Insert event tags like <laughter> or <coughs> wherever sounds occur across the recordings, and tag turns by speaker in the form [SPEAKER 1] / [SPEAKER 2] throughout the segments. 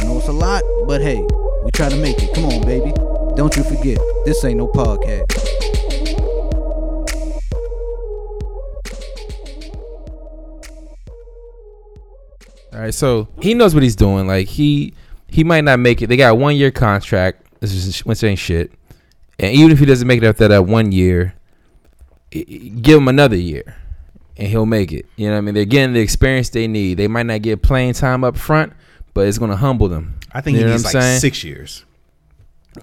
[SPEAKER 1] I know it's a lot, but hey, we trying to make it. Come on, baby. Don't you forget, this ain't no podcast.
[SPEAKER 2] All right, so he knows what he's doing. Like he he might not make it. They got a one year contract. This is which ain't shit. And even if he doesn't make it after that one year, i- i- give him another year, and he'll make it. You know what I mean? They're getting the experience they need. They might not get playing time up front, but it's gonna humble them.
[SPEAKER 3] I think
[SPEAKER 2] You
[SPEAKER 3] he
[SPEAKER 2] know
[SPEAKER 3] needs
[SPEAKER 2] what I'm
[SPEAKER 3] like
[SPEAKER 2] saying?
[SPEAKER 3] six years.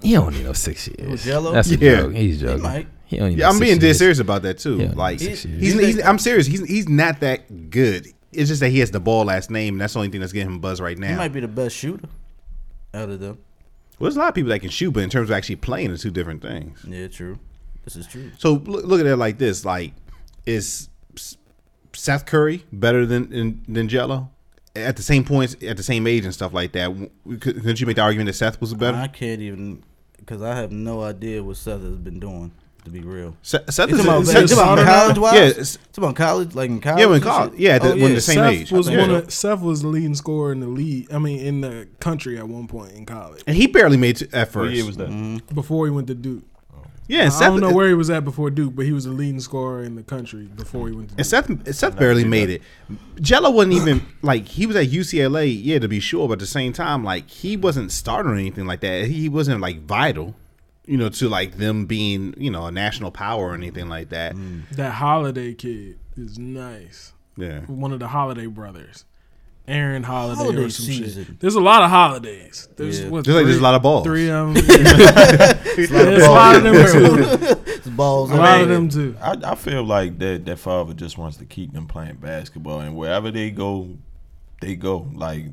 [SPEAKER 2] He don't need no six years.
[SPEAKER 1] Jello?
[SPEAKER 2] That's a
[SPEAKER 3] Yeah.
[SPEAKER 2] joke. He's joking.
[SPEAKER 1] might.
[SPEAKER 2] He don't need
[SPEAKER 3] Yeah,
[SPEAKER 2] no
[SPEAKER 3] I'm
[SPEAKER 2] six
[SPEAKER 3] being dead
[SPEAKER 2] years.
[SPEAKER 3] serious about that too.
[SPEAKER 2] Yeah,
[SPEAKER 3] like
[SPEAKER 2] six
[SPEAKER 3] he's,
[SPEAKER 2] years.
[SPEAKER 3] he's- I'm serious. He's he's not that good. It's just that he has the ball last name, and that's the only thing that's getting him buzz right now.
[SPEAKER 1] be the best shooter out of them.
[SPEAKER 3] well, there's a lot of people that can shoot, but in terms of actually playing, it's two different things.
[SPEAKER 4] Mm-hmm.
[SPEAKER 1] Yeah, true. This is true.
[SPEAKER 3] So look, look at it like this: like is S- Seth Curry better than than, than Jello? At the same points, at the same age, and stuff like that. W- Could, could you make the argument that Seth was better?
[SPEAKER 4] I can't even because I have no idea what Seth has been doing. To be real,
[SPEAKER 3] Seth, Seth
[SPEAKER 4] it's
[SPEAKER 3] is
[SPEAKER 4] about,
[SPEAKER 3] Seth-
[SPEAKER 4] it's about college wise.
[SPEAKER 3] Yeah,
[SPEAKER 4] Yeah,
[SPEAKER 3] it's-
[SPEAKER 4] it's about college, like in college.
[SPEAKER 3] yeah, when
[SPEAKER 4] and
[SPEAKER 3] college,
[SPEAKER 4] shit?
[SPEAKER 3] yeah, at the,
[SPEAKER 4] Oh,
[SPEAKER 3] when the same
[SPEAKER 5] Seth
[SPEAKER 3] age.
[SPEAKER 5] was
[SPEAKER 3] Yeah.
[SPEAKER 5] one of Seth was the leading scorer in the league. I mean, in the country at one point in college
[SPEAKER 3] and he barely made it at first.
[SPEAKER 5] before he went to Duke.
[SPEAKER 3] Yeah, and Seth,
[SPEAKER 5] I don't know where he was at before Duke, but he was the leading scorer in the country before he went to Duke.
[SPEAKER 3] And Seth, Seth barely made it. Jello wasn't even like he was at UCLA, yeah, to be sure, but at the same time, like he wasn't starting or anything like that. He wasn't like vital, you know, to like them being you know a national power or anything like that.
[SPEAKER 5] that Holiday kid is nice.
[SPEAKER 3] Yeah,
[SPEAKER 5] One of the Holiday brothers, Aaron Holiday,
[SPEAKER 4] Holiday
[SPEAKER 5] or some
[SPEAKER 4] season.
[SPEAKER 5] shit. There's a lot of holidays. There's
[SPEAKER 4] Yeah.
[SPEAKER 5] what,
[SPEAKER 3] just like there's a
[SPEAKER 5] three-
[SPEAKER 3] lot of balls. <laughs>
[SPEAKER 5] Three of them. There's a lot of them.
[SPEAKER 4] It's balls.
[SPEAKER 5] A lot
[SPEAKER 3] <laughs>
[SPEAKER 5] of them too.
[SPEAKER 6] I, I feel like that that father just wants to keep them playing basketball, and wherever they go, they go. Like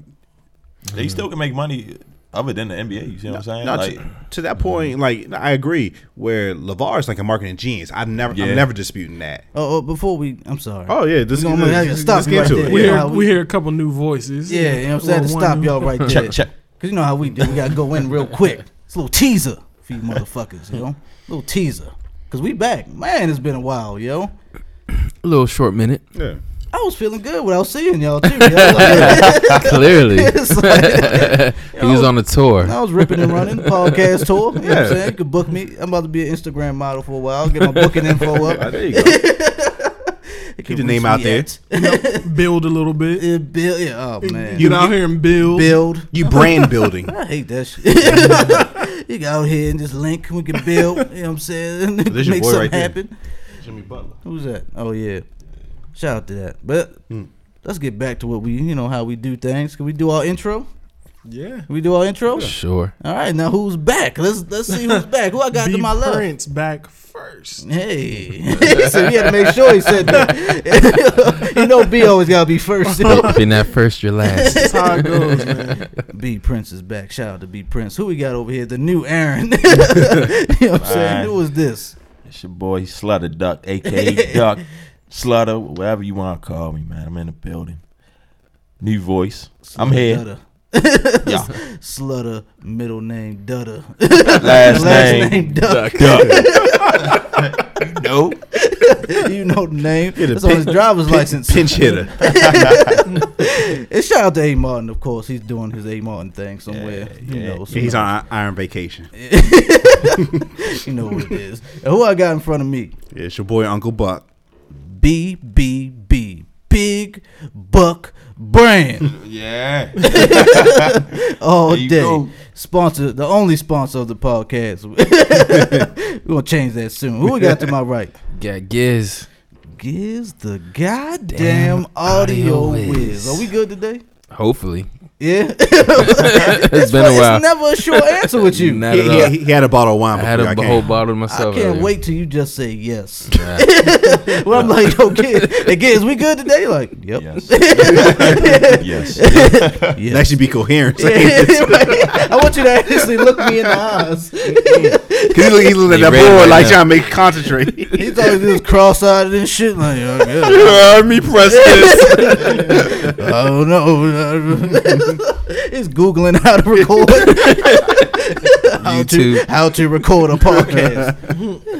[SPEAKER 6] they still can make money other than the NBA. Mm-hmm. You see what I'm saying?
[SPEAKER 3] Now,
[SPEAKER 6] like
[SPEAKER 3] to, to that point, like I agree, where Lavar is like a marketing genius. I've never,
[SPEAKER 6] Yeah.
[SPEAKER 3] I'm never disputing that.
[SPEAKER 4] Oh, oh, before we, I'm sorry.
[SPEAKER 3] Oh yeah, this
[SPEAKER 4] We gonna
[SPEAKER 3] this-
[SPEAKER 4] have to
[SPEAKER 3] this-
[SPEAKER 4] stop
[SPEAKER 3] let's
[SPEAKER 4] you
[SPEAKER 3] get
[SPEAKER 4] right
[SPEAKER 3] to
[SPEAKER 4] there.
[SPEAKER 3] it.
[SPEAKER 5] We
[SPEAKER 4] Yeah,
[SPEAKER 5] hear
[SPEAKER 4] how we-
[SPEAKER 5] we hear a couple new voices.
[SPEAKER 4] yeah, you know what I'm saying
[SPEAKER 5] Or
[SPEAKER 4] to
[SPEAKER 5] one
[SPEAKER 4] stop
[SPEAKER 5] new-
[SPEAKER 4] y'all right there.
[SPEAKER 6] check check.
[SPEAKER 4] Cause you know how we do. We gotta go in
[SPEAKER 3] <laughs>
[SPEAKER 4] real quick. It's a little teaser for you motherfuckers. You know, little teaser. Cause we back, man. It's been a while, yo.
[SPEAKER 2] A little short minute.
[SPEAKER 3] Yeah.
[SPEAKER 4] I was feeling good without seeing y'all
[SPEAKER 3] <laughs>
[SPEAKER 4] too.
[SPEAKER 2] <laughs>
[SPEAKER 4] Yo.
[SPEAKER 2] <laughs> Clearly,
[SPEAKER 4] It's like-
[SPEAKER 2] he
[SPEAKER 3] <laughs>
[SPEAKER 2] was on a tour.
[SPEAKER 4] <laughs> I was ripping and running podcast tour. You know what
[SPEAKER 3] Yeah.
[SPEAKER 4] I'm saying? You could book me. I'm about to be an Instagram model for a while. Get my booking info
[SPEAKER 3] <laughs> Oh,
[SPEAKER 4] up.
[SPEAKER 3] there you go.
[SPEAKER 4] Keep
[SPEAKER 3] the name out there.
[SPEAKER 5] Build a little bit.
[SPEAKER 4] build, yeah, oh man.
[SPEAKER 5] Get out here and build.
[SPEAKER 4] build.
[SPEAKER 3] You brand building.
[SPEAKER 4] I hate that shit. <laughs> you go out here and just link. We can build. You know what I'm saying?
[SPEAKER 3] This your
[SPEAKER 4] <laughs> Make
[SPEAKER 3] boy
[SPEAKER 4] something
[SPEAKER 3] right there.
[SPEAKER 4] happen. Who's that? Oh yeah. Shout out to that. But
[SPEAKER 3] Hmm.
[SPEAKER 4] let's get back to what we, you know, how we do things. Can we do our intro?
[SPEAKER 5] Yeah.
[SPEAKER 4] Can we do our
[SPEAKER 2] <laughs>
[SPEAKER 4] intro?
[SPEAKER 2] Sure.
[SPEAKER 4] All right. Now who's back? Let's let's see who's back. Who
[SPEAKER 3] <laughs>
[SPEAKER 4] I got
[SPEAKER 5] Be
[SPEAKER 4] to my left?
[SPEAKER 5] Prince back
[SPEAKER 1] <laughs>
[SPEAKER 5] first.
[SPEAKER 4] Hey, <laughs> so he had to make sure he said that. <laughs> you know, B always gotta be first. you know?
[SPEAKER 2] Been that first, your last.
[SPEAKER 5] That's how it goes, man.
[SPEAKER 4] B Prince is back. Shout out to B Prince. Who we got over here? The new Aaron. <laughs> you know what I'm saying?
[SPEAKER 6] Alright.
[SPEAKER 4] Who is this?
[SPEAKER 6] It's your boy Slutter Duck, <laughs> aka Duck Slutter, whatever you want to call me, man. I'm in the building. New voice.
[SPEAKER 4] <laughs>
[SPEAKER 6] I'm here. Yeah.
[SPEAKER 4] Slutter, middle name Dutta.
[SPEAKER 6] Last,
[SPEAKER 4] <laughs>
[SPEAKER 6] name,
[SPEAKER 4] Duck.
[SPEAKER 6] Duck. no.
[SPEAKER 4] you know the name.
[SPEAKER 3] Yeah, the
[SPEAKER 4] It's on his
[SPEAKER 3] pin-
[SPEAKER 4] driver's
[SPEAKER 3] pin-
[SPEAKER 4] license.
[SPEAKER 3] Pinch hitter.
[SPEAKER 4] And shout out to A Martin, of course. He's doing his A Martin thing somewhere. you
[SPEAKER 6] yeah.
[SPEAKER 4] know,
[SPEAKER 3] Yeah, he's
[SPEAKER 4] so-
[SPEAKER 3] on iron vacation.
[SPEAKER 4] You know what it is. And who I got in front of me?
[SPEAKER 3] Yeah, it's your boy Uncle Buck.
[SPEAKER 4] B B B Big Buck Brand <laughs>
[SPEAKER 6] <laughs> Yeah.
[SPEAKER 4] all
[SPEAKER 6] There you
[SPEAKER 4] day.
[SPEAKER 6] go.
[SPEAKER 4] Sponsor <laughs> the only sponsor of the podcast. <laughs> We're gonna change that soon. Who we got to my right?
[SPEAKER 2] Got Giz.
[SPEAKER 4] Gives the goddamn
[SPEAKER 2] audio
[SPEAKER 4] audio, whiz.
[SPEAKER 2] whiz.
[SPEAKER 4] Are we good today?
[SPEAKER 2] Hopefully. <laughs>
[SPEAKER 4] <laughs> Yeah, it's,
[SPEAKER 2] been a
[SPEAKER 4] it's
[SPEAKER 2] while.
[SPEAKER 4] never a short answer with you.
[SPEAKER 2] Not
[SPEAKER 3] He,
[SPEAKER 2] at all.
[SPEAKER 3] he- he had a oh, bottle of wine.
[SPEAKER 2] I
[SPEAKER 3] Before
[SPEAKER 2] had a
[SPEAKER 3] I
[SPEAKER 2] b-
[SPEAKER 3] came.
[SPEAKER 2] whole bottle to
[SPEAKER 4] I
[SPEAKER 2] myself.
[SPEAKER 4] can't
[SPEAKER 2] earlier. <laughs>
[SPEAKER 4] wait till you just say yes. <laughs> well, I'm like, yo, kid, hey, kids, we good today? Like, yep.
[SPEAKER 6] <laughs> Yes. yes. <laughs>
[SPEAKER 4] yes.
[SPEAKER 3] That should be coherent.
[SPEAKER 4] Right. I want you to actually look me
[SPEAKER 6] <laughs>
[SPEAKER 4] in the eyes.
[SPEAKER 3] He look- he looked at
[SPEAKER 2] He
[SPEAKER 3] <laughs> that
[SPEAKER 2] ready
[SPEAKER 3] board
[SPEAKER 2] right
[SPEAKER 3] like
[SPEAKER 2] now.
[SPEAKER 3] trying to make concentrate.
[SPEAKER 4] He's always just cross-eyed and shit. Like, oh, yeah,
[SPEAKER 3] you heard me press this.
[SPEAKER 4] I don't know. <laughs> He's googling how to record, how to <laughs>
[SPEAKER 2] YouTube.
[SPEAKER 4] how to record a podcast.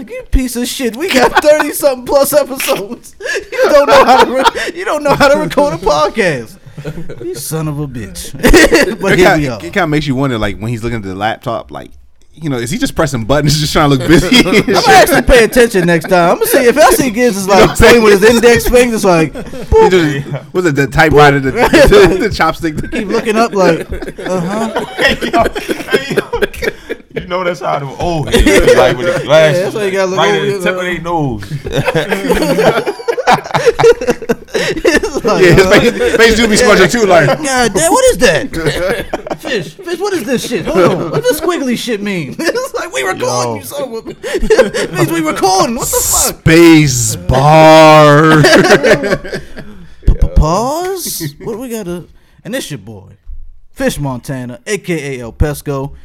[SPEAKER 4] you piece of shit. We got thirty something plus episodes. You don't know how to re- you don't know how to record a podcast. You son of a bitch. <laughs> but
[SPEAKER 3] It
[SPEAKER 4] here we
[SPEAKER 3] kinda-
[SPEAKER 4] are.
[SPEAKER 3] it kind of makes you wonder, like when he's looking at the laptop, like you know, is he just pressing buttons, <laughs> just trying to look busy? <laughs>
[SPEAKER 4] I'm gonna actually pay attention next time. I'm gonna see if Elsie Gibbs is
[SPEAKER 2] <laughs>
[SPEAKER 4] like playing with his index finger. It's like
[SPEAKER 3] <laughs> He just- was it the typewriter, the, <laughs> the, the chopstick?
[SPEAKER 4] keep looking up, like uh huh.
[SPEAKER 6] You know that's how them old heads be, like with the glasses,
[SPEAKER 4] that's why you gotta look
[SPEAKER 6] right
[SPEAKER 4] over
[SPEAKER 6] at
[SPEAKER 4] your-
[SPEAKER 6] the tip of their nose.
[SPEAKER 4] It's like,
[SPEAKER 3] yeah, his
[SPEAKER 4] uh,
[SPEAKER 3] face, face do be squashing too, like
[SPEAKER 4] <laughs> God damn, what is that? fish, fish, what is this shit? Hold on, what does squiggly shit mean? <laughs> it's like we recording,
[SPEAKER 6] Yo.
[SPEAKER 4] you son of a- <laughs> It means we recording. What the
[SPEAKER 3] space bar.
[SPEAKER 4] <laughs> fuck? Pause. What we gotta? And this your boy, Fish Montana, aka El Pesco.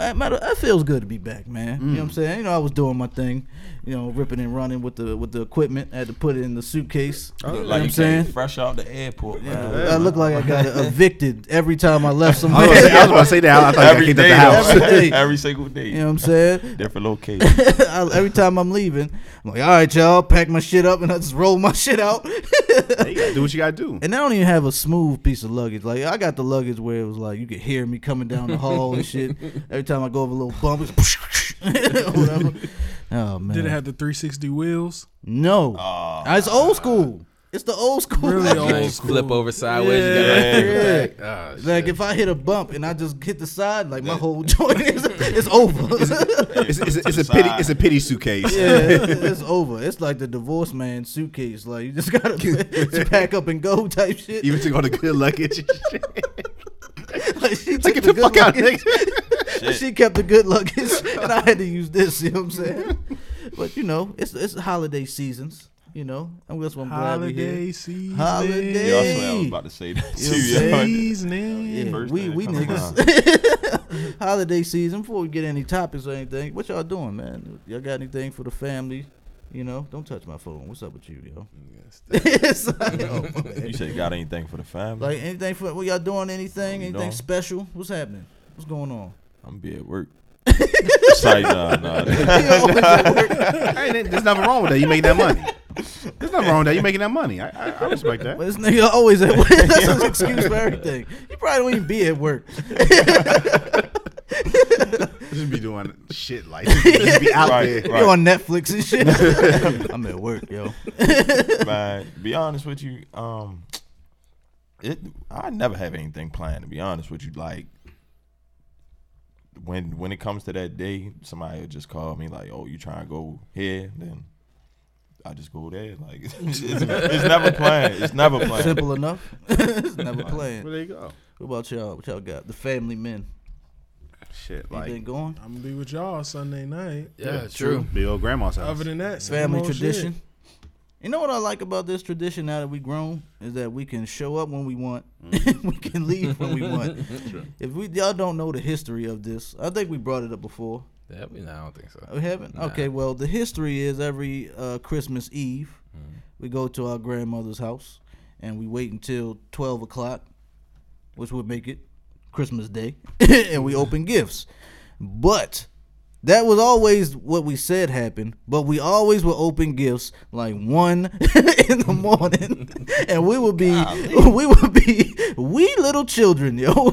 [SPEAKER 4] Eh, matter, it feels good to be back, man. You know what
[SPEAKER 3] Mm.
[SPEAKER 4] I'm saying? You know, I was doing
[SPEAKER 3] <laughs>
[SPEAKER 4] my thing, you know, ripping and running with the with the equipment. I had to put it in the suitcase.
[SPEAKER 2] Oh,
[SPEAKER 4] you know what I'm
[SPEAKER 6] you
[SPEAKER 4] saying?
[SPEAKER 6] came fresh out the airport. man.
[SPEAKER 4] I look like I
[SPEAKER 2] <laughs>
[SPEAKER 4] got evicted every time I left
[SPEAKER 3] <laughs> I
[SPEAKER 2] Oh,
[SPEAKER 4] somewhere.
[SPEAKER 3] was about to say that. I thought I
[SPEAKER 6] Every
[SPEAKER 3] kicked
[SPEAKER 6] day,
[SPEAKER 3] out the
[SPEAKER 6] though.
[SPEAKER 3] house. <laughs>
[SPEAKER 4] Every day.
[SPEAKER 6] every single day,
[SPEAKER 4] you know what I'm saying?
[SPEAKER 6] different location.
[SPEAKER 4] I- every time I'm leaving, I'm like, all right, y'all, pack my shit up and I just roll my <laughs> shit out.
[SPEAKER 3] Hey, you gotta do what you gotta do.
[SPEAKER 4] and I don't even have a smooth piece of luggage. Like, I got the luggage where it was like, you could hear me coming down the hall and shit. Every time I go over a little <laughs> bump, it's whatever. Oh, man.
[SPEAKER 5] Did it have the 360 wheels?
[SPEAKER 4] no. Uh, it's old school. It's the old school.
[SPEAKER 5] Really
[SPEAKER 4] luggage.
[SPEAKER 5] old
[SPEAKER 2] Like,
[SPEAKER 5] school.
[SPEAKER 2] flip over sideways. you
[SPEAKER 5] Yeah.
[SPEAKER 2] gotta- Oh,
[SPEAKER 4] Yeah. Like if I hit a bump and I just hit the side, like my whole joint is it's over.
[SPEAKER 3] <laughs> It's, it's, it's
[SPEAKER 6] To
[SPEAKER 3] a
[SPEAKER 6] the
[SPEAKER 3] pity.
[SPEAKER 6] side.
[SPEAKER 3] It's a pity suitcase.
[SPEAKER 4] Yeah, it's, it's over. It's like the divorce man suitcase. Like you just
[SPEAKER 3] <laughs>
[SPEAKER 4] gotta <laughs> just pack up and go type
[SPEAKER 3] <laughs>
[SPEAKER 4] shit.
[SPEAKER 3] Even took all the good luggage.
[SPEAKER 4] <laughs> like she took
[SPEAKER 3] Take it the
[SPEAKER 4] good
[SPEAKER 3] fuck out,
[SPEAKER 4] luggage.
[SPEAKER 3] nigga.
[SPEAKER 4] she kept <laughs> the good luggage, and I had to use this. You know what I'm saying?
[SPEAKER 3] <laughs>
[SPEAKER 4] But you know, it's it's holiday seasons. You know, and that's why I'm glad we're here.
[SPEAKER 5] Holiday season.
[SPEAKER 4] Holiday.
[SPEAKER 6] Yeah, I swear I was about to say that
[SPEAKER 4] You know
[SPEAKER 6] too.
[SPEAKER 4] what I'm
[SPEAKER 6] yo.
[SPEAKER 5] Seasoning.
[SPEAKER 4] Yeah,
[SPEAKER 6] First
[SPEAKER 4] we
[SPEAKER 6] thing
[SPEAKER 4] we
[SPEAKER 6] that comes to
[SPEAKER 4] niggas. holiday season. Before we get any topics or anything, what y'all doing, man? Y'all got anything for the family? You know, don't touch my phone. What's up with you, yo? It's like, oh, my
[SPEAKER 6] You said got anything for the family?
[SPEAKER 4] Like anything for what y'all doing? Anything? Anything
[SPEAKER 6] No.
[SPEAKER 4] special? What's happening? What's going on?
[SPEAKER 6] I'm be at work. <laughs> Sorry, nah, nah.
[SPEAKER 4] You always at work.
[SPEAKER 3] Hey, there- there's nothing wrong with that. You making that
[SPEAKER 6] <laughs>
[SPEAKER 3] money. There's nothing wrong with that. You making that money. I, I, I respect that.
[SPEAKER 4] Well, this nigga always at work. <laughs> That's his excuse for everything. You probably don't even be at work.
[SPEAKER 3] Just be doing shit like
[SPEAKER 6] <laughs>
[SPEAKER 3] just be out
[SPEAKER 6] Right,
[SPEAKER 3] there.
[SPEAKER 6] right.
[SPEAKER 4] You're on Netflix and
[SPEAKER 6] <laughs>
[SPEAKER 4] shit. I'm at work, yo.
[SPEAKER 6] man, be honest with you, um, it I never have anything planned. To be honest with you, like when when it comes to that day, somebody will just call me like, "Oh, you trying to go here?" Then I just go there. Like <laughs> it's, it's never planned. It's never planned.
[SPEAKER 4] Simple enough. <laughs> it's never playing.
[SPEAKER 3] Well, there you go.
[SPEAKER 4] What about y'all? What y'all got? The family men.
[SPEAKER 3] Shit,
[SPEAKER 4] Anything
[SPEAKER 3] like
[SPEAKER 4] going?
[SPEAKER 5] I'm gonna be with y'all Sunday night.
[SPEAKER 2] Yeah, true.
[SPEAKER 3] the old grandma's house.
[SPEAKER 5] Other than that, same
[SPEAKER 4] Family
[SPEAKER 5] old shit.
[SPEAKER 4] tradition. You know what I like about this tradition now that we grown is that we can show up when we want, <laughs> we can leave when we want. If we y'all don't know the history of this, I think we brought it up before.
[SPEAKER 2] Yeah, but no, I don't think so.
[SPEAKER 4] We haven't. Okay, well the history is every uh, Christmas Eve, we go to our grandmother's house and we wait until twelve o'clock, which would make it Christmas Day, <laughs> and we open gifts. But that was always what we said happened, but we always would open gifts like one <laughs> in the morning, and we would be, we would be, <laughs> we little children, yo, <laughs>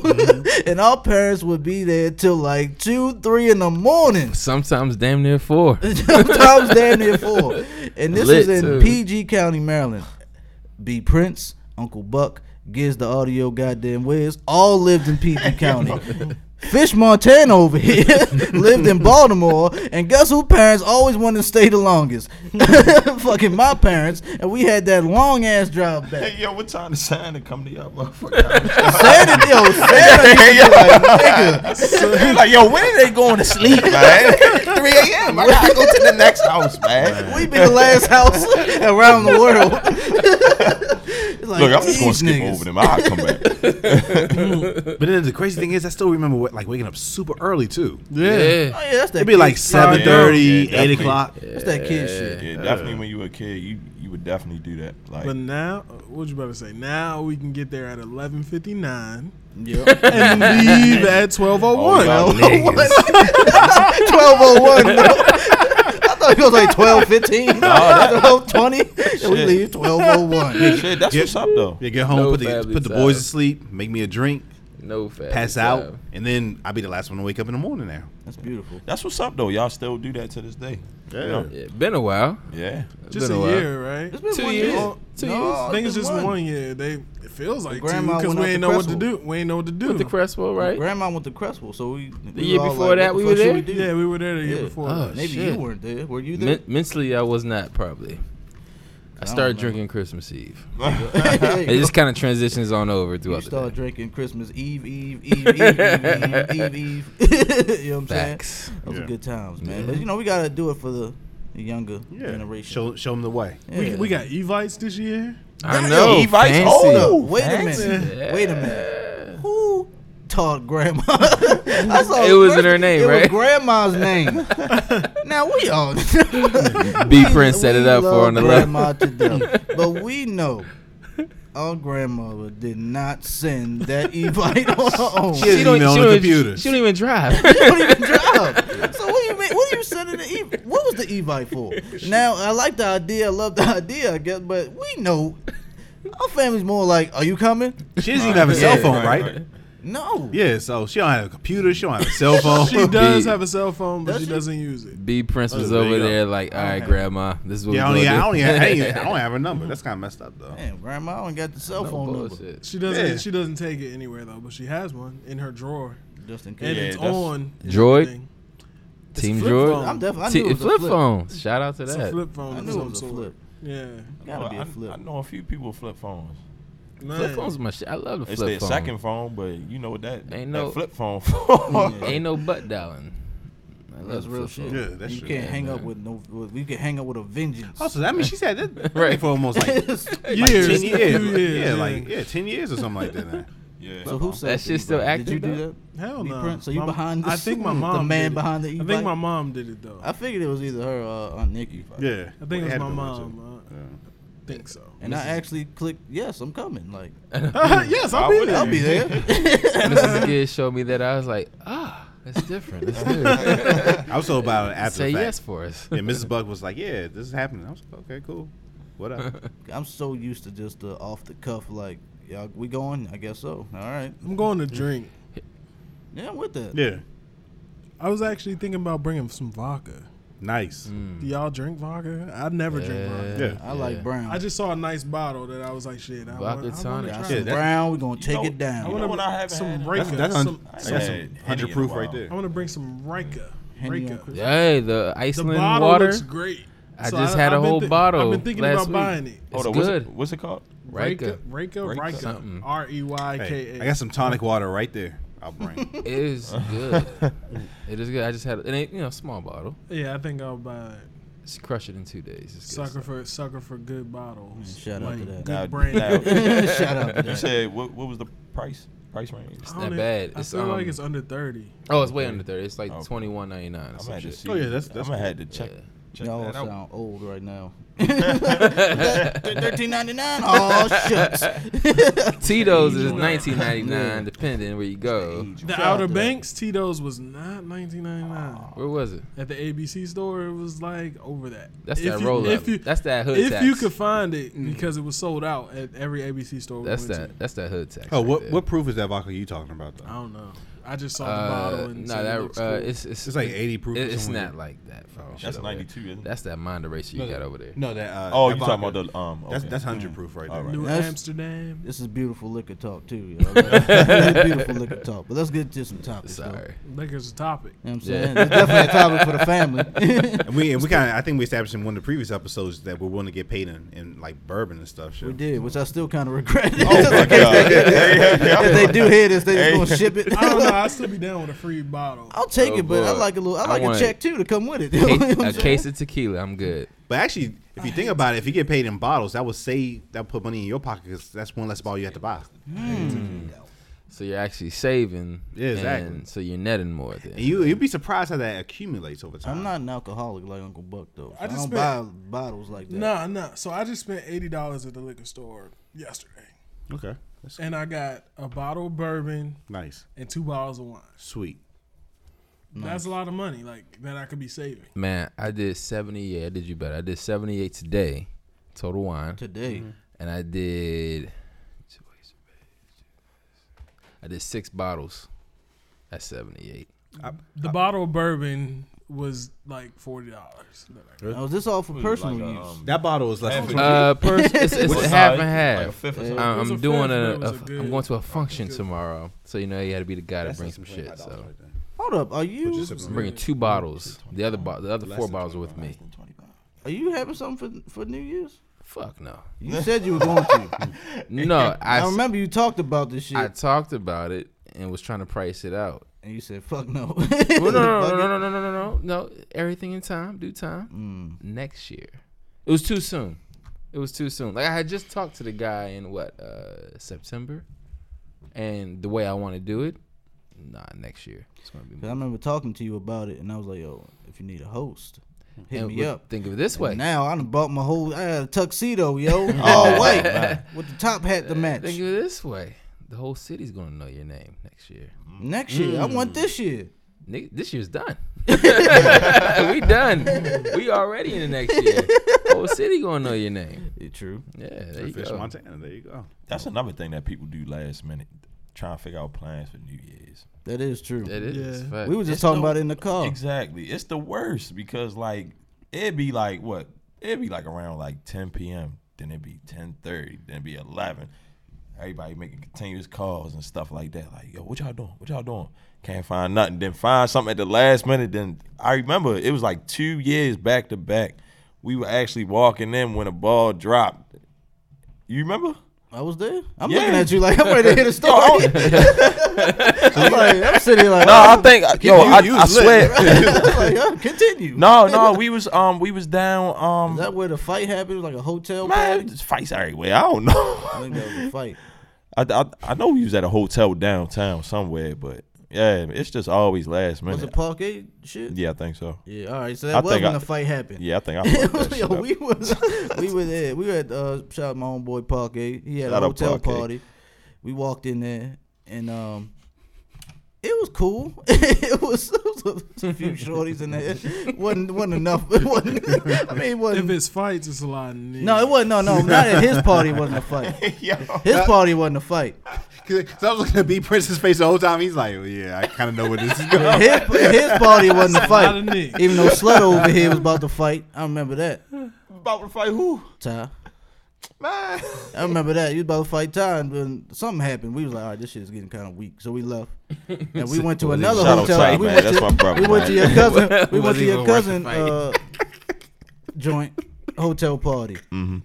[SPEAKER 4] and our parents would be there till like two, three in the morning.
[SPEAKER 2] Sometimes damn near four.
[SPEAKER 4] Sometimes damn near four, and this
[SPEAKER 2] Lit,
[SPEAKER 4] is in
[SPEAKER 2] too.
[SPEAKER 4] PG County, Maryland. B <laughs> Prince, Uncle Buck, Giz the Audio, goddamn Wiz, all lived in PG County. Fish Montana over here <laughs> lived in Baltimore, and guess who parents always wanted to stay the longest? <laughs> Fucking my parents, and we had that long ass drive back. <laughs>
[SPEAKER 6] Hey, yo, what time to sign to come to y'all <laughs> motherfucker?
[SPEAKER 4] Santa, yo, Santa,
[SPEAKER 6] hey, yo, nigga. like, yo, when are they going to <laughs> sleep, man? 3 a.m. I gotta go to the next house, man.
[SPEAKER 4] we be the last house <laughs> around the world. It's like,
[SPEAKER 6] Look, I'm just gonna
[SPEAKER 4] these
[SPEAKER 6] skip
[SPEAKER 4] niggas.
[SPEAKER 6] over them. I'll come <laughs> back.
[SPEAKER 3] But then the crazy thing is, I still remember what, like waking up super early too.
[SPEAKER 4] Oh, yeah, <laughs> that's that.
[SPEAKER 3] It'd be
[SPEAKER 4] kid-
[SPEAKER 3] like seven thirty, eight
[SPEAKER 6] Yeah, definitely. <laughs>
[SPEAKER 3] o'clock.
[SPEAKER 4] that's that kid shit.
[SPEAKER 6] Yeah, definitely when you were a kid, you you would definitely do that. Like,
[SPEAKER 5] But now, what you about to say? Now we can get there at eleven fifty nine
[SPEAKER 4] Yep.
[SPEAKER 5] and leave at twelve oh one.
[SPEAKER 3] <laughs>
[SPEAKER 6] y'all <laughs>
[SPEAKER 5] What?
[SPEAKER 4] Twelve oh one. <laughs> I thought it was like twelve fifteen. Twelve twenty. And we
[SPEAKER 6] Oh, <laughs> Shit.
[SPEAKER 4] leave twelve oh one.
[SPEAKER 6] shit, that's
[SPEAKER 3] Yeah.
[SPEAKER 6] what's up though.
[SPEAKER 3] Yeah, get home,
[SPEAKER 2] No
[SPEAKER 3] put the
[SPEAKER 2] family
[SPEAKER 3] put the
[SPEAKER 2] time.
[SPEAKER 3] boys to sleep, make me a drink,
[SPEAKER 2] No fat.
[SPEAKER 3] pass out, and then I'll be the last one to wake up in the morning. Now,
[SPEAKER 4] That's beautiful.
[SPEAKER 6] That's what's up though. Y'all still do that to this day. Yeah.
[SPEAKER 2] Yeah, been a while.
[SPEAKER 6] Yeah.
[SPEAKER 2] It's
[SPEAKER 5] Just
[SPEAKER 2] been
[SPEAKER 5] a
[SPEAKER 2] while.
[SPEAKER 5] year, right?
[SPEAKER 4] It's been
[SPEAKER 2] Two
[SPEAKER 4] one
[SPEAKER 2] years.
[SPEAKER 4] year.
[SPEAKER 2] Two
[SPEAKER 4] No,
[SPEAKER 5] I
[SPEAKER 2] years.
[SPEAKER 5] think it's
[SPEAKER 4] been
[SPEAKER 5] just
[SPEAKER 4] uh, one.
[SPEAKER 5] one. year. They it feels like two
[SPEAKER 4] grandma
[SPEAKER 5] because
[SPEAKER 4] went
[SPEAKER 5] we
[SPEAKER 4] out
[SPEAKER 5] ain't
[SPEAKER 4] to
[SPEAKER 5] know what to
[SPEAKER 4] Crestwood.
[SPEAKER 5] do. We ain't know what to do.
[SPEAKER 2] With the Crestwell, right?
[SPEAKER 4] Grandma went to Crestwell, so we the
[SPEAKER 2] year before that, we were there?
[SPEAKER 5] yeah, we were there the year
[SPEAKER 4] Yeah. Uh,
[SPEAKER 5] before.
[SPEAKER 2] Oh,
[SPEAKER 4] Maybe
[SPEAKER 2] Shit.
[SPEAKER 4] you weren't there. Were
[SPEAKER 2] <laughs>
[SPEAKER 4] you <laughs> there?
[SPEAKER 2] Men- mentally, I was not probably. I
[SPEAKER 4] don't
[SPEAKER 2] started
[SPEAKER 4] remember.
[SPEAKER 2] drinking Christmas Eve.
[SPEAKER 4] There
[SPEAKER 2] It
[SPEAKER 4] you
[SPEAKER 2] just kind of transitions on over
[SPEAKER 4] go. You
[SPEAKER 2] throughout the
[SPEAKER 4] start
[SPEAKER 2] day.
[SPEAKER 4] drinking Christmas Eve, Eve,
[SPEAKER 2] <laughs>
[SPEAKER 4] Eve, Eve, Eve, Eve, Eve, Eve. <laughs> you know what I'm saying?
[SPEAKER 2] Facts.
[SPEAKER 4] Those
[SPEAKER 3] Yeah.
[SPEAKER 4] are good times, man. But you know, we gotta do it for the the younger generation.
[SPEAKER 3] show show them the way.
[SPEAKER 5] We,
[SPEAKER 4] Yeah.
[SPEAKER 5] we got Evites
[SPEAKER 4] <laughs>
[SPEAKER 5] this year.
[SPEAKER 2] I know.
[SPEAKER 6] Evites?
[SPEAKER 2] fancy.
[SPEAKER 6] Oh,
[SPEAKER 4] Wait a
[SPEAKER 6] Fancy.
[SPEAKER 4] minute. Wait a minute. Who taught grandma? <laughs> I saw
[SPEAKER 2] It was
[SPEAKER 4] first-
[SPEAKER 2] in her name,
[SPEAKER 4] it
[SPEAKER 2] right?
[SPEAKER 4] Was
[SPEAKER 2] <laughs>
[SPEAKER 4] grandma's name. now we all <laughs>
[SPEAKER 2] B Prince set it up for her on the left.
[SPEAKER 4] grandma to death,
[SPEAKER 2] <laughs>
[SPEAKER 4] but we know. Our grandmother did not
[SPEAKER 2] <laughs>
[SPEAKER 4] send that invite on her own. She
[SPEAKER 3] She don't even on the computer.
[SPEAKER 2] she don't even drive.
[SPEAKER 4] <laughs> don't even drive. So what do you mean? What are you sending the e? What was the e-bike for? Now I like the idea. I love the <laughs> idea. I guess, but we know our family's more like, "Are you coming?"
[SPEAKER 3] She doesn't even have a cell phone, right?
[SPEAKER 4] No.
[SPEAKER 3] Yeah, so she don't have a computer, she don't have a cell phone.
[SPEAKER 5] She does
[SPEAKER 2] Yeah.
[SPEAKER 5] have a cell phone, but
[SPEAKER 4] Does
[SPEAKER 5] she
[SPEAKER 4] she?
[SPEAKER 5] doesn't use
[SPEAKER 2] <laughs>
[SPEAKER 5] it.
[SPEAKER 2] B Prince was
[SPEAKER 3] there you
[SPEAKER 2] over
[SPEAKER 3] go.
[SPEAKER 2] there like, all right, grandma, this is what
[SPEAKER 3] yeah, I
[SPEAKER 2] we
[SPEAKER 3] don't, even, I, don't
[SPEAKER 2] gonna
[SPEAKER 3] even, I, ain't
[SPEAKER 2] do. <laughs>
[SPEAKER 3] even- I don't have her number. That's kind of messed up though.
[SPEAKER 4] Man, grandma ain't got the cell
[SPEAKER 2] No
[SPEAKER 4] phone number
[SPEAKER 2] bullshit.
[SPEAKER 5] She doesn't.
[SPEAKER 3] Yeah.
[SPEAKER 5] She doesn't take it anywhere though, but she has one in her drawer,
[SPEAKER 4] just in case.
[SPEAKER 5] and
[SPEAKER 6] Yeah,
[SPEAKER 5] it's
[SPEAKER 6] that's-
[SPEAKER 5] on. and
[SPEAKER 2] Droid?
[SPEAKER 5] everything. It's a
[SPEAKER 2] Team
[SPEAKER 5] flip
[SPEAKER 2] Droid?
[SPEAKER 5] phone.
[SPEAKER 4] I'm definitely. I
[SPEAKER 2] T-
[SPEAKER 4] knew it was
[SPEAKER 2] flip,
[SPEAKER 4] a flip.
[SPEAKER 2] phone. Shout out to
[SPEAKER 5] It's
[SPEAKER 2] that.
[SPEAKER 5] a flip phone.
[SPEAKER 4] I
[SPEAKER 5] of
[SPEAKER 4] knew it
[SPEAKER 5] some
[SPEAKER 4] was a
[SPEAKER 5] sort.
[SPEAKER 4] flip.
[SPEAKER 5] Yeah,
[SPEAKER 4] Gotta be
[SPEAKER 6] I,
[SPEAKER 4] a flip.
[SPEAKER 6] I know a few people with flip phones.
[SPEAKER 5] man.
[SPEAKER 2] Flip phone's my shit. I love the
[SPEAKER 6] It's
[SPEAKER 2] flip
[SPEAKER 6] their
[SPEAKER 2] phone.
[SPEAKER 6] second phone, but you know what that
[SPEAKER 2] Ain't
[SPEAKER 6] that
[SPEAKER 2] no-
[SPEAKER 6] flip phone <laughs> for.
[SPEAKER 4] <laughs>
[SPEAKER 2] Ain't no butt dialing. I love
[SPEAKER 4] That's
[SPEAKER 2] the
[SPEAKER 4] real
[SPEAKER 2] flip
[SPEAKER 4] shit.
[SPEAKER 2] phone.
[SPEAKER 3] Yeah, that
[SPEAKER 4] you
[SPEAKER 3] shit-
[SPEAKER 4] can't
[SPEAKER 2] yeah,
[SPEAKER 4] hang up
[SPEAKER 2] man.
[SPEAKER 4] with no. With, you can hang up with a vengeance.
[SPEAKER 3] Also, I mean, she said that
[SPEAKER 2] Right.
[SPEAKER 3] for almost like, like
[SPEAKER 4] so
[SPEAKER 5] Years,
[SPEAKER 3] 10 years.
[SPEAKER 5] a few
[SPEAKER 3] <laughs>
[SPEAKER 5] years,
[SPEAKER 3] yeah, like yeah, 10 years or something like that. now.
[SPEAKER 6] Yeah.
[SPEAKER 4] who said
[SPEAKER 2] That
[SPEAKER 4] the
[SPEAKER 2] shit's still
[SPEAKER 4] e-bike? Did you
[SPEAKER 2] active,
[SPEAKER 4] do
[SPEAKER 2] though?
[SPEAKER 4] that?
[SPEAKER 5] Hell
[SPEAKER 4] Me,
[SPEAKER 5] no.
[SPEAKER 4] Prince, so you
[SPEAKER 5] My-
[SPEAKER 4] behind
[SPEAKER 5] I
[SPEAKER 4] this-
[SPEAKER 5] think my
[SPEAKER 1] <laughs>
[SPEAKER 4] the
[SPEAKER 5] mom.
[SPEAKER 4] man
[SPEAKER 5] did it.
[SPEAKER 4] behind the
[SPEAKER 5] I
[SPEAKER 4] e-bike?
[SPEAKER 5] think my mom did it though.
[SPEAKER 4] I figured it was either her
[SPEAKER 1] uh,
[SPEAKER 4] or Aunt Nikki.
[SPEAKER 3] Yeah,
[SPEAKER 5] I think it was
[SPEAKER 3] Had to
[SPEAKER 5] my
[SPEAKER 3] be one, too.
[SPEAKER 5] mom. I think so.
[SPEAKER 4] And I actually clicked yes. I'm coming.
[SPEAKER 5] <laughs>
[SPEAKER 4] Like
[SPEAKER 3] <laughs>
[SPEAKER 5] yes, I'll be there.
[SPEAKER 4] I'll be there.
[SPEAKER 2] Mrs. Gibbs showed me that. I was like, ah, that's different. That's new.
[SPEAKER 3] I was so about it after
[SPEAKER 2] Say
[SPEAKER 3] the fact.
[SPEAKER 2] yes for us.
[SPEAKER 3] Yeah, Mrs. Buck was like, "Yeah, this is happening." I was like, "Okay, cool, what up?"
[SPEAKER 4] I'm so used to just the off the cuff. Like y'all, we going? I guess so. All right.
[SPEAKER 5] I'm going to drink.
[SPEAKER 4] Yeah, I'm with that.
[SPEAKER 3] yeah,
[SPEAKER 5] I was actually thinking about bringing some vodka.
[SPEAKER 3] nice.
[SPEAKER 5] Do y'all drink vodka? I never drink vodka.
[SPEAKER 3] Yeah.
[SPEAKER 4] I like brown.
[SPEAKER 5] I just saw a nice bottle that I was like, shit. I
[SPEAKER 2] Vodka
[SPEAKER 5] want, I want
[SPEAKER 2] tonic.
[SPEAKER 5] to
[SPEAKER 4] Got
[SPEAKER 5] try
[SPEAKER 3] Yeah,
[SPEAKER 4] some
[SPEAKER 5] it.
[SPEAKER 3] that's-
[SPEAKER 4] brown. We're gonna
[SPEAKER 6] You
[SPEAKER 4] take
[SPEAKER 6] know-
[SPEAKER 4] it
[SPEAKER 6] I
[SPEAKER 4] down.
[SPEAKER 6] wanna- what I haven't
[SPEAKER 5] some
[SPEAKER 6] had?
[SPEAKER 5] Rika.
[SPEAKER 3] That's, that's un-
[SPEAKER 5] some,
[SPEAKER 3] that's
[SPEAKER 6] I
[SPEAKER 3] some
[SPEAKER 6] ain't had
[SPEAKER 3] hundred
[SPEAKER 6] Henny in a
[SPEAKER 3] proof right
[SPEAKER 6] while.
[SPEAKER 5] I
[SPEAKER 3] there.
[SPEAKER 5] want to bring some Rika.
[SPEAKER 4] Henny on
[SPEAKER 5] Rika.
[SPEAKER 4] Christmas.
[SPEAKER 2] Hey, the
[SPEAKER 5] The
[SPEAKER 2] Iceland
[SPEAKER 5] bottle
[SPEAKER 2] water.
[SPEAKER 5] looks great.
[SPEAKER 2] I
[SPEAKER 5] So
[SPEAKER 2] just had a
[SPEAKER 5] I've been
[SPEAKER 2] whole
[SPEAKER 5] thi-
[SPEAKER 2] bottle.
[SPEAKER 5] I've been thinking
[SPEAKER 2] last
[SPEAKER 5] about
[SPEAKER 2] week.
[SPEAKER 5] buying it.
[SPEAKER 2] It's
[SPEAKER 6] Hold on, what's
[SPEAKER 2] good.
[SPEAKER 6] it, what's it called?
[SPEAKER 5] Rika,
[SPEAKER 2] Rika.
[SPEAKER 5] Rika,
[SPEAKER 6] Rika
[SPEAKER 5] Rika,
[SPEAKER 2] something.
[SPEAKER 5] R E Y
[SPEAKER 3] Hey,
[SPEAKER 5] K
[SPEAKER 3] I
[SPEAKER 5] A.
[SPEAKER 3] got some tonic water right there. I'll bring.
[SPEAKER 2] It is good. it is good. I just had it. Ain't, you know, small bottle.
[SPEAKER 5] Yeah, I think I'll buy it.
[SPEAKER 2] Just crush it in two days. It's good
[SPEAKER 5] Sucker for sucker for good bottles.
[SPEAKER 4] Mm, shout out to
[SPEAKER 5] Like,
[SPEAKER 4] that.
[SPEAKER 5] Good
[SPEAKER 6] Now-
[SPEAKER 5] brand.
[SPEAKER 6] now-
[SPEAKER 4] <laughs> Shout out to
[SPEAKER 6] You
[SPEAKER 4] that.
[SPEAKER 6] said what? What was the price? Price range?
[SPEAKER 5] <laughs> I
[SPEAKER 2] not
[SPEAKER 5] don't even-
[SPEAKER 2] bad.
[SPEAKER 5] I
[SPEAKER 2] It's,
[SPEAKER 5] feel like
[SPEAKER 2] um,
[SPEAKER 5] it's under thirty.
[SPEAKER 2] Oh, it's way under thirty. It's like
[SPEAKER 6] Okay.
[SPEAKER 2] twenty one ninety nine or
[SPEAKER 6] I'm
[SPEAKER 2] some
[SPEAKER 6] gonna have to
[SPEAKER 2] shit.
[SPEAKER 6] see.
[SPEAKER 3] Oh, yeah, that's- that's
[SPEAKER 6] I'm gonna have to check.
[SPEAKER 2] Yeah.
[SPEAKER 6] Check
[SPEAKER 4] Y'all
[SPEAKER 6] that out.
[SPEAKER 4] sound old right
[SPEAKER 1] <laughs>
[SPEAKER 4] now.
[SPEAKER 2] <laughs>
[SPEAKER 4] Thirteen ninety nine. Oh shucks.
[SPEAKER 2] Tito's is
[SPEAKER 4] Yeah.
[SPEAKER 2] nineteen ninety
[SPEAKER 4] Yeah.
[SPEAKER 2] nine, depending where you go.
[SPEAKER 5] The
[SPEAKER 4] Shout out
[SPEAKER 5] Outer
[SPEAKER 4] to that.
[SPEAKER 5] Banks Tito's was not nineteen ninety nine.
[SPEAKER 2] Where was it?
[SPEAKER 5] At the ABC store, it was like over that.
[SPEAKER 2] That's
[SPEAKER 5] If
[SPEAKER 2] that
[SPEAKER 5] you-
[SPEAKER 2] roll up.
[SPEAKER 5] If you,
[SPEAKER 2] That's that hood
[SPEAKER 5] if
[SPEAKER 2] tax. Mm.
[SPEAKER 5] you could find it, because it was sold out at every ABC store. We
[SPEAKER 2] that's
[SPEAKER 5] went
[SPEAKER 2] that.
[SPEAKER 5] To.
[SPEAKER 2] That's that hood tax.
[SPEAKER 3] Oh,
[SPEAKER 2] right
[SPEAKER 3] what
[SPEAKER 2] there.
[SPEAKER 3] what proof is that vodka you talking about though?
[SPEAKER 5] I don't know. I just saw the bottle
[SPEAKER 2] Uh,
[SPEAKER 5] and
[SPEAKER 2] no,
[SPEAKER 5] said it
[SPEAKER 2] that
[SPEAKER 5] looks
[SPEAKER 2] uh,
[SPEAKER 5] cool.
[SPEAKER 2] it's it's
[SPEAKER 3] It's like 80 proof or
[SPEAKER 2] it- it's
[SPEAKER 3] something.
[SPEAKER 2] not like that. fucking shit
[SPEAKER 6] That's
[SPEAKER 2] over there.
[SPEAKER 6] 92, isn't it?
[SPEAKER 2] That's that Monda racer you
[SPEAKER 3] No,
[SPEAKER 2] got
[SPEAKER 3] that-
[SPEAKER 2] over there.
[SPEAKER 3] No, that. Uh,
[SPEAKER 6] oh,
[SPEAKER 3] that
[SPEAKER 6] you talking
[SPEAKER 3] vodka.
[SPEAKER 6] about the um? Okay.
[SPEAKER 3] That's that's hundred proof right there.
[SPEAKER 6] All right.
[SPEAKER 5] New
[SPEAKER 1] That's-
[SPEAKER 5] Amsterdam.
[SPEAKER 1] This is beautiful liquor talk too.
[SPEAKER 5] <laughs>
[SPEAKER 1] Yo. This is beautiful liquor talk. But let's get to some topics. Though. You know
[SPEAKER 2] Sorry.
[SPEAKER 5] <laughs> Liquor's a topic.
[SPEAKER 1] what I'm saying? It's definitely a topic for the family. <laughs>
[SPEAKER 3] And we and we kind of I think we established in one of the previous episodes that we're willing to get paid in, in like bourbon and stuff. Shit.
[SPEAKER 1] we did, which I still kind of regret. <laughs>
[SPEAKER 6] my God.
[SPEAKER 1] if they do hear this, they
[SPEAKER 6] Hey.
[SPEAKER 1] just gonna ship it.
[SPEAKER 5] <laughs> I don't know. I'll still be down with a free bottle.
[SPEAKER 1] I'll take
[SPEAKER 2] Oh,
[SPEAKER 1] it, but I
[SPEAKER 2] boy.
[SPEAKER 1] like a little. I
[SPEAKER 2] I
[SPEAKER 1] like
[SPEAKER 2] want
[SPEAKER 1] a
[SPEAKER 2] it.
[SPEAKER 1] check too to come with it. <laughs> You know
[SPEAKER 2] Case-
[SPEAKER 1] what I'm
[SPEAKER 2] a
[SPEAKER 1] saying?
[SPEAKER 2] case of tequila. I'm good.
[SPEAKER 3] But actually, if you think about it, if you get paid in bottles, that would save that would put money in your pocket because that's one less bottle you have to buy.
[SPEAKER 2] So you're actually saving.
[SPEAKER 3] Yeah, exactly.
[SPEAKER 2] And so you're netting more. Then.
[SPEAKER 3] And you you'd be surprised how that accumulates over time.
[SPEAKER 1] I'm not an alcoholic like Uncle Buck though. So I,
[SPEAKER 5] I just
[SPEAKER 1] don't buy
[SPEAKER 5] spent-
[SPEAKER 1] bottles like that.
[SPEAKER 5] Nah, nah. So I just spent eighty dollars at the liquor store yesterday,
[SPEAKER 3] okay. That's
[SPEAKER 5] and I got a bottle of bourbon
[SPEAKER 3] nice,
[SPEAKER 5] and two bottles of wine.
[SPEAKER 3] sweet.
[SPEAKER 5] That's a lot of money, like that I could be saving.
[SPEAKER 2] Man, I did 78. I did you better. I did 78 today, total wine,
[SPEAKER 1] Today,
[SPEAKER 2] and I did. I did six bottles. at 78.
[SPEAKER 1] Uh,
[SPEAKER 5] The bottle of bourbon was like forty dollars.
[SPEAKER 1] now is this all
[SPEAKER 2] Hmm,
[SPEAKER 1] for personal use?
[SPEAKER 2] um,
[SPEAKER 3] That bottle is less.
[SPEAKER 6] Half
[SPEAKER 3] Than
[SPEAKER 6] and-
[SPEAKER 2] Uh, pers- it's, it's
[SPEAKER 6] <laughs> What's
[SPEAKER 2] half and
[SPEAKER 6] size? Like a
[SPEAKER 2] half.
[SPEAKER 6] fifth or something?
[SPEAKER 2] I'm,
[SPEAKER 5] It was
[SPEAKER 2] I'm
[SPEAKER 5] a
[SPEAKER 2] doing a.
[SPEAKER 5] fifth, but it was
[SPEAKER 2] a-
[SPEAKER 5] a
[SPEAKER 2] I'm
[SPEAKER 5] good-
[SPEAKER 2] going to a function tomorrow, so you know you had to be the guy to
[SPEAKER 3] that's
[SPEAKER 2] bring
[SPEAKER 3] less
[SPEAKER 2] some
[SPEAKER 3] than
[SPEAKER 2] shit.
[SPEAKER 3] $25
[SPEAKER 2] So
[SPEAKER 3] right there.
[SPEAKER 1] Hold up, are
[SPEAKER 3] Which
[SPEAKER 1] you
[SPEAKER 3] is a-
[SPEAKER 2] I'm bringing two bottles. The other bo- the other
[SPEAKER 3] Less
[SPEAKER 2] four
[SPEAKER 3] than
[SPEAKER 2] bottles are with me.
[SPEAKER 1] are you having something for, for New
[SPEAKER 2] <laughs>
[SPEAKER 1] Year's?
[SPEAKER 2] Fuck no.
[SPEAKER 1] You said you were going
[SPEAKER 2] <laughs>
[SPEAKER 1] to.
[SPEAKER 2] No, I,
[SPEAKER 1] I,
[SPEAKER 2] s-
[SPEAKER 1] remember you talked about this shit,
[SPEAKER 2] I talked about it and was trying to price it out.
[SPEAKER 1] and you said fuck no. <laughs>
[SPEAKER 2] Well, no, no, no, no, no, no, no, no, no. Everything in time, due time.
[SPEAKER 1] Mm.
[SPEAKER 2] Next year. It was too soon. It was too soon. Like I had just talked to the guy in what uh September, and the way I want to do it, nah, next year it's gonna be.
[SPEAKER 1] Cause I remember talking to you about it, and I was like, yo, if you need a host, hit
[SPEAKER 2] And
[SPEAKER 1] me
[SPEAKER 2] look-
[SPEAKER 1] up.
[SPEAKER 2] Think of it this way.
[SPEAKER 1] And now I done bought my whole I had a tuxedo,
[SPEAKER 2] <laughs>
[SPEAKER 1] yo, all white with the top hat to match.
[SPEAKER 2] Think of it this way. The whole city's gonna know your name next year.
[SPEAKER 1] Next year, I
[SPEAKER 2] Mm.
[SPEAKER 1] want this year.
[SPEAKER 2] Nigga, this year's done. <laughs> we done. We already in the next year. Whole city gonna know your name.
[SPEAKER 1] Yeah, true.
[SPEAKER 2] Yeah, there you
[SPEAKER 3] Fish
[SPEAKER 2] go.
[SPEAKER 3] Montana. There you <laughs> go.
[SPEAKER 6] That's another thing that people do last minute, trying to figure out plans for New Year's.
[SPEAKER 1] That is true.
[SPEAKER 2] That is
[SPEAKER 5] Yeah.
[SPEAKER 2] fact.
[SPEAKER 1] we were just
[SPEAKER 6] It's
[SPEAKER 1] talking
[SPEAKER 6] no-
[SPEAKER 1] about it in the car.
[SPEAKER 6] Exactly. It's the worst because like it'd be like what? It'd be like around like 10 p.m. Then it'd be 10:30. Then it'd be 11. Everybody making continuous calls and stuff like that. Like, yo, what y'all doing? What y'all doing? Can't find nothing. Then find something at the last minute. Then I remember it was like two years back to back. We were actually walking in when a ball dropped. You remember?
[SPEAKER 1] I was there. I'm
[SPEAKER 6] Yeah.
[SPEAKER 1] looking at you like I'm ready to
[SPEAKER 5] <laughs>
[SPEAKER 1] hit a
[SPEAKER 6] Yo,
[SPEAKER 1] story.
[SPEAKER 3] Oh,
[SPEAKER 5] Oh.
[SPEAKER 1] <laughs>
[SPEAKER 6] I don't-
[SPEAKER 1] I'm, like, I'm sitting here like,
[SPEAKER 6] <laughs> no, I think yo,
[SPEAKER 3] you-
[SPEAKER 6] I,
[SPEAKER 3] you
[SPEAKER 6] I
[SPEAKER 3] was lit.
[SPEAKER 6] swear.
[SPEAKER 1] I'm like, yo, continue.
[SPEAKER 6] no, no, we was um, we was down um,
[SPEAKER 1] Is that where the fight happened? It was like a hotel
[SPEAKER 6] Man,
[SPEAKER 1] party?
[SPEAKER 6] just fights everywhere. I don't know. <laughs>
[SPEAKER 1] I think that was a fight.
[SPEAKER 6] I, I, I know we was at a hotel downtown somewhere, but yeah, it's just always last
[SPEAKER 1] Was it
[SPEAKER 6] minute.
[SPEAKER 1] parkade shit?
[SPEAKER 6] Yeah, I think so.
[SPEAKER 1] Yeah, all right. So that
[SPEAKER 6] I
[SPEAKER 1] was
[SPEAKER 6] think
[SPEAKER 1] when
[SPEAKER 6] I-
[SPEAKER 1] the fight happened.
[SPEAKER 6] Yeah, I think I. fucked that
[SPEAKER 1] <laughs>
[SPEAKER 6] shit
[SPEAKER 1] Yo,
[SPEAKER 6] up.
[SPEAKER 1] we
[SPEAKER 3] <laughs>
[SPEAKER 1] was we were there. We were at uh, shout out my homeboy Parquet. He had
[SPEAKER 6] Shout out
[SPEAKER 1] a hotel
[SPEAKER 6] Parquet.
[SPEAKER 1] party. We walked in there and um, it was cool. <laughs> it was, it was a few shorties in there. wasn't wasn't enough. It wasn't, <laughs> I mean, it
[SPEAKER 5] If
[SPEAKER 1] wasn't.
[SPEAKER 5] it's fights, it's a lot. Of niggas.
[SPEAKER 1] no, it wasn't. No, no, not at his party. Wasn't a fight.
[SPEAKER 6] Yo.
[SPEAKER 1] His party wasn't a fight.
[SPEAKER 3] Cause, 'cause I was looking at B Prince's face the whole time. He's like, well, yeah, I kind of know where this is
[SPEAKER 5] <laughs>
[SPEAKER 1] <laughs>
[SPEAKER 3] going.
[SPEAKER 1] His, his party wasn't a
[SPEAKER 5] Lot
[SPEAKER 1] fight.
[SPEAKER 5] of niggas.
[SPEAKER 1] Even though Slut over here was about to fight, I remember that.
[SPEAKER 6] About to fight who?
[SPEAKER 1] Ty.
[SPEAKER 6] Man.
[SPEAKER 1] I remember that. You was about to fight Ty, and then something happened. We was like, all right, this shit is getting kind of weak. So we left. And we went to another
[SPEAKER 6] Shout out
[SPEAKER 1] hotel.
[SPEAKER 6] Ty,
[SPEAKER 1] we,
[SPEAKER 6] man.
[SPEAKER 1] went
[SPEAKER 6] That's
[SPEAKER 1] to,
[SPEAKER 6] my brother,
[SPEAKER 1] we went to your
[SPEAKER 6] man. <laughs>
[SPEAKER 1] cousin. We went
[SPEAKER 2] Wasn't
[SPEAKER 1] to your
[SPEAKER 2] even worth
[SPEAKER 1] cousin
[SPEAKER 2] the
[SPEAKER 1] uh,
[SPEAKER 6] <laughs>
[SPEAKER 1] joint hotel party.
[SPEAKER 6] Mm-hmm.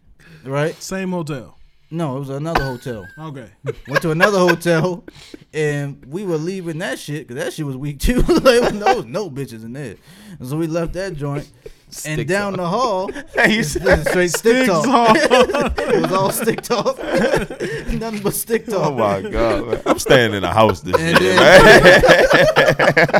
[SPEAKER 1] Right?
[SPEAKER 5] Same hotel.
[SPEAKER 1] No, it was another hotel.
[SPEAKER 5] Okay.
[SPEAKER 1] Went to another hotel, and we were leaving that shit because that shit was weak too. <laughs> like, no, no bitches in there. And so we left that joint, and
[SPEAKER 2] Stick
[SPEAKER 1] down
[SPEAKER 2] talk.
[SPEAKER 1] the hall,
[SPEAKER 6] <laughs> Hey, you
[SPEAKER 1] this is straight stick
[SPEAKER 5] Sticks
[SPEAKER 1] talk. <laughs>
[SPEAKER 5] off.
[SPEAKER 1] it was all stick talk, <laughs> nothing but stick talk.
[SPEAKER 6] oh my god, man. I'm staying in a house this
[SPEAKER 1] And
[SPEAKER 6] year,
[SPEAKER 1] then- <laughs>
[SPEAKER 6] man.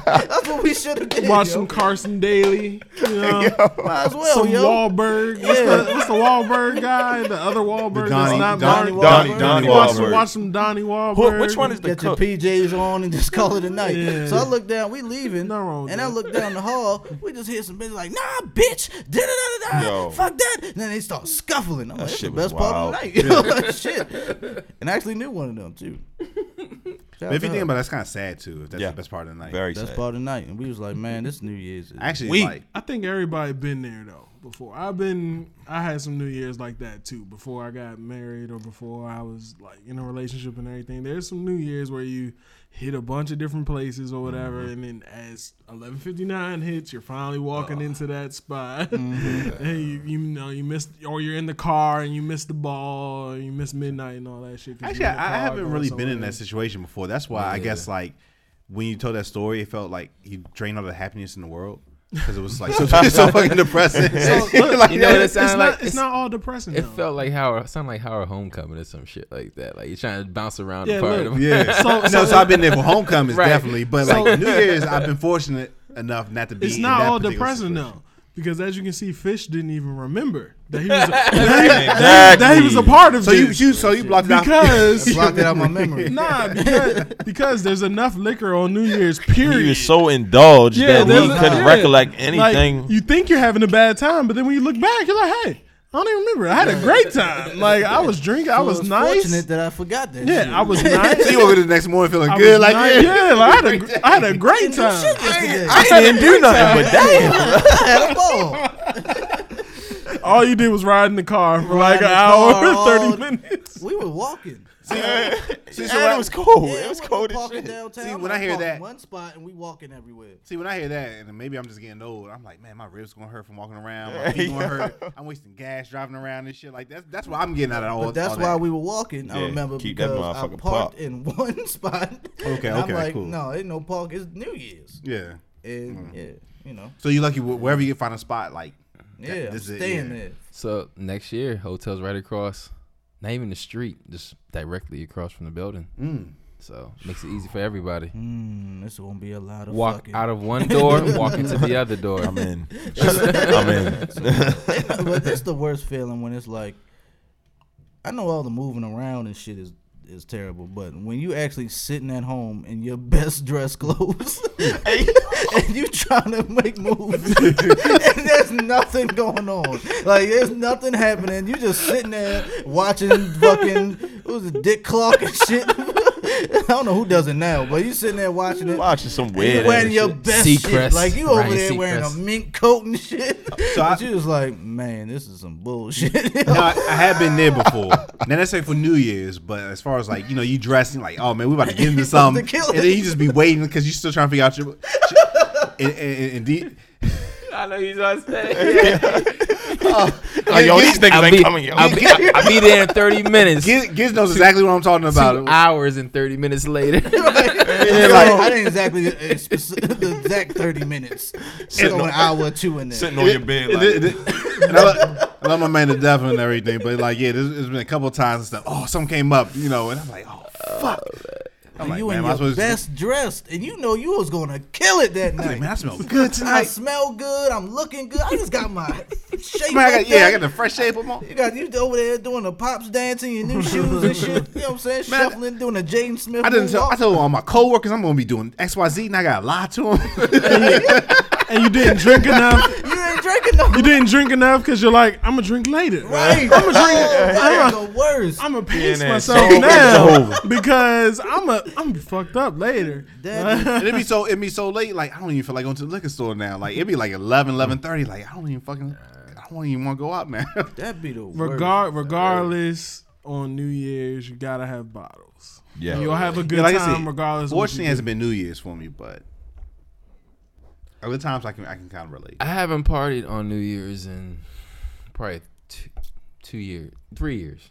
[SPEAKER 1] That's what we should have did.
[SPEAKER 5] Watch
[SPEAKER 1] yo.
[SPEAKER 5] some Carson Daly.
[SPEAKER 1] <laughs>
[SPEAKER 5] You know,
[SPEAKER 1] Might as well,
[SPEAKER 5] some
[SPEAKER 1] yo.
[SPEAKER 5] Wahlberg. What's,
[SPEAKER 1] Yeah.
[SPEAKER 5] the, what's the Wahlberg guy? The other Wahlberg
[SPEAKER 3] Donnie-
[SPEAKER 5] that's not
[SPEAKER 3] Donnie-
[SPEAKER 5] Mark
[SPEAKER 6] Donnie-
[SPEAKER 5] Wahlberg.
[SPEAKER 6] Donnie
[SPEAKER 5] Watch some-
[SPEAKER 6] Wahlberg.
[SPEAKER 5] Watch some Donnie Wahlberg.
[SPEAKER 6] Who- Which one is the
[SPEAKER 1] Get your
[SPEAKER 6] cook?
[SPEAKER 1] PJs on and just call it a night.
[SPEAKER 5] Yeah.
[SPEAKER 1] So I look down, we leaving,
[SPEAKER 5] Nothing wrong with
[SPEAKER 1] and I
[SPEAKER 5] that.
[SPEAKER 1] look down the hall. We just hear some bitches like, "Nah, bitch, da da da da da,
[SPEAKER 6] Yo.
[SPEAKER 1] fuck that." And then they start scuffling. I'm like, "That's
[SPEAKER 6] shit
[SPEAKER 1] the <laughs>
[SPEAKER 6] was <laughs>
[SPEAKER 1] best part of the night." Yo, like, shit. And I actually knew one of them too.
[SPEAKER 3] But if you think about it, that's kind of sad too. If that's
[SPEAKER 6] Yeah.
[SPEAKER 3] the best part of the night.
[SPEAKER 6] Very
[SPEAKER 4] that's
[SPEAKER 6] sad.
[SPEAKER 4] part of the night, and we was like, man, this New Year's. Is
[SPEAKER 3] Actually,
[SPEAKER 4] weak.
[SPEAKER 3] like
[SPEAKER 5] I think everybody been there though before. I've been I had some New Year's like that too before I got married or before I was like in a relationship and everything. There's some New Year's where you hit a bunch of different places or whatever,
[SPEAKER 3] Mm-hmm.
[SPEAKER 5] and then as 11:59 hits, you're finally walking into that spot,
[SPEAKER 3] Mm-hmm.
[SPEAKER 5] <laughs> and you, you know you missed or you're in the car and you missed the ball, or you missed midnight and all that shit. 'cause
[SPEAKER 3] Actually,
[SPEAKER 5] you're in the
[SPEAKER 3] I, I
[SPEAKER 5] car
[SPEAKER 3] haven't
[SPEAKER 5] going
[SPEAKER 3] really been in
[SPEAKER 5] somewhere.
[SPEAKER 3] that situation before. That's why I guess like when you told that story, it felt like you drained all the happiness in the world because it was like so, <laughs> so fucking depressing. <laughs> Like,
[SPEAKER 2] You know what it
[SPEAKER 5] It's,
[SPEAKER 2] sounded
[SPEAKER 5] not,
[SPEAKER 2] like?
[SPEAKER 5] it's, not all depressing.
[SPEAKER 2] It
[SPEAKER 5] though.
[SPEAKER 2] felt like how it sounded like Howard Homecoming or some shit like that. Like you're trying to bounce around
[SPEAKER 5] Yeah,
[SPEAKER 2] the part.
[SPEAKER 5] look.
[SPEAKER 2] of
[SPEAKER 3] yeah.
[SPEAKER 5] So-
[SPEAKER 3] So, no, so I've been there for homecomings
[SPEAKER 2] Right.
[SPEAKER 3] definitely, but
[SPEAKER 5] So-
[SPEAKER 3] like New Year's, I've been fortunate enough not to be.
[SPEAKER 5] It's
[SPEAKER 3] in
[SPEAKER 5] not
[SPEAKER 3] that
[SPEAKER 5] all
[SPEAKER 3] particular
[SPEAKER 5] depressing
[SPEAKER 3] situation.
[SPEAKER 5] though, because as you can see, Fish didn't even remember that he was a, that, he- <laughs> that he, that he was a part of
[SPEAKER 3] So you,
[SPEAKER 5] this.
[SPEAKER 3] you so <laughs> you blocked it out.
[SPEAKER 5] because
[SPEAKER 4] blocked it out my
[SPEAKER 5] <laughs>
[SPEAKER 4] memory.
[SPEAKER 5] nah, because, because there's enough liquor on New Year's. Period.
[SPEAKER 6] He was so indulged
[SPEAKER 5] Yeah,
[SPEAKER 6] that he
[SPEAKER 5] there's a-
[SPEAKER 6] couldn't
[SPEAKER 5] yeah.
[SPEAKER 6] recollect
[SPEAKER 5] Like,
[SPEAKER 6] anything.
[SPEAKER 5] you think you're having a bad time, but then when you look back, you're like, hey, I don't even remember. I had a great time. Like I was drinking. I
[SPEAKER 4] So
[SPEAKER 5] was
[SPEAKER 4] it's
[SPEAKER 5] nice.
[SPEAKER 4] Fortunate that I
[SPEAKER 3] <laughs>
[SPEAKER 4] forgot that. shit.
[SPEAKER 5] Yeah,
[SPEAKER 4] <laughs>
[SPEAKER 5] I was nice.
[SPEAKER 3] So you woke up the next morning feeling
[SPEAKER 5] I was
[SPEAKER 3] good, like
[SPEAKER 5] nice.
[SPEAKER 3] yeah.
[SPEAKER 5] yeah, like, I, had a, I had a great time.
[SPEAKER 4] Yesterday.
[SPEAKER 5] <laughs>
[SPEAKER 6] I didn't do nothing <laughs> but damn.
[SPEAKER 4] I had a
[SPEAKER 1] Oh,
[SPEAKER 4] ball.
[SPEAKER 5] All you did was ride in the car for
[SPEAKER 4] Ride
[SPEAKER 5] like
[SPEAKER 4] in
[SPEAKER 5] an
[SPEAKER 4] the
[SPEAKER 5] hour <laughs>
[SPEAKER 4] car
[SPEAKER 5] and
[SPEAKER 4] all-
[SPEAKER 5] thirty minutes.
[SPEAKER 4] We were walking.
[SPEAKER 3] <laughs> See, so
[SPEAKER 6] And
[SPEAKER 1] <laughs>
[SPEAKER 3] I-
[SPEAKER 6] it was cold.
[SPEAKER 4] Yeah,
[SPEAKER 6] it was
[SPEAKER 4] we
[SPEAKER 6] cold as
[SPEAKER 4] walking
[SPEAKER 6] shit.
[SPEAKER 4] Downtown.
[SPEAKER 3] See,
[SPEAKER 4] I'm
[SPEAKER 3] when
[SPEAKER 4] not
[SPEAKER 3] I hear
[SPEAKER 4] walking
[SPEAKER 3] that-
[SPEAKER 4] one spot and we walking everywhere.
[SPEAKER 3] See, when I hear that, and maybe I'm just getting old, I'm like, man, my ribs gonna hurt from walking around.
[SPEAKER 5] <laughs>
[SPEAKER 3] My feet gonna hurt. I'm wasting gas driving around and shit. Like that's that's what I'm getting out of all.
[SPEAKER 4] But that's
[SPEAKER 3] all
[SPEAKER 4] why
[SPEAKER 3] that.
[SPEAKER 4] we were walking. I
[SPEAKER 6] Yeah,
[SPEAKER 4] remember
[SPEAKER 6] keep that
[SPEAKER 4] because I
[SPEAKER 6] motherfucker
[SPEAKER 4] parked
[SPEAKER 6] parked.
[SPEAKER 4] in <laughs> one spot.
[SPEAKER 3] Okay,
[SPEAKER 4] and I'm
[SPEAKER 3] okay,
[SPEAKER 4] like,
[SPEAKER 3] cool. Mm-hmm.
[SPEAKER 4] No, ain't no park. It's New Year's,
[SPEAKER 3] Yeah.
[SPEAKER 4] and yeah, you know,
[SPEAKER 3] So you lucky wh- wherever you find a spot, like
[SPEAKER 4] yeah, I'm
[SPEAKER 3] this is it,
[SPEAKER 4] staying
[SPEAKER 3] yeah.
[SPEAKER 4] there.
[SPEAKER 2] So next year, hotels right across, not even the street, just directly across from the building. So makes it easy for everybody.
[SPEAKER 4] Mm, this gonna be a lot of
[SPEAKER 2] Walk
[SPEAKER 4] fucking. <laughs>
[SPEAKER 2] out of one door, walk into the other door.
[SPEAKER 6] I'm in.
[SPEAKER 1] <laughs>
[SPEAKER 6] I'm in.
[SPEAKER 2] <laughs>
[SPEAKER 4] but it's the worst feeling when it's like, I know all the moving around and shit is is terrible, but when you actually sitting at home in your <laughs> best dress clothes <laughs> and, you, and you trying to make moves, <laughs> and there's nothing going on, like there's nothing happening. You just sitting there watching fucking what was it, Dick Clark and shit. <laughs> I don't know who does it now, but you sitting there watching it.
[SPEAKER 6] Watching some
[SPEAKER 4] You
[SPEAKER 6] weird
[SPEAKER 4] wearing
[SPEAKER 6] ass
[SPEAKER 4] your
[SPEAKER 6] shit.
[SPEAKER 4] best
[SPEAKER 2] Sea
[SPEAKER 4] shit.
[SPEAKER 2] crest,
[SPEAKER 4] Like you over
[SPEAKER 2] Ryan
[SPEAKER 4] there
[SPEAKER 2] Sea
[SPEAKER 4] wearing
[SPEAKER 2] crest.
[SPEAKER 4] a mink coat and shit. So
[SPEAKER 3] I-
[SPEAKER 4] but you was like, man, this is some bullshit. <laughs>
[SPEAKER 3] No, I, I have been there before. Not necessarily for New Year's, but as far as like you know, you dressing like, oh man, we about to get
[SPEAKER 4] <laughs>
[SPEAKER 3] into something,
[SPEAKER 4] kill
[SPEAKER 3] and then
[SPEAKER 4] it.
[SPEAKER 3] you just be waiting because you still trying to figure out
[SPEAKER 4] <laughs>
[SPEAKER 3] your. and, and, and the-
[SPEAKER 2] I know you just saying.
[SPEAKER 6] Like, yo, these niggas
[SPEAKER 2] I'll
[SPEAKER 6] ain't
[SPEAKER 2] be,
[SPEAKER 6] coming. yo.
[SPEAKER 2] I'll, be, I'll be there in 30 minutes. Two
[SPEAKER 3] Giz, Giz knows exactly what I'm talking about.
[SPEAKER 2] hours and 30 minutes later.
[SPEAKER 4] Yo, I didn't exactly uh, speci- <laughs> the exact thirty minutes.
[SPEAKER 6] Sitting
[SPEAKER 4] So an
[SPEAKER 6] on-
[SPEAKER 4] hour or two in there.
[SPEAKER 6] Sitting on your bed like,
[SPEAKER 3] And I, love, I love my man to death and everything, but like, yeah, this, there's been a couple times and stuff. Oh, something came up, you know, and I'm like, oh fuck. I'm
[SPEAKER 4] And
[SPEAKER 3] like,
[SPEAKER 4] you
[SPEAKER 3] man, am
[SPEAKER 4] in
[SPEAKER 3] I
[SPEAKER 4] your
[SPEAKER 3] supposed to-
[SPEAKER 4] best dressed, and you know you was gonna kill it that
[SPEAKER 3] I'm like, man, I
[SPEAKER 4] night.
[SPEAKER 3] smell good
[SPEAKER 4] <laughs> I
[SPEAKER 3] tonight.
[SPEAKER 4] smell good. I'm looking good. I just got my shape.
[SPEAKER 3] Man, I
[SPEAKER 4] like
[SPEAKER 3] got, yeah, I
[SPEAKER 4] that.
[SPEAKER 3] got the fresh shape on. my-
[SPEAKER 4] You got you over there doing the pops dance in your new shoes and shit. You know what I'm saying?
[SPEAKER 3] Man,
[SPEAKER 4] Shuffling, doing a Jaden Smith.
[SPEAKER 3] I didn't tell. I
[SPEAKER 4] moonwalk.
[SPEAKER 3] told all my coworkers I'm gonna be doing X, Y, Z, and I gotta lie to them. <laughs>
[SPEAKER 5] and you didn't drink enough.
[SPEAKER 4] you ain't
[SPEAKER 3] <laughs>
[SPEAKER 4] drinking no
[SPEAKER 5] You didn't drink enough because you're like, I'm gonna drink later.
[SPEAKER 4] Right.
[SPEAKER 5] I'm gonna drink.
[SPEAKER 4] <laughs> That's
[SPEAKER 5] I'm
[SPEAKER 4] the
[SPEAKER 5] gonna
[SPEAKER 4] worst.
[SPEAKER 5] I'm pace
[SPEAKER 6] Yeah, man,
[SPEAKER 5] myself
[SPEAKER 6] it's over.
[SPEAKER 5] now
[SPEAKER 6] It's
[SPEAKER 5] because I'm a I'm fucked up later.
[SPEAKER 4] That
[SPEAKER 3] and it be so it be so late. Like I don't even feel like going to the liquor store now. Like it be like 11, 11.30. Like I don't even fucking. I don't even want to go out, man.
[SPEAKER 4] that be the worst.
[SPEAKER 5] Regard regardless on New Year's, you gotta have bottles.
[SPEAKER 6] Yeah.
[SPEAKER 5] And you'll have a good
[SPEAKER 3] Yeah, like I
[SPEAKER 5] time
[SPEAKER 3] said,
[SPEAKER 5] regardless. of what
[SPEAKER 3] Fortunately, it
[SPEAKER 5] you do.
[SPEAKER 3] hasn't been New Year's for me, but other times I can I can kind of relate.
[SPEAKER 2] I haven't partied on New Year's in probably two, two years, three years.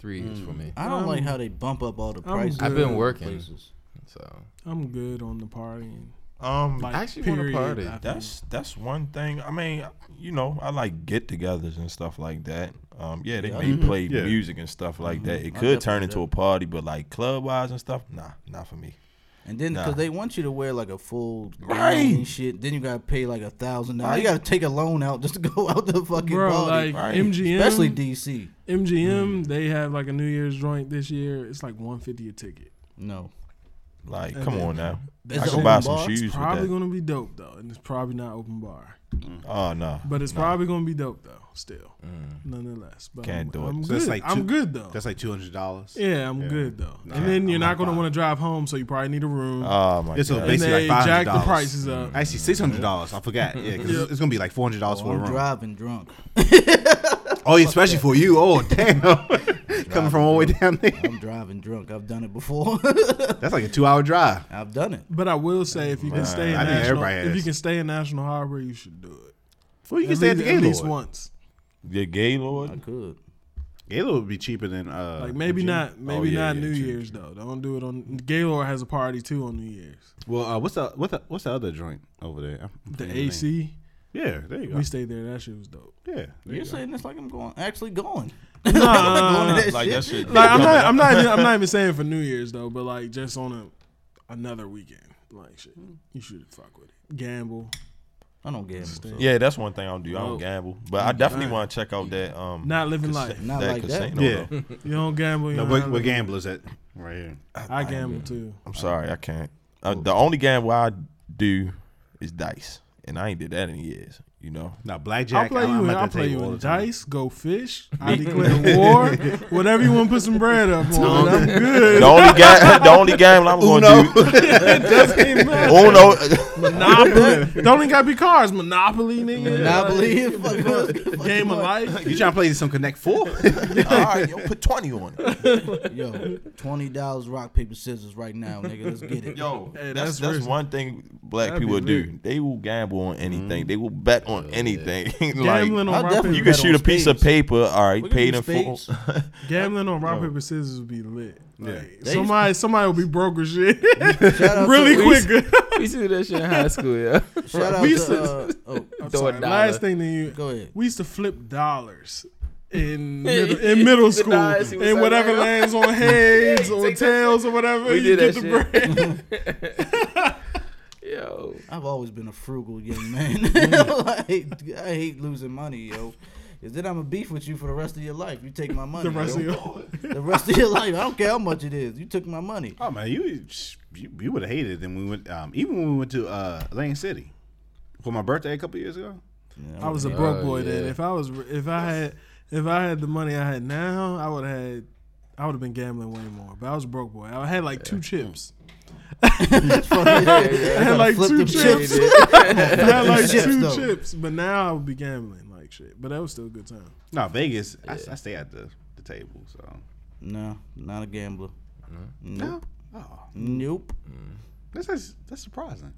[SPEAKER 2] Three years for me.
[SPEAKER 4] I don't like how they bump up all the prices.
[SPEAKER 5] good.
[SPEAKER 2] I've been working.
[SPEAKER 4] Places.
[SPEAKER 2] So <laughs>
[SPEAKER 5] I'm good on the partying.
[SPEAKER 6] um,
[SPEAKER 5] Like,
[SPEAKER 2] I actually wanna
[SPEAKER 5] period,
[SPEAKER 2] party.
[SPEAKER 5] I think.
[SPEAKER 6] that's that's one thing. I mean, you know, I like get-togethers and stuff like that. Um, yeah, Mm-hmm. they may play
[SPEAKER 3] Yeah.
[SPEAKER 6] music and stuff like that. It could turn into a party, but like club-wise and stuff, nah, not for me.
[SPEAKER 4] And then because
[SPEAKER 6] Nah.
[SPEAKER 4] they want you to wear like a full gown
[SPEAKER 6] Right.
[SPEAKER 4] and shit, then you gotta pay like a thousand dollars. You
[SPEAKER 6] Right.
[SPEAKER 4] gotta take a loan out just to go <laughs> out the fucking
[SPEAKER 5] Bro,
[SPEAKER 4] party.
[SPEAKER 5] like
[SPEAKER 6] Right.
[SPEAKER 5] MGM,
[SPEAKER 4] Especially DC.
[SPEAKER 2] Mm.
[SPEAKER 5] MGM, they have like a New Year's joint this year. It's like 150 a ticket.
[SPEAKER 4] No,
[SPEAKER 6] Like, come on now.
[SPEAKER 4] Is
[SPEAKER 6] I
[SPEAKER 4] it
[SPEAKER 6] go buy
[SPEAKER 4] open
[SPEAKER 6] some
[SPEAKER 4] bar?
[SPEAKER 6] shoes
[SPEAKER 5] It's
[SPEAKER 6] with
[SPEAKER 5] probably
[SPEAKER 6] that.
[SPEAKER 5] gonna be dope though, and it's probably not open bar,
[SPEAKER 6] oh no.
[SPEAKER 5] but it's probably gonna be dope though. Still,
[SPEAKER 3] Mm.
[SPEAKER 5] nonetheless. But
[SPEAKER 6] Can't
[SPEAKER 5] I'm,
[SPEAKER 6] do it.
[SPEAKER 5] I'm
[SPEAKER 6] So
[SPEAKER 5] good.
[SPEAKER 3] that's like
[SPEAKER 5] I'm
[SPEAKER 3] two-
[SPEAKER 5] good though.
[SPEAKER 3] That's like two hundred dollars.
[SPEAKER 5] yeah, I'm
[SPEAKER 3] Yeah.
[SPEAKER 5] good though.
[SPEAKER 3] Nah,
[SPEAKER 5] and then you're
[SPEAKER 3] I'm
[SPEAKER 5] not
[SPEAKER 3] not Uh,
[SPEAKER 5] gonna
[SPEAKER 3] buying.
[SPEAKER 5] want to drive home, so you probably need a room.
[SPEAKER 6] Oh my
[SPEAKER 3] It's a
[SPEAKER 6] god.
[SPEAKER 5] and
[SPEAKER 3] basic- basically
[SPEAKER 5] they
[SPEAKER 3] like $500.
[SPEAKER 5] jack the prices up.
[SPEAKER 3] Actually, six hundred dollars. I forgot. Yeah, 'cause it's, it's gonna be like four hundred dollars
[SPEAKER 4] Oh,
[SPEAKER 3] for a
[SPEAKER 4] I'm
[SPEAKER 3] room.
[SPEAKER 4] driving drunk.
[SPEAKER 3] Oh, yeah, especially for you. Oh, damn. <laughs> Coming from all the way down there.
[SPEAKER 4] I'm driving drunk. I've done it before. <laughs>
[SPEAKER 3] That's like a two-hour drive.
[SPEAKER 4] I've done it.
[SPEAKER 5] But I will say, if you can stay in
[SPEAKER 3] I think
[SPEAKER 5] national,
[SPEAKER 3] everybody
[SPEAKER 5] if you
[SPEAKER 3] has.
[SPEAKER 5] can stay in National Harbor, you should do it.
[SPEAKER 3] Well, you can
[SPEAKER 5] at
[SPEAKER 3] stay at
[SPEAKER 5] least,
[SPEAKER 3] the Gaylord.
[SPEAKER 5] at least once.
[SPEAKER 6] The Gaylord.
[SPEAKER 4] I could.
[SPEAKER 3] Gaylord would be cheaper than uh.
[SPEAKER 5] Like maybe
[SPEAKER 3] Virginia.
[SPEAKER 5] not, maybe
[SPEAKER 6] yeah,
[SPEAKER 5] not
[SPEAKER 6] yeah,
[SPEAKER 5] New
[SPEAKER 6] true,
[SPEAKER 5] Year's though. Don't do it on. Gaylord has a party too on New Year's.
[SPEAKER 3] Well, uh, what's the what's the, what's the other joint over there? I'm- I'm
[SPEAKER 5] The
[SPEAKER 3] forgetting name.
[SPEAKER 5] AC,
[SPEAKER 3] Yeah, there you go.
[SPEAKER 5] we stayed there. That shit
[SPEAKER 3] <laughs>
[SPEAKER 5] was dope.
[SPEAKER 3] yeah, there
[SPEAKER 4] You're
[SPEAKER 3] you go.
[SPEAKER 4] saying this like I'm going, actually going.
[SPEAKER 5] Nah,
[SPEAKER 4] Going to that
[SPEAKER 6] Like
[SPEAKER 4] shit.
[SPEAKER 6] that shit.
[SPEAKER 5] like I'm not, I'm not, even,
[SPEAKER 3] <laughs>
[SPEAKER 5] I'm not even saying for New Year's though, but like just on a another weekend, like shit, you should fuck with it. Gamble.
[SPEAKER 4] I don't gamble. So.
[SPEAKER 6] Yeah, that's one thing I don't do. I
[SPEAKER 5] Oh.
[SPEAKER 6] don't gamble, but I definitely want to check out that um
[SPEAKER 5] Not living
[SPEAKER 6] cas-
[SPEAKER 5] life.
[SPEAKER 4] Not
[SPEAKER 6] that
[SPEAKER 4] like that.
[SPEAKER 6] casino.
[SPEAKER 3] Yeah.
[SPEAKER 5] <laughs>
[SPEAKER 6] though.
[SPEAKER 5] You don't gamble. You
[SPEAKER 3] No,
[SPEAKER 5] don't
[SPEAKER 3] what,
[SPEAKER 5] have
[SPEAKER 3] what
[SPEAKER 5] it.
[SPEAKER 3] gamble is that? Right here.
[SPEAKER 5] I gamble too.
[SPEAKER 6] I'm sorry, I can't. Uh, the only gamble I do is dice, and I ain't did that in years. You <laughs> know,
[SPEAKER 3] Now blackjack.
[SPEAKER 5] I'll play
[SPEAKER 3] I'm-
[SPEAKER 5] you
[SPEAKER 3] I'm
[SPEAKER 5] in,
[SPEAKER 3] at
[SPEAKER 5] I'll
[SPEAKER 3] that
[SPEAKER 5] play
[SPEAKER 3] table
[SPEAKER 5] you
[SPEAKER 3] all
[SPEAKER 5] in
[SPEAKER 3] the time.
[SPEAKER 5] dice,
[SPEAKER 3] <laughs>
[SPEAKER 5] go fish. I declare war. Whatever you want to put some bread up on. I'm good.
[SPEAKER 6] the only ga- <laughs> the only gamble I'm gonna do
[SPEAKER 5] Just
[SPEAKER 3] <laughs>
[SPEAKER 5] ain't matter.
[SPEAKER 6] Uno. <laughs>
[SPEAKER 5] Monopoly. Don't even gotta be cards. Monopoly, nigga.
[SPEAKER 4] Monopoly. Fuck, fuck,
[SPEAKER 5] Like, game of life.
[SPEAKER 3] You trying to play some Connect Four?
[SPEAKER 6] All right, yo, put twenty on it.
[SPEAKER 4] Yo, twenty dollars rock paper scissors right now, nigga. Let's get it.
[SPEAKER 6] Yo,
[SPEAKER 5] Hey, that's
[SPEAKER 6] that's that's,
[SPEAKER 5] risky.
[SPEAKER 6] one thing black
[SPEAKER 5] That'd be
[SPEAKER 6] people do.
[SPEAKER 5] risky.
[SPEAKER 6] They will gamble on anything. They will bet on anything. <laughs>
[SPEAKER 5] Gambling
[SPEAKER 6] like
[SPEAKER 5] on
[SPEAKER 4] I'll
[SPEAKER 5] rock
[SPEAKER 4] definitely
[SPEAKER 5] paper.
[SPEAKER 6] you
[SPEAKER 4] bet
[SPEAKER 6] can shoot
[SPEAKER 4] on
[SPEAKER 6] a piece of
[SPEAKER 4] spades.
[SPEAKER 6] paper. All right,
[SPEAKER 4] We can
[SPEAKER 6] paid
[SPEAKER 4] do
[SPEAKER 6] in full.
[SPEAKER 4] spades.
[SPEAKER 5] Gambling on rock paper scissors would be lit. Like,
[SPEAKER 4] They-
[SPEAKER 5] somebody, somebody will be broke as
[SPEAKER 2] <laughs>
[SPEAKER 5] shit
[SPEAKER 4] Shout out
[SPEAKER 5] <laughs> really
[SPEAKER 4] to-
[SPEAKER 5] <laughs> quick.
[SPEAKER 2] We used to do that shit in high school, yeah.
[SPEAKER 4] Shout out
[SPEAKER 5] We used
[SPEAKER 4] to. Uh, oh,
[SPEAKER 2] Throw
[SPEAKER 5] I'm
[SPEAKER 2] a
[SPEAKER 5] sorry,
[SPEAKER 2] dollar.
[SPEAKER 5] Last thing that you
[SPEAKER 4] go ahead.
[SPEAKER 5] We used to flip dollars
[SPEAKER 2] <laughs>
[SPEAKER 5] in middle, in middle
[SPEAKER 2] The
[SPEAKER 5] school,
[SPEAKER 2] dollars he was
[SPEAKER 5] and whatever
[SPEAKER 2] like,
[SPEAKER 5] lands
[SPEAKER 2] <laughs>
[SPEAKER 5] on heads or
[SPEAKER 2] take that
[SPEAKER 5] tails or whatever,
[SPEAKER 2] We
[SPEAKER 5] you
[SPEAKER 2] did
[SPEAKER 5] get
[SPEAKER 2] that
[SPEAKER 5] the
[SPEAKER 2] shit. <laughs>
[SPEAKER 5] bread. <laughs>
[SPEAKER 2] Yo.
[SPEAKER 4] I've always been a frugal young man.
[SPEAKER 5] <laughs>
[SPEAKER 4] <laughs> like, I hate losing money, yo. Cause then I'm a beef with you for the rest of your life. You take my money.
[SPEAKER 5] The rest
[SPEAKER 4] yo.
[SPEAKER 5] of your
[SPEAKER 4] the rest of your life. I don't care how much it is. You took my
[SPEAKER 5] <laughs>
[SPEAKER 4] money.
[SPEAKER 3] oh man, you you, you would have hated it. Then we went um, even when we went to uh, Lane City for my birthday a couple years ago.
[SPEAKER 5] I was a
[SPEAKER 2] Oh,
[SPEAKER 5] broke boy then.
[SPEAKER 2] yeah.
[SPEAKER 5] If I was, if I had, if I had the money I had now, I would have had, I would have been gambling way more. But I was a broke boy. I had like two chips. I had <laughs> like
[SPEAKER 4] Flip
[SPEAKER 5] two
[SPEAKER 4] them
[SPEAKER 5] chips.
[SPEAKER 4] chips.
[SPEAKER 5] I had like
[SPEAKER 4] Chips,
[SPEAKER 5] two
[SPEAKER 4] though.
[SPEAKER 5] chips. But now I would be gambling like shit. But that was still a good time.
[SPEAKER 3] No, Vegas. I, I stay at the, the table. So
[SPEAKER 4] <laughs> No, not a gambler.
[SPEAKER 3] no,
[SPEAKER 4] Nope.
[SPEAKER 3] oh,
[SPEAKER 4] Nope.
[SPEAKER 3] that's that's, that's surprising.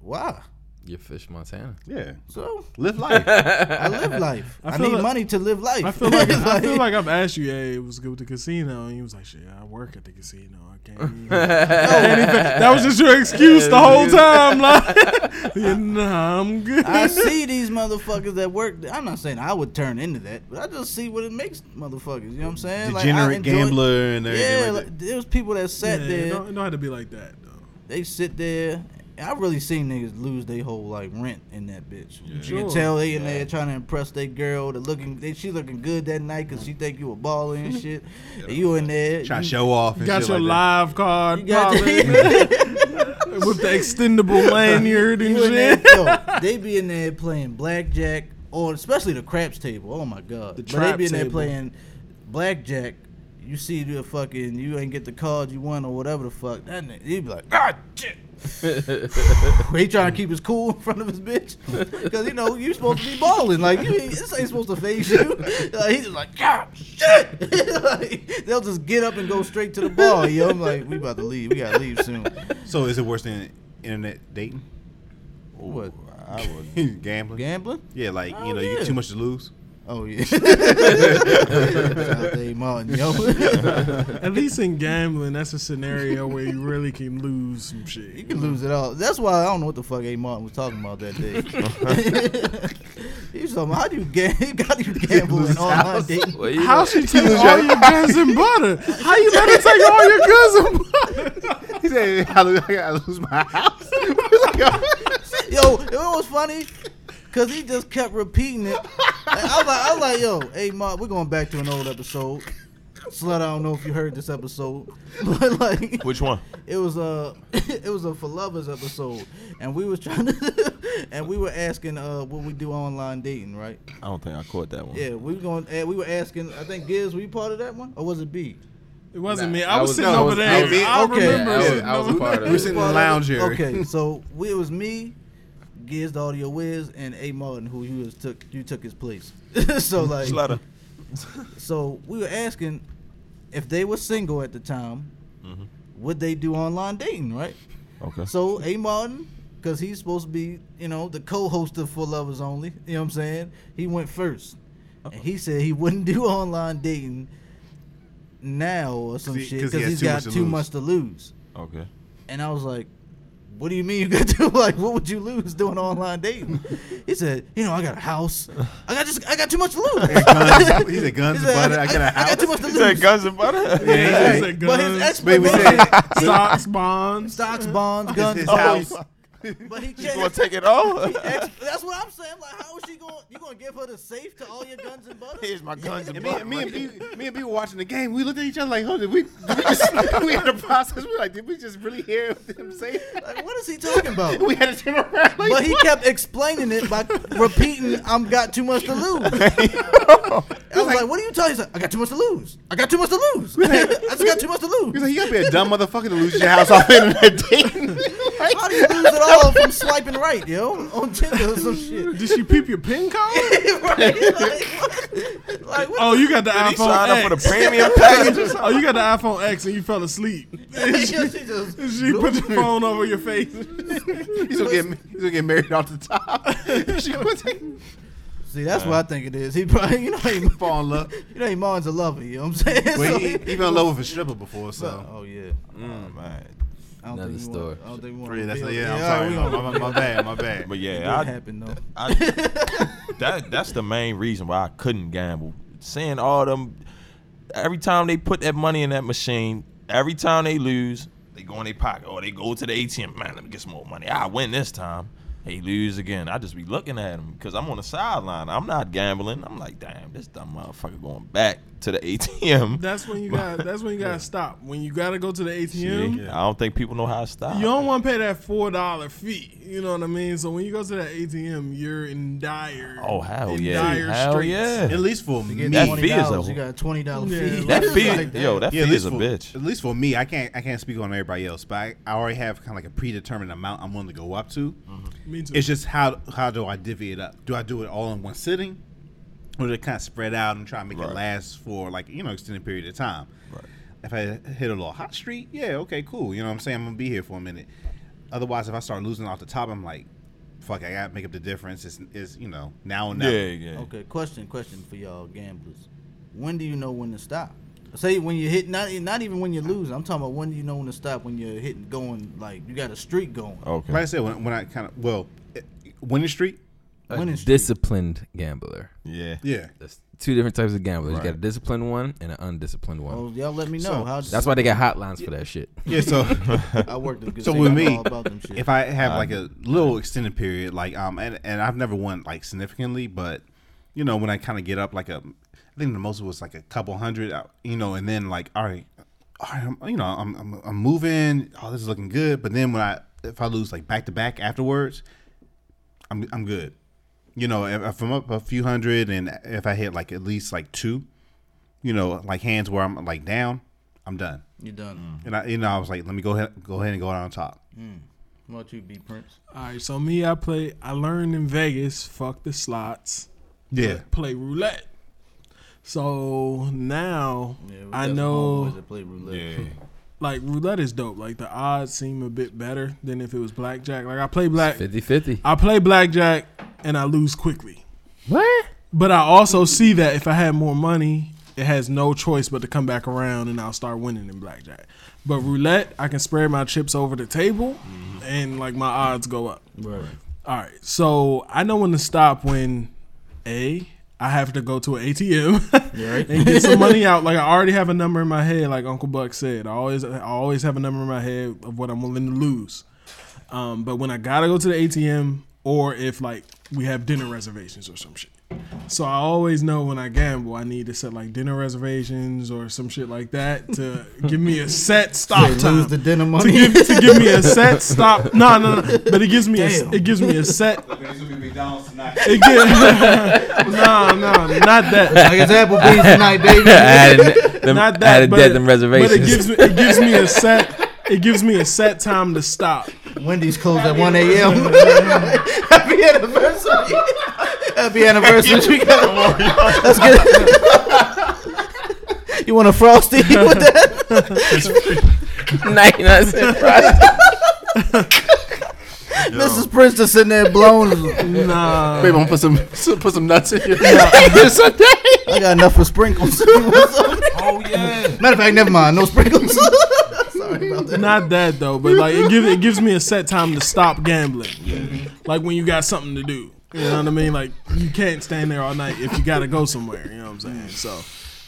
[SPEAKER 4] Why?
[SPEAKER 2] You're Fish Montana.
[SPEAKER 3] Yeah,
[SPEAKER 4] So
[SPEAKER 3] live <laughs> life.
[SPEAKER 4] I live life. I,
[SPEAKER 5] feel
[SPEAKER 4] need
[SPEAKER 5] like-
[SPEAKER 4] money to live life.
[SPEAKER 5] I
[SPEAKER 4] <laughs>
[SPEAKER 5] feel <laughs> like I feel like I've asked you, hey, it was good with the casino, and you was like, shit, I work at the casino. I can't. Even, <laughs> can't even- that was just your excuse the whole time. Like, <laughs> yeah, nah, I'm good.
[SPEAKER 4] I see these motherfuckers that work. I'm not saying I would turn into that, but I just see what it makes motherfuckers. You know what I'm saying? Like, I
[SPEAKER 3] Degenerate
[SPEAKER 4] enjoy-
[SPEAKER 3] gambler and everything.
[SPEAKER 4] Yeah,
[SPEAKER 3] like that.
[SPEAKER 4] like, there was people that
[SPEAKER 5] yeah,
[SPEAKER 4] sat
[SPEAKER 5] it
[SPEAKER 4] there.
[SPEAKER 5] don't, it don't have to be like that though.
[SPEAKER 4] They sit there. and I really seen niggas lose their whole like rent in that bitch. You
[SPEAKER 5] Sure.
[SPEAKER 4] can tell they in there trying to impress their girl. They looking, they, she looking good that night because she think you a baller and shit. And you in there
[SPEAKER 3] Trying to
[SPEAKER 4] you-
[SPEAKER 3] show off. And
[SPEAKER 5] You got
[SPEAKER 3] shit
[SPEAKER 5] your
[SPEAKER 3] like that.
[SPEAKER 5] live card
[SPEAKER 4] You got
[SPEAKER 5] popping, with the <laughs> extendable lanyard and
[SPEAKER 4] You in there,
[SPEAKER 5] shit.
[SPEAKER 4] yo, they be in there playing blackjack or especially the craps table. Oh my god.
[SPEAKER 5] The
[SPEAKER 4] but
[SPEAKER 5] trap
[SPEAKER 4] they be in there
[SPEAKER 5] table.
[SPEAKER 4] playing blackjack. You see the fucking you ain't get the cards you won or whatever the fuck. That nigga he be like, ah shit. he trying to keep his cool in front of his bitch, cause you know you supposed to be balling. Like you, ain't- this ain't supposed to phase you. <laughs> Like, he's just like, God, shit. <laughs> like, they'll just get up and go straight to the ball. Yo, I'm like, we about to leave. We gotta leave soon.
[SPEAKER 3] So is it worse than internet dating?
[SPEAKER 4] What?
[SPEAKER 6] I
[SPEAKER 3] <laughs>
[SPEAKER 6] would.
[SPEAKER 3] Gambling?
[SPEAKER 4] Gambling?
[SPEAKER 3] Yeah, like
[SPEAKER 4] Oh,
[SPEAKER 3] you know, you
[SPEAKER 4] yeah.
[SPEAKER 3] get too much to lose.
[SPEAKER 4] Oh
[SPEAKER 5] <laughs>
[SPEAKER 4] yeah. <laughs> Shout out to A. Martin, yo.
[SPEAKER 5] <laughs> At least in gambling, that's a scenario where you really can lose some shit.
[SPEAKER 4] you can lose it all. That's why I don't know what the fuck A. Martin was talking about that day. <laughs> he was talking about how do you <laughs> gamble? How do you gamble in online
[SPEAKER 2] <laughs>
[SPEAKER 4] dating?
[SPEAKER 2] Well, you
[SPEAKER 5] How
[SPEAKER 2] know,
[SPEAKER 5] she take all your guns and butter? How you let her take all your guns and butter?
[SPEAKER 3] <laughs> He said, "I lo- I gotta lose my house."
[SPEAKER 4] Yo, it was funny because he just kept repeating it. Like, I was like, I was like, yo, A. Martin, we're going back to an old episode. Slut, I don't know if you heard this episode, <laughs> but like
[SPEAKER 6] <laughs> Which one?
[SPEAKER 4] it was a <laughs> it was a for lovers episode, and we was trying to <laughs> and we were asking uh what we do online dating, right?
[SPEAKER 6] I don't think I caught that one.
[SPEAKER 4] Yeah, we were going eh, we were asking. I think Giz, were you part of that one, or was it B?
[SPEAKER 5] It wasn't
[SPEAKER 2] Nah,
[SPEAKER 5] me.
[SPEAKER 2] I
[SPEAKER 5] I was,
[SPEAKER 2] was-
[SPEAKER 5] sitting
[SPEAKER 2] I
[SPEAKER 5] over
[SPEAKER 2] was-
[SPEAKER 5] there.
[SPEAKER 3] I was-
[SPEAKER 5] I
[SPEAKER 4] okay.
[SPEAKER 5] remember.
[SPEAKER 2] I was,
[SPEAKER 5] sitting
[SPEAKER 2] I was a
[SPEAKER 5] over
[SPEAKER 2] part
[SPEAKER 5] there.
[SPEAKER 2] of
[SPEAKER 3] We're
[SPEAKER 2] it.
[SPEAKER 3] sitting in the lounge area.
[SPEAKER 4] Okay, so we, it was me, Giz the audio whiz, and A Martin, who you was took you took his place. <laughs>
[SPEAKER 3] <laughs>
[SPEAKER 4] so like
[SPEAKER 6] Slutter.
[SPEAKER 4] So we were asking if they were single at the time,
[SPEAKER 3] Mm-hmm.
[SPEAKER 4] would they do online dating, right?
[SPEAKER 6] Okay.
[SPEAKER 4] So A Martin, because he's supposed to be, you know, the co-host of For Lovers Only. You know what I'm saying? He went first, and he said he wouldn't <laughs> do online dating now or some
[SPEAKER 3] 'Cause he-
[SPEAKER 4] shit
[SPEAKER 3] 'cause he
[SPEAKER 4] because
[SPEAKER 3] has
[SPEAKER 4] he's
[SPEAKER 3] too
[SPEAKER 4] got
[SPEAKER 3] much to
[SPEAKER 4] too
[SPEAKER 3] lose.
[SPEAKER 4] much to lose.
[SPEAKER 6] Okay.
[SPEAKER 4] And I was like, what do you mean you got <laughs> to like what would you lose doing online dating? he said, you know, I got a house. I got just I got too much to lose.
[SPEAKER 3] <laughs> Guns- he said guns
[SPEAKER 4] He
[SPEAKER 3] and
[SPEAKER 4] said,
[SPEAKER 3] butter. I, got a
[SPEAKER 4] I
[SPEAKER 3] house.
[SPEAKER 4] got too much to
[SPEAKER 6] He
[SPEAKER 4] lose.
[SPEAKER 6] said guns and butter. <laughs>
[SPEAKER 3] Yeah, he
[SPEAKER 5] Yeah,
[SPEAKER 3] said
[SPEAKER 5] he said
[SPEAKER 4] But his
[SPEAKER 5] guns,
[SPEAKER 3] Maybe we
[SPEAKER 4] explanation,
[SPEAKER 5] <laughs> stocks, bonds.
[SPEAKER 3] <laughs>
[SPEAKER 4] stocks, bonds,
[SPEAKER 3] it's
[SPEAKER 4] guns,
[SPEAKER 3] his
[SPEAKER 4] bonds.
[SPEAKER 3] house. <laughs>
[SPEAKER 4] But he
[SPEAKER 6] You gonna
[SPEAKER 4] can't.
[SPEAKER 6] take
[SPEAKER 5] <laughs>
[SPEAKER 6] it all?
[SPEAKER 4] ex- That's what I'm saying. Like, how is she going? You gonna give her the safe to all your guns and butter?
[SPEAKER 6] Here's my guns and
[SPEAKER 3] And me,
[SPEAKER 6] butter.
[SPEAKER 3] and me and B, me and B were watching the game. We looked at each other like, "Hold it, we, did we just <laughs> we had a process. We were like, did we just really hear them say?" That?
[SPEAKER 4] Like, what is he talking
[SPEAKER 3] <laughs>
[SPEAKER 4] about?
[SPEAKER 3] We had to turn around. <laughs> Like,
[SPEAKER 4] But he kept explaining it by repeating, "I'm got too much to lose." <laughs> I was like, "What are you talking?" He's like, "I got too much to lose. I got too much to lose. <laughs> I just got too much to
[SPEAKER 3] He's
[SPEAKER 4] lose.
[SPEAKER 3] like, "You gotta be a dumb motherfucker to lose your house off <laughs> internet dating."
[SPEAKER 4] How do you lose it all from swiping right, yo, on Tinder or some <laughs> shit?"
[SPEAKER 5] Did she peep your pin code?
[SPEAKER 4] Right? Like, what? Like, what
[SPEAKER 5] <laughs> Oh, you got the
[SPEAKER 6] Did he sign up
[SPEAKER 5] iPhone
[SPEAKER 6] for the
[SPEAKER 5] X.
[SPEAKER 6] premium package?
[SPEAKER 5] <laughs> Oh, you got the iPhone X and you fell asleep. <laughs>
[SPEAKER 4] the- she just-
[SPEAKER 5] She put the phone over your
[SPEAKER 6] <laughs>
[SPEAKER 5] face.
[SPEAKER 3] he's gonna get he's gonna get married off the top. <laughs> she gonna take,
[SPEAKER 4] See, that's what I think it is. He probably, you know, he, <laughs> you
[SPEAKER 3] fall in love.
[SPEAKER 4] know, he Martin's a lover. You know what I'm saying? <laughs> So
[SPEAKER 3] But <laughs> he,
[SPEAKER 4] he-
[SPEAKER 3] he been in love with a stripper before, so.
[SPEAKER 4] oh yeah.
[SPEAKER 6] Oh, man.
[SPEAKER 4] I don't
[SPEAKER 2] Another
[SPEAKER 4] think we
[SPEAKER 2] story.
[SPEAKER 4] Want, I don't think we want.
[SPEAKER 3] Yeah,
[SPEAKER 4] to
[SPEAKER 3] that's,
[SPEAKER 4] build-
[SPEAKER 3] yeah, I'm
[SPEAKER 4] all right,
[SPEAKER 3] sorry.
[SPEAKER 4] we
[SPEAKER 3] My, my,
[SPEAKER 4] gonna-
[SPEAKER 3] my bad, my bad.
[SPEAKER 6] But
[SPEAKER 4] it
[SPEAKER 6] yeah, I,
[SPEAKER 4] happened though.
[SPEAKER 6] I, that that's the main reason why I couldn't gamble. Seeing all them, every time they put that money in that machine, every time they lose, they go in their pocket or they go to the ATM. Man, let me get some more money. I win this time. They lose again. I just be looking at them because I'm on the sideline. I'm not gambling. I'm like, damn, this dumb motherfucker going back to the ATM.
[SPEAKER 5] That's when you got. That's when you gotta stop. When you gotta go to the ATM.
[SPEAKER 6] See? I don't think people know how to stop.
[SPEAKER 5] You don't want to pay that four dollar fee. You know what I mean. So when you go to that ATM, you're in dire.
[SPEAKER 6] oh hell
[SPEAKER 5] in
[SPEAKER 6] yeah,
[SPEAKER 5] dire
[SPEAKER 6] hell
[SPEAKER 3] <laughs>
[SPEAKER 5] straits.
[SPEAKER 3] At
[SPEAKER 6] yeah.
[SPEAKER 3] least for me,
[SPEAKER 6] that
[SPEAKER 4] $20,
[SPEAKER 6] fee is a-
[SPEAKER 4] you got a twenty dollar
[SPEAKER 5] Yeah,
[SPEAKER 4] fee.
[SPEAKER 6] That
[SPEAKER 4] It's
[SPEAKER 6] fee,
[SPEAKER 4] like that.
[SPEAKER 6] yo, that
[SPEAKER 3] Yeah, at
[SPEAKER 6] fee
[SPEAKER 3] least
[SPEAKER 6] is a
[SPEAKER 3] for,
[SPEAKER 6] bitch.
[SPEAKER 3] At least for me, I can't I can't speak on everybody else, but I, I already have kind of like a predetermined amount I'm willing to go up to.
[SPEAKER 5] Me too.
[SPEAKER 3] It's just how how do I divvy it up? Do I do it all in one sitting, or do it kind of spread out and try to make
[SPEAKER 6] Right.
[SPEAKER 3] it last for like you know extended period of time?
[SPEAKER 6] Right.
[SPEAKER 3] If I hit a little hot streak, yeah, okay, cool. You know what I'm saying? I'm gonna be here for a minute. Otherwise, if I start losing off the top, I'm like, fuck, I gotta make up the difference. It's, it's you know now and now.
[SPEAKER 6] Yeah, yeah.
[SPEAKER 4] Okay, question, question for y'all gamblers. When do you know when to stop? Say when you hit not not even when you lose. I'm talking about when do you know when to stop when you're hitting going like you got a streak going.
[SPEAKER 6] Okay.
[SPEAKER 3] Like I said, when, when I kind of well, eh, winning streak,
[SPEAKER 2] A
[SPEAKER 4] Winning streak.
[SPEAKER 2] disciplined gambler.
[SPEAKER 6] Yeah.
[SPEAKER 3] yeah.
[SPEAKER 2] That's two different types of gamblers. You
[SPEAKER 6] Right.
[SPEAKER 2] got a disciplined one and an undisciplined one.
[SPEAKER 4] Oh, y'all let me know.
[SPEAKER 3] So-
[SPEAKER 4] how
[SPEAKER 2] That's why they got hotlines for that shit.
[SPEAKER 3] Yeah, so
[SPEAKER 6] <laughs>
[SPEAKER 4] I worked
[SPEAKER 1] <laughs>
[SPEAKER 4] a good
[SPEAKER 3] So
[SPEAKER 4] thing.
[SPEAKER 3] with
[SPEAKER 4] I know
[SPEAKER 3] me,
[SPEAKER 4] all about them shit.
[SPEAKER 3] if I have like a little extended period, like um, and, and I've never won like significantly, but you know when I kind of get up like a, I think the most was like a couple hundred, uh, you know, and then like all right, all right, I'm, you know, I'm, I'm I'm moving, oh this is looking good, but then when I if I lose like back to back afterwards, I'm I'm good, you know, if, if I'm up a few hundred and if I hit like at least like two, you know, like hands where I'm like down, I'm done,
[SPEAKER 4] you done.
[SPEAKER 3] and I you know I was like let me go ahead go ahead and go out on top.
[SPEAKER 4] Why don't you be Prince?
[SPEAKER 5] All right. So me, I play. I learned in Vegas. Fuck the slots.
[SPEAKER 3] Yeah.
[SPEAKER 5] Play roulette. So now
[SPEAKER 4] Yeah, we
[SPEAKER 5] I
[SPEAKER 4] got some
[SPEAKER 5] know.
[SPEAKER 4] homeboys that play roulette.
[SPEAKER 6] Yeah.
[SPEAKER 5] like roulette is dope. Like the odds seem a bit better than if it was blackjack. Like I play black,
[SPEAKER 2] 50
[SPEAKER 4] <laughs>
[SPEAKER 2] 50.
[SPEAKER 5] I play blackjack and I lose quickly.
[SPEAKER 2] What?
[SPEAKER 5] But I also see that if I had more money, it has no choice but to come back around and I'll start winning in blackjack. But roulette, I can spread my chips over the table and like my odds go up.
[SPEAKER 4] Right.
[SPEAKER 5] All right, so I know when to stop when a I have to go to an <laughs> ATM
[SPEAKER 4] Right.
[SPEAKER 5] and get some money out. Like I already have a number in my head, like Uncle Buck said. I always I always have a number in my head of what I'm willing to lose. Um, but when I gotta go to the ATM, or if like we have dinner reservations or some shit, So I always know when I gamble, I need to set like dinner reservations or some shit like that to give me a set stop
[SPEAKER 1] They
[SPEAKER 5] time.
[SPEAKER 1] lose the dinner
[SPEAKER 5] to,
[SPEAKER 1] money.
[SPEAKER 5] give, to give me
[SPEAKER 1] <laughs>
[SPEAKER 5] a set stop. No, no, no. But it gives me a,
[SPEAKER 1] Damn.
[SPEAKER 5] it gives me
[SPEAKER 1] <laughs>
[SPEAKER 5] a set.
[SPEAKER 7] It's gonna be McDonald's tonight.
[SPEAKER 5] It gives, <laughs> no, no, not that.
[SPEAKER 1] like it's Applebee's tonight,
[SPEAKER 2] <laughs>
[SPEAKER 1] baby.
[SPEAKER 2] <laughs> I had them,
[SPEAKER 5] Not
[SPEAKER 2] I
[SPEAKER 5] that.
[SPEAKER 2] had a
[SPEAKER 5] but
[SPEAKER 2] dead
[SPEAKER 5] it-
[SPEAKER 2] them
[SPEAKER 5] But it
[SPEAKER 2] reservations.
[SPEAKER 5] gives me
[SPEAKER 2] <laughs>
[SPEAKER 5] it gives me a set. It gives me a set time
[SPEAKER 2] <laughs>
[SPEAKER 5] to stop.
[SPEAKER 1] Wendy's closed at 1 a.m. <laughs> Happy anniversary. Happy anniversary. Let's get it. You want a frosty <laughs> with that?
[SPEAKER 2] 99 cent fries.
[SPEAKER 1] Mrs. Prince is sitting there blown.
[SPEAKER 6] <laughs>
[SPEAKER 5] Nah.
[SPEAKER 3] Babe, I'm gonna put some put some nuts in
[SPEAKER 2] <laughs>
[SPEAKER 3] here.
[SPEAKER 1] I got enough for sprinkles. Matter
[SPEAKER 6] <laughs> Oh yeah.
[SPEAKER 1] of fact, never mind. No
[SPEAKER 4] <laughs>
[SPEAKER 1] sprinkles. Sorry about that.
[SPEAKER 5] Not that though, but like it gives it gives me a set time to stop gambling. Like when you got something to do. You know what I mean? Like you can't stand there all night if you gotta go somewhere. You know what I'm saying? So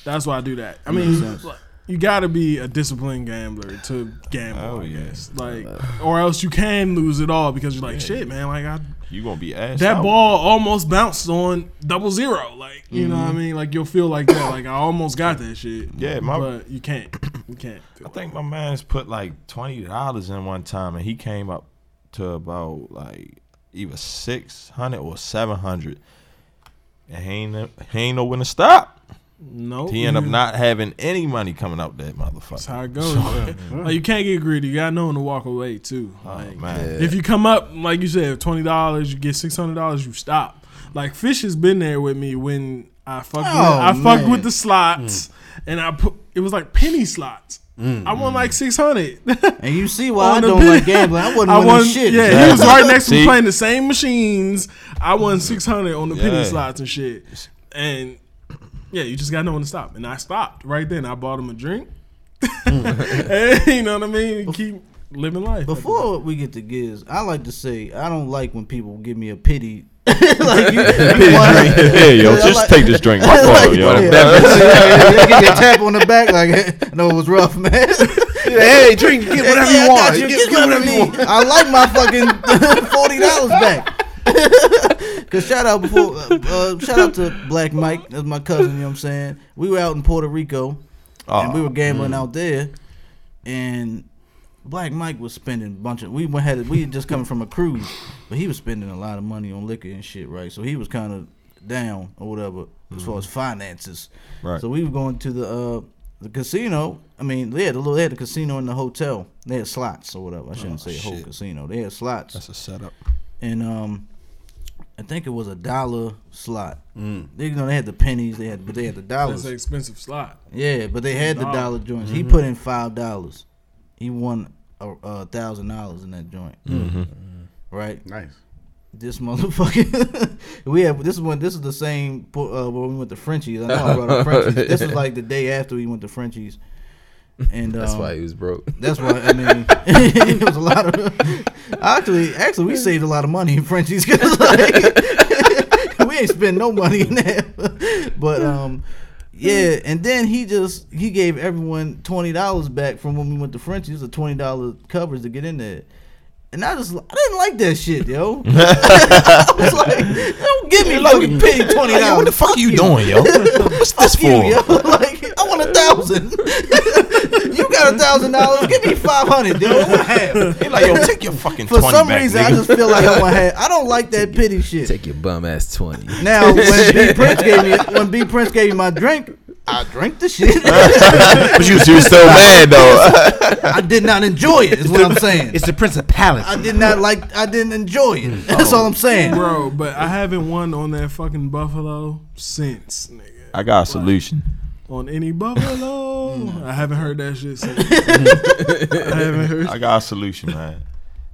[SPEAKER 5] that's why I do that. I mean like, you gotta be a disciplined gambler to gamble.
[SPEAKER 6] Oh,
[SPEAKER 5] I
[SPEAKER 6] yeah.
[SPEAKER 5] guess. Like or else you can lose it all because you're like, shit, man, like I
[SPEAKER 6] You gonna be ass.
[SPEAKER 5] that ball almost bounced on double zero. Like, you know what I mean? Like you'll feel like that. Like I almost got that shit.
[SPEAKER 6] Mm-hmm. Yeah, my-
[SPEAKER 5] but you can't. You
[SPEAKER 6] <coughs>
[SPEAKER 5] can't.
[SPEAKER 6] I think my man's put like twenty dollars in one time, and he came up to about like either six hundred or seven hundred, and he ain't he ain't know when to stop.
[SPEAKER 5] Nope.
[SPEAKER 6] He ended up
[SPEAKER 5] you-
[SPEAKER 6] not having any money coming out that motherfucker.
[SPEAKER 5] That's how it goes. man. <laughs> Like you can't get greedy. You gotta know when to walk away too.
[SPEAKER 6] Oh,
[SPEAKER 5] Like,
[SPEAKER 6] man.
[SPEAKER 5] If you come up, like you said, twenty dollars, you get six hundred dollars, you stop. Like Fish has been there with me when I fucked with,
[SPEAKER 1] Oh,
[SPEAKER 5] I fucked
[SPEAKER 1] man. Mm.
[SPEAKER 5] with the slots and I put it was like penny slots. I won like six hundred. <laughs>
[SPEAKER 1] And you see why I
[SPEAKER 5] On the
[SPEAKER 1] don't
[SPEAKER 5] pin-
[SPEAKER 1] like gambling. I wasn't
[SPEAKER 5] <laughs> I
[SPEAKER 1] winning
[SPEAKER 5] won.
[SPEAKER 1] shit.
[SPEAKER 5] Yeah, he
[SPEAKER 6] Yeah.
[SPEAKER 5] was right next to me
[SPEAKER 6] See? Mm.
[SPEAKER 5] playing the same machines. I won six hundred on the penny
[SPEAKER 6] Yeah.
[SPEAKER 5] slots and shit. And yeah, you just got no one to stop. And I stopped right then. I bought him a drink.
[SPEAKER 6] Mm.
[SPEAKER 5] <laughs> And, you know what I mean? Keep living life.
[SPEAKER 1] Before we get to Giz, I like to say I don't like when people give me a
[SPEAKER 4] <laughs>
[SPEAKER 1] pity. like you, <laughs> you want
[SPEAKER 6] Hey yo,
[SPEAKER 1] Yeah,
[SPEAKER 6] just
[SPEAKER 1] like-
[SPEAKER 6] take this drink. My
[SPEAKER 1] <laughs>
[SPEAKER 6] fault,
[SPEAKER 1] like, yeah.
[SPEAKER 6] yo.
[SPEAKER 1] Yeah, you get your tap on the back like <laughs> no, it was rough, man.
[SPEAKER 6] <laughs>
[SPEAKER 3] hey, drink, get whatever
[SPEAKER 1] Yeah, I
[SPEAKER 3] you
[SPEAKER 1] got
[SPEAKER 3] want.
[SPEAKER 1] you.
[SPEAKER 3] Get,
[SPEAKER 1] Get
[SPEAKER 3] get whatever
[SPEAKER 1] whatever
[SPEAKER 3] you want.
[SPEAKER 1] need. I like my fucking <laughs> forty dollars back. <laughs> Cause shout out before, uh, uh, shout out to Black Mike. That's my cousin. You know what I'm saying? We were out in Puerto Rico and we were gambling
[SPEAKER 6] Mm.
[SPEAKER 1] out there, and Black Mike was spending a bunch of. We went had we had just coming from a cruise, but he was spending a lot of money on liquor and shit, right? So he was kind of down or whatever as far as finances.
[SPEAKER 6] Mm-hmm. Right.
[SPEAKER 1] So we were going to the uh, the casino. I mean, they had a little. They had a casino in the hotel. They had slots or whatever. I shouldn't say a whole
[SPEAKER 6] Oh, shit.
[SPEAKER 1] casino. They had slots
[SPEAKER 6] That's a setup.
[SPEAKER 1] and um, I think it was a dollar slot.
[SPEAKER 6] Mm.
[SPEAKER 1] They, you know, they had the pennies. They had, but they had the
[SPEAKER 5] That's
[SPEAKER 1] dollars.
[SPEAKER 5] an expensive slot.
[SPEAKER 1] Yeah, but they had the
[SPEAKER 5] Dollar.
[SPEAKER 1] dollar joints. He put in five dollars. He won a thousand dollars in that joint.
[SPEAKER 2] Mm-hmm.
[SPEAKER 1] Right.
[SPEAKER 7] Nice.
[SPEAKER 1] This motherfucker. <laughs> we have this is when this is the same po- uh, when we went to Frenchies. I know I
[SPEAKER 2] <laughs>
[SPEAKER 1] brought up Frenchies. This is like the day after we went to Frenchies. And um,
[SPEAKER 2] That's why he was broke. <laughs>
[SPEAKER 1] That's why I mean <laughs> it was a lot of actually actually we saved a lot of money in Frenchies because <laughs> like, <laughs> we ain't spend no money in that. <laughs> But um yeah, and then he just he gave everyone twenty dollars back from when we went to Frenchies, It was a twenty dollar covers to get in there. And I just I didn't like that shit, yo. <laughs> I was like, don't give me fucking pity twenty dollars.
[SPEAKER 6] <laughs> what the fuck are you doing,
[SPEAKER 1] <laughs>
[SPEAKER 6] yo? What's this
[SPEAKER 1] Fuck you,
[SPEAKER 6] for?
[SPEAKER 1] yo. Like, I want a thousand. <laughs> you got a thousand dollars. Give me five hundred, dude. I want half.
[SPEAKER 6] He like, yo, take your fucking
[SPEAKER 1] For
[SPEAKER 6] twenty
[SPEAKER 1] some
[SPEAKER 6] back,
[SPEAKER 1] reason, I
[SPEAKER 6] nigga.
[SPEAKER 1] just feel like I want half. I don't like that pity shit.
[SPEAKER 2] Take your bum ass 20.
[SPEAKER 1] Now, when B Prince gave me when B Prince gave me my drink, I drank the shit. <laughs>
[SPEAKER 6] but you was so mad though.
[SPEAKER 1] I did not enjoy it. Is what I'm saying.
[SPEAKER 3] It's the principality.
[SPEAKER 1] I did not like. I didn't enjoy it. That's all I'm saying.
[SPEAKER 5] Bro, but I haven't won on that fucking Buffalo since, nigga.
[SPEAKER 6] I got a solution.
[SPEAKER 5] On any
[SPEAKER 1] Mm.
[SPEAKER 5] Buffalo. I haven't heard that
[SPEAKER 1] <laughs>
[SPEAKER 5] shit since. I haven't heard.
[SPEAKER 6] I got a solution, man.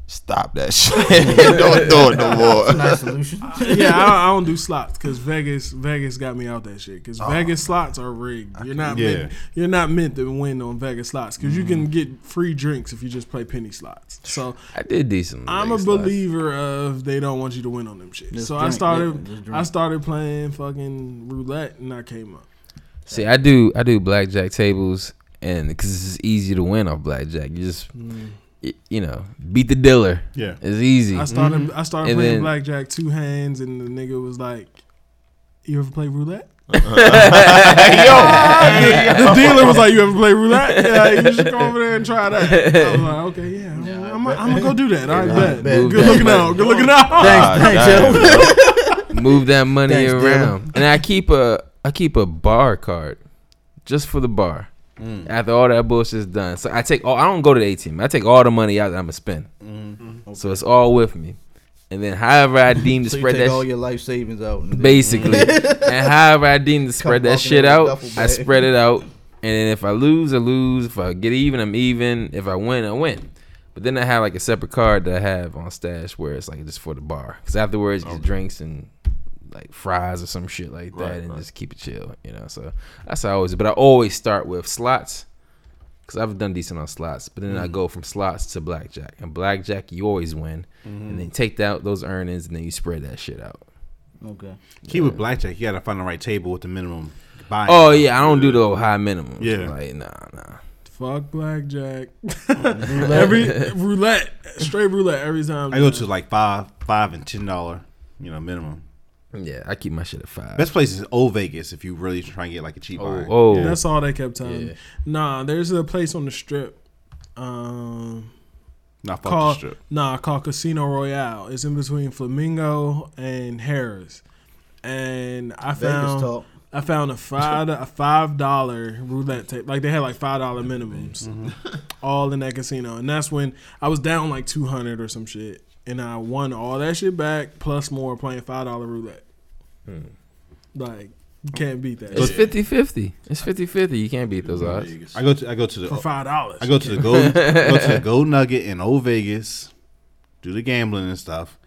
[SPEAKER 6] Stop that shit. <laughs> Don't do it no <laughs> more.
[SPEAKER 1] Nice solution.
[SPEAKER 5] yeah, I, I don't do slots because Vegas, Vegas got me out that shit. Because Vegas slots are rigged. You're not, meant,
[SPEAKER 7] Yeah.
[SPEAKER 5] you're not meant to win on Vegas slots because you can get free drinks if you just play penny slots. So
[SPEAKER 2] I did decent.
[SPEAKER 5] I'm a believer of they don't want you to win on them shit.
[SPEAKER 1] Just
[SPEAKER 5] so I
[SPEAKER 1] drink,
[SPEAKER 5] started,
[SPEAKER 1] yeah, just drink.
[SPEAKER 5] I started playing fucking roulette and I came up.
[SPEAKER 2] See, I do I do blackjack tables, and because it's easy to win off blackjack, you just
[SPEAKER 4] Mm.
[SPEAKER 2] y- you know beat the dealer.
[SPEAKER 7] Yeah.
[SPEAKER 2] It's easy. <laughs>
[SPEAKER 5] I started, I started
[SPEAKER 2] And
[SPEAKER 5] playing
[SPEAKER 2] then-
[SPEAKER 5] blackjack two hands and the nigga was like, You ever play roulette?
[SPEAKER 2] <laughs>
[SPEAKER 6] Yo,
[SPEAKER 5] <laughs>
[SPEAKER 3] <laughs>
[SPEAKER 5] the dealer was like, "You ever play roulette? Yeah, you should go over there and try that." I was like, "Okay, yeah, I'm, I'm, I'm gonna go do that. I bet.
[SPEAKER 2] bet.
[SPEAKER 5] Good looking out. Good looking out."
[SPEAKER 6] Ah, damn, bro.
[SPEAKER 2] move that money
[SPEAKER 4] Thanks,
[SPEAKER 2] around. And I keep a I keep a bar card just for the bar.
[SPEAKER 4] Mm.
[SPEAKER 2] After all that bullshit's done, so I take all. I don't go to the ATM. I take all the money out that I'm gonna spend. So it's all with me. And then however
[SPEAKER 4] <coughs>
[SPEAKER 2] I deem to
[SPEAKER 4] Mm-hmm. So you
[SPEAKER 2] spread
[SPEAKER 4] take
[SPEAKER 2] that
[SPEAKER 4] all
[SPEAKER 2] sh-
[SPEAKER 4] your life savings out. and then- <laughs>
[SPEAKER 2] basically, and however I deem to spread that
[SPEAKER 4] walking
[SPEAKER 2] shit
[SPEAKER 4] in a
[SPEAKER 2] out,
[SPEAKER 4] duffel
[SPEAKER 2] I
[SPEAKER 4] bag.
[SPEAKER 2] spread it out. And then if I lose, I lose. If I get even, I'm even. If I win, I win. But then I have like a separate card that I have on stash where it's like just for the bar. Because afterwards, you just drinks and like fries or some shit like that,
[SPEAKER 6] Right,
[SPEAKER 2] and
[SPEAKER 6] right.
[SPEAKER 2] just keep it chill, you know. So that's how I always. But I always start with slots because I've done decent on slots. But
[SPEAKER 6] Mm.
[SPEAKER 2] then I go from slots to blackjack, and blackjack you always win,
[SPEAKER 6] Mm-hmm.
[SPEAKER 2] and then take out those earnings, and then you spread that shit out.
[SPEAKER 4] Okay.
[SPEAKER 3] Key with blackjack, you gotta find the right table with the minimum buy.
[SPEAKER 2] Oh yeah, I don't do the high minimum.
[SPEAKER 3] Yeah.
[SPEAKER 2] like nah, nah.
[SPEAKER 5] Fuck <laughs> blackjack. every roulette, straight roulette every time.
[SPEAKER 3] I go to like five, five and ten dollar, you know, minimum.
[SPEAKER 2] Yeah, I keep my shit at five.
[SPEAKER 3] Best place is Old Vegas if you really try and get like a cheap
[SPEAKER 2] oh,
[SPEAKER 3] buy.
[SPEAKER 2] oh.
[SPEAKER 5] That's all they kept telling
[SPEAKER 2] Yeah.
[SPEAKER 5] me. Nah, there's a place on the strip. Um,
[SPEAKER 3] Not fuck
[SPEAKER 5] called
[SPEAKER 3] the strip.
[SPEAKER 5] nah called Casino Royale. It's in between Flamingo and Harris, and I
[SPEAKER 4] Vegas
[SPEAKER 5] found
[SPEAKER 4] talk.
[SPEAKER 5] I found a five a five dollar roulette tape. Like they had like five dollar minimums, <laughs> all in that casino. And that's when I was down like two hundred or some shit, and I won all that shit back plus more playing five dollar roulette. Like you can't beat that
[SPEAKER 2] It's
[SPEAKER 5] shit
[SPEAKER 2] 50 50. It's 50 50. You can't beat those odds.
[SPEAKER 3] I go to I go to the
[SPEAKER 5] for five dollars.
[SPEAKER 3] I go to the gold I go to
[SPEAKER 4] <laughs>
[SPEAKER 3] the gold nugget in Old Vegas, do the gambling and stuff,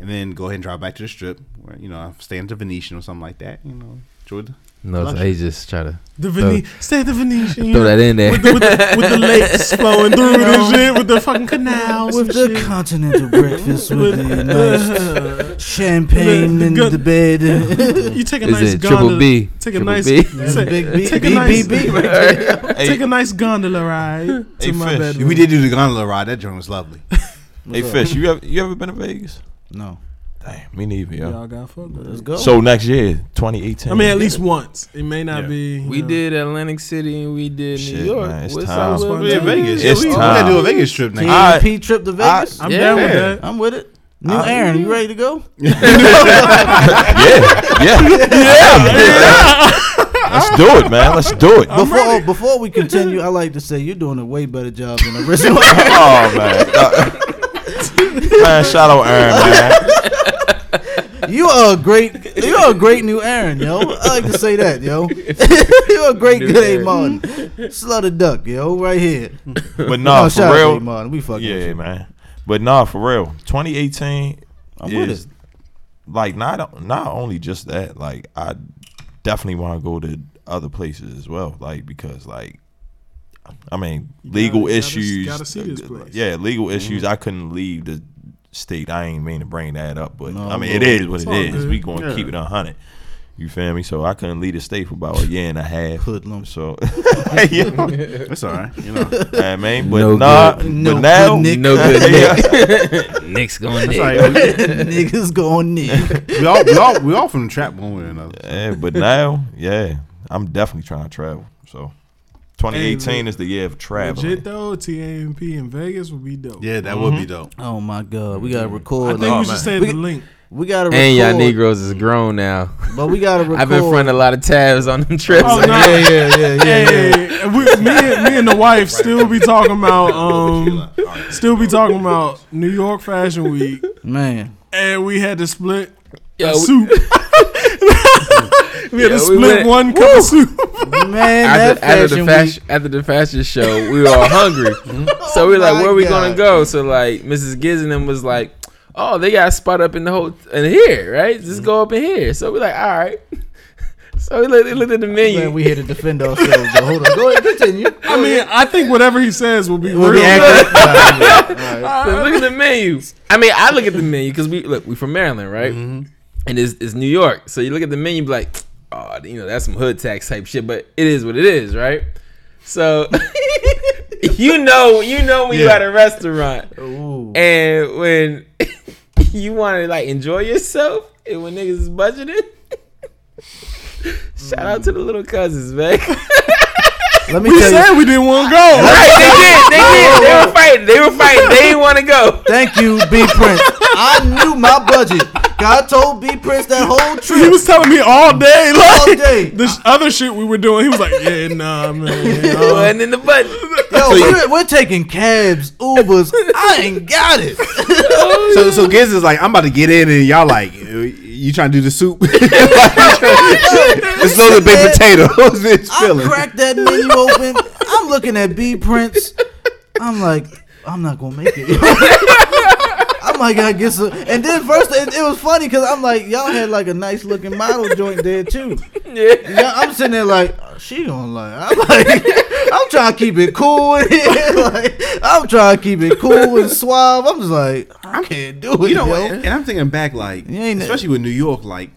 [SPEAKER 3] and then go ahead and drive back to the strip where you know I stay at the Venetian or something like that. You know, Jordan.
[SPEAKER 2] No, so he just try to
[SPEAKER 5] The Vene- stay at the Venetian you
[SPEAKER 2] throw
[SPEAKER 5] know,
[SPEAKER 2] that in there. Oh.
[SPEAKER 5] with, the, with, the, with
[SPEAKER 2] <laughs>
[SPEAKER 5] the lakes flowing through it and shit, with the fucking canals
[SPEAKER 4] With
[SPEAKER 5] with
[SPEAKER 4] the
[SPEAKER 5] and shit.
[SPEAKER 4] continental breakfast, with the nice
[SPEAKER 1] <laughs>
[SPEAKER 5] The-
[SPEAKER 4] champagne
[SPEAKER 5] the
[SPEAKER 4] in
[SPEAKER 5] good-
[SPEAKER 4] the bed.
[SPEAKER 5] you take a
[SPEAKER 2] <laughs> Is
[SPEAKER 5] nice
[SPEAKER 2] it triple
[SPEAKER 5] gondola-
[SPEAKER 2] B?
[SPEAKER 5] Take a
[SPEAKER 2] Triple
[SPEAKER 5] <laughs> nice,
[SPEAKER 2] B?
[SPEAKER 5] take-
[SPEAKER 4] Big B,
[SPEAKER 5] take a
[SPEAKER 4] B,
[SPEAKER 5] nice,
[SPEAKER 4] B, B.
[SPEAKER 5] <laughs> take
[SPEAKER 6] <laughs> Hey,
[SPEAKER 5] a nice gondola ride to
[SPEAKER 6] Hey,
[SPEAKER 5] my
[SPEAKER 6] Fish,
[SPEAKER 5] bedroom.
[SPEAKER 3] We did do the gondola ride. That joint was lovely.
[SPEAKER 6] hey, Fish, you ever you ever been to Vegas?
[SPEAKER 4] No.
[SPEAKER 6] Damn, me neither, yo.
[SPEAKER 5] Y'all got fucked with
[SPEAKER 4] Let's
[SPEAKER 5] us.
[SPEAKER 4] go.
[SPEAKER 6] So next year, 2018.
[SPEAKER 5] I mean, at least once. It may not be. you
[SPEAKER 2] <laughs> we
[SPEAKER 5] know.
[SPEAKER 2] did Atlantic City and we did New
[SPEAKER 6] Shit,
[SPEAKER 2] York.
[SPEAKER 6] man, it's
[SPEAKER 2] What's
[SPEAKER 6] time.
[SPEAKER 2] up with
[SPEAKER 3] We
[SPEAKER 2] that?
[SPEAKER 3] in Vegas.
[SPEAKER 6] It's
[SPEAKER 3] we, we
[SPEAKER 6] time.
[SPEAKER 3] gotta do a Vegas trip next.
[SPEAKER 6] I-
[SPEAKER 4] TNP trip to Vegas?
[SPEAKER 5] I'm
[SPEAKER 2] Yeah.
[SPEAKER 5] down with that.
[SPEAKER 4] I'm with it. New
[SPEAKER 6] I-
[SPEAKER 4] Aaron, you ready to go?
[SPEAKER 6] yeah, <laughs> yeah, yeah. Let's do it, man. Let's do it.
[SPEAKER 4] Before before we continue, I like to say you're doing a way better job than the rest of us.
[SPEAKER 6] Oh man, Uh, <laughs> man, shout out Aaron, man.
[SPEAKER 4] You are a great you are a great new Aaron, yo. I like to say that, yo. <laughs> You're a great
[SPEAKER 2] New
[SPEAKER 4] good A
[SPEAKER 2] Aaron.
[SPEAKER 4] Martin. Slaughter duck, yo, right here.
[SPEAKER 6] But nah,
[SPEAKER 4] No,
[SPEAKER 6] for
[SPEAKER 4] shout out
[SPEAKER 6] real.
[SPEAKER 4] to A Martin. We fucking with
[SPEAKER 6] Yeah,
[SPEAKER 4] you.
[SPEAKER 6] man. But nah, for real. 2018
[SPEAKER 4] I'm with
[SPEAKER 6] is like not not only just that. Like I definitely want to go to other places as well. Like because like I mean legal
[SPEAKER 5] gotta- you gotta-
[SPEAKER 6] issues.
[SPEAKER 5] gotta see this place. Mm-hmm.
[SPEAKER 6] Yeah, legal issues. I couldn't leave the state. I ain't mean to bring that up, but I mean
[SPEAKER 4] Lord.
[SPEAKER 6] it is what it
[SPEAKER 5] all
[SPEAKER 6] is.
[SPEAKER 5] good.
[SPEAKER 6] We going to keep it a hundred. You feel me? So I couldn't leave the state for about a year and a half.
[SPEAKER 4] Hoodlum.
[SPEAKER 6] So, <laughs>
[SPEAKER 5] <laughs>
[SPEAKER 6] yeah,
[SPEAKER 3] That's all right. You know,
[SPEAKER 4] <laughs>
[SPEAKER 6] I mean, but
[SPEAKER 2] No
[SPEAKER 6] nah,
[SPEAKER 2] good.
[SPEAKER 4] No
[SPEAKER 6] but now,
[SPEAKER 4] good, Nick.
[SPEAKER 2] No good
[SPEAKER 6] Yeah.
[SPEAKER 4] <laughs>
[SPEAKER 2] Nick. Nick's going
[SPEAKER 3] That's
[SPEAKER 2] Nick.
[SPEAKER 3] all right.
[SPEAKER 4] Niggas go on Nick.
[SPEAKER 3] We all we all we all from the trap one way or another.
[SPEAKER 6] Yeah, but now, yeah, I'm definitely trying to travel. So, 2018 is the year of
[SPEAKER 5] Legit
[SPEAKER 6] traveling.
[SPEAKER 5] though, TAMP in Vegas would be dope.
[SPEAKER 3] Yeah, that would be dope.
[SPEAKER 4] Oh my god, we gotta
[SPEAKER 5] I
[SPEAKER 4] record.
[SPEAKER 5] think
[SPEAKER 2] Oh,
[SPEAKER 4] like-
[SPEAKER 5] we should send
[SPEAKER 4] We-
[SPEAKER 5] the link.
[SPEAKER 4] we gotta record.
[SPEAKER 2] And y'all Negroes is grown now.
[SPEAKER 4] But we gotta
[SPEAKER 2] <laughs>
[SPEAKER 4] record.
[SPEAKER 2] I've been fronting a lot of tabs on them trips.
[SPEAKER 5] Oh, no.
[SPEAKER 2] yeah, yeah, yeah, yeah.
[SPEAKER 5] Hey, we, me, and, me and the wife still be
[SPEAKER 2] <laughs>
[SPEAKER 5] talking about um, still be talking about New York Fashion Week,
[SPEAKER 4] Man.
[SPEAKER 5] and we had to split
[SPEAKER 2] Yo,
[SPEAKER 5] a
[SPEAKER 2] Oh, we-
[SPEAKER 5] soup. we
[SPEAKER 2] Yeah, we
[SPEAKER 5] had to split
[SPEAKER 2] went-
[SPEAKER 5] one cup of soup. <laughs>
[SPEAKER 4] Man,
[SPEAKER 2] after, after
[SPEAKER 4] that fashion
[SPEAKER 2] the
[SPEAKER 4] week.
[SPEAKER 2] fashion after the fashion show, we were all
[SPEAKER 4] <laughs>
[SPEAKER 2] hungry, so we were like,
[SPEAKER 4] Oh my
[SPEAKER 2] "Where we
[SPEAKER 4] God.
[SPEAKER 2] gonna go?" So like, Mrs. Giznam was like, "Oh, they got a spot up in the whole in here, right? Just go up in here." So we're like, "All right." <laughs> So we looked, we looked at the menu.
[SPEAKER 4] Man, we here to defend ourselves. But hold on, go ahead, continue.
[SPEAKER 5] I mean, I think whatever he says will be
[SPEAKER 4] We'll
[SPEAKER 5] real.
[SPEAKER 4] be accurate.
[SPEAKER 3] <laughs>
[SPEAKER 4] All right, all right.
[SPEAKER 2] So look at the menu. I mean, I look at the menu because we look. We from Maryland, right? And it's, it's New York, so you look at the menu, be like, "Oh, you know, that's some hood tax type shit." But it is what it is, right? So <laughs> you know, you know when you at a restaurant.
[SPEAKER 4] Ooh.
[SPEAKER 2] And <laughs> when you want to like enjoy yourself, and when niggas is budgeting, <laughs> Shout out to the little cousins, man. <laughs>
[SPEAKER 1] Let me
[SPEAKER 5] We
[SPEAKER 1] tell you.
[SPEAKER 5] said we didn't want to go.
[SPEAKER 2] right, they did. They did. They were fighting. They were fighting. They didn't want to go.
[SPEAKER 1] Thank you, B Prince. I knew my budget. God told B Prince that
[SPEAKER 2] <laughs>
[SPEAKER 1] whole trip.
[SPEAKER 5] He was telling me all day, like
[SPEAKER 1] All day.
[SPEAKER 5] this other shit we were doing. He was like, "Yeah, nah, man." nah."
[SPEAKER 2] It <laughs> wasn't in the button.
[SPEAKER 1] Yo, we're, we're taking cabs, Ubers. I ain't got it.
[SPEAKER 3] So so Giz is like, I'm about to get in, and y'all like, uh, you trying to do the soup? <laughs> it's no the baked <laughs> potatoes. It's
[SPEAKER 1] I
[SPEAKER 3] filling.
[SPEAKER 1] cracked that menu open. I'm looking at B Prince. I'm like, I'm not gonna make it. <laughs> I'm like, I guess. so. And then first, it, it was funny because I'm like, y'all had like a nice looking model joint there too.
[SPEAKER 2] Yeah.
[SPEAKER 1] Yeah, I'm sitting there like she gonna like. I'm like, <laughs> I'm trying to keep it <laughs> cool. in here. like, I'm trying to keep it cool and suave. I'm just like, I can't do it.
[SPEAKER 3] you know
[SPEAKER 1] yo.
[SPEAKER 3] what? And I'm thinking back, like
[SPEAKER 1] You ain't-
[SPEAKER 3] especially with New York, like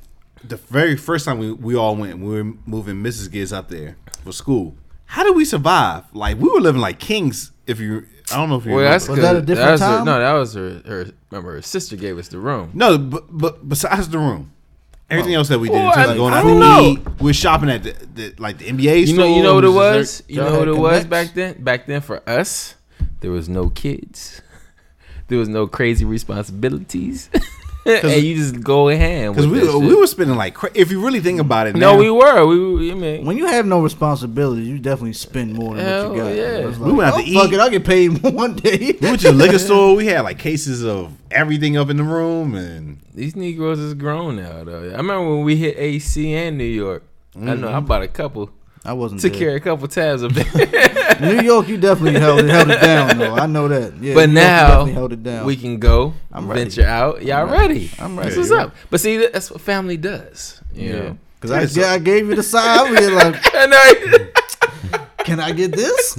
[SPEAKER 3] the very first time we, we all went, we were moving Mrs. Giz out there for school. How did we survive? Like we were living like kings. If you, I don't know if you.
[SPEAKER 2] Well,
[SPEAKER 3] remember.
[SPEAKER 2] that's
[SPEAKER 1] Was that a
[SPEAKER 2] good.
[SPEAKER 1] different
[SPEAKER 2] was her-
[SPEAKER 1] time?
[SPEAKER 2] no, that was her, her. Remember, her sister gave us the room.
[SPEAKER 3] no, but, but besides the room. Everything else that we did,
[SPEAKER 2] Well,
[SPEAKER 3] in terms
[SPEAKER 2] I-
[SPEAKER 3] of going
[SPEAKER 2] Oh. I
[SPEAKER 3] out
[SPEAKER 2] don't
[SPEAKER 3] to
[SPEAKER 2] know.
[SPEAKER 3] eat, we we're shopping at the, the like the NBA
[SPEAKER 2] You
[SPEAKER 3] store.
[SPEAKER 2] know, you know what it was. You
[SPEAKER 1] y'all
[SPEAKER 2] know
[SPEAKER 1] had
[SPEAKER 2] what it was
[SPEAKER 1] connects?
[SPEAKER 2] back then. Back then, for us, there was no kids. <laughs> There was no crazy responsibilities, <laughs> and you just go in hand.
[SPEAKER 3] Because
[SPEAKER 2] With
[SPEAKER 3] we,
[SPEAKER 2] that
[SPEAKER 3] we
[SPEAKER 2] shit.
[SPEAKER 3] were spending like cra- if you really think about it.
[SPEAKER 2] no,
[SPEAKER 3] now,
[SPEAKER 2] we were. We, we I mean,
[SPEAKER 1] When you have no responsibilities, you definitely spend more than what
[SPEAKER 2] Hell,
[SPEAKER 1] you got.
[SPEAKER 2] yeah.
[SPEAKER 1] It's
[SPEAKER 3] We went out
[SPEAKER 1] oh,
[SPEAKER 3] to
[SPEAKER 1] Fuck
[SPEAKER 3] eat.
[SPEAKER 1] it, I get paid <laughs> one day.
[SPEAKER 3] we went to the liquor store. We had like cases of everything up in the room, and
[SPEAKER 2] these Negroes is grown now. Though I remember when we hit AC and New York. I know I bought a couple.
[SPEAKER 1] <laughs> I wasn't
[SPEAKER 2] Took
[SPEAKER 1] there.
[SPEAKER 2] care of a couple tabs up there. <laughs>
[SPEAKER 1] New York, you definitely held it, held it down though. I know that. Yeah,
[SPEAKER 2] but
[SPEAKER 1] New York, you
[SPEAKER 2] now
[SPEAKER 1] definitely held it down.
[SPEAKER 2] we can go
[SPEAKER 1] I'm ready.
[SPEAKER 2] venture out. Y'all ready?
[SPEAKER 1] I'm
[SPEAKER 2] That's
[SPEAKER 1] ready.
[SPEAKER 2] what's up. But see, that- that's what family does. You yeah. know. <laughs>
[SPEAKER 1] Cause I, yeah, I gave you the side. I'm here like,
[SPEAKER 2] And I,
[SPEAKER 1] can I get this?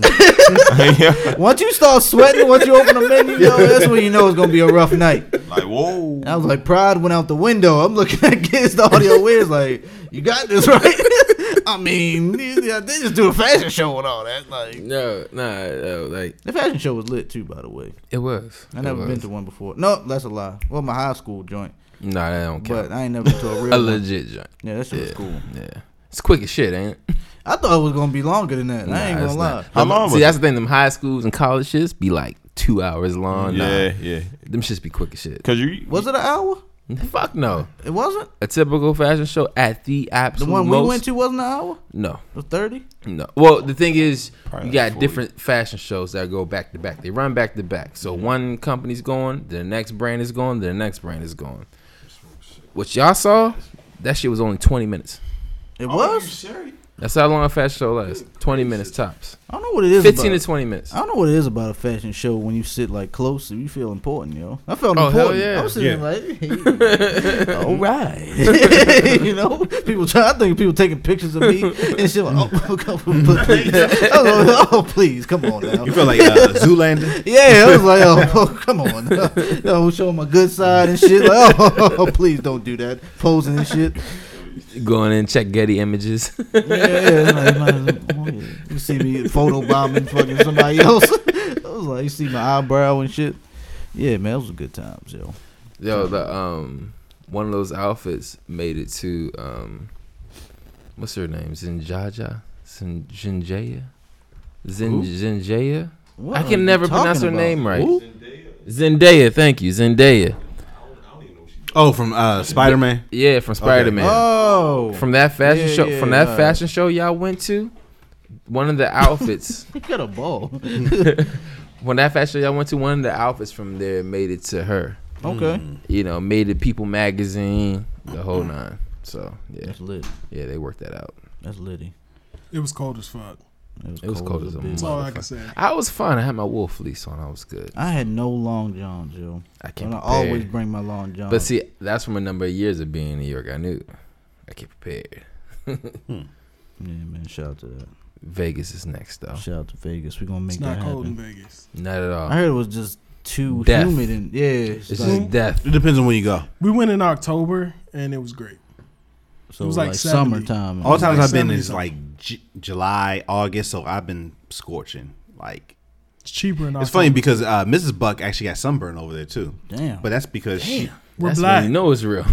[SPEAKER 6] <laughs>
[SPEAKER 1] once you start sweating, once you open the menu,
[SPEAKER 3] <laughs>
[SPEAKER 1] yo, that's when you know it's gonna be a rough night.
[SPEAKER 6] Like whoa.
[SPEAKER 1] And I was like, pride went out the window. I'm looking <laughs> at kids, the audio whiz, like, you got this right. <laughs> I mean, they they just do a fashion show and all that. Like,
[SPEAKER 2] <laughs> no, nah, no, like
[SPEAKER 1] the fashion show was lit too, by the way.
[SPEAKER 2] it was.
[SPEAKER 1] I never been to one before. No, that's a lie. Well, my high school joint,
[SPEAKER 2] Nah, that don't count.
[SPEAKER 1] but I ain't never been to a real.
[SPEAKER 2] a
[SPEAKER 1] one.
[SPEAKER 2] legit joint.
[SPEAKER 1] Yeah, that shit was
[SPEAKER 2] Yeah.
[SPEAKER 1] cool.
[SPEAKER 2] Yeah. It's quick as shit, ain't it? <laughs>
[SPEAKER 1] I thought it was gonna be longer than that.
[SPEAKER 2] Nah,
[SPEAKER 1] I ain't
[SPEAKER 2] it's
[SPEAKER 1] gonna lie.
[SPEAKER 2] not.
[SPEAKER 6] How
[SPEAKER 2] Them-
[SPEAKER 6] long
[SPEAKER 2] See,
[SPEAKER 6] was
[SPEAKER 2] that's the thing. Them high schools and college shits be like two hours long. Yeah.
[SPEAKER 6] Yeah, yeah.
[SPEAKER 2] Them shits be quick as shit.
[SPEAKER 6] Cause you
[SPEAKER 1] Was it an hour?
[SPEAKER 2] Fuck no.
[SPEAKER 1] It wasn't.
[SPEAKER 2] A typical fashion show at the
[SPEAKER 1] The
[SPEAKER 2] absolute
[SPEAKER 1] one we
[SPEAKER 2] most.
[SPEAKER 1] went to wasn't an hour.
[SPEAKER 2] No,
[SPEAKER 1] It was thirty.
[SPEAKER 2] no. Well, the thing is,
[SPEAKER 6] Probably
[SPEAKER 2] you
[SPEAKER 6] like
[SPEAKER 2] got
[SPEAKER 6] 40.
[SPEAKER 2] different fashion shows that go back to back. They run back to back. So one company's going, the next brand is going, the next brand is going. What y'all saw, that shit was only 20 minutes.
[SPEAKER 1] It
[SPEAKER 6] Are you
[SPEAKER 1] was.
[SPEAKER 6] serious?
[SPEAKER 2] That's how long a fashion show lasts. 20 minutes tops.
[SPEAKER 1] I don't know what it is.
[SPEAKER 2] 15
[SPEAKER 1] about.
[SPEAKER 2] to 20 minutes.
[SPEAKER 1] I don't know what it is about a fashion show when you sit like close and you feel important, yo. I felt
[SPEAKER 2] Oh, hell
[SPEAKER 1] important.
[SPEAKER 2] yeah.
[SPEAKER 1] I was sitting like,
[SPEAKER 2] <laughs>
[SPEAKER 1] all right, <laughs> you know, people. Try, I think people taking pictures of me and shit. Like, oh, <laughs> come on,
[SPEAKER 2] <laughs>
[SPEAKER 1] please. I was like, oh, please, come on now.
[SPEAKER 3] you feel like uh, Zoolander.
[SPEAKER 1] Yeah, I was like, oh, oh, <laughs> come on, yo, showing my good side and shit. Like, oh, <laughs> please don't do that, posing and shit.
[SPEAKER 2] Going in, check Getty images.
[SPEAKER 1] Yeah, like,
[SPEAKER 3] <laughs>
[SPEAKER 1] might as well- yeah. <laughs> you see me photo bombing fucking somebody else. <laughs> I was like, you see my eyebrow and shit. Yeah, man, those was good times, yo.
[SPEAKER 2] Yo, the um one of those outfits made it to um what's her name? Zinjaja? Zin- Zinjaya? Zin- Zinjaya?
[SPEAKER 1] What
[SPEAKER 2] I
[SPEAKER 1] are you
[SPEAKER 2] can never pronounce her
[SPEAKER 1] talking about?
[SPEAKER 2] name right. Zendaya, thank you. Zendaya.
[SPEAKER 3] Oh, from uh, Spider Man.
[SPEAKER 2] Yeah, from Spider Man.
[SPEAKER 1] Oh,
[SPEAKER 2] From that fashion
[SPEAKER 1] Yeah,
[SPEAKER 2] show
[SPEAKER 1] yeah,
[SPEAKER 2] from that
[SPEAKER 1] alright.
[SPEAKER 2] fashion show y'all went to,
[SPEAKER 1] <laughs>
[SPEAKER 2] one of the outfits
[SPEAKER 1] he got a ball. <laughs> okay,
[SPEAKER 2] <laughs> when that fashion show y'all went to, one of the outfits from there made it to her.
[SPEAKER 3] Hmm.
[SPEAKER 2] You know, made it People magazine, the
[SPEAKER 1] Mm-hmm.
[SPEAKER 2] whole nine. So yeah.
[SPEAKER 1] that's lit.
[SPEAKER 2] Yeah, they worked that out.
[SPEAKER 1] That's litty.
[SPEAKER 5] It was cold as fuck.
[SPEAKER 2] It was cold as a
[SPEAKER 5] That's
[SPEAKER 1] bitch.
[SPEAKER 5] all I can say.
[SPEAKER 2] I was fine. I had my wolf fleece on. I was good.
[SPEAKER 1] I had no long johns, yo.
[SPEAKER 2] I can't
[SPEAKER 1] And I
[SPEAKER 2] prepare.
[SPEAKER 1] always bring my long johns.
[SPEAKER 2] but see, that's from a number of years of being in New York. I knew I can't prepare.
[SPEAKER 1] yeah, man, shout out to that.
[SPEAKER 2] Vegas is next though.
[SPEAKER 1] Shout out to Vegas. We gonna make
[SPEAKER 5] It's
[SPEAKER 1] that
[SPEAKER 5] not cold in
[SPEAKER 1] happen.
[SPEAKER 5] Vegas.
[SPEAKER 2] Not at
[SPEAKER 1] I
[SPEAKER 2] all.
[SPEAKER 1] heard it was just too
[SPEAKER 2] Death.
[SPEAKER 1] humid and yeah. It's
[SPEAKER 2] It's
[SPEAKER 1] like,
[SPEAKER 2] just death.
[SPEAKER 3] It depends on when you go.
[SPEAKER 5] We went in October and it was great.
[SPEAKER 1] so
[SPEAKER 5] it was
[SPEAKER 1] like,
[SPEAKER 5] like 70.
[SPEAKER 1] summertime. and
[SPEAKER 3] All the times
[SPEAKER 5] like
[SPEAKER 3] I've been
[SPEAKER 5] 70
[SPEAKER 3] is
[SPEAKER 5] something.
[SPEAKER 3] like J- July, August, so I've been scorching. Like
[SPEAKER 5] It's cheaper in
[SPEAKER 3] It's
[SPEAKER 5] October.
[SPEAKER 3] funny because uh, Mrs. Buck actually got sunburn over there too.
[SPEAKER 1] Damn.
[SPEAKER 3] But that's because she.
[SPEAKER 5] We're
[SPEAKER 2] That's
[SPEAKER 5] black.
[SPEAKER 2] when you know it's real.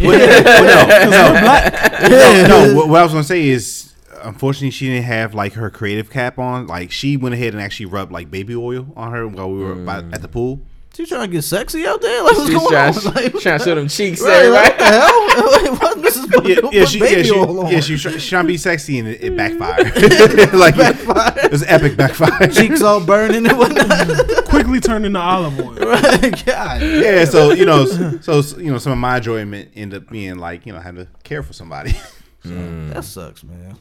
[SPEAKER 3] No, <laughs> no, what, what I was gonna say is, unfortunately, she didn't have like her creative cap on. Like she went ahead and actually rubbed like baby oil on her while we were by, at the pool.
[SPEAKER 1] She trying to get sexy out there? Like, what's
[SPEAKER 2] She's
[SPEAKER 1] going
[SPEAKER 2] trying,
[SPEAKER 1] on? <laughs> Like,
[SPEAKER 2] trying to show them cheeks,
[SPEAKER 1] right,
[SPEAKER 2] right?
[SPEAKER 1] what the hell? <laughs> Like, what, Mrs. Buck,
[SPEAKER 3] Yeah,
[SPEAKER 1] don't
[SPEAKER 3] yeah,
[SPEAKER 1] put
[SPEAKER 3] she, yeah,
[SPEAKER 1] baby
[SPEAKER 3] she,
[SPEAKER 1] oil on.
[SPEAKER 3] yeah, she was try- she trying to be sexy and it, it backfired. <laughs> like
[SPEAKER 1] <laughs>
[SPEAKER 3] it was an epic
[SPEAKER 1] <laughs>
[SPEAKER 3] backfire. <laughs>
[SPEAKER 1] Cheeks all burning and whatnot. <laughs>
[SPEAKER 5] quickly turn into olive oil.
[SPEAKER 1] right? God.
[SPEAKER 3] yeah, so you know, so you know, some of my enjoyment ended up being like you know, having to care for somebody. <laughs>
[SPEAKER 1] That sucks, man.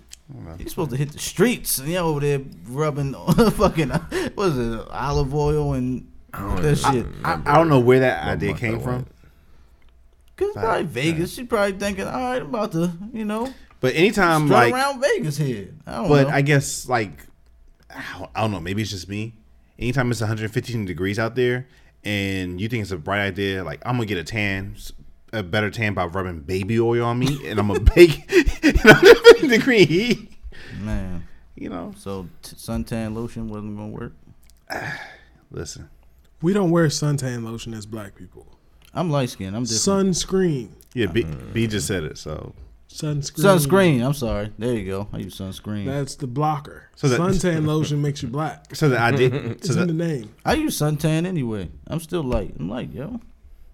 [SPEAKER 1] You're supposed to hit the streets, and you're over there rubbing <laughs> fucking what is it, olive oil and that shit.
[SPEAKER 3] I, I don't know where that idea
[SPEAKER 2] month
[SPEAKER 3] came
[SPEAKER 2] that
[SPEAKER 3] from,
[SPEAKER 2] went.
[SPEAKER 1] Cause probably Vegas. She probably thinking, all right, I'm about to, you know,
[SPEAKER 3] but anytime
[SPEAKER 1] strut
[SPEAKER 3] like
[SPEAKER 1] around Vegas here. I don't
[SPEAKER 3] But
[SPEAKER 1] know.
[SPEAKER 3] I guess like I don't- I don't know. Maybe it's just me. Anytime it's 115 degrees out there, and you think it's a bright idea, like I'm gonna get a tan, s- a better tan by rubbing baby oil on me, and I'm gonna <laughs> bake in 115 degree heat.
[SPEAKER 1] man,
[SPEAKER 3] You know,
[SPEAKER 1] so t- suntan lotion wasn't gonna work.
[SPEAKER 3] listen.
[SPEAKER 5] We don't wear suntan lotion as black people.
[SPEAKER 1] I'm light skinned I'm different.
[SPEAKER 5] Sunscreen.
[SPEAKER 3] Yeah, B, B just said it. So
[SPEAKER 5] Sunscreen.
[SPEAKER 1] sunscreen. I'm sorry. There you go. I use sunscreen.
[SPEAKER 5] That's the blocker.
[SPEAKER 3] So that-
[SPEAKER 5] suntan lotion makes you black.
[SPEAKER 3] so the idea, <laughs>
[SPEAKER 5] It's
[SPEAKER 3] so
[SPEAKER 5] in the
[SPEAKER 3] the,
[SPEAKER 5] name.
[SPEAKER 1] I use suntan anyway. I'm still light. I'm like yo.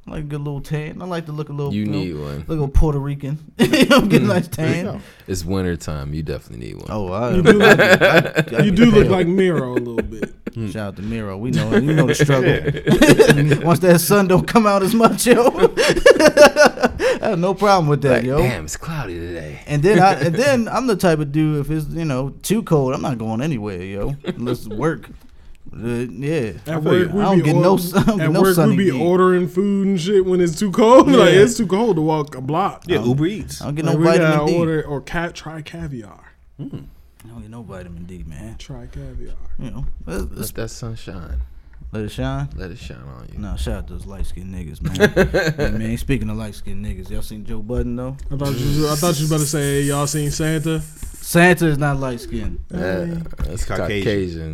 [SPEAKER 1] I like a good little tan. I like to look a little.
[SPEAKER 2] You
[SPEAKER 1] know,
[SPEAKER 2] need one.
[SPEAKER 1] Look a Puerto Rican. <laughs> I'm getting a nice tan.
[SPEAKER 2] It's winter time. You definitely need one.
[SPEAKER 1] Oh, I,
[SPEAKER 5] You
[SPEAKER 2] <laughs>
[SPEAKER 5] do look,
[SPEAKER 1] I
[SPEAKER 5] you
[SPEAKER 1] get
[SPEAKER 5] do look
[SPEAKER 1] pale.
[SPEAKER 5] like Miro a little bit.
[SPEAKER 2] Hmm.
[SPEAKER 1] Shout out to Miro. We know you know the struggle.
[SPEAKER 2] <laughs>
[SPEAKER 1] Once that sun don't come out as much, yo. <laughs> I have no problem with that,
[SPEAKER 2] Like,
[SPEAKER 1] yo.
[SPEAKER 2] Damn, it's cloudy today.
[SPEAKER 1] And then I and then I'm the type of dude if it's you know too cold, I'm not going anywhere, yo. Unless it's work. Uh, yeah.
[SPEAKER 5] At work,
[SPEAKER 1] I don't
[SPEAKER 5] we be
[SPEAKER 1] get no
[SPEAKER 5] order-
[SPEAKER 1] sun- <laughs> I don't get
[SPEAKER 5] At
[SPEAKER 1] no
[SPEAKER 5] work,
[SPEAKER 1] sunny
[SPEAKER 5] we be
[SPEAKER 1] heat.
[SPEAKER 5] ordering food and shit when it's too cold. <laughs> like it's too cold to walk a block.
[SPEAKER 3] yeah, Uber Eats.
[SPEAKER 1] I don't get
[SPEAKER 5] Like,
[SPEAKER 1] no
[SPEAKER 5] we gotta
[SPEAKER 1] vitamin D.
[SPEAKER 5] order or cat try caviar.
[SPEAKER 1] I don't get no vitamin D, man.
[SPEAKER 5] Try caviar.
[SPEAKER 1] You know, let's,
[SPEAKER 2] Let
[SPEAKER 1] let's
[SPEAKER 2] that sunshine.
[SPEAKER 1] let it shine.
[SPEAKER 2] Let it shine on you.
[SPEAKER 1] Nah, shout out to those light skinned niggas, man. Yeah, man, speaking of light skinned niggas, y'all seen Joe Budden though?
[SPEAKER 5] I thought you. Was, I thought you was about to say y'all seen Santa.
[SPEAKER 1] Santa is not light skinned.
[SPEAKER 2] Yeah, that's
[SPEAKER 3] Caucasian.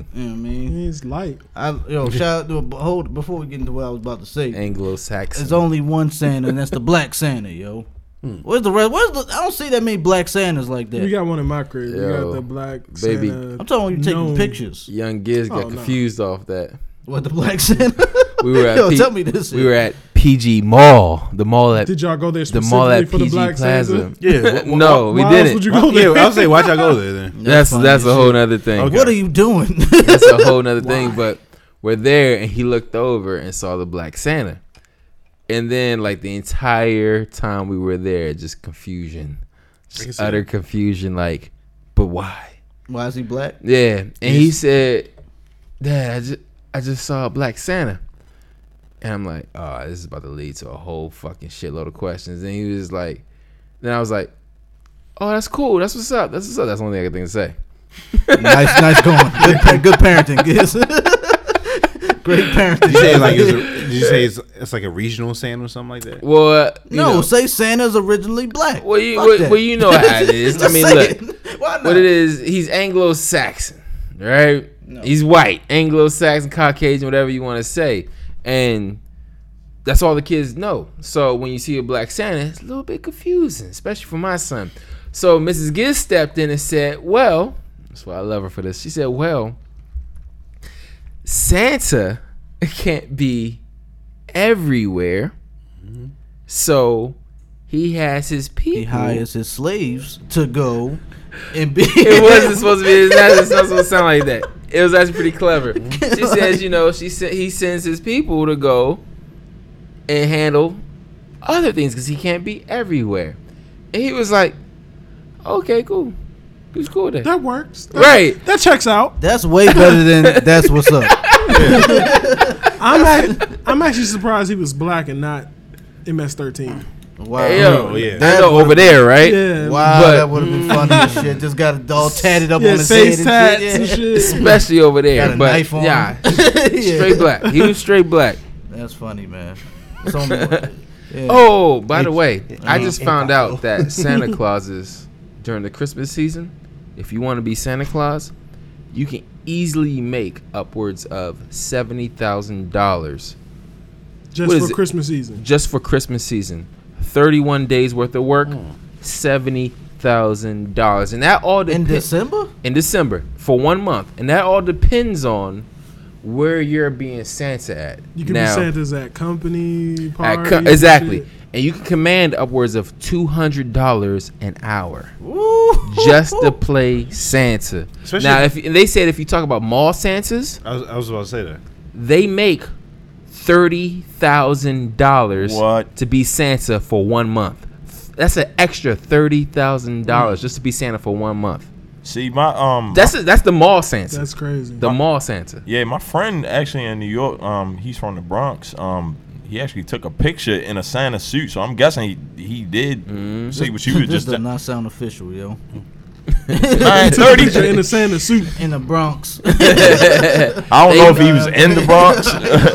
[SPEAKER 2] Caucasian.
[SPEAKER 1] You know what I mean?
[SPEAKER 5] He's light.
[SPEAKER 1] I, yo, shout out to but hold before we get into what I was about to say.
[SPEAKER 2] Anglo-Saxon.
[SPEAKER 1] There's only one Santa, and that's the Black Santa, yo. Where's the rest? Where's the? I don't see that many Black Santas like that.
[SPEAKER 5] We got one in my crib. we
[SPEAKER 2] Yo,
[SPEAKER 5] got the black
[SPEAKER 2] baby.
[SPEAKER 5] Santa.
[SPEAKER 1] I'm talking about you taking
[SPEAKER 5] gnome.
[SPEAKER 1] pictures.
[SPEAKER 2] Young Giz got
[SPEAKER 5] Oh, no.
[SPEAKER 2] confused off that.
[SPEAKER 1] What the Black Santa?
[SPEAKER 2] We were
[SPEAKER 1] <laughs>
[SPEAKER 2] at
[SPEAKER 1] Yo,
[SPEAKER 2] P-
[SPEAKER 1] tell me this.
[SPEAKER 2] We were at PG Mall, the mall at
[SPEAKER 5] Did y'all go there
[SPEAKER 2] the
[SPEAKER 5] specifically
[SPEAKER 2] mall at
[SPEAKER 5] for the
[SPEAKER 2] PG
[SPEAKER 5] black
[SPEAKER 2] Plaza.
[SPEAKER 5] Santa?
[SPEAKER 3] Yeah, wh- wh-
[SPEAKER 2] no, we
[SPEAKER 5] Why else would
[SPEAKER 2] didn't.
[SPEAKER 5] you
[SPEAKER 3] <laughs>
[SPEAKER 5] go
[SPEAKER 3] yeah.
[SPEAKER 5] there?
[SPEAKER 3] I was say, why y'all go there then?
[SPEAKER 2] That's
[SPEAKER 1] funny
[SPEAKER 2] that's
[SPEAKER 1] as
[SPEAKER 2] a
[SPEAKER 1] shit.
[SPEAKER 2] whole nother thing.
[SPEAKER 3] Okay.
[SPEAKER 1] What are you doing? <laughs>
[SPEAKER 2] That's a whole nother thing. But we're there, and he looked over and saw the Black Santa, and then like the entire time we were there, just confusion,
[SPEAKER 3] can
[SPEAKER 2] just
[SPEAKER 3] see
[SPEAKER 2] utter confusion. Like, but why?
[SPEAKER 1] Why is he black?
[SPEAKER 2] Yeah, and he said, "Dad, I just I just saw a black Santa," and I'm like, "Oh, this is about to lead to a whole fucking shitload of questions." And he was just like, "Then I was like, oh, that's cool. That's what's up. That's what's up. That's the only thing I can say."
[SPEAKER 1] nice, nice going. Good, pa- good parenting, kids. <laughs> Great parenting.
[SPEAKER 3] <laughs> Did you say like it's a, did you say it's, it's like a regional sand or something like that?
[SPEAKER 2] Well, you
[SPEAKER 1] No,
[SPEAKER 2] know,
[SPEAKER 1] say Santa's originally black.
[SPEAKER 2] well, you,
[SPEAKER 1] Fuck
[SPEAKER 2] well,
[SPEAKER 1] that.
[SPEAKER 2] well,
[SPEAKER 1] <laughs>
[SPEAKER 2] you know how it is. I
[SPEAKER 1] Just
[SPEAKER 2] mean,
[SPEAKER 1] say
[SPEAKER 2] look,
[SPEAKER 1] it. <laughs> Why not?
[SPEAKER 2] what it is, he's Anglo-Saxon, right? He's white, Anglo-Saxon, Caucasian, whatever you want to say, and that's all the kids know. So when you see a black Santa, it's a little bit confusing, especially for my son. So Mrs. Giz stepped in and said, "Well, that's why I love her for this." She said, "Well, Santa can't be everywhere, so." He has his people.
[SPEAKER 1] He hires his slaves to go and be. <laughs>
[SPEAKER 2] <laughs> It wasn't supposed to be. It's not, it's not supposed to sound like that. It was actually pretty clever. She says, you know, she sen- he sends his people to go and handle other things because he can't be everywhere. And he was like, okay, cool. It was cool then.
[SPEAKER 5] That works. That,
[SPEAKER 2] Right.
[SPEAKER 5] That checks out.
[SPEAKER 1] That's way better than that's what's up. <laughs>
[SPEAKER 5] I'm act- I'm actually surprised he was black and not MS13.
[SPEAKER 1] Wow.
[SPEAKER 2] Yo,
[SPEAKER 3] Oh, yeah.
[SPEAKER 2] I
[SPEAKER 1] That
[SPEAKER 2] know
[SPEAKER 1] would've
[SPEAKER 2] over there, right?
[SPEAKER 5] Yeah.
[SPEAKER 1] Wow,
[SPEAKER 2] But-
[SPEAKER 1] that would have been funny as shit. Just got it all tatted up
[SPEAKER 5] Yeah,
[SPEAKER 1] on his head.
[SPEAKER 5] face
[SPEAKER 1] and
[SPEAKER 5] tats
[SPEAKER 1] shit.
[SPEAKER 5] and
[SPEAKER 1] Yeah.
[SPEAKER 2] <laughs>
[SPEAKER 5] shit.
[SPEAKER 2] Especially over there.
[SPEAKER 1] Got a
[SPEAKER 2] but
[SPEAKER 1] knife on.
[SPEAKER 2] yeah,
[SPEAKER 1] <laughs> Yeah.
[SPEAKER 2] straight black. He was straight black.
[SPEAKER 1] That's funny, man. It's only one. Yeah.
[SPEAKER 2] Oh, by the way, I just found out that Santa Claus is during the Christmas season. If you want to be Santa Claus, you can easily make upwards of seventy thousand dollars
[SPEAKER 5] Just
[SPEAKER 2] What
[SPEAKER 5] for
[SPEAKER 2] is it?
[SPEAKER 5] Christmas season.
[SPEAKER 2] just for Christmas season. Thirty-one days worth of work, seventy thousand dollars, and that all
[SPEAKER 4] in
[SPEAKER 2] depends
[SPEAKER 4] December.
[SPEAKER 2] in December for one month, and that all depends on where you're being Santa at.
[SPEAKER 5] You can be Santa's at company
[SPEAKER 2] at
[SPEAKER 5] parties.
[SPEAKER 2] co-
[SPEAKER 5] and
[SPEAKER 2] exactly,
[SPEAKER 5] shit.
[SPEAKER 2] and you can command upwards of two hundred dollars an hour
[SPEAKER 4] Ooh.
[SPEAKER 2] just to play Santa.
[SPEAKER 3] Especially-
[SPEAKER 2] now, if and they said if you talk about mall Santas,
[SPEAKER 3] I was, I was about to say that.
[SPEAKER 2] they make thirty thousand dollars
[SPEAKER 6] What?
[SPEAKER 2] to be Santa for one month. That's an extra thirty thousand dollars just to be Santa for one month.
[SPEAKER 6] See, my um,
[SPEAKER 2] That's that's the mall Santa.
[SPEAKER 5] That's crazy.
[SPEAKER 2] the mall Santa. <laughs>
[SPEAKER 6] Yeah, my friend actually in New York. Um, he's from the Bronx. Um, he actually took a picture in a Santa suit, so I'm guessing he he did see what you were
[SPEAKER 1] <laughs>
[SPEAKER 4] This
[SPEAKER 6] just.
[SPEAKER 4] does not sound official, yo.
[SPEAKER 6] Man,
[SPEAKER 2] <laughs>
[SPEAKER 6] thirty.
[SPEAKER 5] Picture in a Santa suit.
[SPEAKER 4] In the Bronx.
[SPEAKER 6] I don't
[SPEAKER 2] They-
[SPEAKER 6] know if he was in the Bronx.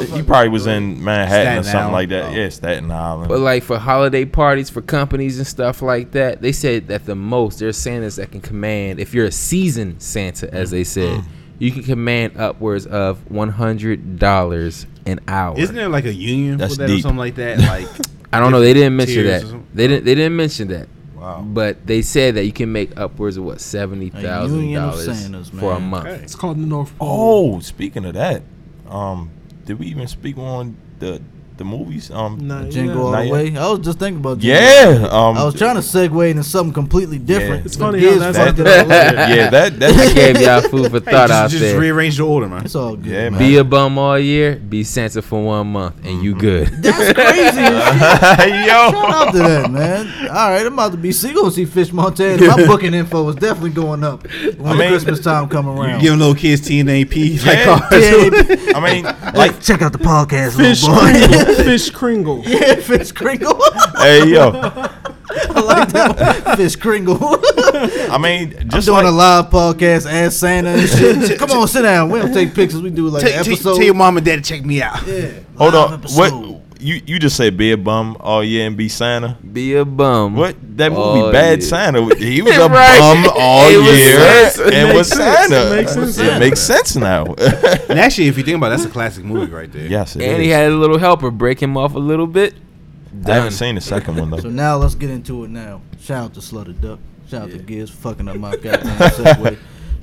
[SPEAKER 6] <laughs> he probably was in Manhattan
[SPEAKER 3] Staten
[SPEAKER 6] or something
[SPEAKER 3] Island.
[SPEAKER 6] like that.
[SPEAKER 3] Oh.
[SPEAKER 6] Yeah, Staten Island.
[SPEAKER 2] But like for holiday parties for companies and stuff like that, they said that the most there's Santas that can command if you're a seasoned Santa, as they said,
[SPEAKER 3] Mm-hmm.
[SPEAKER 2] you can command upwards of one hundred dollars an hour.
[SPEAKER 3] Isn't there like a union
[SPEAKER 6] That's
[SPEAKER 3] for that or
[SPEAKER 6] deep.
[SPEAKER 3] something like that? <laughs> Like
[SPEAKER 2] I don't know. They didn't mention
[SPEAKER 3] Tiers or
[SPEAKER 2] that.
[SPEAKER 3] something?
[SPEAKER 2] They didn't. They didn't mention that.
[SPEAKER 6] wow.
[SPEAKER 2] But they said that you can make upwards of what seventy thousand
[SPEAKER 4] union of
[SPEAKER 2] dollars
[SPEAKER 4] Santas,
[SPEAKER 2] for a
[SPEAKER 4] man.
[SPEAKER 2] month.
[SPEAKER 3] Okay.
[SPEAKER 5] It's called the North Pole.
[SPEAKER 6] Oh, speaking of that, um, did we even speak on the the movies? Um,
[SPEAKER 5] Nah,
[SPEAKER 4] Oh, Jingle all
[SPEAKER 5] yeah.
[SPEAKER 6] Not
[SPEAKER 4] the
[SPEAKER 6] yet.
[SPEAKER 4] way. I was just thinking about Jingle.
[SPEAKER 6] yeah. Um,
[SPEAKER 4] I was trying to segue into something completely different.
[SPEAKER 6] It's
[SPEAKER 4] but
[SPEAKER 5] funny how
[SPEAKER 4] it is
[SPEAKER 5] that's
[SPEAKER 4] fucking
[SPEAKER 5] like
[SPEAKER 4] all
[SPEAKER 3] <laughs>
[SPEAKER 4] over.
[SPEAKER 6] yeah, that
[SPEAKER 2] I <laughs>
[SPEAKER 6] that.
[SPEAKER 2] gave y'all food for thought out
[SPEAKER 3] just, just
[SPEAKER 2] there.
[SPEAKER 3] rearrange the order, <laughs> man.
[SPEAKER 4] It's all good.
[SPEAKER 6] Yeah, man.
[SPEAKER 2] be a bum all year, be Santa for one month, and you
[SPEAKER 3] Mm-hmm. <laughs>
[SPEAKER 2] good.
[SPEAKER 4] That's crazy. Shout
[SPEAKER 6] Yo.
[SPEAKER 4] out to that, man. All right, I'm about to be single see Fish Montana. My booking info is definitely going up when
[SPEAKER 6] I mean-
[SPEAKER 4] Christmas time come around.
[SPEAKER 3] Giving little kids TNAP. <laughs> Like,
[SPEAKER 6] Yeah. <laughs>
[SPEAKER 3] oh,
[SPEAKER 4] <laughs> Yeah,
[SPEAKER 6] I mean, like,
[SPEAKER 4] like, check out the podcast,
[SPEAKER 5] Fish
[SPEAKER 4] little boy.
[SPEAKER 5] Kringle. Fish Kringle.
[SPEAKER 4] <laughs> yeah, Fish Kringle. <laughs>
[SPEAKER 6] hey, yo.
[SPEAKER 4] I like that. Fish Kringle.
[SPEAKER 6] I mean, just
[SPEAKER 4] doing
[SPEAKER 6] like,
[SPEAKER 4] a live podcast as Santa and <laughs> shit. Come on, sit down. We don't take pictures. We do like
[SPEAKER 3] take-
[SPEAKER 4] an
[SPEAKER 3] take-
[SPEAKER 4] episode.
[SPEAKER 3] tell your mom and dad to check me out.
[SPEAKER 4] yeah,
[SPEAKER 6] hold
[SPEAKER 4] live
[SPEAKER 6] on.
[SPEAKER 4] episode.
[SPEAKER 6] What you you just said be a bum all year and be Santa?
[SPEAKER 2] Be a bum.
[SPEAKER 6] What that movie
[SPEAKER 2] All
[SPEAKER 6] Bad
[SPEAKER 2] year.
[SPEAKER 6] Santa? He was a
[SPEAKER 2] Right.
[SPEAKER 6] bum all
[SPEAKER 2] It was
[SPEAKER 6] year
[SPEAKER 2] Santa. It
[SPEAKER 6] and was
[SPEAKER 5] makes sense.
[SPEAKER 6] Santa.
[SPEAKER 5] It makes sense now.
[SPEAKER 6] It makes sense now. <laughs>
[SPEAKER 3] And actually, if you think about it, that's a classic movie right there.
[SPEAKER 6] yes, it
[SPEAKER 2] And he
[SPEAKER 6] is.
[SPEAKER 2] had a little helper break him off a little bit.
[SPEAKER 6] I
[SPEAKER 2] Done.
[SPEAKER 6] haven't seen the second one
[SPEAKER 1] <laughs>
[SPEAKER 4] So
[SPEAKER 6] though.
[SPEAKER 4] now let's get into it. Now, shout out to Slutted Duck. Shout out to Giz for fucking up my goddamn segue.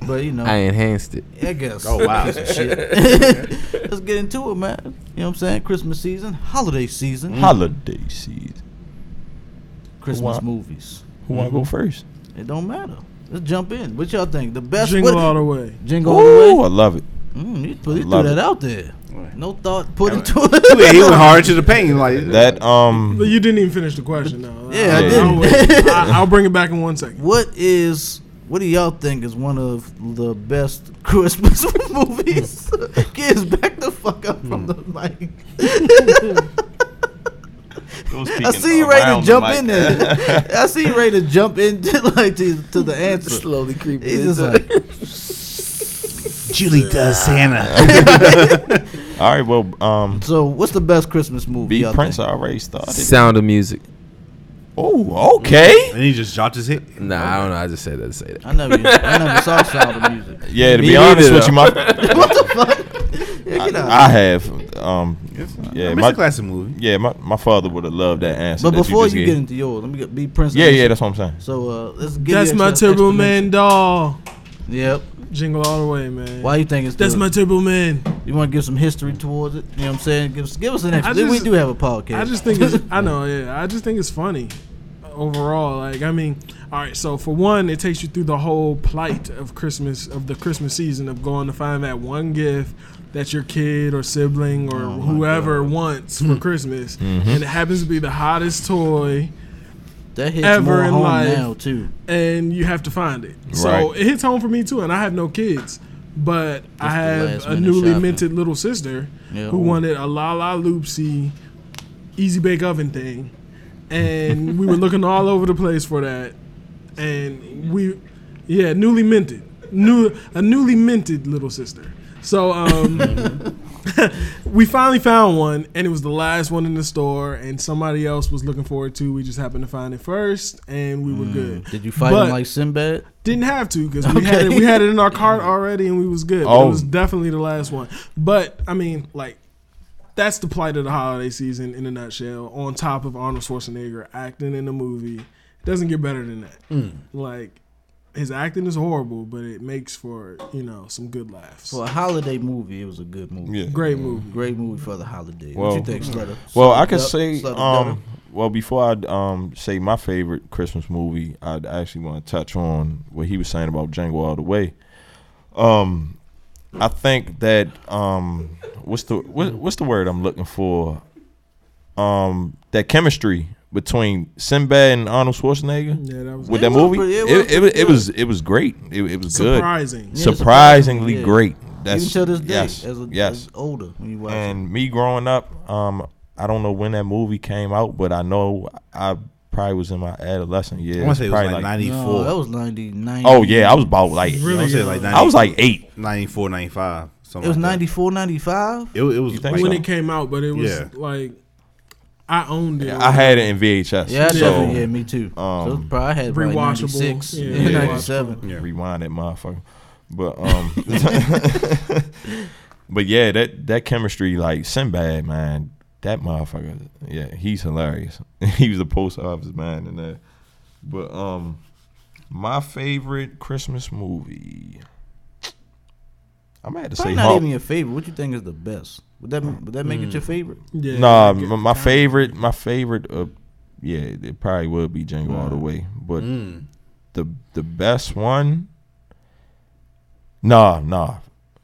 [SPEAKER 4] But you know,
[SPEAKER 2] I
[SPEAKER 4] I,
[SPEAKER 2] enhanced it.
[SPEAKER 4] guess.
[SPEAKER 3] Oh, wow. <laughs>
[SPEAKER 4] Piece of shit. <laughs> let's get into it, man. You know what I'm saying? Christmas season, holiday season,
[SPEAKER 6] Mm. Holiday season.
[SPEAKER 4] Christmas
[SPEAKER 6] Wha-
[SPEAKER 4] movies.
[SPEAKER 6] Who want to go first?
[SPEAKER 4] It don't matter. Let's jump in. What y'all think? The best
[SPEAKER 5] Jingle
[SPEAKER 4] what-
[SPEAKER 5] all the way.
[SPEAKER 4] Jingle all the
[SPEAKER 6] Ooh,
[SPEAKER 4] way.
[SPEAKER 6] I love it.
[SPEAKER 4] Mm, you put- you threw
[SPEAKER 6] Love
[SPEAKER 4] that
[SPEAKER 6] it.
[SPEAKER 4] out there. No thought put into it. <laughs>
[SPEAKER 3] Yeah, he went hard into the pain. Like
[SPEAKER 6] That
[SPEAKER 5] But
[SPEAKER 6] um,
[SPEAKER 5] you didn't even finish the question, though.
[SPEAKER 4] Yeah,
[SPEAKER 6] I
[SPEAKER 4] <laughs>
[SPEAKER 5] I'll, wait. I- I'll bring it back in one second.
[SPEAKER 4] What is what do y'all think is one of the best <laughs> Christmas movies? Kids, back the fuck up from the mic. I see you ready to jump in there.
[SPEAKER 5] <laughs>
[SPEAKER 4] I see you ready to jump into <laughs> like to, to the answer. Slowly creeping. He's just like,
[SPEAKER 3] Julie does Santa.
[SPEAKER 6] All right, well, um,
[SPEAKER 4] so what's the best Christmas movie?
[SPEAKER 6] B
[SPEAKER 4] y'all
[SPEAKER 6] Prince
[SPEAKER 4] think?
[SPEAKER 6] already started.
[SPEAKER 2] Sound of music.
[SPEAKER 6] Oh, okay.
[SPEAKER 3] and he just dropped his hit.
[SPEAKER 2] Nah, I don't know. I just said that to say that.
[SPEAKER 4] I never, I never saw Sound of Music.
[SPEAKER 6] Yeah, to
[SPEAKER 2] Me
[SPEAKER 6] be honest
[SPEAKER 2] neither,
[SPEAKER 6] with you, my
[SPEAKER 4] <laughs> What the fuck? Yeah, get out.
[SPEAKER 6] I have. Um, yeah,
[SPEAKER 3] it's
[SPEAKER 6] my
[SPEAKER 3] a classic movie.
[SPEAKER 6] yeah, my, my father would have loved that answer.
[SPEAKER 4] but
[SPEAKER 6] that
[SPEAKER 4] before
[SPEAKER 6] just
[SPEAKER 4] you
[SPEAKER 6] gave.
[SPEAKER 4] get into yours, let me get B Prince.
[SPEAKER 6] yeah, yeah, that's what I'm saying.
[SPEAKER 4] So uh, let's get
[SPEAKER 5] That's my Turbo Man doll.
[SPEAKER 4] Yep.
[SPEAKER 5] Jingle all the way, man.
[SPEAKER 4] Why you think it's
[SPEAKER 5] That's
[SPEAKER 4] the-
[SPEAKER 5] my Turbo Man.
[SPEAKER 4] You want to give some history towards it? You know what I'm saying? Give us, give us an
[SPEAKER 5] I
[SPEAKER 4] extra. We
[SPEAKER 5] just-
[SPEAKER 4] do have a podcast.
[SPEAKER 5] I just think it's,
[SPEAKER 4] <laughs>
[SPEAKER 5] I know, yeah. I just think it's funny overall. Like, I mean, all right. So for one, it takes you through the whole plight of Christmas of the Christmas season of going to find that one gift that your kid or sibling or
[SPEAKER 4] Oh
[SPEAKER 5] whoever wants
[SPEAKER 4] Hmm.
[SPEAKER 5] for Christmas,
[SPEAKER 4] Mm-hmm.
[SPEAKER 5] and it happens to be the hottest toy,
[SPEAKER 4] that hits
[SPEAKER 5] ever
[SPEAKER 4] more
[SPEAKER 5] in
[SPEAKER 4] home
[SPEAKER 5] life.
[SPEAKER 4] now too.
[SPEAKER 5] and you have to find it. So
[SPEAKER 6] Right.
[SPEAKER 5] it hits home for me too, and I have no kids. But I have
[SPEAKER 4] last
[SPEAKER 5] a
[SPEAKER 4] minute
[SPEAKER 5] newly
[SPEAKER 4] shopping.
[SPEAKER 5] minted little sister
[SPEAKER 4] Yeah.
[SPEAKER 5] who wanted a La La Loopsy Easy Bake Oven thing.
[SPEAKER 4] <laughs>
[SPEAKER 5] And we were looking all over the place for that. And we, yeah,
[SPEAKER 4] <laughs>
[SPEAKER 5] newly minted. New, a newly minted little sister. So um, we finally found one, and it was the last one in the store, and somebody else was looking for it too. We just happened to find it first, and we were
[SPEAKER 4] Mm.
[SPEAKER 5] good.
[SPEAKER 4] Did you fight
[SPEAKER 5] But-
[SPEAKER 4] him like Sinbad?
[SPEAKER 5] Didn't have to because we had it, we had it in our cart already, and we was good. But It
[SPEAKER 6] Oh.
[SPEAKER 5] was definitely the last one. But I mean, like. That's the plight of the holiday season in a nutshell. On top of Arnold Schwarzenegger acting in the movie, it doesn't get better than that.
[SPEAKER 6] Hmm.
[SPEAKER 5] Like his acting is horrible, but it makes for you know some good laughs.
[SPEAKER 4] For a holiday movie, it was a good movie.
[SPEAKER 6] Yeah.
[SPEAKER 5] Great movie.
[SPEAKER 4] Great movie for the holiday.
[SPEAKER 6] Well-
[SPEAKER 4] what you think, Slutter?
[SPEAKER 6] Well, I could
[SPEAKER 4] Slutter-
[SPEAKER 6] say,
[SPEAKER 4] Slutter
[SPEAKER 6] um, well, before I um, say my favorite Christmas movie, I would actually want to touch on what he was saying about Django All the Way. Um, I think that um, what's the what, what's the word I'm looking for? Um, that chemistry between Sinbad and Arnold Schwarzenegger
[SPEAKER 5] Yeah, that was
[SPEAKER 4] It
[SPEAKER 6] with that
[SPEAKER 4] was
[SPEAKER 6] movie,
[SPEAKER 4] pretty- it was
[SPEAKER 6] it, it, it, was,
[SPEAKER 4] pretty
[SPEAKER 6] it was it was great. It, it was
[SPEAKER 5] surprising.
[SPEAKER 6] good,
[SPEAKER 4] Yeah,
[SPEAKER 6] surprisingly
[SPEAKER 4] surprising, yeah.
[SPEAKER 6] great.
[SPEAKER 4] Even
[SPEAKER 6] That's
[SPEAKER 4] to this day,
[SPEAKER 6] yes,
[SPEAKER 4] as a,
[SPEAKER 6] yes.
[SPEAKER 4] as older when you watch it.
[SPEAKER 6] And me growing up, um, I don't know when that movie came out, but I know I probably was in my adolescent years.
[SPEAKER 3] I want to say it was
[SPEAKER 6] Probably
[SPEAKER 3] like
[SPEAKER 4] No, that
[SPEAKER 3] 94.
[SPEAKER 4] was 99.
[SPEAKER 6] oh yeah, I was about like
[SPEAKER 3] I wanna say
[SPEAKER 5] uh,
[SPEAKER 3] it was like
[SPEAKER 6] I was
[SPEAKER 3] 94,
[SPEAKER 6] like eight.
[SPEAKER 3] 94, 95. Something
[SPEAKER 4] It was
[SPEAKER 3] like that.
[SPEAKER 4] 94, 95?
[SPEAKER 3] It, was- it
[SPEAKER 6] You
[SPEAKER 3] was
[SPEAKER 6] think
[SPEAKER 3] like,
[SPEAKER 5] when
[SPEAKER 6] so?
[SPEAKER 5] it came out, but it was
[SPEAKER 3] Yeah.
[SPEAKER 5] like I owned it.
[SPEAKER 6] I had it in VHS.
[SPEAKER 4] Yeah, I
[SPEAKER 6] so
[SPEAKER 4] definitely. Yeah, me too. so
[SPEAKER 6] um,
[SPEAKER 4] probably I had probably
[SPEAKER 5] rewatchable.
[SPEAKER 4] 96,
[SPEAKER 5] Yeah,
[SPEAKER 4] yeah,
[SPEAKER 6] yeah.
[SPEAKER 4] 97.
[SPEAKER 3] Yeah.
[SPEAKER 6] rewind that motherfucker. But um, <laughs> but yeah, that that chemistry like Sinbad, man, that motherfucker, yeah, he's hilarious. <laughs> he was a post office man and that. But um, my favorite Christmas movie, I might have to
[SPEAKER 4] Probably
[SPEAKER 6] say
[SPEAKER 4] not
[SPEAKER 6] Home.
[SPEAKER 4] even your favorite. What you think is the best? Would that would that make it your favorite?
[SPEAKER 5] Yeah,
[SPEAKER 6] nah,
[SPEAKER 5] like,
[SPEAKER 6] m- my favorite, my favorite, uh, yeah, it probably would be Django all the way, but
[SPEAKER 3] Mm.
[SPEAKER 6] the the best one. Nah, nah,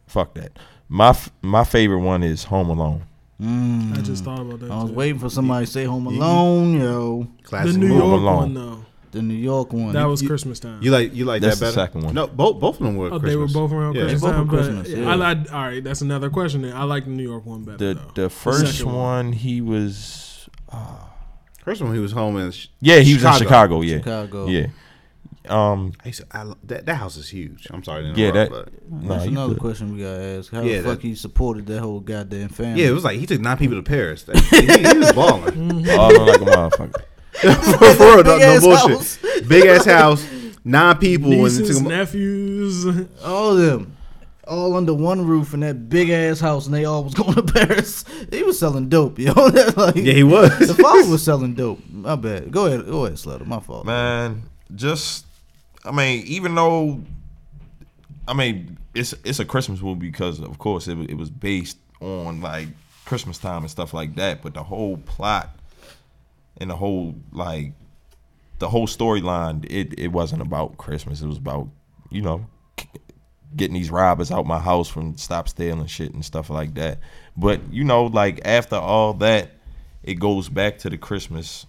[SPEAKER 6] fuck that. My f- my favorite one is Home Alone.
[SPEAKER 4] Mm.
[SPEAKER 5] I just thought about that.
[SPEAKER 4] I was
[SPEAKER 5] too.
[SPEAKER 4] waiting for somebody to say Home Alone, yo.
[SPEAKER 5] The
[SPEAKER 3] classic
[SPEAKER 5] New
[SPEAKER 3] movie.
[SPEAKER 5] York
[SPEAKER 6] Home Alone.
[SPEAKER 5] one though,
[SPEAKER 4] The New York one.
[SPEAKER 5] that was
[SPEAKER 3] you-
[SPEAKER 5] Christmas time.
[SPEAKER 3] You like you like
[SPEAKER 6] That's
[SPEAKER 3] that
[SPEAKER 6] the
[SPEAKER 3] better?
[SPEAKER 6] second one.
[SPEAKER 3] No, both both of them were.
[SPEAKER 5] oh,
[SPEAKER 3] Christmas.
[SPEAKER 5] they were both around
[SPEAKER 3] Yeah.
[SPEAKER 5] Christmas
[SPEAKER 4] They both
[SPEAKER 5] time.
[SPEAKER 4] were
[SPEAKER 5] But
[SPEAKER 4] Christmas,
[SPEAKER 5] I,
[SPEAKER 4] yeah.
[SPEAKER 5] like. all right, that's another question. Then I like the New York one better.
[SPEAKER 6] The
[SPEAKER 5] though.
[SPEAKER 6] the first
[SPEAKER 5] second
[SPEAKER 6] one.
[SPEAKER 5] one.
[SPEAKER 6] he was uh,
[SPEAKER 3] First one he was home in. Sh-
[SPEAKER 6] yeah he was in Chicago yeah
[SPEAKER 4] Chicago.
[SPEAKER 6] yeah um
[SPEAKER 3] I used to, I, lo- that that house is huge. I'm sorry. To
[SPEAKER 6] Yeah,
[SPEAKER 3] yeah,
[SPEAKER 6] that-
[SPEAKER 3] But,
[SPEAKER 6] nah,
[SPEAKER 4] That's
[SPEAKER 6] you
[SPEAKER 4] another
[SPEAKER 6] good.
[SPEAKER 4] question we gotta ask. How
[SPEAKER 3] Yeah,
[SPEAKER 4] the fuck
[SPEAKER 3] that-
[SPEAKER 4] he supported that whole goddamn family?
[SPEAKER 3] yeah, it was like he took nine people to Paris. Like, he, he was balling
[SPEAKER 5] <laughs> Mm.
[SPEAKER 6] all on Oh, like a motherfucker
[SPEAKER 3] for, <laughs> for real, no,
[SPEAKER 4] Big
[SPEAKER 3] no
[SPEAKER 4] ass
[SPEAKER 3] bullshit.
[SPEAKER 4] house.
[SPEAKER 3] Big ass house, nine people, and it took
[SPEAKER 5] nieces,
[SPEAKER 3] 'em-
[SPEAKER 5] nephews. <laughs>
[SPEAKER 4] all of them, all under one roof in that big ass house, and they all was <laughs> going to Paris. He was selling dope, yo. <laughs> That's like,
[SPEAKER 3] Yeah, he was.
[SPEAKER 4] the father was selling dope. My bad. Go ahead, go ahead, Slutter. My fault.
[SPEAKER 1] Oh,
[SPEAKER 6] man just I mean even though I mean it's it's a Christmas movie because of course it, wa- it was based on like Christmas time and stuff like that but the whole plot and the whole like the whole storyline it it wasn't about Christmas it was about you know getting these robbers out my house from stop stealing shit and stuff like that. But you know, like after all that, it goes back to the Christmas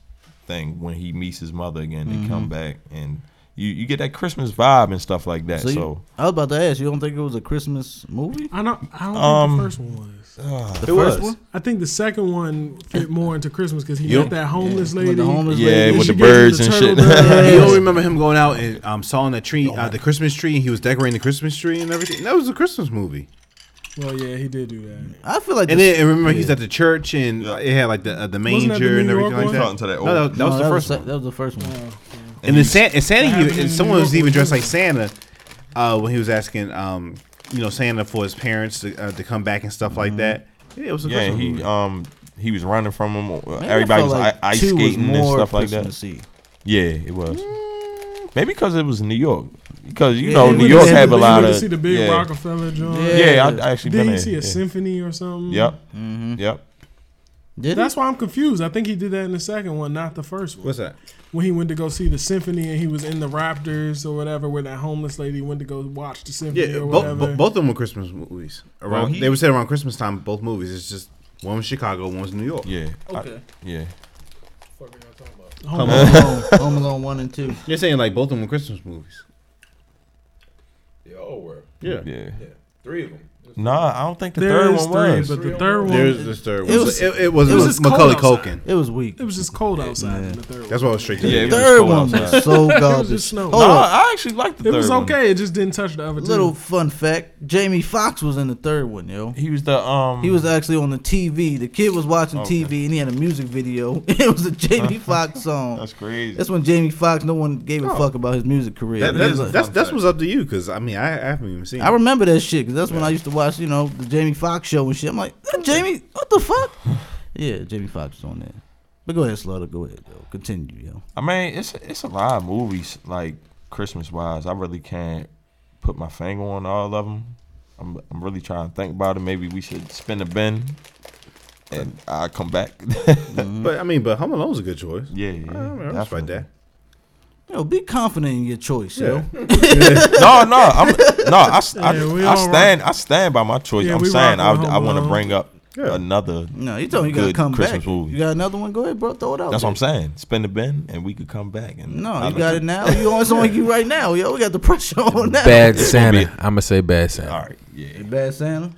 [SPEAKER 6] thing when he meets his mother again. They come back and you you get that Christmas vibe and stuff like that.
[SPEAKER 4] So
[SPEAKER 6] So,
[SPEAKER 4] you- I was about to ask. You don't think it was a Christmas movie?
[SPEAKER 5] I don't. I don't
[SPEAKER 6] Um,
[SPEAKER 5] think the first one was.
[SPEAKER 4] The
[SPEAKER 3] It was.
[SPEAKER 5] I think the second one fit more into Christmas because he
[SPEAKER 3] You-
[SPEAKER 5] got that homeless
[SPEAKER 4] with
[SPEAKER 5] lady.
[SPEAKER 4] the homeless
[SPEAKER 6] Yeah,
[SPEAKER 4] lady.
[SPEAKER 6] with
[SPEAKER 5] she
[SPEAKER 6] the
[SPEAKER 5] gave him
[SPEAKER 6] birds and
[SPEAKER 5] turtle
[SPEAKER 6] shit.
[SPEAKER 5] dove.
[SPEAKER 6] <laughs>
[SPEAKER 3] You <laughs> don't remember him going out and um, sawing the tree, uh, the Christmas tree, and he was decorating the Christmas tree and everything. That was a Christmas movie.
[SPEAKER 5] Well, yeah, he did do that.
[SPEAKER 4] I feel like
[SPEAKER 3] And
[SPEAKER 4] the-
[SPEAKER 3] then and remember he's at the church and uh, it had like the uh, the
[SPEAKER 5] Wasn't that the
[SPEAKER 3] manger and
[SPEAKER 5] New
[SPEAKER 3] everything
[SPEAKER 5] York
[SPEAKER 3] like
[SPEAKER 5] one?
[SPEAKER 3] that.
[SPEAKER 6] Talking to that
[SPEAKER 3] no, that, that was
[SPEAKER 4] No,
[SPEAKER 3] the first
[SPEAKER 4] se-
[SPEAKER 3] one.
[SPEAKER 4] That was the first one.
[SPEAKER 3] And then Santa, and Santa, he,
[SPEAKER 5] happened in
[SPEAKER 3] and
[SPEAKER 5] New
[SPEAKER 3] someone
[SPEAKER 5] York
[SPEAKER 3] was even
[SPEAKER 5] was
[SPEAKER 3] dressed like
[SPEAKER 5] different.
[SPEAKER 3] Santa uh, when he was asking, um, you know, Santa for his parents to, uh, to come back and stuff like that. Yeah, it was a
[SPEAKER 6] yeah,
[SPEAKER 3] Christmas
[SPEAKER 6] and he
[SPEAKER 3] movie.
[SPEAKER 6] um he was running from him. uh,
[SPEAKER 4] Man, I
[SPEAKER 6] Everybody
[SPEAKER 4] felt
[SPEAKER 6] was
[SPEAKER 4] like
[SPEAKER 6] i ice
[SPEAKER 4] two was
[SPEAKER 6] skating and
[SPEAKER 4] more
[SPEAKER 6] stuff like that.
[SPEAKER 4] Christmassy.
[SPEAKER 6] Yeah, it was. Maybe because it was New York. Because you
[SPEAKER 4] Yeah,
[SPEAKER 6] know
[SPEAKER 4] it
[SPEAKER 6] Oh, New
[SPEAKER 4] was-
[SPEAKER 6] York
[SPEAKER 4] it
[SPEAKER 6] have a
[SPEAKER 5] But you
[SPEAKER 6] lot
[SPEAKER 5] went to
[SPEAKER 6] of
[SPEAKER 5] see the big
[SPEAKER 6] yeah.
[SPEAKER 5] Rockefeller joint.
[SPEAKER 4] Yeah.
[SPEAKER 6] Yeah, I, I actually
[SPEAKER 5] Did
[SPEAKER 6] been
[SPEAKER 5] he
[SPEAKER 6] there.
[SPEAKER 5] see a
[SPEAKER 6] yeah.
[SPEAKER 5] symphony or something?
[SPEAKER 6] Yep.
[SPEAKER 4] Mhm.
[SPEAKER 6] Yep.
[SPEAKER 4] Did
[SPEAKER 5] That's why I'm confused. I think he did that in the second one, not the first one.
[SPEAKER 3] What's that?
[SPEAKER 5] When he went to go see the symphony and he was in the Raptors or whatever, where that homeless lady went to go watch the symphony
[SPEAKER 3] Yeah,
[SPEAKER 5] or
[SPEAKER 3] both,
[SPEAKER 5] whatever.
[SPEAKER 3] bo- both of them were Christmas movies. Around
[SPEAKER 6] Well, he-
[SPEAKER 3] they were set around Christmas time. Both movies. It's just one was Chicago, one was New York.
[SPEAKER 6] Yeah. I-
[SPEAKER 5] Okay.
[SPEAKER 6] yeah.
[SPEAKER 5] Home
[SPEAKER 3] Come
[SPEAKER 5] Alone.
[SPEAKER 4] Home Alone, Home Alone one and two.
[SPEAKER 3] You're saying like both of them were Christmas movies.
[SPEAKER 8] They all were.
[SPEAKER 3] Yeah.
[SPEAKER 6] Yeah.
[SPEAKER 8] Three of them.
[SPEAKER 6] Nah, I don't think the
[SPEAKER 5] There
[SPEAKER 6] third
[SPEAKER 5] is
[SPEAKER 6] one was.
[SPEAKER 5] three, but the third one
[SPEAKER 3] There's this third one.
[SPEAKER 1] It
[SPEAKER 3] It
[SPEAKER 1] was-
[SPEAKER 3] was, it, it was,
[SPEAKER 5] it was just
[SPEAKER 3] Macaulay
[SPEAKER 5] cold outside.
[SPEAKER 3] Culkin.
[SPEAKER 1] It was weak.
[SPEAKER 5] it was just cold outside. in The third
[SPEAKER 3] That's
[SPEAKER 5] one.
[SPEAKER 3] why I was straight to
[SPEAKER 6] yeah,
[SPEAKER 3] yeah.
[SPEAKER 6] it was
[SPEAKER 1] Third
[SPEAKER 6] cold
[SPEAKER 1] one
[SPEAKER 6] outside.
[SPEAKER 1] was so
[SPEAKER 5] It was
[SPEAKER 1] garbage.
[SPEAKER 5] just snow.
[SPEAKER 6] Nah,
[SPEAKER 1] Hold on.
[SPEAKER 6] I actually liked Oh, the
[SPEAKER 5] It
[SPEAKER 6] third
[SPEAKER 5] was
[SPEAKER 6] one.
[SPEAKER 5] okay. It just didn't touch the other two.
[SPEAKER 1] Little fun fact: Jamie Foxx was in the third one, yo.
[SPEAKER 6] He was the um.
[SPEAKER 1] He was actually on the TV. The kid was watching TV and he had a music video. <laughs> it was a Jamie Foxx song.
[SPEAKER 6] That's crazy.
[SPEAKER 1] That's when Jamie Foxx, no one gave a fuck about his music career.
[SPEAKER 3] That, that's
[SPEAKER 1] It
[SPEAKER 3] that's,
[SPEAKER 1] was
[SPEAKER 3] that's,
[SPEAKER 1] like-
[SPEAKER 3] what's up to you because I mean I, I haven't even seen.
[SPEAKER 1] I
[SPEAKER 3] it.
[SPEAKER 1] remember that shit because that's when I used to watch, you know, the Jamie Foxx show and shit. I'm like, "That Jamie, what the fuck? yeah, Jamie Foxx was on there. But go ahead, Slaughter. Go ahead, yo. Continue, yo.
[SPEAKER 6] I mean, it's it's a lot of movies like Christmas wise. I really can't put my finger on all of them. I'm I'm really trying to think about it. Maybe we should spin a bin, and I come back. <laughs>
[SPEAKER 3] But I mean, but Home Alone's a good choice.
[SPEAKER 6] yeah,
[SPEAKER 3] I mean,
[SPEAKER 6] yeah,
[SPEAKER 3] I respect
[SPEAKER 6] definitely.
[SPEAKER 3] that.
[SPEAKER 1] Yo, be confident in your choice, yo.
[SPEAKER 3] Yeah.
[SPEAKER 6] No, no, I'm no. I, s-
[SPEAKER 5] <laughs>
[SPEAKER 6] I-
[SPEAKER 5] Yeah, we
[SPEAKER 6] I
[SPEAKER 5] all
[SPEAKER 6] stand I stand by my choice.
[SPEAKER 5] Yeah,
[SPEAKER 6] I'm
[SPEAKER 5] we
[SPEAKER 6] saying I,
[SPEAKER 5] rock with
[SPEAKER 6] I
[SPEAKER 5] Home
[SPEAKER 6] want to
[SPEAKER 5] Alone.
[SPEAKER 6] bring up
[SPEAKER 3] Yeah.
[SPEAKER 6] another.
[SPEAKER 1] No, you told me you gotta
[SPEAKER 6] good
[SPEAKER 1] come
[SPEAKER 6] Christmas
[SPEAKER 1] back.
[SPEAKER 6] movie.
[SPEAKER 1] You got another one? Go ahead, bro. Throw it out.
[SPEAKER 6] That's
[SPEAKER 1] there.
[SPEAKER 6] what I'm saying. Spin the bin, and we could come back. And
[SPEAKER 1] No,
[SPEAKER 6] I
[SPEAKER 1] you
[SPEAKER 6] don't
[SPEAKER 1] got
[SPEAKER 6] care.
[SPEAKER 1] it now. You on it's on you right now, yo. We got the pressure on now.
[SPEAKER 2] Bad Santa. I'm gonna say Bad Santa.
[SPEAKER 6] All right, yeah.
[SPEAKER 1] Bad Santa.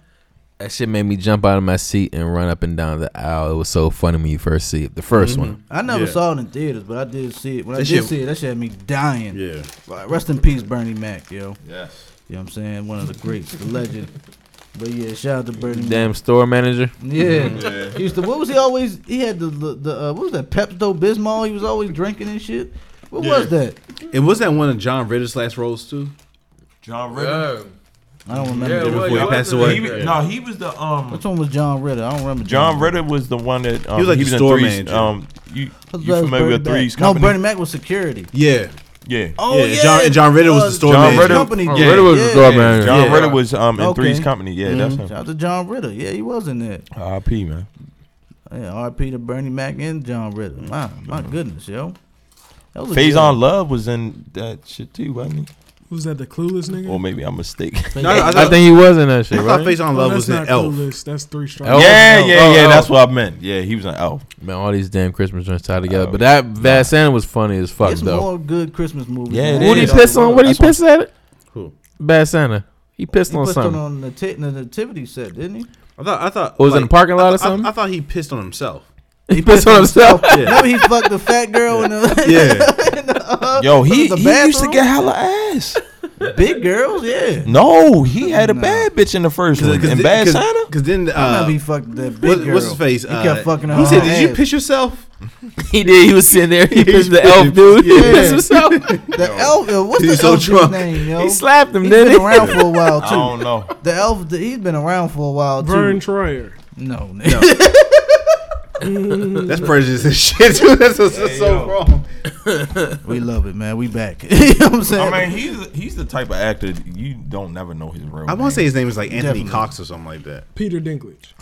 [SPEAKER 2] That shit made me jump out of my seat and run up and down the aisle. It was so funny when you first see it. The 1st one.
[SPEAKER 1] I never
[SPEAKER 3] Yeah.
[SPEAKER 1] saw it in theaters, but I did see it. When I
[SPEAKER 3] That
[SPEAKER 1] did
[SPEAKER 3] shit-
[SPEAKER 1] see it, that shit had me dying.
[SPEAKER 3] Yeah.
[SPEAKER 1] Like, Rest in peace, Bernie Mac, yo.
[SPEAKER 6] Yes.
[SPEAKER 1] You know what I'm saying? One of the greats, the legend. But yeah, shout out to Bernie Mac.
[SPEAKER 2] Damn store manager.
[SPEAKER 6] <laughs>
[SPEAKER 1] Yeah. He used to, what was he always, he had the, the, the uh, what was that, Pepto Bismol he was always drinking and shit? What was that?
[SPEAKER 3] It was that one of John Ritter's last roles too.
[SPEAKER 6] John Ritter.
[SPEAKER 1] I don't remember.
[SPEAKER 3] was. Before he passed away?
[SPEAKER 6] He,
[SPEAKER 3] Yeah.
[SPEAKER 6] No, he was the um.
[SPEAKER 1] Which one was John Ritter? I don't remember.
[SPEAKER 6] John Ritter was the one that um,
[SPEAKER 3] was like
[SPEAKER 6] he
[SPEAKER 3] the
[SPEAKER 6] was in
[SPEAKER 3] store
[SPEAKER 6] Three's.
[SPEAKER 3] manager.
[SPEAKER 6] Um, you
[SPEAKER 1] What's
[SPEAKER 6] you
[SPEAKER 1] that?
[SPEAKER 6] familiar with
[SPEAKER 1] Bernie Mac.
[SPEAKER 6] Three's Company?
[SPEAKER 1] No, Bernie Mac was security.
[SPEAKER 3] Yeah.
[SPEAKER 6] Yeah,
[SPEAKER 1] Oh,
[SPEAKER 3] yeah. John, and John Ritter was the store
[SPEAKER 6] John
[SPEAKER 3] manager.
[SPEAKER 6] Ritter-
[SPEAKER 1] company.
[SPEAKER 2] Oh,
[SPEAKER 1] dude.
[SPEAKER 2] Ritter was the
[SPEAKER 1] Yeah.
[SPEAKER 2] store manager.
[SPEAKER 6] John Ritter was um in
[SPEAKER 1] Okay.
[SPEAKER 6] Three's Company. Yeah, that's
[SPEAKER 1] Mhm. Shout
[SPEAKER 6] him.
[SPEAKER 1] out to John Ritter. Yeah, he was in there.
[SPEAKER 6] R.I.P. Man.
[SPEAKER 1] Yeah, R.P. to Bernie Mac and John Ritter. Wow, my goodness, yo. That was a
[SPEAKER 6] Phase
[SPEAKER 1] good-
[SPEAKER 6] on Love was in that shit too, wasn't
[SPEAKER 5] was that the clueless
[SPEAKER 6] he?
[SPEAKER 5] nigga?
[SPEAKER 6] Or maybe I'm mistaken.
[SPEAKER 3] No, no, I,
[SPEAKER 2] I
[SPEAKER 3] thought,
[SPEAKER 2] think he was in that shit,
[SPEAKER 3] I thought
[SPEAKER 2] right?
[SPEAKER 3] Face on
[SPEAKER 5] Oh,
[SPEAKER 3] Love
[SPEAKER 5] that's
[SPEAKER 3] was an
[SPEAKER 5] not
[SPEAKER 3] elf.
[SPEAKER 5] clueless. That's three strikes.
[SPEAKER 2] Elf?
[SPEAKER 6] yeah,
[SPEAKER 2] Oh,
[SPEAKER 6] yeah,
[SPEAKER 2] oh,
[SPEAKER 6] yeah.
[SPEAKER 2] oh.
[SPEAKER 6] That's what I meant. Yeah, he was oh. an elf.
[SPEAKER 2] Man, all these damn Christmas joints tied together.
[SPEAKER 6] Oh,
[SPEAKER 2] but that Bad Santa was funny as fuck
[SPEAKER 1] It's
[SPEAKER 2] though.
[SPEAKER 1] more good Christmas movies.
[SPEAKER 6] Yeah,
[SPEAKER 1] than
[SPEAKER 6] it
[SPEAKER 1] that.
[SPEAKER 2] What he
[SPEAKER 6] is.
[SPEAKER 2] pissed on? What he
[SPEAKER 6] That's what-
[SPEAKER 2] pissed at?
[SPEAKER 3] Who?
[SPEAKER 2] Bad Santa. He pissed
[SPEAKER 1] He
[SPEAKER 2] on
[SPEAKER 1] pissed on,
[SPEAKER 2] something.
[SPEAKER 1] on the, ta- the nativity set, didn't he?
[SPEAKER 3] I thought. I thought.
[SPEAKER 2] Was it in the parking lot or
[SPEAKER 3] I, I,
[SPEAKER 2] something?
[SPEAKER 3] thought he pissed on himself.
[SPEAKER 2] He pissed on himself.
[SPEAKER 1] Remember he fucked the fat girl and the
[SPEAKER 3] <laughs> Yeah.
[SPEAKER 6] Yo, he,
[SPEAKER 1] Uh, The
[SPEAKER 6] he used to
[SPEAKER 1] bathroom?
[SPEAKER 6] get hella ass.
[SPEAKER 1] <laughs> big girls. Yeah,
[SPEAKER 6] No, he had a bad bitch in the first one. In Bad Santa?
[SPEAKER 3] Because then.
[SPEAKER 1] uh,
[SPEAKER 3] Uh,
[SPEAKER 1] he fucked that big
[SPEAKER 3] what,
[SPEAKER 1] girl.
[SPEAKER 3] what's his face?
[SPEAKER 1] He
[SPEAKER 3] uh,
[SPEAKER 1] kept fucking her.
[SPEAKER 3] He said,
[SPEAKER 1] whole
[SPEAKER 3] "Did you
[SPEAKER 1] ass.
[SPEAKER 3] piss yourself?"
[SPEAKER 2] <laughs> He did. He was sitting there. He pissed the elf dude. <laughs> He pissed himself.
[SPEAKER 1] The elf. yo, What's
[SPEAKER 3] He's
[SPEAKER 1] the
[SPEAKER 3] so
[SPEAKER 1] elf dude's
[SPEAKER 3] drunk.
[SPEAKER 1] name? Yo,
[SPEAKER 2] He slapped him,
[SPEAKER 1] He's
[SPEAKER 2] didn't
[SPEAKER 1] been
[SPEAKER 2] <laughs> he?
[SPEAKER 1] around for a while
[SPEAKER 6] I
[SPEAKER 1] too.
[SPEAKER 6] don't know.
[SPEAKER 1] The elf. He's been around for a while too.
[SPEAKER 5] Vern Troyer.
[SPEAKER 1] No, <laughs>
[SPEAKER 3] That's prejudice and shit. Dude. <laughs> That's, that's so
[SPEAKER 6] yo.
[SPEAKER 3] wrong.
[SPEAKER 1] we love it, man. We
[SPEAKER 4] <laughs>
[SPEAKER 1] back. you know what I'm saying?
[SPEAKER 6] I mean, he's he's the type of actor you don't never know his real.
[SPEAKER 3] I want to say his name is like Anthony
[SPEAKER 1] Definitely.
[SPEAKER 3] Cox or something like that.
[SPEAKER 5] Peter Dinklage.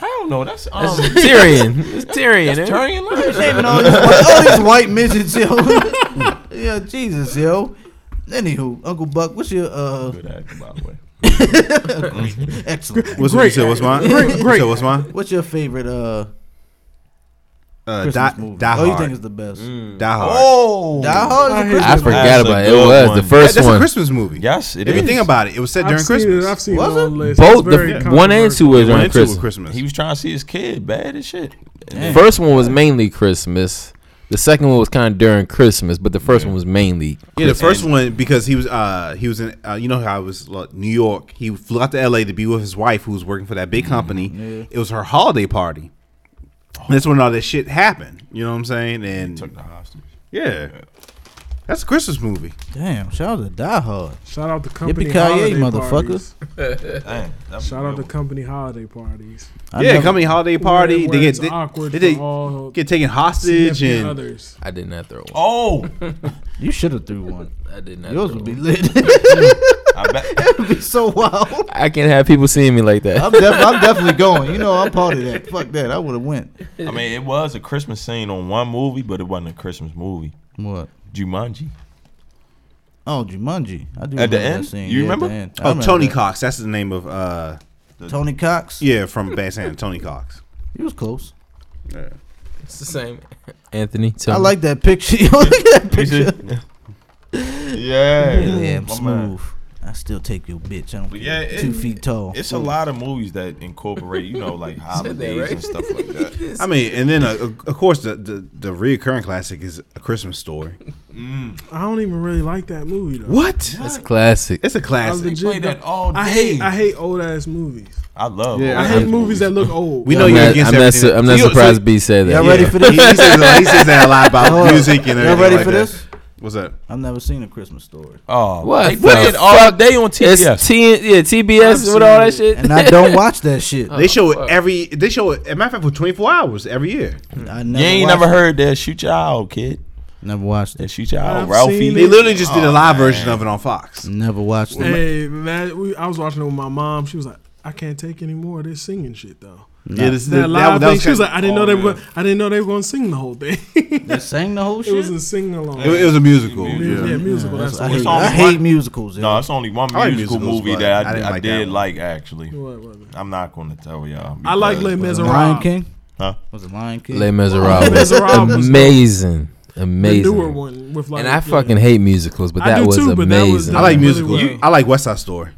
[SPEAKER 6] I don't know. That's um,
[SPEAKER 2] It's Tyrion. It's Tyrion. eh?
[SPEAKER 6] Tyrion Lannister.
[SPEAKER 1] Naming
[SPEAKER 4] <laughs>
[SPEAKER 1] all these, white, all these white midgets, yo. yeah, Jesus, yo. Anywho, Uncle Buck, what's your uh
[SPEAKER 6] Good actor, by the way.
[SPEAKER 1] excellent?
[SPEAKER 3] What's what you said? What's mine? You said What's mine?
[SPEAKER 1] What's your favorite uh
[SPEAKER 3] Uh,
[SPEAKER 1] Christmas
[SPEAKER 3] die,
[SPEAKER 1] movie?
[SPEAKER 3] die
[SPEAKER 1] oh, you
[SPEAKER 3] Hard.
[SPEAKER 1] think it's the best?
[SPEAKER 6] Mm.
[SPEAKER 3] Die Hard.
[SPEAKER 6] Oh,
[SPEAKER 1] Die Hard is a
[SPEAKER 5] I hate
[SPEAKER 1] Christmas.
[SPEAKER 2] I
[SPEAKER 5] That's
[SPEAKER 2] forgot
[SPEAKER 6] a
[SPEAKER 2] about it. It
[SPEAKER 6] good
[SPEAKER 2] was
[SPEAKER 6] one.
[SPEAKER 2] the
[SPEAKER 6] That-
[SPEAKER 2] first
[SPEAKER 3] that's a
[SPEAKER 2] one.
[SPEAKER 3] Christmas movie.
[SPEAKER 6] yes, it
[SPEAKER 3] If you
[SPEAKER 6] is.
[SPEAKER 3] think about it, it was set during
[SPEAKER 5] I've
[SPEAKER 3] Christmas.
[SPEAKER 5] Seen it, I've seen
[SPEAKER 1] Was
[SPEAKER 5] it
[SPEAKER 1] it?
[SPEAKER 5] on the list.
[SPEAKER 2] Both
[SPEAKER 5] It's very
[SPEAKER 2] the one and two
[SPEAKER 5] controversial.
[SPEAKER 2] was
[SPEAKER 3] One
[SPEAKER 2] on
[SPEAKER 3] and two were
[SPEAKER 2] Christmas.
[SPEAKER 3] Christmas.
[SPEAKER 6] He was trying to see his kid bad as shit. And
[SPEAKER 2] The first one was mainly Christmas. The second one was kind of during Christmas, but the first one was mainly.
[SPEAKER 3] Yeah, the first
[SPEAKER 6] And-
[SPEAKER 3] one because he was uh he was in uh, you know how I was like, New York. He flew out to L.A. to be with his wife who was working for that big company. It was her holiday party. And that's when all that shit happened. You know what I'm saying?
[SPEAKER 6] took
[SPEAKER 3] And
[SPEAKER 6] the hostage.
[SPEAKER 3] yeah, that's a Christmas movie.
[SPEAKER 1] Damn, shout out to Die Hard.
[SPEAKER 5] Shout out to company
[SPEAKER 1] Yippee-ki-yay,
[SPEAKER 5] holiday
[SPEAKER 1] motherfucker.
[SPEAKER 5] parties.
[SPEAKER 6] Dang, that
[SPEAKER 5] Shout
[SPEAKER 6] was
[SPEAKER 5] out to company holiday parties.
[SPEAKER 1] I
[SPEAKER 3] yeah,
[SPEAKER 1] never-
[SPEAKER 3] company holiday party.
[SPEAKER 5] Where
[SPEAKER 3] They
[SPEAKER 5] it's
[SPEAKER 3] get they,
[SPEAKER 5] awkward
[SPEAKER 3] they,
[SPEAKER 5] for all
[SPEAKER 3] get taken hostage
[SPEAKER 5] significant
[SPEAKER 3] and
[SPEAKER 5] others.
[SPEAKER 2] I did not throw one.
[SPEAKER 6] Oh,
[SPEAKER 1] You should have threw one.
[SPEAKER 2] I did not.
[SPEAKER 1] Yours
[SPEAKER 2] throw
[SPEAKER 1] would be
[SPEAKER 2] one.
[SPEAKER 4] <laughs>
[SPEAKER 1] lit.
[SPEAKER 6] I bet.
[SPEAKER 1] be so wild.
[SPEAKER 2] I can't have people seeing me like that.
[SPEAKER 1] I'm, def- I'm definitely going. You know, I'm part of that. Fuck that. I would have went.
[SPEAKER 6] I mean, it was a Christmas scene on one movie, but it wasn't a Christmas movie.
[SPEAKER 1] What?
[SPEAKER 6] Jumanji.
[SPEAKER 1] Oh, Jumanji. I do
[SPEAKER 6] At
[SPEAKER 1] remember
[SPEAKER 6] the end?
[SPEAKER 1] That scene.
[SPEAKER 6] You
[SPEAKER 1] Yeah,
[SPEAKER 6] remember?
[SPEAKER 1] at the end. I
[SPEAKER 3] oh
[SPEAKER 1] remember
[SPEAKER 3] Tony
[SPEAKER 1] that.
[SPEAKER 3] Cox. That's the name of uh
[SPEAKER 1] Tony Cox.
[SPEAKER 3] yeah from Bad Santa. Tony Cox.
[SPEAKER 1] He was close.
[SPEAKER 2] It's the same. Anthony, tell
[SPEAKER 1] I
[SPEAKER 6] um,
[SPEAKER 2] me.
[SPEAKER 1] like
[SPEAKER 4] <laughs>
[SPEAKER 1] that picture. Yo, Look at that
[SPEAKER 6] You
[SPEAKER 1] picture.
[SPEAKER 6] see? yeah,
[SPEAKER 1] Yeah, I'm
[SPEAKER 6] my
[SPEAKER 1] smooth.
[SPEAKER 6] man.
[SPEAKER 4] I still take your bitch. I don't
[SPEAKER 6] But
[SPEAKER 4] care.
[SPEAKER 6] yeah, it-
[SPEAKER 4] two feet tall.
[SPEAKER 6] It's a lot of movies that incorporate, you know, like holidays and stuff like that.
[SPEAKER 3] <laughs> I mean, and then uh, of course the, the the reoccurring classic is a Christmas story.
[SPEAKER 5] I don't even really like that movie though.
[SPEAKER 3] What?
[SPEAKER 9] That's classic.
[SPEAKER 3] It's a
[SPEAKER 5] I
[SPEAKER 3] classic.
[SPEAKER 6] They
[SPEAKER 5] legit
[SPEAKER 6] play that
[SPEAKER 5] don't-
[SPEAKER 6] all day.
[SPEAKER 5] I hate I hate old ass movies.
[SPEAKER 6] I love.
[SPEAKER 3] Yeah,
[SPEAKER 6] all
[SPEAKER 5] I
[SPEAKER 6] those
[SPEAKER 5] hate movies that look old.
[SPEAKER 3] We know
[SPEAKER 9] I'm
[SPEAKER 3] you're
[SPEAKER 9] not,
[SPEAKER 3] against
[SPEAKER 9] I'm not,
[SPEAKER 3] everything.
[SPEAKER 9] su- I'm not
[SPEAKER 3] So you-
[SPEAKER 9] surprised
[SPEAKER 3] so-
[SPEAKER 9] B said that.
[SPEAKER 4] Y'all ready for
[SPEAKER 3] <laughs>
[SPEAKER 4] this?
[SPEAKER 3] He, he, says, that- he says that a lot
[SPEAKER 4] Hold
[SPEAKER 3] about
[SPEAKER 4] on.
[SPEAKER 3] music and everything.
[SPEAKER 4] Y'all ready
[SPEAKER 3] like
[SPEAKER 4] for
[SPEAKER 3] that.
[SPEAKER 4] this?
[SPEAKER 3] What's that?
[SPEAKER 4] I've never seen a Christmas
[SPEAKER 6] <laughs>
[SPEAKER 4] story,
[SPEAKER 6] Oh,
[SPEAKER 9] What
[SPEAKER 6] They
[SPEAKER 9] the
[SPEAKER 6] play it all
[SPEAKER 9] fuck?
[SPEAKER 6] day on
[SPEAKER 9] It's
[SPEAKER 6] TBS.
[SPEAKER 9] T- yeah, TBS with all that shit.
[SPEAKER 4] and I don't watch that shit.
[SPEAKER 3] They show it every. They show it. As a matter of fact, for 24 hours every year.
[SPEAKER 4] I never
[SPEAKER 6] You ain't
[SPEAKER 4] watched
[SPEAKER 6] never
[SPEAKER 4] it.
[SPEAKER 6] heard that shoot your eye out, kid.
[SPEAKER 4] Never watched
[SPEAKER 6] That
[SPEAKER 4] it.
[SPEAKER 6] shoot your eye out,
[SPEAKER 5] I've
[SPEAKER 6] Ralphie.
[SPEAKER 5] seen
[SPEAKER 3] They
[SPEAKER 5] it.
[SPEAKER 3] literally just did a live version of it on Fox.
[SPEAKER 4] Never watched it.
[SPEAKER 5] Hey, that we, I was watching it with my mom. She was like, "I can't take any more of this singing shit, though."
[SPEAKER 3] Yeah, this,
[SPEAKER 5] That live thing. She was like, "I didn't know they
[SPEAKER 6] Oh,
[SPEAKER 5] were.
[SPEAKER 6] yeah.
[SPEAKER 5] I didn't know they were going to sing the whole thing. <laughs> it
[SPEAKER 4] They sang the whole shit.
[SPEAKER 5] was a sing along.
[SPEAKER 3] it, it was a musical.
[SPEAKER 5] yeah.
[SPEAKER 3] Yeah.
[SPEAKER 5] musical.
[SPEAKER 4] That's-
[SPEAKER 5] that's
[SPEAKER 4] I hate,
[SPEAKER 5] what it
[SPEAKER 6] all-
[SPEAKER 5] was.
[SPEAKER 4] I
[SPEAKER 6] It's
[SPEAKER 4] hate
[SPEAKER 6] one-
[SPEAKER 4] musicals. yo.
[SPEAKER 6] No, it's only one
[SPEAKER 3] I like
[SPEAKER 6] musical
[SPEAKER 3] musicals,
[SPEAKER 6] movie
[SPEAKER 3] but I
[SPEAKER 6] that I, I,
[SPEAKER 3] didn't like that
[SPEAKER 6] did
[SPEAKER 3] one.
[SPEAKER 6] like actually.
[SPEAKER 5] What was it?
[SPEAKER 6] I'm not gonna tell y'all.
[SPEAKER 5] I like
[SPEAKER 6] because-
[SPEAKER 5] Les Mis-
[SPEAKER 4] Was it Lion
[SPEAKER 5] Miserables.
[SPEAKER 4] King?
[SPEAKER 6] Huh?
[SPEAKER 4] Was it Lion King?
[SPEAKER 9] Les
[SPEAKER 5] Les
[SPEAKER 9] Miserables.
[SPEAKER 5] Miserables was
[SPEAKER 9] amazing.
[SPEAKER 5] The newer
[SPEAKER 9] Amazing.
[SPEAKER 5] one with like.
[SPEAKER 9] And I
[SPEAKER 5] yeah.
[SPEAKER 9] fucking hate musicals, but
[SPEAKER 5] I
[SPEAKER 9] that
[SPEAKER 5] do
[SPEAKER 9] was
[SPEAKER 5] too, but that was
[SPEAKER 9] amazing.
[SPEAKER 3] I like
[SPEAKER 5] Really
[SPEAKER 3] musicals.
[SPEAKER 5] well.
[SPEAKER 3] I like West Side Story.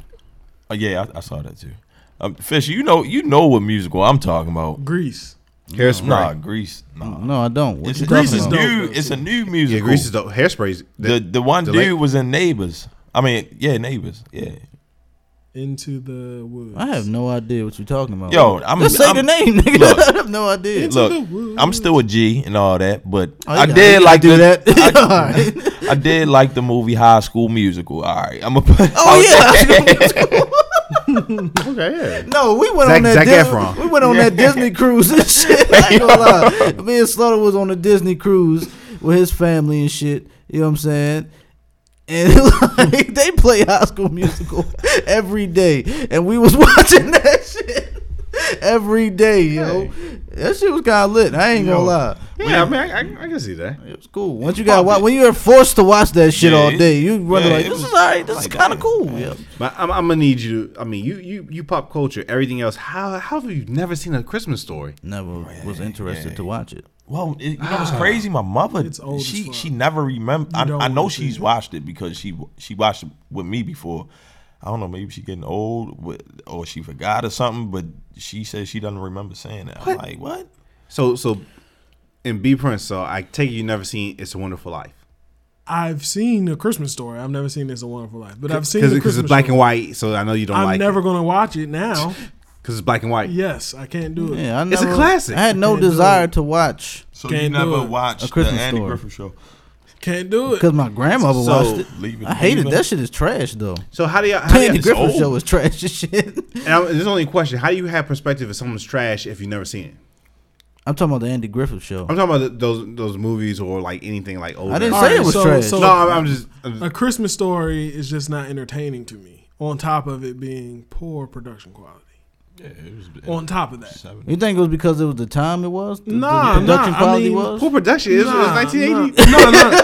[SPEAKER 6] Oh, yeah, I, I saw that too. Um, Fish, you know, you know what musical I'm talking about.
[SPEAKER 5] Grease.
[SPEAKER 3] Hairspray.
[SPEAKER 6] Nah, Grease. Nah,
[SPEAKER 4] No, I don't. What
[SPEAKER 6] it's,
[SPEAKER 4] you
[SPEAKER 6] a,
[SPEAKER 4] talking
[SPEAKER 6] it's
[SPEAKER 5] Grease
[SPEAKER 6] a
[SPEAKER 5] is
[SPEAKER 4] about?
[SPEAKER 5] dope.
[SPEAKER 6] new. It's a new musical.
[SPEAKER 3] Yeah, Grease is dope. Hairsprays.
[SPEAKER 6] the the one
[SPEAKER 3] the
[SPEAKER 6] dude
[SPEAKER 3] late-
[SPEAKER 6] was in Neighbors. I mean, yeah, Neighbors. Yeah.
[SPEAKER 5] Into the woods.
[SPEAKER 4] I have no idea what you're talking about.
[SPEAKER 6] Yo, I'm.
[SPEAKER 4] just say
[SPEAKER 6] I'm-
[SPEAKER 4] the name, nigga. <laughs>
[SPEAKER 6] look.
[SPEAKER 4] I have no idea.
[SPEAKER 6] Look, I'm still a G and all that, but
[SPEAKER 4] Oh, you
[SPEAKER 6] I
[SPEAKER 4] got-
[SPEAKER 6] did
[SPEAKER 4] you
[SPEAKER 6] like
[SPEAKER 4] gotta do
[SPEAKER 6] the-
[SPEAKER 4] that.
[SPEAKER 6] I-
[SPEAKER 4] <laughs> All right.
[SPEAKER 6] I did like the movie High School Musical. All right, I'm a. <laughs>
[SPEAKER 4] Oh <laughs> yeah.
[SPEAKER 3] okay, yeah.
[SPEAKER 4] no, we went
[SPEAKER 3] Zac-
[SPEAKER 4] on that.
[SPEAKER 3] Zac
[SPEAKER 4] Dis-
[SPEAKER 3] Efron.
[SPEAKER 4] We went on that Disney cruise
[SPEAKER 5] <laughs>
[SPEAKER 4] and shit. I ain't gonna lie. Me and Slaughter was on a Disney cruise with his family and shit. You know what I'm saying? And <laughs> like, they play High School Musical <laughs> every day, and we was <laughs> watching that shit every day. Yo, that shit was kind of lit. I ain't gonna lie.
[SPEAKER 3] Yeah, I mean, I, I, I can see that.
[SPEAKER 4] It was cool. Once you got wa- when you're forced to watch that shit
[SPEAKER 6] Yeah,
[SPEAKER 4] all
[SPEAKER 6] it-
[SPEAKER 4] day, you run
[SPEAKER 6] yeah,
[SPEAKER 4] like
[SPEAKER 6] it
[SPEAKER 4] this
[SPEAKER 6] was-
[SPEAKER 4] is all right. This is
[SPEAKER 6] like,
[SPEAKER 4] kind of
[SPEAKER 6] damn.
[SPEAKER 4] cool. Yeah.
[SPEAKER 3] But I'm, I'm gonna need you. to I mean, you you you pop culture, everything else. How how have you never seen a Christmas story?
[SPEAKER 4] Never was interested to watch it.
[SPEAKER 6] Well, it, you know what's crazy? My mother,
[SPEAKER 5] Ah. It's old as
[SPEAKER 6] she
[SPEAKER 5] fuck.
[SPEAKER 6] she never remember. I,
[SPEAKER 5] don't
[SPEAKER 6] I know
[SPEAKER 5] wanna see
[SPEAKER 6] she's
[SPEAKER 5] it.
[SPEAKER 6] watched it because she she watched it with me before. I don't know. Maybe she getting old, with, or she forgot or something. But she says she doesn't remember saying that. I'm like, what?
[SPEAKER 3] So so, in B Prince, so I take it you never seen It's a Wonderful Life
[SPEAKER 5] I've seen A Christmas Story. I've never seen It's a Wonderful Life, but I've seen
[SPEAKER 3] because
[SPEAKER 5] the
[SPEAKER 3] because
[SPEAKER 5] Christmas
[SPEAKER 3] it's black
[SPEAKER 5] Story.
[SPEAKER 3] and white. So I know you don't
[SPEAKER 5] I'm
[SPEAKER 3] like
[SPEAKER 5] never gonna watch it now.
[SPEAKER 3] because it's black and white.
[SPEAKER 5] yes, I can't do it.
[SPEAKER 4] Yeah, I
[SPEAKER 3] It's a
[SPEAKER 4] never-
[SPEAKER 3] classic.
[SPEAKER 4] I had no
[SPEAKER 5] Can't do
[SPEAKER 4] desire
[SPEAKER 5] it.
[SPEAKER 4] to watch
[SPEAKER 6] So
[SPEAKER 5] you Can't do never it. watched
[SPEAKER 4] A Christmas the Andy Story. Griffith
[SPEAKER 6] Griffith show?
[SPEAKER 5] Can't do it.
[SPEAKER 4] because my grandmother
[SPEAKER 3] So-
[SPEAKER 4] watched it.
[SPEAKER 6] Leave it.
[SPEAKER 4] I hated
[SPEAKER 6] leave
[SPEAKER 4] that shit. Is trash though.
[SPEAKER 3] So how do y'all? How do
[SPEAKER 4] Tandy
[SPEAKER 3] y'all
[SPEAKER 4] Griffith
[SPEAKER 6] old.
[SPEAKER 4] show is trash as shit. <laughs>
[SPEAKER 3] and I'm, there's only a question: How do you have perspective if someone's trash if you've never seen it?
[SPEAKER 4] I'm talking about the Andy Griffith show.
[SPEAKER 3] I'm talking about th those those movies or like anything like old.
[SPEAKER 4] I didn't
[SPEAKER 5] All
[SPEAKER 4] say it
[SPEAKER 5] right,
[SPEAKER 4] was
[SPEAKER 5] so-
[SPEAKER 4] trash.
[SPEAKER 5] so-
[SPEAKER 3] No, I'm, I'm just. I'm just-
[SPEAKER 5] A Christmas Story is just not entertaining to me. On top of it being poor production quality.
[SPEAKER 6] it
[SPEAKER 5] On top of that,
[SPEAKER 4] you think it was because it was the time it was? The,
[SPEAKER 5] Nah,
[SPEAKER 4] the production
[SPEAKER 5] nah, I
[SPEAKER 4] quality
[SPEAKER 5] mean,
[SPEAKER 4] was.
[SPEAKER 3] Poor production. It was,
[SPEAKER 5] Nah,
[SPEAKER 3] it was 1980.
[SPEAKER 5] nah. No, no,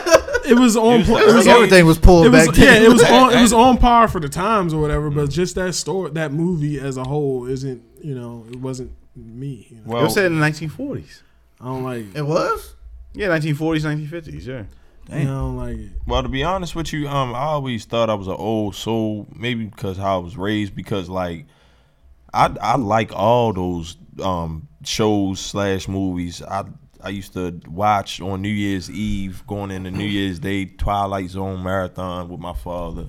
[SPEAKER 5] it was on.
[SPEAKER 6] was
[SPEAKER 5] po-
[SPEAKER 6] like-
[SPEAKER 5] It was,
[SPEAKER 6] Like
[SPEAKER 5] on,
[SPEAKER 4] Everything was pulled
[SPEAKER 5] it
[SPEAKER 4] back.
[SPEAKER 5] was,
[SPEAKER 4] then.
[SPEAKER 5] <laughs> yeah, it was on. It was on par for the times or whatever. But just that story, that movie as a whole, isn't. You know, it wasn't me. You know?
[SPEAKER 4] Oh.
[SPEAKER 3] It was set
[SPEAKER 6] Well,
[SPEAKER 3] in the 1940s.
[SPEAKER 5] I don't like.
[SPEAKER 4] It
[SPEAKER 5] It.
[SPEAKER 4] was.
[SPEAKER 3] Yeah, 1940s, 1950s. Yeah.
[SPEAKER 5] I don't like it.
[SPEAKER 6] well, to be honest with you, um, I always thought I was an old soul. Maybe because how I was raised. Because like, I I like all those um shows slash movies. I I used to watch on New Year's Eve, going into New Year's Day, Twilight Zone marathon with my father,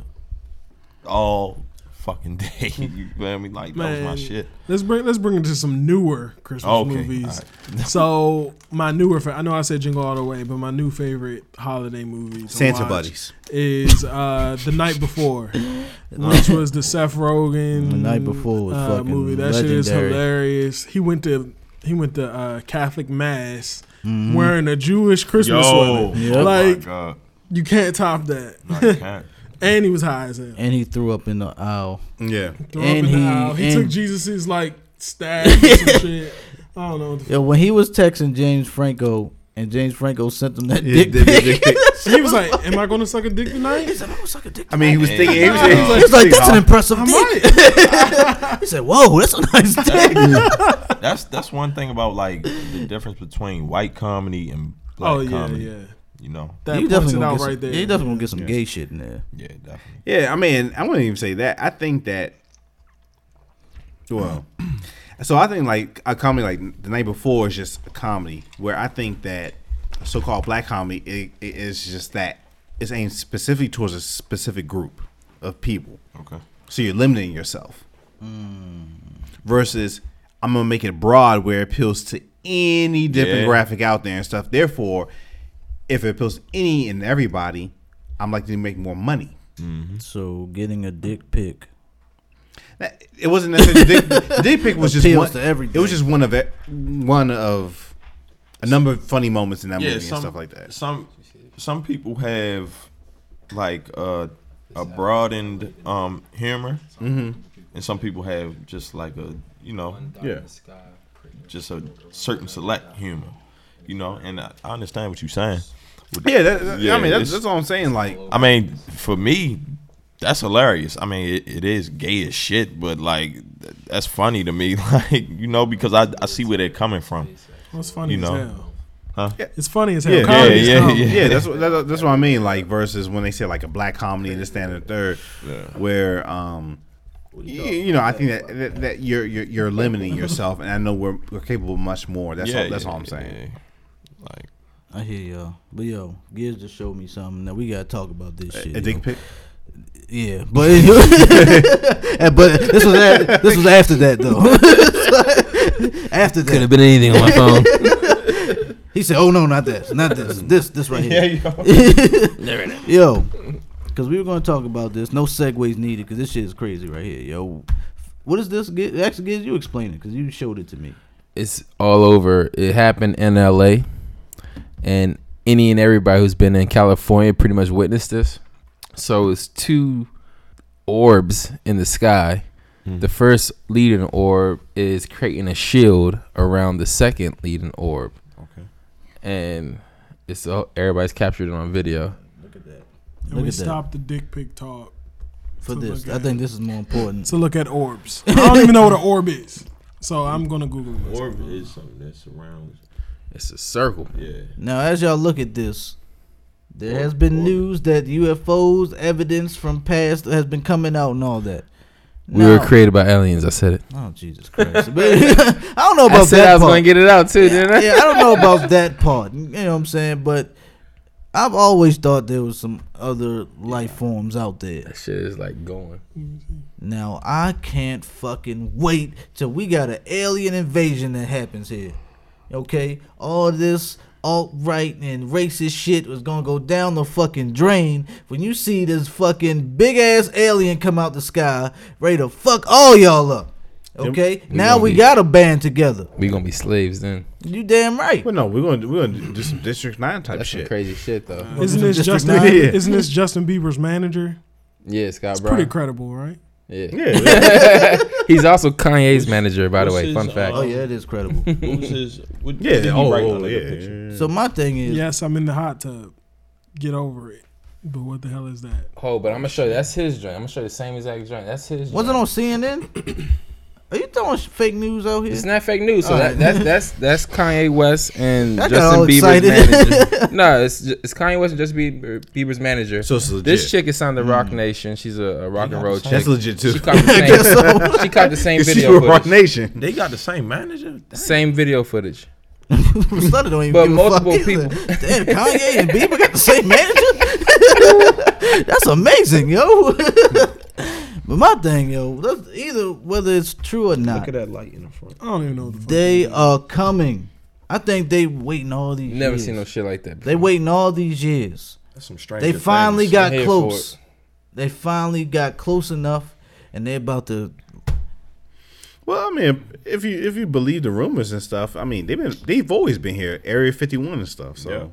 [SPEAKER 6] all fucking <laughs> day. You feel me? Like that was my
[SPEAKER 5] Man.
[SPEAKER 6] shit.
[SPEAKER 5] Let's bring let's bring it to some newer Christmas
[SPEAKER 6] Okay,
[SPEAKER 5] movies.
[SPEAKER 6] <laughs>
[SPEAKER 5] so my newer, fa- I know I said Jingle All the Way, but my new favorite holiday movie, to
[SPEAKER 3] Santa
[SPEAKER 5] watch
[SPEAKER 3] Buddies.
[SPEAKER 5] is uh, The Night
[SPEAKER 6] <laughs>
[SPEAKER 5] Before, which was the Seth Rogen. uh,
[SPEAKER 4] The Night Before was fucking
[SPEAKER 5] That shit is
[SPEAKER 4] legendary.
[SPEAKER 5] hilarious. He went to he went to uh, Catholic mass
[SPEAKER 4] Mm-hmm.
[SPEAKER 5] wearing a Jewish Christmas
[SPEAKER 6] Yo.
[SPEAKER 5] sweater.
[SPEAKER 4] Yep.
[SPEAKER 6] Oh my
[SPEAKER 5] Like
[SPEAKER 6] God.
[SPEAKER 5] you can't top that.
[SPEAKER 6] No, you can't.
[SPEAKER 5] <laughs> and he was high as hell.
[SPEAKER 4] And he threw up in the aisle.
[SPEAKER 3] Yeah.
[SPEAKER 5] Threw up in
[SPEAKER 4] And
[SPEAKER 5] the
[SPEAKER 4] he-
[SPEAKER 5] aisle. He took
[SPEAKER 4] and-
[SPEAKER 5] Jesus's like stab and
[SPEAKER 4] <laughs>
[SPEAKER 5] some shit. I don't know. What the
[SPEAKER 4] Yo, when he was texting James Franco, and James Franco sent him that
[SPEAKER 3] Yeah,
[SPEAKER 4] dick
[SPEAKER 3] the-
[SPEAKER 4] pic.
[SPEAKER 3] the- the- the-
[SPEAKER 5] <laughs> He was like, "Am I gonna suck a dick tonight?"
[SPEAKER 4] said, "I'm gonna suck a dick."
[SPEAKER 3] I mean,
[SPEAKER 4] <laughs>
[SPEAKER 3] he was thinking. He was,
[SPEAKER 5] He was
[SPEAKER 4] He was
[SPEAKER 3] thinking,
[SPEAKER 4] like, "That's an
[SPEAKER 3] oh,
[SPEAKER 4] impressive dick." he said, "Whoa, that's a
[SPEAKER 5] <laughs>
[SPEAKER 4] nice dick."
[SPEAKER 6] That's that's one thing about like the difference between white comedy and black
[SPEAKER 5] oh yeah,
[SPEAKER 6] comedy.
[SPEAKER 5] yeah.
[SPEAKER 6] You know.
[SPEAKER 5] That
[SPEAKER 4] you
[SPEAKER 5] points
[SPEAKER 4] definitely
[SPEAKER 5] it
[SPEAKER 4] gonna
[SPEAKER 5] out
[SPEAKER 4] get some,
[SPEAKER 5] right there.
[SPEAKER 4] You definitely gonna get some gay shit in there.
[SPEAKER 6] Yeah, definitely.
[SPEAKER 3] Yeah, I mean, I wouldn't even say that. I think that. Well, <clears throat> so I think like a comedy like the night before is just a comedy where I think that so-called black comedy it, it is just that it's aimed specifically towards a specific group of people.
[SPEAKER 6] Okay.
[SPEAKER 3] So you're limiting yourself. Versus, I'm gonna make it broad where it appeals to any demographic out there and stuff. Therefore, if it appeals to any and everybody, I'm likely to make more money.
[SPEAKER 4] So getting a dick pic.
[SPEAKER 3] That- It wasn't necessarily dick, the dick pic was just
[SPEAKER 4] Appeals
[SPEAKER 3] one.
[SPEAKER 4] to everything.
[SPEAKER 3] It was just one of it, one of a number of funny moments in that
[SPEAKER 6] Yeah,
[SPEAKER 3] movie
[SPEAKER 6] some
[SPEAKER 3] and stuff like that.
[SPEAKER 6] Some some people have like uh, a broadened um, humor,
[SPEAKER 3] Mm-hmm.
[SPEAKER 6] and some people have just like a you know
[SPEAKER 3] Yeah,
[SPEAKER 6] just a certain select humor, you know. And I, I understand what you're saying. With-
[SPEAKER 3] yeah. That, that- I mean, that's,
[SPEAKER 6] it's-
[SPEAKER 3] that's all I'm saying. Like,
[SPEAKER 6] I mean, for me, that's hilarious. I mean, it, it is gay as shit, but like, th- that's funny to me. <laughs> Like, you know, because I, I see where they're coming from.
[SPEAKER 5] It's funny
[SPEAKER 6] You know.
[SPEAKER 5] as hell.
[SPEAKER 6] Huh?
[SPEAKER 5] It's funny as hell.
[SPEAKER 3] Yeah,
[SPEAKER 5] Comedy is
[SPEAKER 6] yeah,
[SPEAKER 5] comedy.
[SPEAKER 6] yeah.
[SPEAKER 3] yeah, that's what that, that's what I mean. Like versus when they say like a black comedy and this, that, and the third, where um, you, you know, I think that, that that you're you're you're limiting yourself, and I know we're, we're capable of much more. That's
[SPEAKER 6] yeah,
[SPEAKER 3] all, that's
[SPEAKER 6] yeah,
[SPEAKER 3] all I'm saying.
[SPEAKER 6] yeah. Like,
[SPEAKER 4] I hear y'all, but yo, Giz just showed me something that we gotta talk about this shit.
[SPEAKER 3] A
[SPEAKER 4] yo.
[SPEAKER 3] dick pic.
[SPEAKER 4] Yeah, but <laughs> and- but this was at, this was after that though. <laughs> after
[SPEAKER 2] Could
[SPEAKER 4] that,
[SPEAKER 2] have been anything on my phone.
[SPEAKER 4] he said, "Oh no, not this, not this, this, this right here." yo, because we were gonna talk about this. No segues needed because this shit is crazy right here, yo. What is this? Gi- Actually, Giz, you explain it because you showed it to me.
[SPEAKER 2] it's all over. It happened in LA, and any and everybody who's been in California pretty much witnessed this. So it's two orbs in the sky.
[SPEAKER 4] Hmm.
[SPEAKER 2] The first leading orb is creating a shield around the second leading orb.
[SPEAKER 6] Okay.
[SPEAKER 2] And it's all, everybody's captured it on video.
[SPEAKER 5] And
[SPEAKER 4] Look
[SPEAKER 5] we
[SPEAKER 4] at that.
[SPEAKER 5] stopped the dick pic talk
[SPEAKER 4] For
[SPEAKER 5] To
[SPEAKER 4] this,
[SPEAKER 5] look
[SPEAKER 4] I
[SPEAKER 5] at.
[SPEAKER 4] think this is more important.
[SPEAKER 5] to look
[SPEAKER 4] <laughs>
[SPEAKER 5] at orbs. I don't even know what an orb is, so I'm gonna Google it.
[SPEAKER 6] orb is something that surrounds.
[SPEAKER 2] It's a circle.
[SPEAKER 6] Yeah.
[SPEAKER 4] Now, as y'all look at this, there has been news that UFOs, evidence from past, has been coming out and all that.
[SPEAKER 2] We were
[SPEAKER 4] Now-
[SPEAKER 2] created by aliens. I said it.
[SPEAKER 4] Oh Jesus Christ! But <laughs> I don't know about
[SPEAKER 2] I said
[SPEAKER 4] that
[SPEAKER 2] I was
[SPEAKER 4] part.
[SPEAKER 2] going to get it out too, didn't I?
[SPEAKER 4] yeah, I don't know about that part. You know what I'm saying? But I've always thought there was some other life forms out there.
[SPEAKER 2] That shit is like going.
[SPEAKER 4] Now I can't fucking wait till we got an alien invasion that happens here. Okay, all this alt right and racist shit was gonna go down the fucking drain when you see this fucking big ass alien come out the sky, ready to fuck all y'all up. Okay,
[SPEAKER 2] We
[SPEAKER 4] now
[SPEAKER 2] gonna
[SPEAKER 4] we
[SPEAKER 2] be-
[SPEAKER 4] gotta band together. <laughs>
[SPEAKER 2] We gonna be slaves then.
[SPEAKER 4] You damn right.
[SPEAKER 3] <laughs> Well, no, we're gonna do- we're gonna do some District Nine type
[SPEAKER 2] That's some
[SPEAKER 3] shit.
[SPEAKER 2] crazy shit though.
[SPEAKER 5] Isn't
[SPEAKER 4] From
[SPEAKER 5] this
[SPEAKER 4] District
[SPEAKER 5] Justin?
[SPEAKER 3] Nine? Yeah.
[SPEAKER 4] <laughs>
[SPEAKER 5] Isn't this Justin Bieber's manager?
[SPEAKER 2] Yeah, Scott
[SPEAKER 5] Pretty
[SPEAKER 2] Brown.
[SPEAKER 5] credible, right?
[SPEAKER 2] yeah.
[SPEAKER 3] Yeah, yeah.
[SPEAKER 2] <laughs> He's also Kanye's manager, by the
[SPEAKER 6] what's
[SPEAKER 2] way.
[SPEAKER 6] his,
[SPEAKER 2] Fun
[SPEAKER 6] uh,
[SPEAKER 2] fact.
[SPEAKER 4] Oh yeah, it is credible.
[SPEAKER 6] Who's his?
[SPEAKER 3] <laughs>
[SPEAKER 6] What,
[SPEAKER 3] yeah.
[SPEAKER 6] did he
[SPEAKER 3] oh,
[SPEAKER 6] write
[SPEAKER 3] oh,
[SPEAKER 6] under the
[SPEAKER 3] yeah,
[SPEAKER 6] picture?
[SPEAKER 3] yeah, yeah.
[SPEAKER 4] so my thing is,
[SPEAKER 5] Yes, I'm in the hot tub. Get over it. But what the hell is that?
[SPEAKER 2] Oh, but I'm gonna show you. That's his joint. I'm gonna show you the same exact joint. That's his.
[SPEAKER 4] was it
[SPEAKER 2] joint.
[SPEAKER 4] on CNN? Are you throwing sh- fake news out here?
[SPEAKER 2] It's not fake news. So
[SPEAKER 4] Alright.
[SPEAKER 2] that, that that's that's Kanye West and
[SPEAKER 4] I got all
[SPEAKER 2] Justin Bieber's
[SPEAKER 4] excited.
[SPEAKER 2] <laughs> manager. no, it's ju- it's Kanye West and Justin Bieber, Bieber's manager.
[SPEAKER 3] So it's legit.
[SPEAKER 2] this chick is signed to Rock Nation. She's a, a rock and roll chick.
[SPEAKER 3] That's legit too.
[SPEAKER 2] She caught <laughs> the same. she caught the same
[SPEAKER 3] <laughs> It's
[SPEAKER 2] video
[SPEAKER 3] Rock
[SPEAKER 2] footage.
[SPEAKER 3] Nation.
[SPEAKER 6] They got the same manager.
[SPEAKER 2] Same video footage.
[SPEAKER 4] Stutter <laughs> don't even
[SPEAKER 2] But
[SPEAKER 4] give
[SPEAKER 2] multiple
[SPEAKER 4] a fuck either. Damn, Kanye and Bieber got the <laughs> same manager. <laughs> That's amazing, yo. <laughs> but my thing, yo, that's either whether it's true or not,
[SPEAKER 6] that light in the front.
[SPEAKER 5] I don't even know what the fuck.
[SPEAKER 4] they are coming. I think they waiting all these.
[SPEAKER 2] Never
[SPEAKER 4] years.
[SPEAKER 2] seen no shit like that.
[SPEAKER 4] They waiting all these years.
[SPEAKER 6] That's some strange.
[SPEAKER 4] They finally got
[SPEAKER 2] I'm here for
[SPEAKER 4] close.
[SPEAKER 2] it.
[SPEAKER 4] They finally got close enough, and they're about to.
[SPEAKER 3] Well, I mean, if you if you believe the rumors and stuff, I mean, they've been they've always been here, Area Fifty One and stuff. So
[SPEAKER 6] Yeah.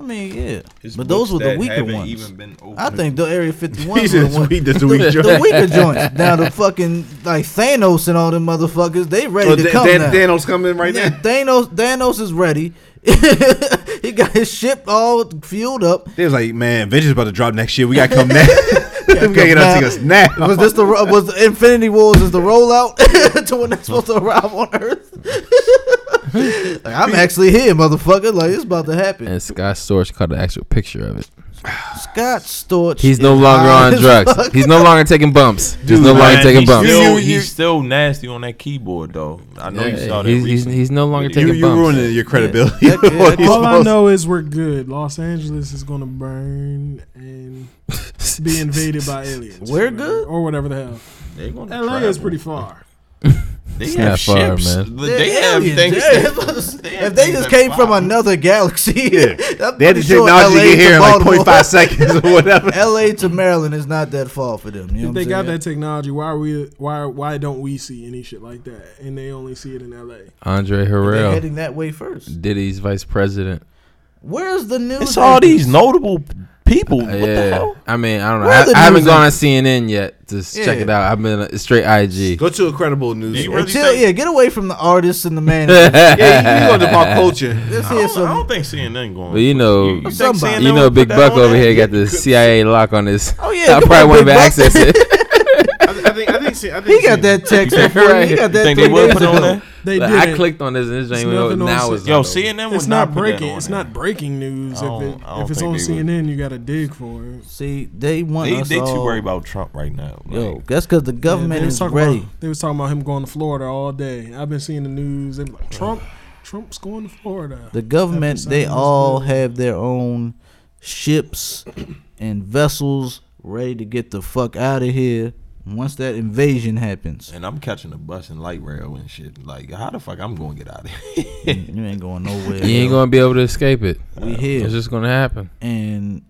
[SPEAKER 4] I mean, yeah, but those were the weaker ones.
[SPEAKER 6] Even been opened.
[SPEAKER 4] I think the Area 51
[SPEAKER 3] <laughs> he
[SPEAKER 4] was the
[SPEAKER 3] just
[SPEAKER 4] one.
[SPEAKER 3] tweeted the week. <laughs>
[SPEAKER 4] The weaker joints. Now the fucking like Thanos and all them motherfuckers, they ready
[SPEAKER 3] Oh,
[SPEAKER 4] to
[SPEAKER 3] Dan-
[SPEAKER 4] come
[SPEAKER 3] Dan-
[SPEAKER 4] now.
[SPEAKER 3] Dano's coming right
[SPEAKER 4] <laughs> Yeah,
[SPEAKER 3] now.
[SPEAKER 4] Thanos, Thanos is ready. <laughs> he got his ship all fueled up.
[SPEAKER 3] They was like, man, Avengers about to drop next year. We gotta come now. <laughs> we gotta get
[SPEAKER 4] now.
[SPEAKER 3] our tickets now.
[SPEAKER 4] Was this the ro- was Infinity Wars is the rollout to when they're supposed to arrive on Earth?
[SPEAKER 1] Like, I'm actually here, motherfucker. Like it's about to happen.
[SPEAKER 2] And Scott Storch caught an actual picture of it.
[SPEAKER 1] Scott Storch.
[SPEAKER 2] He's no
[SPEAKER 1] is
[SPEAKER 2] longer
[SPEAKER 1] high
[SPEAKER 2] on
[SPEAKER 1] as
[SPEAKER 2] drugs.
[SPEAKER 1] fuck.
[SPEAKER 2] He's no longer taking bumps. he's
[SPEAKER 3] Dude,
[SPEAKER 2] no
[SPEAKER 3] man,
[SPEAKER 2] longer taking
[SPEAKER 6] he's
[SPEAKER 2] bumps.
[SPEAKER 6] Still,
[SPEAKER 3] You- you-
[SPEAKER 6] he's still nasty on that keyboard though. I know you saw
[SPEAKER 2] Yeah,
[SPEAKER 6] that.
[SPEAKER 2] he's, he's,
[SPEAKER 6] recently.
[SPEAKER 2] he's no longer
[SPEAKER 3] You,
[SPEAKER 2] taking
[SPEAKER 3] you
[SPEAKER 2] bumps.
[SPEAKER 3] ruining your credibility. <laughs>
[SPEAKER 1] Yeah, yeah,
[SPEAKER 3] What
[SPEAKER 1] yeah.
[SPEAKER 3] you
[SPEAKER 5] All I
[SPEAKER 3] supposed-
[SPEAKER 5] know is we're good. Los Angeles is gonna burn and
[SPEAKER 6] <laughs>
[SPEAKER 5] be invaded by aliens.
[SPEAKER 1] We're
[SPEAKER 5] Whatever-
[SPEAKER 1] good?
[SPEAKER 5] or whatever the hell.
[SPEAKER 6] They gonna
[SPEAKER 5] LA is
[SPEAKER 6] travel.
[SPEAKER 5] pretty far.
[SPEAKER 6] They
[SPEAKER 2] It's
[SPEAKER 6] have
[SPEAKER 2] not far,
[SPEAKER 6] ships.
[SPEAKER 2] man.
[SPEAKER 6] They,
[SPEAKER 1] They're
[SPEAKER 6] have
[SPEAKER 1] aliens.
[SPEAKER 6] things.
[SPEAKER 1] Yeah,
[SPEAKER 6] that- they have
[SPEAKER 1] if they
[SPEAKER 6] things
[SPEAKER 1] just
[SPEAKER 6] that
[SPEAKER 1] came from
[SPEAKER 6] fly.
[SPEAKER 1] another
[SPEAKER 4] <laughs>
[SPEAKER 1] galaxy,
[SPEAKER 3] Yeah.
[SPEAKER 1] I'm
[SPEAKER 3] They had
[SPEAKER 1] pretty
[SPEAKER 3] the
[SPEAKER 1] sure
[SPEAKER 3] technology
[SPEAKER 1] LA
[SPEAKER 3] to get
[SPEAKER 1] to
[SPEAKER 3] here in like
[SPEAKER 1] Baltimore-
[SPEAKER 3] 0.5 seconds or whatever.
[SPEAKER 1] LA to Maryland is not that far for them. You know
[SPEAKER 5] If they
[SPEAKER 1] what
[SPEAKER 5] got
[SPEAKER 1] I'm saying?
[SPEAKER 5] that technology, why are we why why don't we see any shit like that? And they only see it in LA.
[SPEAKER 2] Andre
[SPEAKER 1] They're
[SPEAKER 2] Harrell,
[SPEAKER 1] heading that way first.
[SPEAKER 2] Diddy's vice president.
[SPEAKER 1] Where's the news?
[SPEAKER 6] It's all
[SPEAKER 1] anchors?
[SPEAKER 6] these notable people.
[SPEAKER 2] Uh,
[SPEAKER 6] What the
[SPEAKER 2] yeah,
[SPEAKER 6] hell?
[SPEAKER 2] I mean, I don't know.
[SPEAKER 1] Where
[SPEAKER 2] I,
[SPEAKER 1] are the
[SPEAKER 2] I haven't
[SPEAKER 1] news
[SPEAKER 2] gone on CNN yet to s- check
[SPEAKER 1] Yeah.
[SPEAKER 2] it out. I've been uh, straight IG.
[SPEAKER 3] Go to a credible news.
[SPEAKER 6] You
[SPEAKER 3] source.
[SPEAKER 6] really
[SPEAKER 1] Chill,
[SPEAKER 6] think-
[SPEAKER 1] yeah, get away from the artists and the
[SPEAKER 2] <laughs>
[SPEAKER 1] man.
[SPEAKER 3] yeah, you, you go to pop culture.
[SPEAKER 1] <laughs> Let's
[SPEAKER 6] I
[SPEAKER 1] hear
[SPEAKER 6] don't, I
[SPEAKER 1] some.
[SPEAKER 6] don't think CNN going.
[SPEAKER 2] But you know,
[SPEAKER 6] think
[SPEAKER 1] Somebody.
[SPEAKER 6] CNN
[SPEAKER 2] you know,
[SPEAKER 6] would
[SPEAKER 2] Big
[SPEAKER 6] put that
[SPEAKER 2] Buck
[SPEAKER 6] on
[SPEAKER 2] over
[SPEAKER 6] there?
[SPEAKER 2] here got the CIA lock on this.
[SPEAKER 1] Oh, yeah,
[SPEAKER 2] <laughs> I
[SPEAKER 1] come
[SPEAKER 2] probably
[SPEAKER 1] on,
[SPEAKER 2] won't
[SPEAKER 1] Big
[SPEAKER 2] even
[SPEAKER 1] Buck.
[SPEAKER 2] access
[SPEAKER 1] <laughs>
[SPEAKER 2] it. <laughs>
[SPEAKER 3] I, I think. I think. I think
[SPEAKER 1] He got that text. before- He
[SPEAKER 2] Right.
[SPEAKER 1] got
[SPEAKER 6] You
[SPEAKER 1] that
[SPEAKER 6] think
[SPEAKER 1] three
[SPEAKER 6] they would
[SPEAKER 1] days
[SPEAKER 6] put it on
[SPEAKER 1] ago.
[SPEAKER 6] there?
[SPEAKER 5] They
[SPEAKER 2] Like,
[SPEAKER 5] did
[SPEAKER 2] I
[SPEAKER 5] it.
[SPEAKER 2] clicked on this and this
[SPEAKER 5] It's
[SPEAKER 2] ain't even
[SPEAKER 5] nothing on
[SPEAKER 2] now.
[SPEAKER 5] C-
[SPEAKER 2] It's
[SPEAKER 6] Yo,
[SPEAKER 2] not over.
[SPEAKER 6] CNN would
[SPEAKER 5] It's not
[SPEAKER 6] put that
[SPEAKER 5] breaking.
[SPEAKER 6] on
[SPEAKER 5] It's
[SPEAKER 6] there.
[SPEAKER 5] not breaking news.
[SPEAKER 6] I
[SPEAKER 5] If, it,
[SPEAKER 6] don't- I don't
[SPEAKER 5] if it's
[SPEAKER 6] think
[SPEAKER 5] on
[SPEAKER 6] they would.
[SPEAKER 5] CNN, you got to dig for it.
[SPEAKER 1] See, they want
[SPEAKER 6] They,
[SPEAKER 1] us
[SPEAKER 6] they
[SPEAKER 1] all.
[SPEAKER 6] too worried about Trump right now. Like,
[SPEAKER 1] Yo, that's because the government
[SPEAKER 5] Yeah, they was
[SPEAKER 1] is
[SPEAKER 5] talking
[SPEAKER 1] ready.
[SPEAKER 5] About, they was talking about him going to Florida all day. I've been seeing the news. They be like Trump, Trump's going to Florida.
[SPEAKER 1] The government,
[SPEAKER 5] After
[SPEAKER 1] they
[SPEAKER 5] Saddam
[SPEAKER 1] all
[SPEAKER 5] Hussein.
[SPEAKER 1] have their own ships and vessels ready to get the fuck out of here once that invasion
[SPEAKER 6] <laughs>
[SPEAKER 1] happens.
[SPEAKER 6] and I'm catching a bus and light rail and shit. Like, how the fuck I'm going to get out of here?
[SPEAKER 1] you ain't going nowhere.
[SPEAKER 2] You ain't gonna be able to escape it.
[SPEAKER 1] we here.
[SPEAKER 2] It's just gonna happen.
[SPEAKER 1] and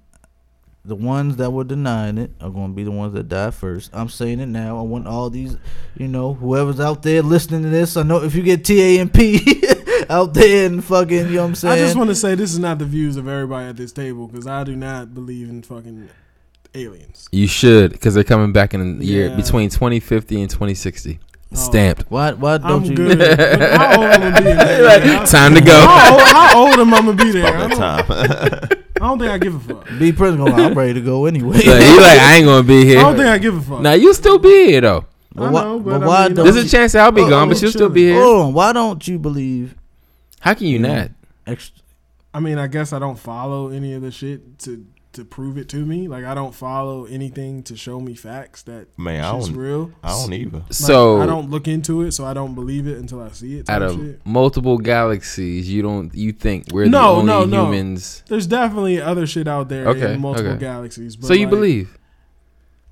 [SPEAKER 1] the ones that were denying it are going to be the ones that die first. I'm saying it now. I want all these, you know, whoever's out there listening to this. I know if you get TAMP <laughs> out there and fucking, you know what I'm saying?
[SPEAKER 5] I just want to say this is not the views of everybody at this table because I do not believe in fucking aliens.
[SPEAKER 2] You should, because they're coming back in the year
[SPEAKER 5] Yeah.
[SPEAKER 2] between 2050 and 2060.
[SPEAKER 5] Oh.
[SPEAKER 2] Stamped.
[SPEAKER 1] why, why don't
[SPEAKER 5] I'm
[SPEAKER 1] you?
[SPEAKER 5] good. But how old am I be there? man?
[SPEAKER 2] Time to
[SPEAKER 5] <laughs>
[SPEAKER 2] go.
[SPEAKER 5] How, old- how old am I gonna be there? I
[SPEAKER 6] That
[SPEAKER 5] don't, I
[SPEAKER 6] <laughs> time.
[SPEAKER 5] don't think I give a fuck. I
[SPEAKER 1] B Prince going, I'm ready to
[SPEAKER 5] <laughs>
[SPEAKER 1] go anyway.
[SPEAKER 2] Like, you like, I ain't gonna be
[SPEAKER 5] don't think
[SPEAKER 2] here.
[SPEAKER 5] I give a fuck.
[SPEAKER 2] Now you still be here though.
[SPEAKER 5] I
[SPEAKER 1] why-
[SPEAKER 5] know,
[SPEAKER 1] but
[SPEAKER 5] but, I
[SPEAKER 1] why
[SPEAKER 5] mean,
[SPEAKER 1] don't
[SPEAKER 2] There's
[SPEAKER 5] I'm-
[SPEAKER 2] a chance I'll be
[SPEAKER 5] Oh,
[SPEAKER 2] gone,
[SPEAKER 5] oh,
[SPEAKER 2] but you'll still
[SPEAKER 5] chilling.
[SPEAKER 2] be here.
[SPEAKER 1] Hold on, why don't you believe?
[SPEAKER 2] How can you not?
[SPEAKER 1] Ext-
[SPEAKER 5] I mean, I guess I don't follow any of the shit to to prove it to me. Like I don't follow anything to show me facts that
[SPEAKER 6] Man, I
[SPEAKER 5] shit's
[SPEAKER 6] don't-
[SPEAKER 5] real. Like,
[SPEAKER 6] I don't either.
[SPEAKER 2] So
[SPEAKER 5] I don't look into it, so I don't believe it until I see it.
[SPEAKER 2] out
[SPEAKER 5] type
[SPEAKER 2] of
[SPEAKER 5] shit.
[SPEAKER 2] multiple galaxies, you don't you think we're
[SPEAKER 5] No,
[SPEAKER 2] the
[SPEAKER 5] no,
[SPEAKER 2] only
[SPEAKER 5] no.
[SPEAKER 2] humans?
[SPEAKER 5] There's definitely other shit out there
[SPEAKER 2] Okay,
[SPEAKER 5] in multiple
[SPEAKER 2] okay.
[SPEAKER 5] galaxies. But
[SPEAKER 2] so you
[SPEAKER 5] like-
[SPEAKER 2] believe?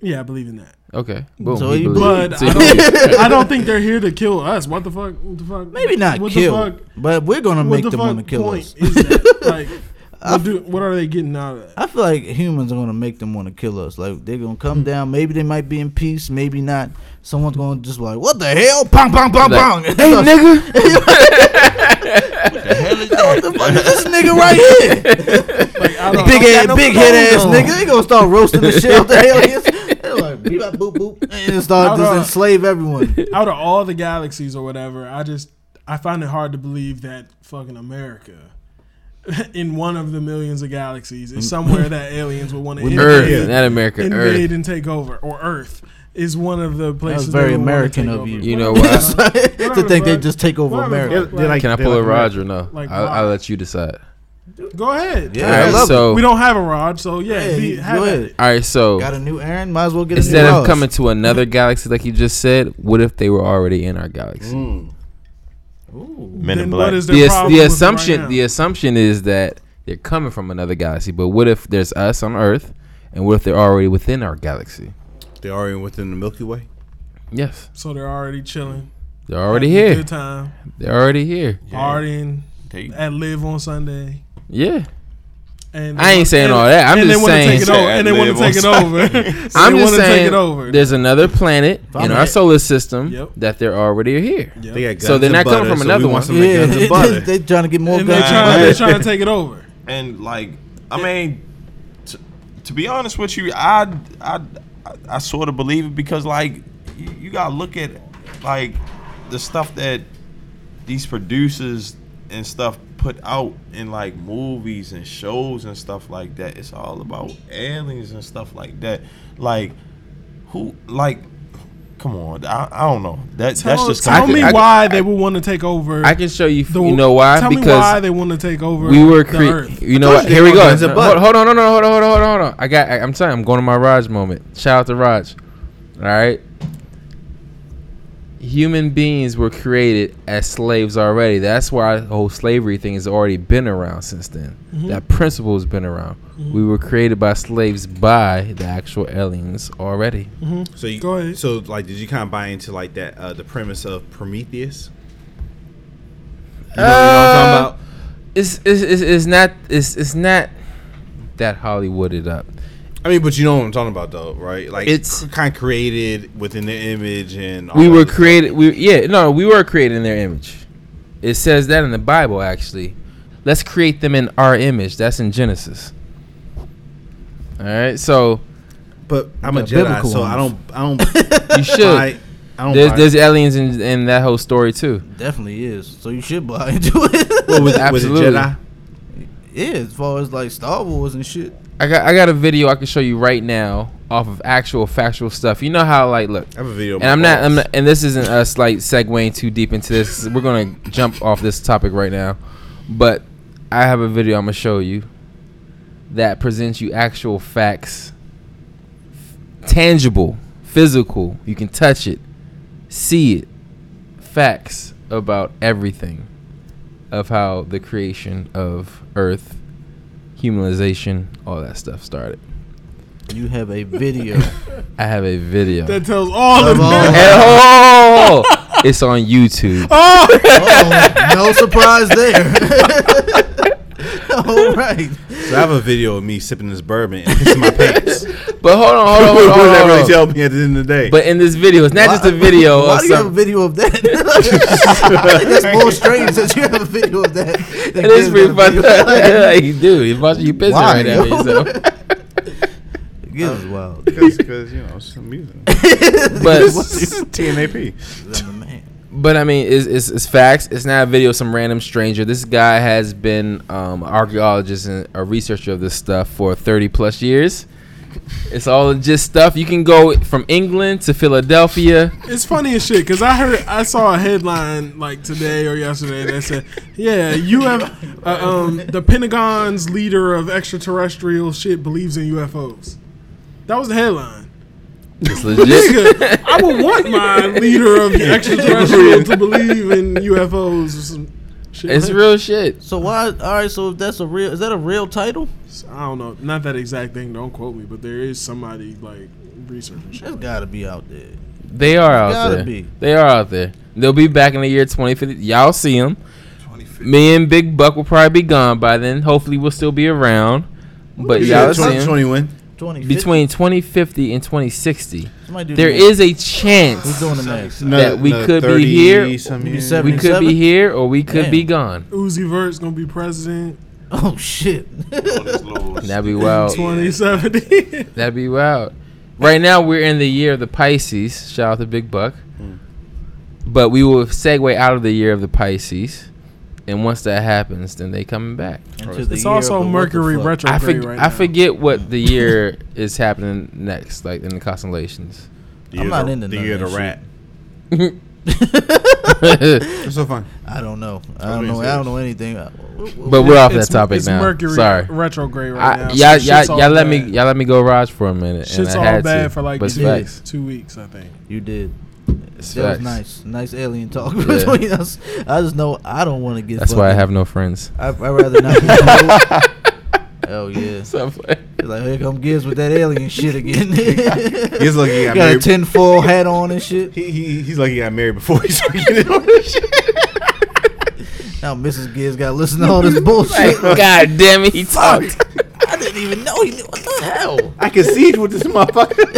[SPEAKER 5] Yeah, I believe in that.
[SPEAKER 2] Okay, boom.
[SPEAKER 1] So
[SPEAKER 2] he
[SPEAKER 1] you
[SPEAKER 2] believed.
[SPEAKER 5] But
[SPEAKER 2] So
[SPEAKER 5] I
[SPEAKER 2] you
[SPEAKER 5] <laughs> don't,
[SPEAKER 2] believe.
[SPEAKER 5] I don't think they're here to kill us. What the fuck? What the fuck?
[SPEAKER 1] Maybe not
[SPEAKER 5] what
[SPEAKER 1] kill,
[SPEAKER 5] The fuck,
[SPEAKER 1] but we're gonna
[SPEAKER 5] what
[SPEAKER 1] make
[SPEAKER 5] the
[SPEAKER 1] them
[SPEAKER 5] fuck
[SPEAKER 1] want to kill
[SPEAKER 5] point
[SPEAKER 1] us. <laughs>
[SPEAKER 5] Is that? Like, what, do, what are they getting out of that?
[SPEAKER 1] I feel like humans are gonna make them want to kill us. Like they're gonna
[SPEAKER 5] Hmm.
[SPEAKER 1] come down. Maybe they might be in peace. Maybe not. Someone's gonna just like, what the hell? Pong, pong, pong, pong.
[SPEAKER 2] Like, <laughs> hey nigga,
[SPEAKER 6] The hell is that?
[SPEAKER 1] this nigga right here,
[SPEAKER 5] Like, I don't,
[SPEAKER 1] big
[SPEAKER 6] got
[SPEAKER 1] head,
[SPEAKER 6] no
[SPEAKER 1] big head ass
[SPEAKER 6] clothes on.
[SPEAKER 1] nigga. They gonna start
[SPEAKER 5] <laughs>
[SPEAKER 1] roasting
[SPEAKER 6] <laughs>
[SPEAKER 1] the shit out the hell. He is. They're like, beep, bop, boop, boop, and then start
[SPEAKER 5] Hold
[SPEAKER 1] just
[SPEAKER 5] on.
[SPEAKER 1] enslave everyone.
[SPEAKER 5] out of all the galaxies or whatever, I just I find it hard to believe that fucking America, <laughs> in one of the millions of galaxies, is somewhere
[SPEAKER 1] <laughs>
[SPEAKER 5] that aliens would want to
[SPEAKER 2] Earth,
[SPEAKER 5] invade,
[SPEAKER 2] not America,
[SPEAKER 5] invade
[SPEAKER 2] Earth.
[SPEAKER 5] and take over, or Earth is one of the places.
[SPEAKER 1] very
[SPEAKER 5] they would wanna
[SPEAKER 1] American
[SPEAKER 5] take
[SPEAKER 1] of
[SPEAKER 5] over. uh,
[SPEAKER 1] you.
[SPEAKER 2] You know
[SPEAKER 5] Whatever.
[SPEAKER 1] <laughs>
[SPEAKER 2] what?
[SPEAKER 1] to think they just take over
[SPEAKER 5] Whatever,
[SPEAKER 1] America.
[SPEAKER 5] fuck, like,
[SPEAKER 2] Can I
[SPEAKER 3] they
[SPEAKER 2] pull a
[SPEAKER 3] like-
[SPEAKER 2] Rod or no?
[SPEAKER 5] Like
[SPEAKER 2] I'll,
[SPEAKER 5] Rod.
[SPEAKER 2] I'll let you decide.
[SPEAKER 5] Go ahead.
[SPEAKER 1] Yeah,
[SPEAKER 2] All right,
[SPEAKER 1] I love
[SPEAKER 2] so
[SPEAKER 5] We don't have a rod, so yeah,
[SPEAKER 1] Yeah,
[SPEAKER 5] be,
[SPEAKER 1] you-
[SPEAKER 5] have
[SPEAKER 1] go
[SPEAKER 5] at
[SPEAKER 1] ahead.
[SPEAKER 5] it.
[SPEAKER 2] all right, so
[SPEAKER 1] Got a new Aaron, might as well get a
[SPEAKER 2] Instead
[SPEAKER 1] new
[SPEAKER 2] of
[SPEAKER 1] Ross.
[SPEAKER 2] coming to another galaxy, like you just said, what if they were already in our galaxy?
[SPEAKER 6] <laughs>
[SPEAKER 5] Mm.
[SPEAKER 6] Men
[SPEAKER 5] Then
[SPEAKER 6] in Black.
[SPEAKER 5] what is
[SPEAKER 2] The,
[SPEAKER 5] their
[SPEAKER 2] as-
[SPEAKER 5] problem?
[SPEAKER 2] the
[SPEAKER 5] with it
[SPEAKER 2] assumption
[SPEAKER 5] right
[SPEAKER 2] the
[SPEAKER 5] now?
[SPEAKER 2] assumption is that they're coming from another galaxy, but what if there's us on Earth, and what if they're already within our galaxy?
[SPEAKER 3] They're already within the Milky Way.
[SPEAKER 2] Yes,
[SPEAKER 5] so they're already chilling.
[SPEAKER 2] they're already
[SPEAKER 5] having
[SPEAKER 2] here.
[SPEAKER 5] a Good time.
[SPEAKER 2] They're already here.
[SPEAKER 5] Partying
[SPEAKER 6] They-
[SPEAKER 5] at live on Sunday.
[SPEAKER 2] Yeah,
[SPEAKER 5] And
[SPEAKER 2] I ain't saying all that. I'm
[SPEAKER 5] and
[SPEAKER 2] just
[SPEAKER 5] they wanna
[SPEAKER 2] saying-
[SPEAKER 5] Take it over, and they want
[SPEAKER 6] Live
[SPEAKER 5] to
[SPEAKER 6] on
[SPEAKER 5] take
[SPEAKER 2] <laughs>
[SPEAKER 5] it over. So
[SPEAKER 2] I'm
[SPEAKER 5] they
[SPEAKER 2] just
[SPEAKER 5] wanna
[SPEAKER 2] saying
[SPEAKER 5] Take it over.
[SPEAKER 2] there's another planet in our
[SPEAKER 5] Planet.
[SPEAKER 2] solar system
[SPEAKER 5] Yep.
[SPEAKER 2] that they're already here.
[SPEAKER 5] Yep.
[SPEAKER 3] They got
[SPEAKER 2] So
[SPEAKER 3] guns
[SPEAKER 2] they're
[SPEAKER 3] and
[SPEAKER 2] not coming
[SPEAKER 3] butter,
[SPEAKER 2] from
[SPEAKER 3] so
[SPEAKER 2] another
[SPEAKER 3] we want
[SPEAKER 2] one.
[SPEAKER 3] some of the guns
[SPEAKER 1] <laughs>
[SPEAKER 3] and
[SPEAKER 1] yeah,
[SPEAKER 3] butter.
[SPEAKER 1] they trying to get more
[SPEAKER 5] and they're
[SPEAKER 1] guns.
[SPEAKER 5] trying, they're trying to take it over.
[SPEAKER 6] and like I mean, t- to be honest with you, I I I, I sort of believe it because like you, you gotta look at like the stuff that these producers and stuff put out in like movies and shows and stuff like that. It's all about aliens and stuff like that. Like who like Come on, I, I don't know. That that's
[SPEAKER 5] Tell,
[SPEAKER 6] just
[SPEAKER 5] tell
[SPEAKER 6] conflict.
[SPEAKER 5] me
[SPEAKER 2] I could-
[SPEAKER 5] why they would want to take over.
[SPEAKER 2] I can show you.
[SPEAKER 5] the-
[SPEAKER 2] you know why?
[SPEAKER 5] Tell
[SPEAKER 2] because
[SPEAKER 5] me why they want to take over.
[SPEAKER 2] we were
[SPEAKER 5] the earth.
[SPEAKER 2] cre- You know
[SPEAKER 3] Told
[SPEAKER 2] what?
[SPEAKER 3] you they
[SPEAKER 2] Here we
[SPEAKER 3] gonna
[SPEAKER 2] go.
[SPEAKER 3] get us a
[SPEAKER 2] No,
[SPEAKER 3] butt.
[SPEAKER 2] Hold, hold on, hold on, hold on, hold on, hold on, hold on. I got. I, I'm telling. you, I'm going to my Raj moment. Shout out to Raj. All right. Human beings were created as slaves already. That's why the whole slavery thing has already been around since then. That principle has been around. We were created by slaves by the actual aliens already.
[SPEAKER 3] So you
[SPEAKER 5] Go ahead.
[SPEAKER 3] So like, did you kind of buy into like that uh, the premise of Prometheus? You know,
[SPEAKER 2] Uh,
[SPEAKER 3] what I'm talking about?
[SPEAKER 2] It's it's, it's, it's not it's, it's not that Hollywooded up.
[SPEAKER 3] I mean, but you know what I'm talking about, though, right? Like,
[SPEAKER 2] It's-
[SPEAKER 3] it's kind of created within the image, and all
[SPEAKER 2] we
[SPEAKER 3] that
[SPEAKER 2] were
[SPEAKER 3] other stuff.
[SPEAKER 2] created we yeah no we were created in their image it says that in the bible actually let's create them in our image that's in genesis all right so
[SPEAKER 3] But I'm a
[SPEAKER 1] The
[SPEAKER 3] Jedi,
[SPEAKER 1] biblical
[SPEAKER 3] so I
[SPEAKER 1] ones.
[SPEAKER 3] don't. I
[SPEAKER 2] <laughs>
[SPEAKER 3] don't.
[SPEAKER 2] you should
[SPEAKER 3] buy- I don't.
[SPEAKER 2] there's
[SPEAKER 3] buy-
[SPEAKER 2] there's aliens in, in that whole story too
[SPEAKER 4] Definitely is. So you should buy into
[SPEAKER 1] <laughs>
[SPEAKER 4] it.
[SPEAKER 3] Well, was, was it
[SPEAKER 2] absolutely.
[SPEAKER 3] Jedi?
[SPEAKER 4] yeah, as far as like Star Wars and shit.
[SPEAKER 2] i got i got a video i can show you right now off of actual factual stuff you know how like look
[SPEAKER 3] I have a video. of
[SPEAKER 2] and
[SPEAKER 3] my
[SPEAKER 2] I'm not, I'm
[SPEAKER 3] balls.
[SPEAKER 2] not, and this isn't us like segueing too deep into this. We're gonna jump off this topic right now, but I have a video I'm gonna show you that presents you actual facts, tangible, physical. You can touch it, see it, facts about everything, of how the creation of Earth, humanization, all that stuff started.
[SPEAKER 4] You have a video.
[SPEAKER 2] I have a video.
[SPEAKER 5] That tells all of
[SPEAKER 4] Come
[SPEAKER 5] them.
[SPEAKER 4] on.
[SPEAKER 2] And- oh, it's on YouTube.
[SPEAKER 4] Oh, no surprise there. <laughs> All right.
[SPEAKER 3] <laughs> So I have a video of me sipping this bourbon and
[SPEAKER 2] <laughs>
[SPEAKER 3] pissing my pants.
[SPEAKER 2] But hold on, hold
[SPEAKER 4] <laughs>
[SPEAKER 2] on, hold on.
[SPEAKER 3] what <laughs>
[SPEAKER 2] Hold
[SPEAKER 3] does that
[SPEAKER 2] on, hold
[SPEAKER 3] really
[SPEAKER 2] on.
[SPEAKER 3] tell me at the end of the day? <laughs>
[SPEAKER 2] But in this video, it's not just a video
[SPEAKER 4] Why
[SPEAKER 2] of
[SPEAKER 4] do you have a
[SPEAKER 2] some.
[SPEAKER 4] video of that?
[SPEAKER 2] <laughs>
[SPEAKER 4] I think that's more strange that you have a video of that.
[SPEAKER 2] <laughs>
[SPEAKER 4] than
[SPEAKER 2] It is
[SPEAKER 4] Giz
[SPEAKER 2] pretty
[SPEAKER 4] got a
[SPEAKER 2] funny.
[SPEAKER 4] video of
[SPEAKER 2] <laughs>
[SPEAKER 4] that.
[SPEAKER 2] yeah, you do. He's watching you pissing
[SPEAKER 4] Why,
[SPEAKER 2] right now.
[SPEAKER 4] yo?
[SPEAKER 2] So. <laughs>
[SPEAKER 4] <laughs> Giz is wild.
[SPEAKER 3] because you know it's <laughs> amusing.
[SPEAKER 2] But
[SPEAKER 3] TNAP.
[SPEAKER 4] He's the man.
[SPEAKER 2] but I mean, it's, it's it's facts. It's not a video of some random stranger. This guy has been um, an archaeologist and a researcher of this stuff for thirty plus years. It's all just stuff. You can go from England to Philadelphia.
[SPEAKER 5] It's funny as shit because I heard I saw a headline like today or yesterday that said, "Yeah, you have uh, um, the Pentagon's leader of extraterrestrial shit believes in UFOs." That was the headline.
[SPEAKER 4] <laughs>
[SPEAKER 2] It's legit.
[SPEAKER 5] Nigga, I would want my leader of extraterrestrial to believe in UFOs or some shit.
[SPEAKER 2] It's
[SPEAKER 5] like-
[SPEAKER 2] real shit.
[SPEAKER 4] So why? All right. So if that's a real, is that a real title?
[SPEAKER 5] I don't know, not that exact thing. Don't quote me, but there is somebody like researching shit.
[SPEAKER 4] That's gotta be out there.
[SPEAKER 2] They are out
[SPEAKER 4] gotta
[SPEAKER 2] there.
[SPEAKER 4] be.
[SPEAKER 2] They are out there. They'll be back in the year 2050. Y'all see them. Me and Big Buck will probably be gone by then. Hopefully, we'll still be around. But y'all see them.
[SPEAKER 3] win.
[SPEAKER 4] Twenty
[SPEAKER 2] Between 2050 and 2060,
[SPEAKER 4] somebody do the
[SPEAKER 2] there
[SPEAKER 4] math.
[SPEAKER 2] is a
[SPEAKER 4] Who's
[SPEAKER 2] chance
[SPEAKER 4] doing
[SPEAKER 2] <laughs>
[SPEAKER 4] the math?
[SPEAKER 3] Uh,
[SPEAKER 2] that we could be here. We could
[SPEAKER 4] 77?
[SPEAKER 2] be here or we could be
[SPEAKER 4] Damn.
[SPEAKER 2] gone.
[SPEAKER 5] Uzi Vert's gonna be president
[SPEAKER 4] Oh shit!
[SPEAKER 2] That'd be wild.
[SPEAKER 5] twenty seventy.
[SPEAKER 2] That'd be wild. Right now, we're in the year of the Pisces. Shout out to Big Buck.
[SPEAKER 4] Mm.
[SPEAKER 2] But we will segue out of the year of the Pisces. And once that happens, then they coming back.
[SPEAKER 4] Into the
[SPEAKER 5] <laughs> It's
[SPEAKER 4] year
[SPEAKER 5] also
[SPEAKER 4] of the what the
[SPEAKER 5] Mercury
[SPEAKER 4] fuck.
[SPEAKER 5] retrograde
[SPEAKER 2] I, forg-
[SPEAKER 5] right
[SPEAKER 2] I
[SPEAKER 5] now.
[SPEAKER 2] forget what the year is happening next, like in the constellations. <laughs>
[SPEAKER 4] I'm not into
[SPEAKER 3] the
[SPEAKER 4] none
[SPEAKER 3] year
[SPEAKER 4] of
[SPEAKER 3] of the
[SPEAKER 4] that
[SPEAKER 3] rat.
[SPEAKER 2] but
[SPEAKER 3] It's so <laughs> fun.
[SPEAKER 4] I don't know. I
[SPEAKER 3] That's what
[SPEAKER 4] don't know.
[SPEAKER 3] he
[SPEAKER 4] I don't
[SPEAKER 3] says.
[SPEAKER 4] know anything. I-
[SPEAKER 2] we're off
[SPEAKER 5] It's-
[SPEAKER 2] that topic
[SPEAKER 5] it's
[SPEAKER 2] now.
[SPEAKER 5] Mercury
[SPEAKER 2] Sorry.
[SPEAKER 5] retrograde right now.
[SPEAKER 2] I,
[SPEAKER 5] so
[SPEAKER 2] y'all,
[SPEAKER 5] shit's
[SPEAKER 2] y'all,
[SPEAKER 5] all
[SPEAKER 2] y'all let me,
[SPEAKER 5] bad.
[SPEAKER 2] y'all let me go Raj for a minute.
[SPEAKER 5] Shit's
[SPEAKER 2] and I
[SPEAKER 5] all
[SPEAKER 2] had
[SPEAKER 5] bad
[SPEAKER 2] to,
[SPEAKER 5] for like
[SPEAKER 2] but it's
[SPEAKER 5] two,
[SPEAKER 2] facts.
[SPEAKER 5] two weeks, I think.
[SPEAKER 4] You did.
[SPEAKER 2] It's
[SPEAKER 4] That was
[SPEAKER 2] facts.
[SPEAKER 4] nice. Nice alien talk <laughs>
[SPEAKER 2] Yeah.
[SPEAKER 4] between us. I just know I don't want to get.
[SPEAKER 2] That's why I
[SPEAKER 4] fucking-
[SPEAKER 2] have no friends.
[SPEAKER 4] I, I'd rather not. <laughs> Get told. <laughs> Hell yeah!
[SPEAKER 2] <laughs>
[SPEAKER 4] It's like here come Gibbs with that alien shit <laughs> again.
[SPEAKER 3] He's lucky he got,
[SPEAKER 4] got a
[SPEAKER 3] married.
[SPEAKER 4] <laughs> tinfoil hat on and shit.
[SPEAKER 3] he, he, he's lucky he got married before he started getting on this shit.
[SPEAKER 4] Now Mrs. Gibbs got to listen to all <laughs> this bullshit.
[SPEAKER 2] God damn it, he talked.
[SPEAKER 4] I <laughs> didn't even know he knew. What the hell?
[SPEAKER 3] I can see it with this
[SPEAKER 2] <laughs>
[SPEAKER 3] motherfucker.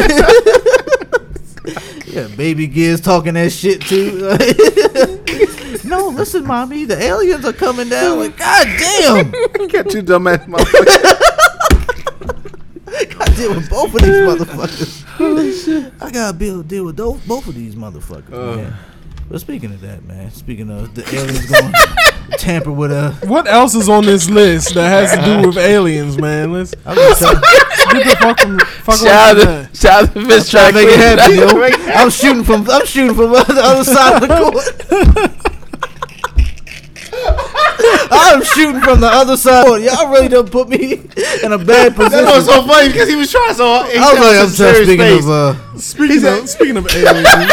[SPEAKER 4] Yeah, baby Giz talking that shit too. <laughs> no, listen, mommy, the aliens are coming <laughs> down. Like, God damn,
[SPEAKER 3] he got two <laughs> dumbass motherfuckers.
[SPEAKER 4] I deal with both of these motherfuckers. I gotta be able to deal with those,
[SPEAKER 3] Uh.
[SPEAKER 4] both of these motherfuckers. man. But speaking of that, man, speaking of the aliens going, tamper with uh, a.
[SPEAKER 5] What else is on this list that has to <laughs> do with aliens, man? Let's
[SPEAKER 4] I'm just trying,
[SPEAKER 5] get the fuck, from, fuck
[SPEAKER 9] Shout
[SPEAKER 5] away from
[SPEAKER 9] out
[SPEAKER 5] that.
[SPEAKER 9] to- shout out to Miss
[SPEAKER 4] trying to make it
[SPEAKER 9] Jackson.
[SPEAKER 4] happy,
[SPEAKER 2] <laughs>
[SPEAKER 4] yo. I'm shooting from I'm shooting from the other side of the court. I'm shooting from the other side. Y'all really done put me in a bad
[SPEAKER 3] That was
[SPEAKER 4] position.
[SPEAKER 3] so funny because he was trying so hard. He
[SPEAKER 4] I was
[SPEAKER 3] kept
[SPEAKER 4] like,
[SPEAKER 3] some
[SPEAKER 4] I'm just
[SPEAKER 3] serious
[SPEAKER 4] speaking
[SPEAKER 3] face.
[SPEAKER 4] of. Uh,
[SPEAKER 5] Speaking of,
[SPEAKER 3] <laughs>
[SPEAKER 5] speaking of aliens,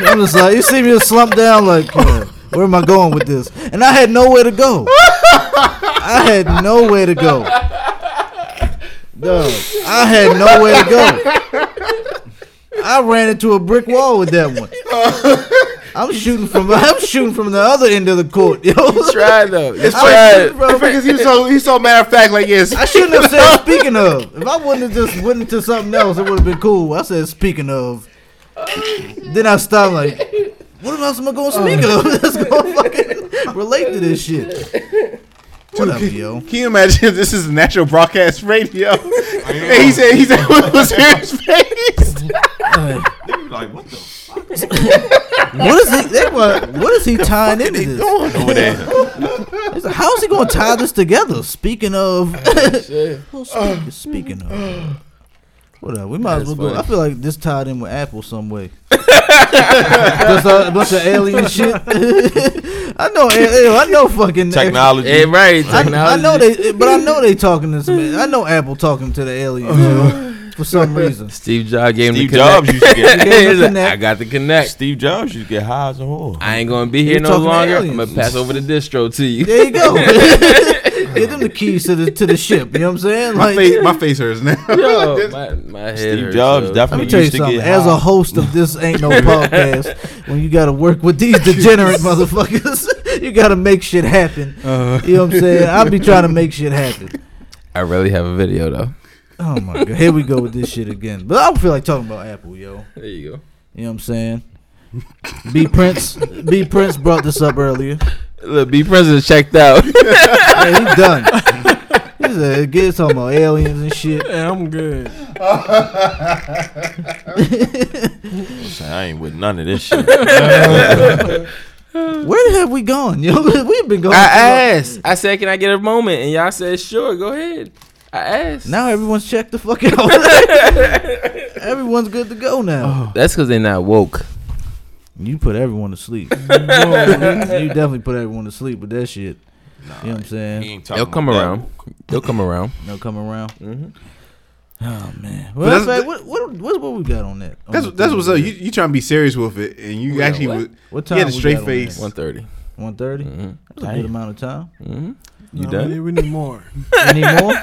[SPEAKER 4] I'm just like, you see me just slump down, like, "Man, where am I going with this? And I had nowhere to go. I had nowhere to go. Dog, I had nowhere to go. I ran into a brick wall with that one. I'm shooting from I'm shooting from the other end of the court, yo.
[SPEAKER 9] Try though. It's
[SPEAKER 4] I,
[SPEAKER 9] try.
[SPEAKER 3] It's funny 'cause he was so he's so matter of fact. Like yes,
[SPEAKER 4] I shouldn't have said speaking of. If I wouldn't have just went into something else, it would have been cool. I said speaking of. Then I stopped like, what else am I going to speak of? <laughs> That's going to fucking relate to this shit. What up, yo?
[SPEAKER 3] Can you imagine if this is natural broadcast radio? <laughs> and he said, he said, <laughs> what was serious face?
[SPEAKER 6] They be like, what the fuck
[SPEAKER 4] What is he? They, what, what is he tying into this?
[SPEAKER 6] over there?
[SPEAKER 4] It's like, how is he going to tie this together? Speaking of, Well, speak- speaking of, what up? We might as well go. I feel like this tied in with Apple some way. Just a bunch of alien shit. <laughs> I know, eh, eh, I know, fucking
[SPEAKER 6] Technology.
[SPEAKER 9] Hey, right.
[SPEAKER 4] I, I
[SPEAKER 9] Technology.
[SPEAKER 4] know they, eh, but I know they talking to some. I know Apple talking to the aliens yo, for some reason.
[SPEAKER 9] Steve Jobs gave him
[SPEAKER 6] Steve
[SPEAKER 9] the
[SPEAKER 6] Jobs
[SPEAKER 9] connect.
[SPEAKER 6] used to get.
[SPEAKER 2] <laughs>
[SPEAKER 4] Gave him
[SPEAKER 9] He's
[SPEAKER 4] the
[SPEAKER 9] like,
[SPEAKER 4] connect.
[SPEAKER 9] I got the connect.
[SPEAKER 6] Steve Jobs used to get high as a whore.
[SPEAKER 9] I ain't gonna be here
[SPEAKER 4] You're
[SPEAKER 9] no
[SPEAKER 4] talking to
[SPEAKER 9] longer. I'm
[SPEAKER 4] aliens.
[SPEAKER 9] gonna pass over the distro to you.
[SPEAKER 4] There you go. Give them the keys to the to the ship. You know what I'm saying?
[SPEAKER 3] my,
[SPEAKER 4] Like,
[SPEAKER 3] face, my face hurts <laughs> now.
[SPEAKER 9] Yo, my, my head
[SPEAKER 6] Steve
[SPEAKER 9] hurts,
[SPEAKER 6] Jobs
[SPEAKER 9] yo.
[SPEAKER 4] let me
[SPEAKER 6] definitely
[SPEAKER 4] tell you
[SPEAKER 6] used to
[SPEAKER 4] something.
[SPEAKER 6] get
[SPEAKER 4] As
[SPEAKER 6] high.
[SPEAKER 4] a host of this ain't no podcast, when you got to work with these degenerate motherfuckers, <laughs> you got to make shit happen. You know what I'm saying? I'll be trying to make shit happen.
[SPEAKER 9] I really have a video though.
[SPEAKER 4] Oh my god, here we go with this shit again. But I don't feel like talking about Apple, yo.
[SPEAKER 9] There you go.
[SPEAKER 4] You know what I'm saying? B Prince, B Prince brought this up earlier.
[SPEAKER 9] Look, B president checked out.
[SPEAKER 4] Yeah, he done. He said, "Get talking about aliens and shit."
[SPEAKER 5] yeah, I'm good.
[SPEAKER 6] I ain't with
[SPEAKER 9] <laughs>
[SPEAKER 6] none of this shit.
[SPEAKER 4] Where the have we gone? Yo, <laughs> we've been going.
[SPEAKER 9] <laughs> I <laughs>
[SPEAKER 4] too long.
[SPEAKER 9] asked. I said, "Can I get a moment?" And y'all said, "Sure, go ahead." I asked.
[SPEAKER 4] Now everyone's checked the fuck out. <laughs> everyone's good to go now.
[SPEAKER 9] That's because they're not woke.
[SPEAKER 4] You put everyone to sleep. you definitely put everyone to sleep with that shit. you know what I'm
[SPEAKER 6] He
[SPEAKER 4] saying?
[SPEAKER 6] ain't talking
[SPEAKER 9] They'll come
[SPEAKER 6] about
[SPEAKER 9] around. They'll come around.
[SPEAKER 4] No come around.
[SPEAKER 9] Mhm.
[SPEAKER 4] Oh man.
[SPEAKER 3] But
[SPEAKER 4] Well, in
[SPEAKER 3] that's-
[SPEAKER 4] fact, what, what what what we got on that? On
[SPEAKER 3] That's
[SPEAKER 4] the
[SPEAKER 3] that's
[SPEAKER 4] thing
[SPEAKER 3] what's up.
[SPEAKER 4] over
[SPEAKER 3] You you trying to be serious with it, and you
[SPEAKER 9] Yeah,
[SPEAKER 3] actually
[SPEAKER 9] what?
[SPEAKER 3] was-
[SPEAKER 4] What
[SPEAKER 3] He
[SPEAKER 4] time?
[SPEAKER 3] had a
[SPEAKER 4] we
[SPEAKER 3] straight
[SPEAKER 4] got on
[SPEAKER 3] face.
[SPEAKER 4] that?
[SPEAKER 9] One thirty.
[SPEAKER 4] One thirty.
[SPEAKER 9] Mm-hmm.
[SPEAKER 4] That's a good amount
[SPEAKER 3] <laughs>
[SPEAKER 4] of time.
[SPEAKER 9] Mm-hmm. You
[SPEAKER 5] No,
[SPEAKER 9] done?
[SPEAKER 5] We need, we need more.
[SPEAKER 4] Any more?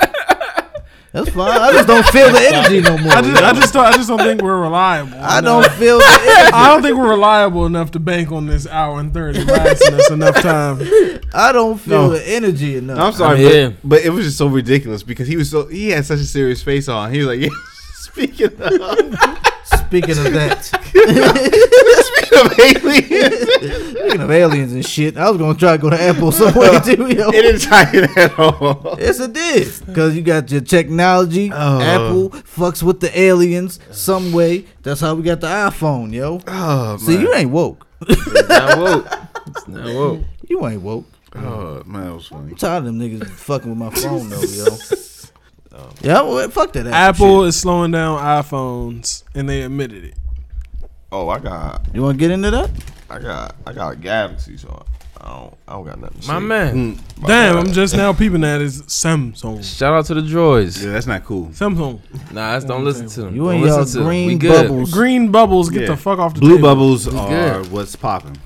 [SPEAKER 4] That's fine. I just don't feel the energy no more.
[SPEAKER 5] I just, I just, don't, I just don't think we're reliable.
[SPEAKER 4] I
[SPEAKER 5] No.
[SPEAKER 4] don't feel the
[SPEAKER 3] <laughs>
[SPEAKER 4] energy.
[SPEAKER 5] I don't think <laughs> we're reliable enough to bank on this hour and thirty lasting <laughs> us enough time.
[SPEAKER 4] I don't feel
[SPEAKER 3] No.
[SPEAKER 4] the energy enough.
[SPEAKER 3] I'm sorry,
[SPEAKER 9] I'm here.
[SPEAKER 3] but, but it was just so ridiculous because he was so he had such a serious face on. He was like, <laughs> yeah, speaking of, <laughs>
[SPEAKER 4] Speaking of that,
[SPEAKER 3] speaking of aliens,
[SPEAKER 4] speaking of aliens and shit, I was gonna try to go to Apple some
[SPEAKER 3] <laughs>
[SPEAKER 4] way too. Yo.
[SPEAKER 3] it didn't tie it at all.
[SPEAKER 4] Yes, it did. Cause you got your technology.
[SPEAKER 3] Oh.
[SPEAKER 4] Apple fucks with the aliens some way. That's how we got the iPhone, yo.
[SPEAKER 3] Oh
[SPEAKER 4] See,
[SPEAKER 3] man,
[SPEAKER 4] you ain't woke.
[SPEAKER 9] It's not
[SPEAKER 4] <laughs>
[SPEAKER 9] woke. It's not woke.
[SPEAKER 4] You ain't woke.
[SPEAKER 3] oh man, that was funny.
[SPEAKER 4] I'm tired of them niggas fucking with my phone though, yo. Yeah, well, fuck that.
[SPEAKER 5] Apple
[SPEAKER 4] shit.
[SPEAKER 5] is slowing down iPhones, and they admitted it.
[SPEAKER 6] Oh, I got,
[SPEAKER 4] You want to get into that?
[SPEAKER 6] I got, I got a Galaxy, so I don't, I don't got nothing. To
[SPEAKER 9] My
[SPEAKER 6] say
[SPEAKER 9] man.
[SPEAKER 6] about
[SPEAKER 5] Damn,
[SPEAKER 6] that.
[SPEAKER 5] I'm just now peeping at is Samsung.
[SPEAKER 9] Shout out to the droids.
[SPEAKER 3] Yeah, that's not cool.
[SPEAKER 5] Samsung.
[SPEAKER 9] Nah, just don't listen to them.
[SPEAKER 4] You
[SPEAKER 9] don't
[SPEAKER 4] and
[SPEAKER 9] listen
[SPEAKER 4] your
[SPEAKER 9] to 'em. We
[SPEAKER 4] green
[SPEAKER 9] good.
[SPEAKER 4] bubbles
[SPEAKER 5] Green bubbles, get
[SPEAKER 3] Yeah.
[SPEAKER 5] the fuck off the
[SPEAKER 3] Blue
[SPEAKER 5] table.
[SPEAKER 3] bubbles
[SPEAKER 9] good.
[SPEAKER 3] are what's popping.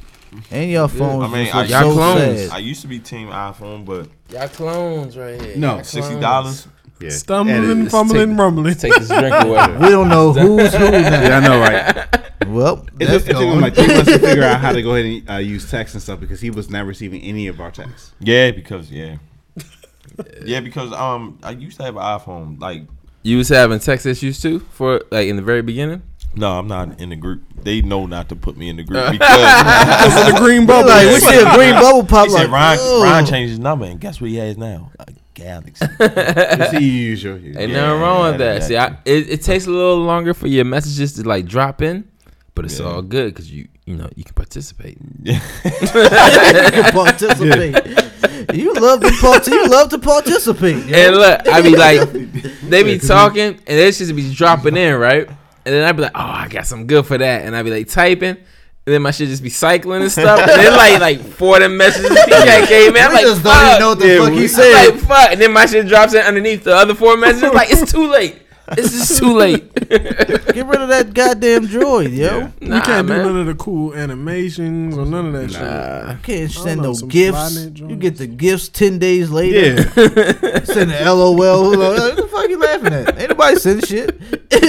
[SPEAKER 4] and your phones.
[SPEAKER 6] I mean,
[SPEAKER 4] is
[SPEAKER 6] I-
[SPEAKER 4] so
[SPEAKER 9] y'all clones.
[SPEAKER 4] sad.
[SPEAKER 6] I used to be Team iPhone, but
[SPEAKER 9] Y'all clones right here.
[SPEAKER 3] No,
[SPEAKER 6] sixty dollars.
[SPEAKER 3] Yeah,
[SPEAKER 5] Stumbling,
[SPEAKER 3] Edit it.
[SPEAKER 5] fumbling, rumbling.
[SPEAKER 9] Take this drink away.
[SPEAKER 4] We don't know who's who now.
[SPEAKER 3] Yeah, I know, right?
[SPEAKER 4] Well,
[SPEAKER 3] It
[SPEAKER 4] that's
[SPEAKER 3] took, it took
[SPEAKER 4] gone.
[SPEAKER 3] him
[SPEAKER 4] <laughs>
[SPEAKER 3] like three months to figure out how to go ahead and uh, use text and stuff because he was not receiving any of our
[SPEAKER 6] <laughs>
[SPEAKER 3] texts.
[SPEAKER 6] Yeah, because yeah. <laughs> yeah, because um, I used to have an iPhone. Like,
[SPEAKER 9] You was having text issues too for like in the very beginning.
[SPEAKER 6] no, I'm not in the group. They know not to put me in
[SPEAKER 9] <laughs>
[SPEAKER 6] the group because
[SPEAKER 5] Because of the green
[SPEAKER 4] We're
[SPEAKER 5] bubble.
[SPEAKER 4] like, we see a green bubble pop
[SPEAKER 6] <laughs> they said
[SPEAKER 4] like,
[SPEAKER 6] Ron,
[SPEAKER 4] "Ugh."
[SPEAKER 6] Ron changed his number, and guess what he has now? A Galaxy.
[SPEAKER 9] <laughs>
[SPEAKER 3] You see, you use your.
[SPEAKER 9] Ain't
[SPEAKER 6] Yeah,
[SPEAKER 9] nothing wrong with that.
[SPEAKER 6] yeah,
[SPEAKER 9] See, I, it, it takes a little longer for your messages to like drop in,
[SPEAKER 2] but it's all good because you you know you can participate.
[SPEAKER 4] <laughs> participate. You love to part- You love to participate. yo.
[SPEAKER 2] And look, I be like, they be talking and they just be dropping in, right? And then I be like, oh, I got some good for that, and I be like typing. And then my shit just be cycling and stuff. And then like like four of them messages
[SPEAKER 4] <laughs>
[SPEAKER 2] that came in. I'm
[SPEAKER 4] We
[SPEAKER 2] like,
[SPEAKER 4] just don't even
[SPEAKER 2] fuck.
[SPEAKER 4] know what the fuck he
[SPEAKER 2] I'm
[SPEAKER 4] said.
[SPEAKER 2] Like, fuck. And then my shit drops in underneath the other four messages. Like, it's too late. It's just too
[SPEAKER 4] <laughs>
[SPEAKER 2] late.
[SPEAKER 4] Get rid of that goddamn droid, yo.
[SPEAKER 2] Nah,
[SPEAKER 5] you can't
[SPEAKER 2] man.
[SPEAKER 5] do none of the cool animations or none of that shit.
[SPEAKER 4] You can't send
[SPEAKER 5] know,
[SPEAKER 4] no
[SPEAKER 5] some
[SPEAKER 4] gifts.
[SPEAKER 5] fly-knit
[SPEAKER 4] You
[SPEAKER 5] joints.
[SPEAKER 4] get the gifts ten days later.
[SPEAKER 3] Yeah.
[SPEAKER 4] <laughs> Send an LOL. What the fuck you laughing at? Ain't nobody sending shit. <laughs> you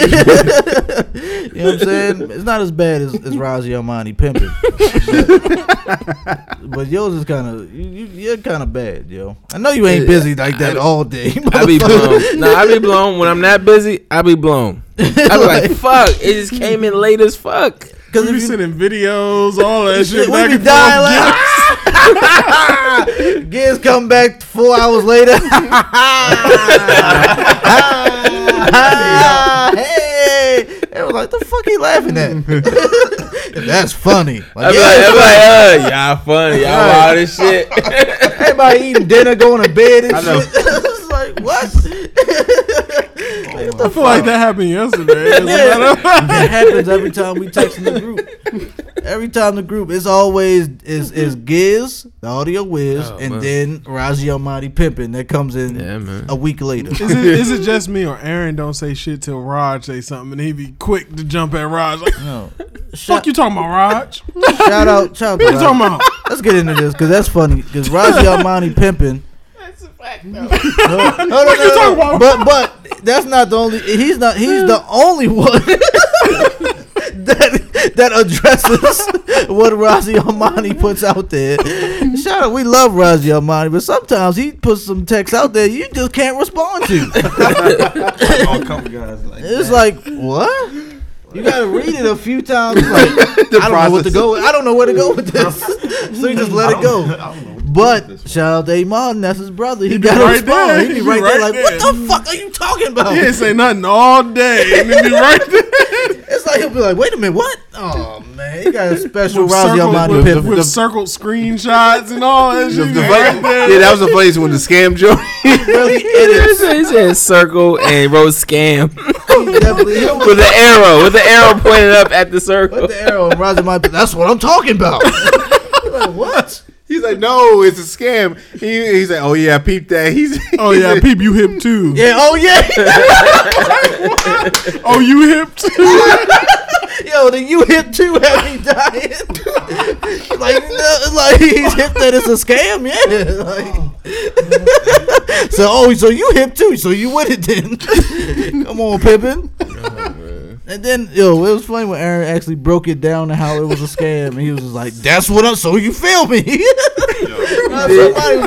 [SPEAKER 4] know what I'm saying? It's not as bad as, as Razi Armani pimping, <laughs> but, but yours is kind of you, you, you're kind of bad, yo. I know you ain't busy like that all day.
[SPEAKER 2] I <laughs> be
[SPEAKER 4] <laughs>
[SPEAKER 2] blown. Nah, I be blown. When I'm not busy, I be blown. I be <laughs> like, fuck. It just came in late as fuck.
[SPEAKER 5] You be sending videos,
[SPEAKER 4] <laughs>
[SPEAKER 5] all that
[SPEAKER 4] we
[SPEAKER 5] shit back
[SPEAKER 4] be
[SPEAKER 5] and forth.
[SPEAKER 4] dying like <laughs> Giz come back four hours later. <laughs> hey, it was like the fuck he laughing at. <laughs> That's funny.
[SPEAKER 2] I
[SPEAKER 4] Like,
[SPEAKER 2] be
[SPEAKER 4] yeah,
[SPEAKER 2] like, I be like, uh, y'all funny, y'all wild as shit. <laughs>
[SPEAKER 4] everybody eating dinner, going to bed and
[SPEAKER 3] I know.
[SPEAKER 4] shit. <laughs> it's like what? Like, what the
[SPEAKER 5] I feel like that happened yesterday. As a matter of fact.
[SPEAKER 4] it happens every time we text in the group. Every time the group, it's always is is Giz, the audio whiz, and
[SPEAKER 2] man.
[SPEAKER 4] then Razi Almighty Pimpin that comes
[SPEAKER 2] <laughs>
[SPEAKER 4] in
[SPEAKER 2] Yeah, man.
[SPEAKER 4] a week later.
[SPEAKER 5] Is it, is it just me or Aaron don't say shit till Raj say something and he be quick to jump at Raj
[SPEAKER 2] <laughs>
[SPEAKER 5] like
[SPEAKER 4] No.
[SPEAKER 5] fuck you talking about Raj? What
[SPEAKER 4] Shout out, shout out. to
[SPEAKER 5] you
[SPEAKER 4] Razi.
[SPEAKER 5] talking about?
[SPEAKER 4] Let's get into this because that's funny. Because Razi Almighty Pimpin. That's a fact, though. No, no, no, no,
[SPEAKER 5] talking about?
[SPEAKER 4] But but that's not the only. He's not. He's the only one. <laughs> That, that addresses <laughs> what Razi Armani puts out there. Shout out, we love Razi Armani, but sometimes he puts some text out there you just can't respond to.
[SPEAKER 6] all couple Oh, guys like
[SPEAKER 4] It's like what? You gotta read it a few <laughs> times. Like, I don't know what to go. With. I don't know where to go with <laughs> this. so you just let it go. But shout out to Iman, that's his brother. He, got
[SPEAKER 5] right
[SPEAKER 4] right respond.
[SPEAKER 5] there.
[SPEAKER 4] He be
[SPEAKER 5] He
[SPEAKER 4] right, there,
[SPEAKER 5] right
[SPEAKER 4] like, what the fuck are you talking about?
[SPEAKER 5] He ain't say nothing all day and he be right there.
[SPEAKER 4] It's like he'll be like, wait a minute, what? Oh man, he <laughs> got a special
[SPEAKER 5] With
[SPEAKER 4] Rousey
[SPEAKER 5] circled-
[SPEAKER 4] Armani
[SPEAKER 5] with,
[SPEAKER 4] Pimpin.
[SPEAKER 5] with circled screenshots and all that shit.
[SPEAKER 3] The
[SPEAKER 5] right
[SPEAKER 3] funny-
[SPEAKER 5] there.
[SPEAKER 3] yeah, that was the funniest one. The scam joke.
[SPEAKER 4] <laughs>
[SPEAKER 2] It is. It says circle and wrote scam <laughs>
[SPEAKER 4] He definitely- he'll
[SPEAKER 2] with the arrow, with the arrow pointed up at the circle.
[SPEAKER 4] put the arrow and Rousey Armani. Pimpin. That's what I'm talking <laughs> about. He's like, what?
[SPEAKER 3] He's like, no, it's a scam. He, he's like, oh yeah, I peeped that. He's
[SPEAKER 5] <laughs>
[SPEAKER 6] <laughs>
[SPEAKER 5] Oh yeah, peep you hip too.
[SPEAKER 4] Yeah. Oh yeah. <laughs>
[SPEAKER 5] Oh you hip
[SPEAKER 2] <laughs>
[SPEAKER 5] too.
[SPEAKER 4] Yo, then you hip too
[SPEAKER 3] <laughs>
[SPEAKER 4] heavy dying. <laughs> like, no, like he's hip that it's a scam,
[SPEAKER 3] Oh,
[SPEAKER 4] yeah. Like, <laughs> so, oh, so you hip too, so you with it then? <laughs> Come on, Pippin. and then, yo, it was funny when Aaron actually broke it down to how it was a scam, and he was just like, "That's what I'm." So you feel me? <laughs> Somebody was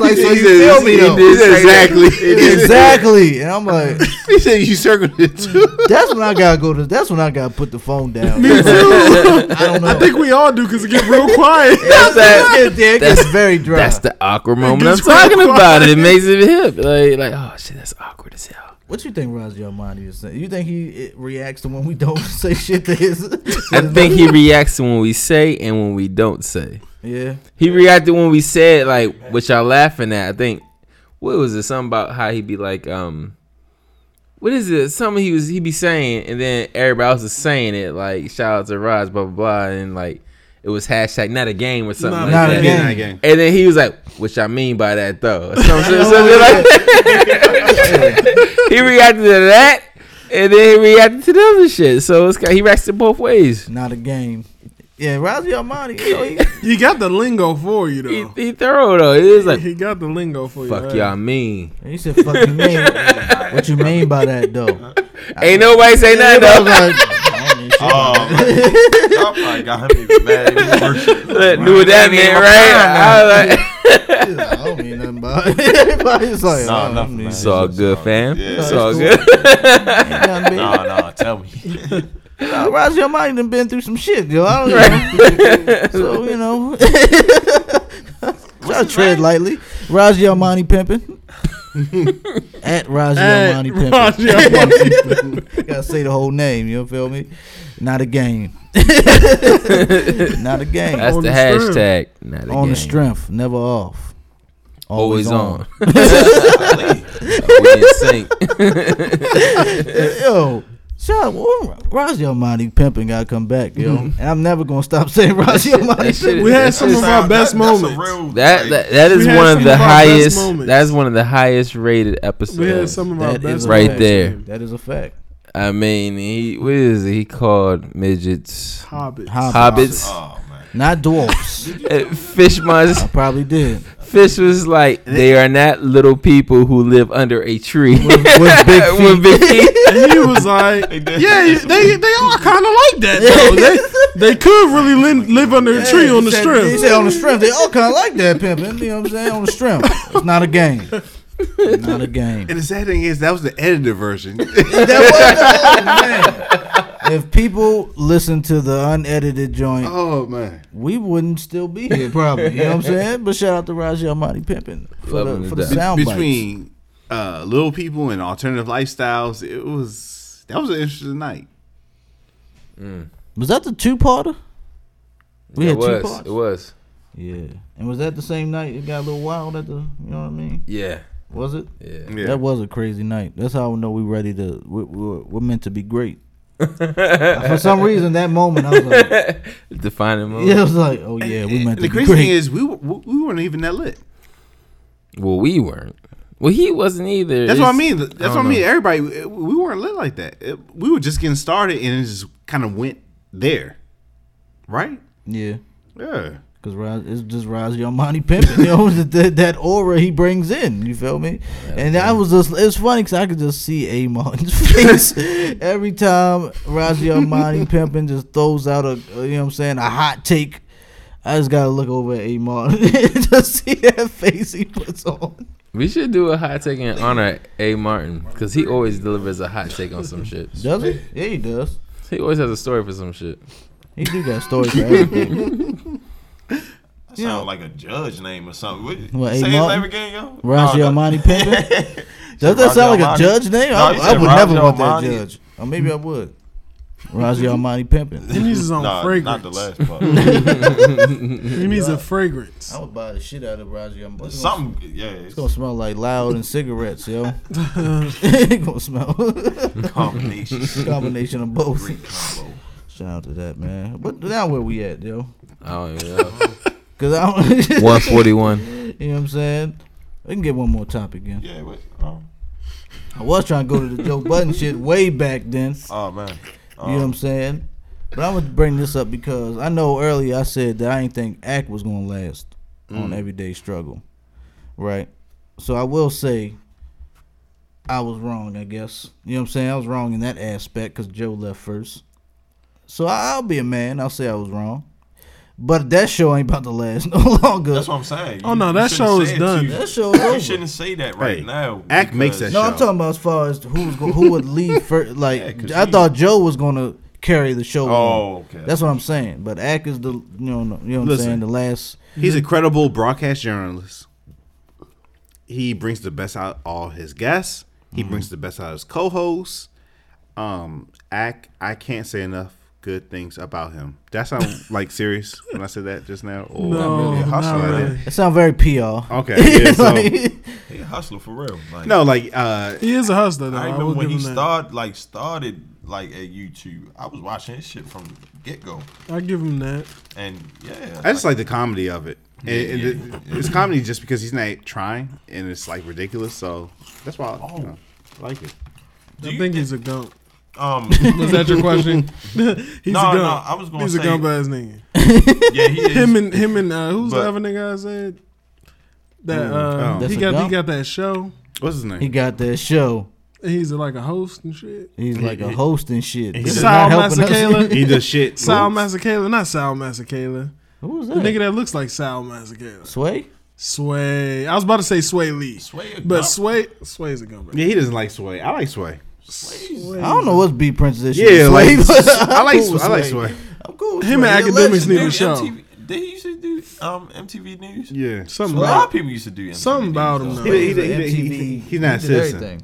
[SPEAKER 2] <laughs>
[SPEAKER 4] like, "So
[SPEAKER 3] He
[SPEAKER 4] you
[SPEAKER 3] said-
[SPEAKER 4] feel me?"
[SPEAKER 3] he
[SPEAKER 4] Though.
[SPEAKER 3] did say that. He did say that.
[SPEAKER 4] Exactly, and I'm like,
[SPEAKER 3] He said you circled it too.
[SPEAKER 4] that's when I gotta go to. That's when I gotta put the phone down. <laughs> I don't know.
[SPEAKER 5] I think we all do because it get real quiet.
[SPEAKER 2] That's that.
[SPEAKER 4] It did. It gets very dry.
[SPEAKER 2] That's the awkward moment I'm
[SPEAKER 5] gets real
[SPEAKER 2] talking about. It makes it hip. Like, like, oh shit, that's awkward as hell.
[SPEAKER 4] What you think Roz Armani is saying? You think he it reacts to when we don't <laughs> say shit to his?
[SPEAKER 2] I think he reacts to when we say and when we don't say.
[SPEAKER 4] yeah.
[SPEAKER 2] He reacted when we said like what y'all laughing at. I think what was it? Something about how he be like, um, what is it? Something he was he be saying, and then everybody else is saying it. Like shout out to Raj, blah blah blah, and like it was hashtag not a game or something like
[SPEAKER 4] not
[SPEAKER 5] Not-
[SPEAKER 4] a
[SPEAKER 2] that.
[SPEAKER 4] game.
[SPEAKER 2] And then he was like, "What y'all mean by that, though?" Or some
[SPEAKER 4] <laughs>
[SPEAKER 2] shit- something like that. he reacted to that, and then he reacted to the other shit. So it's kind he reacts to both ways.
[SPEAKER 4] Not a game. Yeah, Roz Armani. You know, he,
[SPEAKER 5] He got the lingo for you
[SPEAKER 2] He,
[SPEAKER 5] though.
[SPEAKER 2] he thorough though. It is like,
[SPEAKER 5] He got the lingo for you.
[SPEAKER 2] "Fuck
[SPEAKER 5] right?
[SPEAKER 2] y'all mean."
[SPEAKER 4] he said, "Fuck you, man. What you mean by that, though?"
[SPEAKER 2] Ain't nobody say nothing
[SPEAKER 4] I was
[SPEAKER 2] though.
[SPEAKER 4] like, I don't need shit.
[SPEAKER 6] Oh, man. y'all probably got him even mad. even worse.
[SPEAKER 2] Look, knew what that meant, right? I was like,
[SPEAKER 4] He's like, I don't mean nothing about it. <laughs> Everybody's like,
[SPEAKER 6] Oh. Nah,
[SPEAKER 4] I don't
[SPEAKER 6] nothing,
[SPEAKER 4] need
[SPEAKER 6] man.
[SPEAKER 2] it's
[SPEAKER 4] shit.
[SPEAKER 2] all good, fam.
[SPEAKER 6] Yeah.
[SPEAKER 2] It's all
[SPEAKER 4] It's
[SPEAKER 2] good.
[SPEAKER 4] Ain't nothing big.
[SPEAKER 6] Nah, nah, tell me.
[SPEAKER 4] Nah, Roz Armani done been through some shit, yo. I don't know.
[SPEAKER 5] <laughs>
[SPEAKER 4] so you <laughs>
[SPEAKER 5] <laughs>
[SPEAKER 4] know, try to tread lightly. Roz Armani pimping. At Raji
[SPEAKER 2] <laughs>
[SPEAKER 5] At
[SPEAKER 4] Armani <laughs>
[SPEAKER 5] Raji
[SPEAKER 4] Pimpin. Gotta say the whole name, you feel me? Not a
[SPEAKER 5] <laughs>
[SPEAKER 4] game. Not a game.
[SPEAKER 2] That's
[SPEAKER 5] On
[SPEAKER 2] the,
[SPEAKER 5] the
[SPEAKER 2] hashtag. Not a
[SPEAKER 4] on the
[SPEAKER 2] game.
[SPEAKER 4] strength, never off.
[SPEAKER 2] Always,
[SPEAKER 4] <laughs>
[SPEAKER 2] on. <laughs>
[SPEAKER 9] we in sync.
[SPEAKER 4] yo, shout out, well, Raji Armani Pimpin gotta come back, yo. and I'm never gonna stop saying Raji
[SPEAKER 2] That
[SPEAKER 4] Armani
[SPEAKER 2] shit
[SPEAKER 4] Pimpin.
[SPEAKER 2] is-
[SPEAKER 5] Mm-hmm. We had
[SPEAKER 2] that's-
[SPEAKER 5] some of our best moments.
[SPEAKER 2] That, that that is
[SPEAKER 5] We had
[SPEAKER 2] one
[SPEAKER 5] some
[SPEAKER 2] of the
[SPEAKER 5] of our best
[SPEAKER 2] highest.
[SPEAKER 5] moments.
[SPEAKER 2] That's one of the highest rated episodes.
[SPEAKER 5] <laughs> we had some of our
[SPEAKER 4] That is
[SPEAKER 5] best
[SPEAKER 4] a
[SPEAKER 2] right
[SPEAKER 5] moments.
[SPEAKER 4] fact.
[SPEAKER 2] there.
[SPEAKER 4] That is a fact.
[SPEAKER 2] I mean, he what is it? he called midgets
[SPEAKER 4] Hobbit.
[SPEAKER 5] Hobbits.
[SPEAKER 2] hobbits?
[SPEAKER 6] Oh man.
[SPEAKER 4] Not dwarfs.
[SPEAKER 2] Uh, Fish
[SPEAKER 4] I
[SPEAKER 2] must.
[SPEAKER 4] probably did.
[SPEAKER 2] Fish was like they are not little people who live under a tree <laughs> with,
[SPEAKER 4] big
[SPEAKER 2] big feet.
[SPEAKER 5] <laughs> And he was like, yeah, you- they they are kind of like that. Though. They they could really live, live under a <laughs> tree on the
[SPEAKER 4] He said- He
[SPEAKER 5] strip.
[SPEAKER 4] said on the strength. They all kind of like that pimping. You know what I'm saying? On the strength. It's not a game. Not a game.
[SPEAKER 3] <laughs> And the sad thing is, that was the edited version. <laughs>
[SPEAKER 4] That was- oh, man. If people listened to the unedited joint,
[SPEAKER 3] oh man,
[SPEAKER 4] we wouldn't still be here, probably. You know what I'm saying? But shout out to Raji Almighty Pimpin for
[SPEAKER 2] Love him
[SPEAKER 4] the,
[SPEAKER 2] to
[SPEAKER 4] for the
[SPEAKER 2] death.
[SPEAKER 4] sound bites.
[SPEAKER 3] between uh, little people and alternative lifestyles, it was that was an interesting night.
[SPEAKER 4] Was that the two parter? We
[SPEAKER 2] it
[SPEAKER 4] had two
[SPEAKER 2] was.
[SPEAKER 4] parts.
[SPEAKER 2] It was.
[SPEAKER 4] Yeah. And was that the same night it got a little wild at the? You know what I mean?
[SPEAKER 2] Yeah.
[SPEAKER 4] Was it?
[SPEAKER 2] Yeah.
[SPEAKER 3] Yeah.
[SPEAKER 4] That was a crazy night. That's how I know we're ready to. We're, we're, we're meant to
[SPEAKER 3] <laughs>
[SPEAKER 4] be great. For some reason, that moment, I was like,
[SPEAKER 2] Defining moment.
[SPEAKER 4] yeah, I was like, oh yeah, we meant
[SPEAKER 3] And
[SPEAKER 4] to
[SPEAKER 3] the
[SPEAKER 4] be
[SPEAKER 3] crazy
[SPEAKER 4] great.
[SPEAKER 3] thing is, we were- we we weren't even that lit.
[SPEAKER 2] Well, we weren't. Well, he wasn't either.
[SPEAKER 3] That's what I
[SPEAKER 2] It's-
[SPEAKER 3] mean. That's
[SPEAKER 2] I don't
[SPEAKER 3] what I mean.
[SPEAKER 2] know.
[SPEAKER 3] Everybody, we we weren't lit like that. It- we were just getting started, and it just kind of went there, right?
[SPEAKER 4] yeah,
[SPEAKER 3] Yeah.
[SPEAKER 4] because it's just Raz Yamani pimping. <laughs> You know that- that, that aura he brings in. You feel me? and that was just it's funny because I could just see A Martin's <laughs> face every time
[SPEAKER 3] <laughs>
[SPEAKER 4] Raz Yamani pimping just throws out a you know what I'm saying a hot take. I just gotta look over at A <laughs> Martin and just see that face he puts on.
[SPEAKER 2] We should do a hot take in honor of A. Martin because he always delivers a hot take on some shit.
[SPEAKER 4] Does he? Yeah, he does.
[SPEAKER 2] He always has a story for some shit.
[SPEAKER 4] He do <laughs> got stories for everything.
[SPEAKER 6] That
[SPEAKER 4] You know-
[SPEAKER 6] sound like a judge name or something. What,
[SPEAKER 4] What,
[SPEAKER 6] say
[SPEAKER 4] A.
[SPEAKER 6] his
[SPEAKER 4] Martin?
[SPEAKER 6] name again, yo.
[SPEAKER 4] Raji
[SPEAKER 6] No, no.
[SPEAKER 4] Armani Pimpin? <laughs> Does that
[SPEAKER 6] Raji
[SPEAKER 4] sound like
[SPEAKER 6] Armani.
[SPEAKER 4] a judge name?
[SPEAKER 6] No,
[SPEAKER 4] I,
[SPEAKER 6] you
[SPEAKER 4] I
[SPEAKER 6] said
[SPEAKER 4] would never
[SPEAKER 6] Raji
[SPEAKER 4] want that
[SPEAKER 6] Armani.
[SPEAKER 4] judge. Or maybe I would. Raji Armani Pimpin.
[SPEAKER 5] He needs his own
[SPEAKER 6] Nah,
[SPEAKER 5] fragrance.
[SPEAKER 6] not the
[SPEAKER 5] <laughs>
[SPEAKER 6] last part.
[SPEAKER 5] He needs a fragrance.
[SPEAKER 4] I would buy the shit out of Raji Armani. It's gonna-
[SPEAKER 6] Something, yeah. It's
[SPEAKER 4] it's gonna smell like loud and cigarettes, <laughs> yo. it's gonna smell
[SPEAKER 6] a combination.
[SPEAKER 4] <laughs> combination of both.
[SPEAKER 6] Great combo.
[SPEAKER 4] Shout out to that man. But now where we at, yo?
[SPEAKER 2] I don't even know.
[SPEAKER 4] Cause I don't, <laughs>
[SPEAKER 2] 141.
[SPEAKER 4] you know what I'm saying. We can get one more topic in.
[SPEAKER 6] Yeah. What, um,
[SPEAKER 4] I was trying to go to the Joe Button shit way back then.
[SPEAKER 6] oh man.
[SPEAKER 4] You know what
[SPEAKER 6] Um,
[SPEAKER 4] I'm saying? But I'm gonna bring this up because I know earlier I said that I didn't think ACT was gonna last
[SPEAKER 6] Mm.
[SPEAKER 4] on Everyday Struggle, right? So I will say I was wrong, I guess. You know what I'm saying? I was wrong in that aspect because Joe left first. So I, I'll be a man. I'll say I was wrong. But that show ain't about to last <laughs> no longer.
[SPEAKER 6] That's what I'm saying.
[SPEAKER 5] Oh, no,
[SPEAKER 6] you
[SPEAKER 5] that
[SPEAKER 6] shouldn't
[SPEAKER 5] show
[SPEAKER 6] say
[SPEAKER 5] is
[SPEAKER 6] it
[SPEAKER 5] done.
[SPEAKER 6] to you.
[SPEAKER 4] that show's
[SPEAKER 6] You
[SPEAKER 4] over.
[SPEAKER 6] shouldn't say that right
[SPEAKER 3] Hey,
[SPEAKER 6] now.
[SPEAKER 3] Act makes
[SPEAKER 6] because-
[SPEAKER 3] that
[SPEAKER 4] No,
[SPEAKER 3] shit.
[SPEAKER 4] I'm talking about as far as who's go, who would leave first. Like
[SPEAKER 6] <laughs> Yeah, 'cause
[SPEAKER 4] I
[SPEAKER 6] he-
[SPEAKER 4] thought Joe was gonna carry the show.
[SPEAKER 6] Oh, okay.
[SPEAKER 4] That's what I'm saying. But Ack is the you know you know what
[SPEAKER 3] Listen.
[SPEAKER 4] I'm saying the last.
[SPEAKER 3] He's a credible broadcast journalist. He brings the best out of all his guests. He brings the best out of his co-hosts. Um, I I can't say enough good things about him. That sound like serious when I said that just now. Or
[SPEAKER 5] No,
[SPEAKER 3] Or
[SPEAKER 5] not
[SPEAKER 3] something like that?
[SPEAKER 5] really.
[SPEAKER 4] It sounds very PR.
[SPEAKER 3] Okay. Yeah, so-
[SPEAKER 4] Like,
[SPEAKER 6] He a hustler for real. Like,
[SPEAKER 3] no, like uh,
[SPEAKER 5] He is a hustler though. I,
[SPEAKER 6] I remember
[SPEAKER 5] will
[SPEAKER 6] when
[SPEAKER 5] give
[SPEAKER 6] he
[SPEAKER 5] him that.
[SPEAKER 6] started, like started, like at YouTube. I was watching his shit from the get go,
[SPEAKER 5] I give him that.
[SPEAKER 6] and yeah,
[SPEAKER 3] I just like the comedy of it. And, and the- it's comedy just because he's not trying, and it's like ridiculous. So that's why I you know, like it.
[SPEAKER 5] I
[SPEAKER 6] you
[SPEAKER 5] think, he's a gump. <laughs>
[SPEAKER 6] um,
[SPEAKER 5] Was that your question? <laughs> he's
[SPEAKER 6] No,
[SPEAKER 5] a gump.
[SPEAKER 6] no, I was gonna
[SPEAKER 5] he's
[SPEAKER 6] say-
[SPEAKER 5] a gump ass nigga.
[SPEAKER 6] yeah, he
[SPEAKER 5] <laughs>
[SPEAKER 6] is.
[SPEAKER 5] Him and him and uh, who's the
[SPEAKER 6] But- Mm,
[SPEAKER 5] other nigga I said that uh,
[SPEAKER 3] Oh.
[SPEAKER 5] he
[SPEAKER 4] That's a
[SPEAKER 5] got
[SPEAKER 4] gump?
[SPEAKER 5] he got that show.
[SPEAKER 3] What's his name?
[SPEAKER 4] he got that show.
[SPEAKER 5] He's like a host and shit.
[SPEAKER 4] He's like a host and shit. This is
[SPEAKER 5] Sal
[SPEAKER 4] not helping us.
[SPEAKER 5] Masakela.
[SPEAKER 3] he does shit.
[SPEAKER 5] Sal
[SPEAKER 3] Oops.
[SPEAKER 5] Masakela, not Sal Masakela.
[SPEAKER 4] Who was
[SPEAKER 5] The nigga
[SPEAKER 4] that?
[SPEAKER 5] that looks like Sal Masakela.
[SPEAKER 4] Sway.
[SPEAKER 5] Sway. I was about to say Sway Lee,
[SPEAKER 6] Sway a
[SPEAKER 5] but
[SPEAKER 6] gump.
[SPEAKER 5] Sway Sway's a gump.
[SPEAKER 3] Yeah, he doesn't like Sway. I like Sway.
[SPEAKER 4] I don't know what's B Prince this
[SPEAKER 3] Yeah,
[SPEAKER 4] year.
[SPEAKER 3] like
[SPEAKER 4] Sway,
[SPEAKER 3] <laughs>
[SPEAKER 4] but
[SPEAKER 3] I like
[SPEAKER 4] cool
[SPEAKER 3] Sway.
[SPEAKER 4] with
[SPEAKER 3] I like Sway.
[SPEAKER 4] I'm cool. with
[SPEAKER 5] Him
[SPEAKER 4] Sway.
[SPEAKER 5] and
[SPEAKER 4] He a
[SPEAKER 5] academics
[SPEAKER 4] legend.
[SPEAKER 5] need a
[SPEAKER 6] Dude,
[SPEAKER 5] show.
[SPEAKER 6] MTV Did he used to do um MTV News?
[SPEAKER 3] Yeah.
[SPEAKER 5] Something
[SPEAKER 6] a lot
[SPEAKER 5] about,
[SPEAKER 6] of people used to do MTV
[SPEAKER 5] something
[SPEAKER 6] News,
[SPEAKER 5] about
[SPEAKER 6] though.
[SPEAKER 5] him.
[SPEAKER 3] He,
[SPEAKER 5] Though.
[SPEAKER 3] he, he, he, he- he's not a
[SPEAKER 8] did
[SPEAKER 3] citizen.
[SPEAKER 8] everything.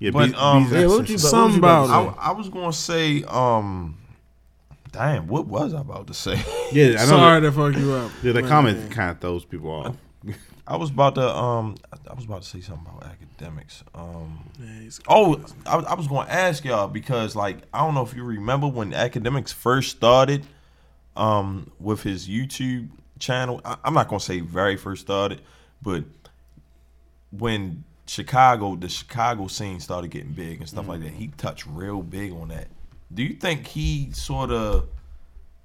[SPEAKER 3] Yeah,
[SPEAKER 6] But,
[SPEAKER 3] but
[SPEAKER 6] um,
[SPEAKER 3] um,
[SPEAKER 8] Yeah, what you about,
[SPEAKER 5] Something
[SPEAKER 8] what you
[SPEAKER 5] about
[SPEAKER 6] I,
[SPEAKER 5] him.
[SPEAKER 6] I was gonna say, um, damn, what was I about to say? <laughs>
[SPEAKER 3] yeah, I know.
[SPEAKER 5] Sorry to fuck you up.
[SPEAKER 3] Yeah, the
[SPEAKER 5] man.
[SPEAKER 3] comment kind of throws people off.
[SPEAKER 6] I was about to, um, I- I was about to say something about academics. Um,
[SPEAKER 5] Yeah, he's-
[SPEAKER 6] oh, I, I was gonna ask y'all because, like, I don't know if you remember when academics first started, um, with his YouTube channel. I, I'm not gonna say very first started, but when Chicago, the Chicago scene started getting big and stuff like that, he touched real big on that. Do you think he sort of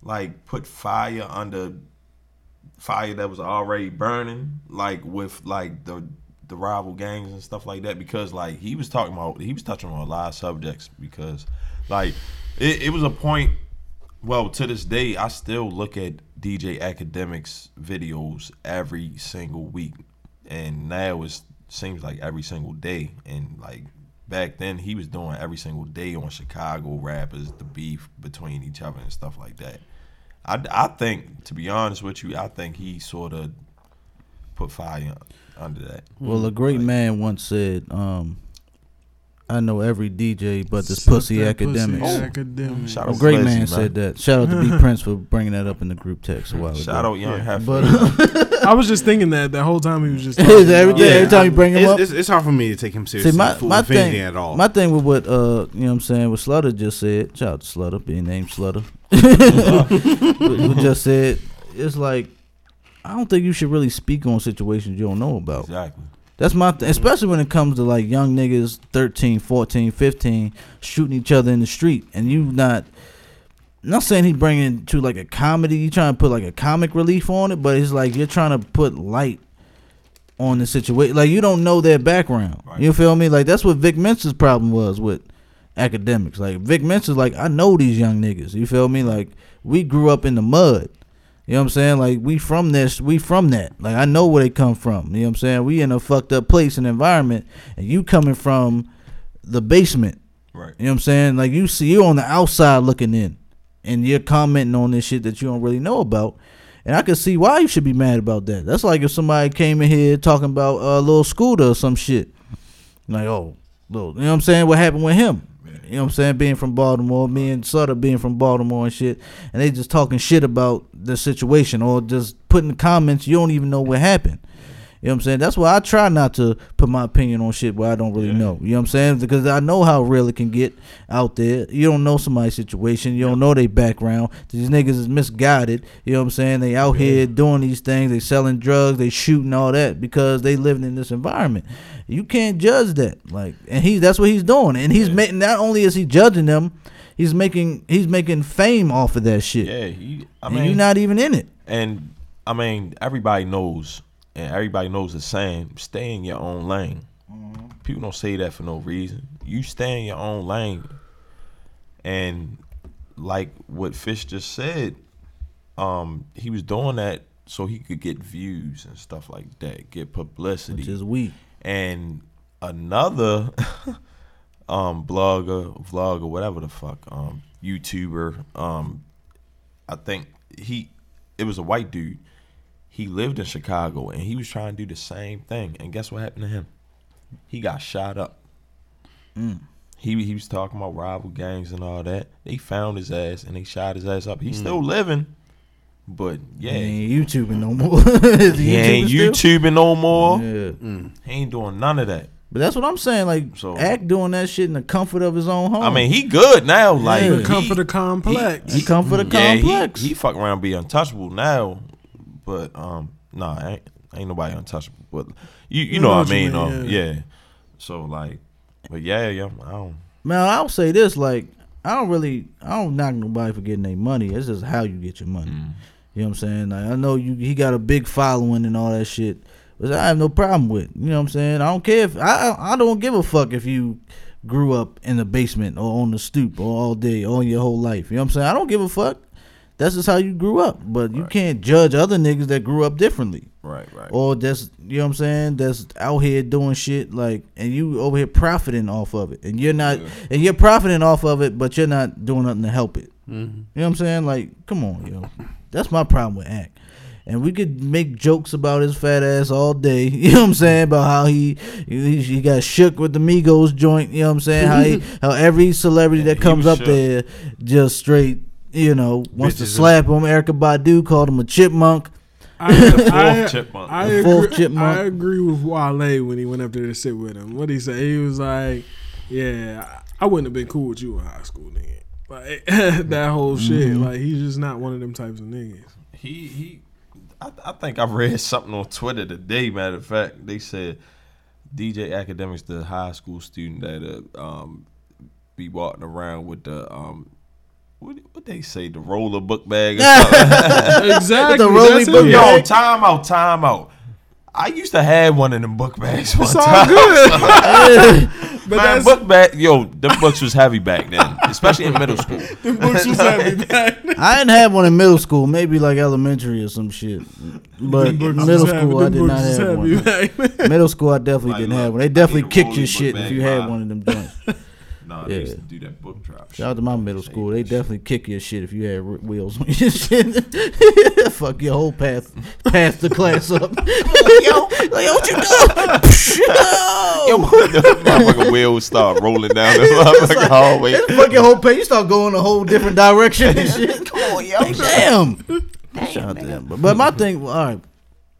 [SPEAKER 6] like put fire under fire that was already burning, like with like the the rival gangs and stuff like that? Because like he was talking about, he was touching on a lot of subjects because like it, it was a point. Well, to this day, I still look at DJ Academics videos every single week and now it seems like every single day. And like back then, he was doing every single day on Chicago rappers, the beef between each other and stuff like that. I, I think, to be honest with you, I think he sort of put fire under that.
[SPEAKER 4] Well, a great man once said, um, "I know every DJ, but this
[SPEAKER 5] Suck
[SPEAKER 4] pussy
[SPEAKER 5] that
[SPEAKER 4] academics."
[SPEAKER 5] Pussy academics.
[SPEAKER 6] Shout
[SPEAKER 4] A
[SPEAKER 6] out
[SPEAKER 4] great
[SPEAKER 6] Flizzy,
[SPEAKER 4] man said that. Shout out to B Prince for bringing that up in the group text a while ago.
[SPEAKER 6] Shout out Young Hef.
[SPEAKER 4] But uh,
[SPEAKER 5] I was just thinking that the whole time he was <laughs> just talking
[SPEAKER 4] every,
[SPEAKER 5] about-
[SPEAKER 4] every
[SPEAKER 3] Yeah,
[SPEAKER 4] time you bring him
[SPEAKER 3] It's,
[SPEAKER 4] up,
[SPEAKER 3] it's, it's hard for me to take him
[SPEAKER 4] See
[SPEAKER 3] seriously
[SPEAKER 4] my,
[SPEAKER 3] for-
[SPEAKER 4] my
[SPEAKER 3] if anything
[SPEAKER 4] thing
[SPEAKER 3] at all.
[SPEAKER 4] My thing with what uh you know what I'm saying what Slutter just said, shout out to Slutter, being named Slutter. <laughs> What you just said it's like I don't think you should really speak on situations you don't know about.
[SPEAKER 6] Exactly.
[SPEAKER 4] That's my thing, especially when it comes to like young niggas 13, 14, 15 shooting each other in the street and you not not saying he bringing to like a comedy, you trying to put like a comic relief on it, but it's like you're trying to put light on the situation. Like you don't know their background.
[SPEAKER 6] Right.
[SPEAKER 4] You feel me? Like that's what Vic Mensa's problem was with academics. Like Vic Mensa's like I know these young niggas. You feel me? Like we grew up in the mud. You know what I'm saying? Like we from this, we from that. Like I know where they come from. You know what I'm saying? We in a fucked up place and environment, and you coming from the basement.
[SPEAKER 6] Right.
[SPEAKER 4] You know what I'm saying? Like you see, you're on the outside looking in, and you're commenting on this shit that you don't really know about. And I can see why you should be mad about that. That's like if somebody came in here talking about a uh, little scooter or some shit. Like, oh, little, you know what I'm saying? What happened with him? You know what I'm saying? Being from Baltimore, me and Sutter being from Baltimore and shit, and they just talking shit about the situation or just putting comments you don't even know what happened. You know what I'm saying? That's why I try not to put my opinion on shit where I don't really know. You know what I'm saying? Because I know how real it can get out there. You don't know somebody's situation. You don't know their background. These niggas is misguided. You know what I'm saying? They out here doing these things. They selling drugs. They shooting all that because they living in this environment. You can't judge that. Like, and he that's what he's doing. And he's making. Not only is he judging them, he's making he's making fame off of that shit.
[SPEAKER 6] Yeah, he, I
[SPEAKER 4] and
[SPEAKER 6] mean,
[SPEAKER 4] you're not even in it.
[SPEAKER 6] And I mean, everybody knows, and everybody knows the same. Stay in your own lane.
[SPEAKER 4] Mm-hmm.
[SPEAKER 6] People don't say that for no reason. You stay in your own lane, and like what Fish just said, um, he was doing that so he could get views and stuff like that, get publicity
[SPEAKER 4] Which is weak.
[SPEAKER 6] and another <laughs> um blogger vlogger whatever the fuck um youtuber um i think he it was a white dude he lived in chicago and he was trying to do the same thing and guess what happened to him he got shot up
[SPEAKER 4] Mm.
[SPEAKER 6] he, he was talking about rival gangs and all that they found his ass and they shot his ass up he's still living but yeah
[SPEAKER 4] Mm. He ain't YouTubing no more. <laughs> Is
[SPEAKER 6] he ain't
[SPEAKER 4] YouTubing still?
[SPEAKER 6] youtubing no more
[SPEAKER 4] Yeah.
[SPEAKER 6] he ain't doing none of that
[SPEAKER 4] But that's what I'm saying. Like,
[SPEAKER 6] So-
[SPEAKER 4] act doing that shit in the comfort of his own home.
[SPEAKER 6] I mean, he good now. Like
[SPEAKER 4] The
[SPEAKER 6] he-
[SPEAKER 5] comfort of
[SPEAKER 6] he-
[SPEAKER 5] complex.
[SPEAKER 4] he come for the
[SPEAKER 6] yeah,
[SPEAKER 4] complex.
[SPEAKER 6] He, he fuck around be untouchable now, but um, nah, ain't, ain't nobody untouchable. But you, you know, what I mean? um, yeah. So like, but yeah, yeah, I don't.
[SPEAKER 4] Man, I'll say this: like, I don't really, I don't knock nobody for getting their money. It's just how you get your money.
[SPEAKER 6] Mm.
[SPEAKER 4] You know what I'm saying? Like, I know you. He got a big following and all that shit, which I have no problem with. You know what I'm saying? I don't care if I, I- I don't give a fuck if you grew up in the basement or on the stoop or all day or your whole life. You know what I'm saying? I don't give a fuck. That's just how you grew up. But you can't judge other niggas that grew up differently.
[SPEAKER 6] Right, right.
[SPEAKER 4] or that's you know what I'm saying that's out here doing shit like and you over here profiting off of it and you're not and you're profiting off of it
[SPEAKER 6] Mm-hmm.
[SPEAKER 4] but you're not doing nothing to help it you know what I'm saying like come on yo that's my problem with act And we could make jokes about his fat ass all day. <laughs> You know what I'm saying? About how he he, he got shook with the Migos joint. You know what I'm saying? How he,
[SPEAKER 6] <laughs>
[SPEAKER 4] how every celebrity that
[SPEAKER 6] he
[SPEAKER 4] comes
[SPEAKER 6] was
[SPEAKER 4] up
[SPEAKER 6] shook.
[SPEAKER 4] there just straight, you know, wants to
[SPEAKER 3] Bitches.
[SPEAKER 4] slap him. Erica Badu called him a
[SPEAKER 6] <laughs>
[SPEAKER 4] chipmunk. <laughs>
[SPEAKER 5] I,
[SPEAKER 6] Fourth chipmunk.
[SPEAKER 5] I, I,
[SPEAKER 4] The fourth
[SPEAKER 5] agree,
[SPEAKER 4] chipmunk.
[SPEAKER 5] I agree with Wale when he went up there to sit with him. What he say? He was like, "Yeah, I I wouldn't have been cool with you in high school, nigga." Like <laughs> that whole shit. Like he's just not one of them types of niggas.
[SPEAKER 6] He he. I, I think I read <laughs> something on Twitter today. Matter of fact, they said DJ Academics, the high school student that uh, um be walking around with the um. What, what they say the roller book bag? Or something.
[SPEAKER 5] exactly.
[SPEAKER 4] The rolly
[SPEAKER 5] that's it.
[SPEAKER 4] book
[SPEAKER 6] Yo, time out, time out. I used to have one of them book <laughs> bags. One
[SPEAKER 5] It's all
[SPEAKER 6] time.
[SPEAKER 5] good.
[SPEAKER 6] Man,
[SPEAKER 5] that's-
[SPEAKER 6] book bag. Yo, them books was heavy back then, especially in middle <laughs> school.
[SPEAKER 5] Them books was heavy back.
[SPEAKER 4] I didn't have one in middle school, maybe like elementary or some shit. But
[SPEAKER 5] Them books was
[SPEAKER 4] middle
[SPEAKER 5] heavy-
[SPEAKER 4] school, I
[SPEAKER 5] them
[SPEAKER 4] did
[SPEAKER 5] books
[SPEAKER 4] not
[SPEAKER 5] was
[SPEAKER 4] have
[SPEAKER 5] heavy <laughs>
[SPEAKER 4] one.
[SPEAKER 5] back then.
[SPEAKER 4] Middle school, I definitely
[SPEAKER 6] Like,
[SPEAKER 4] didn't
[SPEAKER 6] look,
[SPEAKER 4] have one. They
[SPEAKER 6] I need
[SPEAKER 4] definitely
[SPEAKER 6] a
[SPEAKER 4] kicked
[SPEAKER 6] rolling
[SPEAKER 4] your
[SPEAKER 6] book
[SPEAKER 4] shit if
[SPEAKER 6] bag,
[SPEAKER 4] you had
[SPEAKER 6] bye.
[SPEAKER 4] one of them
[SPEAKER 6] <laughs>
[SPEAKER 4] joints.
[SPEAKER 6] Nah,
[SPEAKER 4] Yeah.
[SPEAKER 6] they used to do that book drop.
[SPEAKER 4] Shout out to my middle school. They
[SPEAKER 6] Shit.
[SPEAKER 4] definitely kick your shit if you had r- wheels on your <laughs> shit. <laughs> Fuck your whole path, path the class up. yo, like, what you <laughs> doing?
[SPEAKER 6] Yo,
[SPEAKER 4] no.
[SPEAKER 6] <laughs> motherfucking wheel would start rolling down <laughs> the motherfucking hallway.
[SPEAKER 4] Fuck your whole path. You start going a whole different direction and
[SPEAKER 6] <laughs>
[SPEAKER 4] shit. Come on, yo. Damn. Shout out to them. But, but my thing, all right,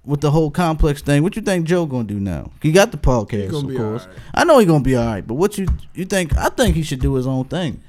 [SPEAKER 4] with the whole complex thing, what you think Joe gonna do now? He got the podcast,
[SPEAKER 5] gonna
[SPEAKER 4] of
[SPEAKER 5] be
[SPEAKER 4] course.
[SPEAKER 5] all right.
[SPEAKER 4] I know he gonna be all right. But what you you think? I think he should do his own thing.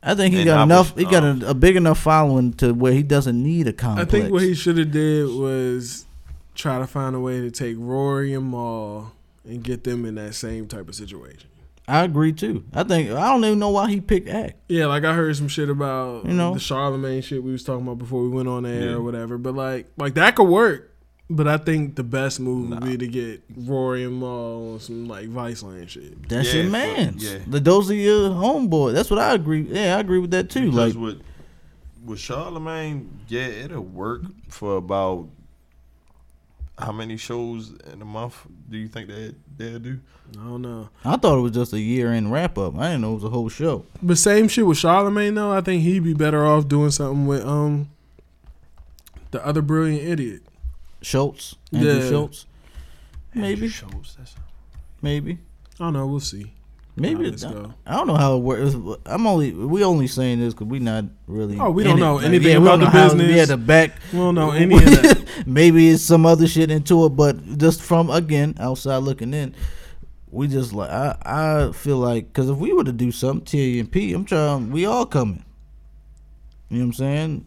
[SPEAKER 4] I think he
[SPEAKER 6] And
[SPEAKER 4] got
[SPEAKER 6] I
[SPEAKER 4] enough.
[SPEAKER 6] was- um,
[SPEAKER 4] he got a, a big enough following to where he doesn't need a
[SPEAKER 5] I
[SPEAKER 4] complex.
[SPEAKER 5] think what he should have did was try to find a way to take Rory and Maul and get them in that same type of situation.
[SPEAKER 4] I agree too. I think I don't even know why he picked Act.
[SPEAKER 5] Yeah, like I heard some shit about
[SPEAKER 4] You know.
[SPEAKER 5] the Charlemagne shit we was talking about before we went on air or whatever. But like, like that could work. But I think the best move would be to get Rory and Maul on some like Viceland shit.
[SPEAKER 4] That's
[SPEAKER 6] Yeah,
[SPEAKER 4] your
[SPEAKER 6] fuck,
[SPEAKER 4] man's.
[SPEAKER 6] yeah.
[SPEAKER 4] The Those are your homeboy. That's what I agree. Yeah, I agree with that too.
[SPEAKER 6] Because
[SPEAKER 4] like
[SPEAKER 6] with with Charlemagne, yeah, it'll work for about how many shows in a month do you think that they'll do?
[SPEAKER 5] I don't know.
[SPEAKER 4] I thought it was just a year end wrap up. I didn't know it was a whole show.
[SPEAKER 5] But same shit with Charlemagne though. I think he'd be better off doing something with um the other brilliant idiot.
[SPEAKER 4] Schultz, Andrew
[SPEAKER 5] Yeah.
[SPEAKER 4] Schultz. Maybe,
[SPEAKER 6] shows. That's
[SPEAKER 4] maybe,
[SPEAKER 5] I don't know. We'll see.
[SPEAKER 4] maybe.
[SPEAKER 5] Let's
[SPEAKER 4] it's not-
[SPEAKER 5] go.
[SPEAKER 4] I don't know how it works. I'm only we only saying this because we not really.
[SPEAKER 5] Oh, we
[SPEAKER 4] in
[SPEAKER 5] don't
[SPEAKER 4] it.
[SPEAKER 5] know
[SPEAKER 4] Like,
[SPEAKER 5] anything
[SPEAKER 4] we don't
[SPEAKER 5] about the
[SPEAKER 4] know how- Yeah,
[SPEAKER 5] business.
[SPEAKER 4] the back.
[SPEAKER 5] We
[SPEAKER 4] <laughs>
[SPEAKER 5] don't know any of that.
[SPEAKER 4] maybe it's some other shit into it, but just from again outside looking in, we just like I I feel like because if we were to do something, T A and P, I'm trying. We all coming. You know what I'm saying?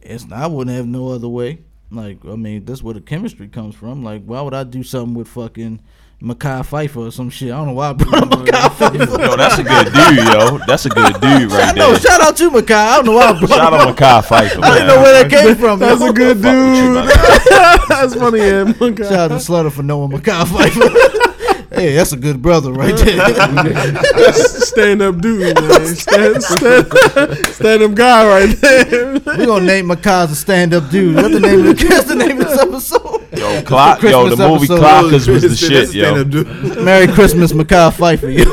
[SPEAKER 4] It's I wouldn't have no other way. Like I mean, that's where the chemistry comes from. Like why would I do something with fucking Makai Pfeiffer or some shit? I don't know why I brought up Makai Pfeiffer.
[SPEAKER 6] Yo, that's a good dude, yo. That's a good dude <laughs> right
[SPEAKER 4] I know.
[SPEAKER 6] there.
[SPEAKER 4] Shout out to Makai. I don't know
[SPEAKER 5] <laughs>
[SPEAKER 4] why I brought
[SPEAKER 6] Shout
[SPEAKER 4] him up.
[SPEAKER 6] out Makai Pfeiffer, man.
[SPEAKER 4] I didn't know where that came from.
[SPEAKER 5] That's
[SPEAKER 4] yo.
[SPEAKER 5] a good
[SPEAKER 6] Fuck with you,
[SPEAKER 5] dude.
[SPEAKER 6] man.
[SPEAKER 5] That's funny, yeah. Monk out.
[SPEAKER 4] Shout out to Slutter for knowing Makai Pfeiffer. <laughs> hey, that's a good brother right there.
[SPEAKER 5] <laughs> stand up dude, man. Stand, stand, stand up guy right there.
[SPEAKER 4] We're gonna name Makai's a stand up dude. That's the name
[SPEAKER 5] <laughs>
[SPEAKER 4] of the, that's the name of this episode.
[SPEAKER 6] Yo, <laughs> Clock, yo, the
[SPEAKER 4] Christmas
[SPEAKER 6] movie
[SPEAKER 4] episode.
[SPEAKER 6] Clockers was the shit,
[SPEAKER 3] Stand
[SPEAKER 6] yo.
[SPEAKER 3] up, dude.
[SPEAKER 4] Merry Christmas, Makai Pfeiffer, yo.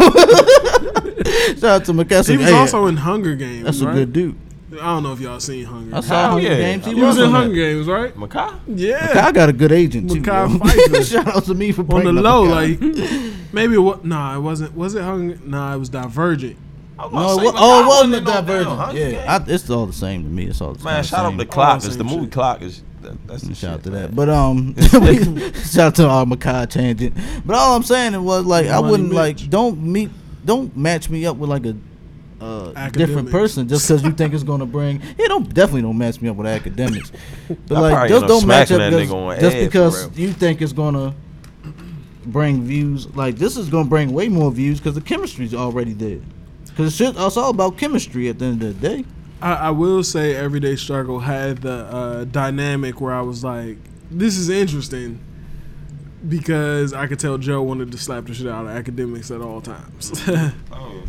[SPEAKER 4] <laughs> Shout out to Makai.
[SPEAKER 5] He was
[SPEAKER 4] Hey,
[SPEAKER 5] also in Hunger Games,
[SPEAKER 4] that's
[SPEAKER 5] right?
[SPEAKER 4] a good dude.
[SPEAKER 5] I don't know if y'all seen Hunger.
[SPEAKER 4] I
[SPEAKER 5] Games.
[SPEAKER 4] saw
[SPEAKER 6] Hell
[SPEAKER 4] Hunger
[SPEAKER 6] yeah.
[SPEAKER 4] Games. He
[SPEAKER 5] He was in
[SPEAKER 4] on that.
[SPEAKER 5] Hunger Games, right?
[SPEAKER 6] Makai?
[SPEAKER 5] Yeah.
[SPEAKER 4] I got a good agent too.
[SPEAKER 5] Makai
[SPEAKER 4] yo. <laughs>
[SPEAKER 5] Pfeiffer.
[SPEAKER 4] Shout out to me for
[SPEAKER 5] On
[SPEAKER 4] bringing
[SPEAKER 5] the
[SPEAKER 4] up
[SPEAKER 5] low,
[SPEAKER 4] Makai.
[SPEAKER 5] like maybe what? Nah, it wasn't. Was it Hunger? Nah, it was Divergent.
[SPEAKER 6] I was
[SPEAKER 4] No,
[SPEAKER 6] gonna
[SPEAKER 4] it
[SPEAKER 6] say
[SPEAKER 4] wa-
[SPEAKER 6] Makai
[SPEAKER 4] oh, it wasn't a
[SPEAKER 6] in no damn
[SPEAKER 4] divergent.
[SPEAKER 6] Hunger Games.
[SPEAKER 4] Yeah, I, it's all the same to me. It's all the
[SPEAKER 6] Man,
[SPEAKER 4] same.
[SPEAKER 6] shout out to
[SPEAKER 5] same
[SPEAKER 6] Clockers. The movie
[SPEAKER 5] shit.
[SPEAKER 6] Clockers. That, that's the
[SPEAKER 4] Shout out
[SPEAKER 6] shit,
[SPEAKER 4] to
[SPEAKER 6] man.
[SPEAKER 4] that. But
[SPEAKER 6] <laughs>
[SPEAKER 4] um <laughs> shout out to our Makai tangent. But all I'm saying it was like I
[SPEAKER 5] Money
[SPEAKER 4] wouldn't
[SPEAKER 5] bitch.
[SPEAKER 4] like don't meet don't match me up with like a uh, different
[SPEAKER 5] Academics.
[SPEAKER 4] person just because you think it's gonna bring yeah don't definitely don't match me up with academics but
[SPEAKER 6] I
[SPEAKER 4] like
[SPEAKER 6] probably
[SPEAKER 4] just
[SPEAKER 6] end up
[SPEAKER 4] don't match up
[SPEAKER 6] smacking that
[SPEAKER 4] just,
[SPEAKER 6] nigga on
[SPEAKER 4] just
[SPEAKER 6] ad for
[SPEAKER 4] because
[SPEAKER 6] real.
[SPEAKER 4] you think it's gonna bring views like this is gonna bring way more views because the chemistry's already there because it's, it's all about chemistry at the end of the day
[SPEAKER 5] I, I will say Everyday Struggle had the uh, dynamic where I was like, this is interesting because I could tell Joe wanted to slap the shit out of academics at all times. <laughs>
[SPEAKER 6] Oh.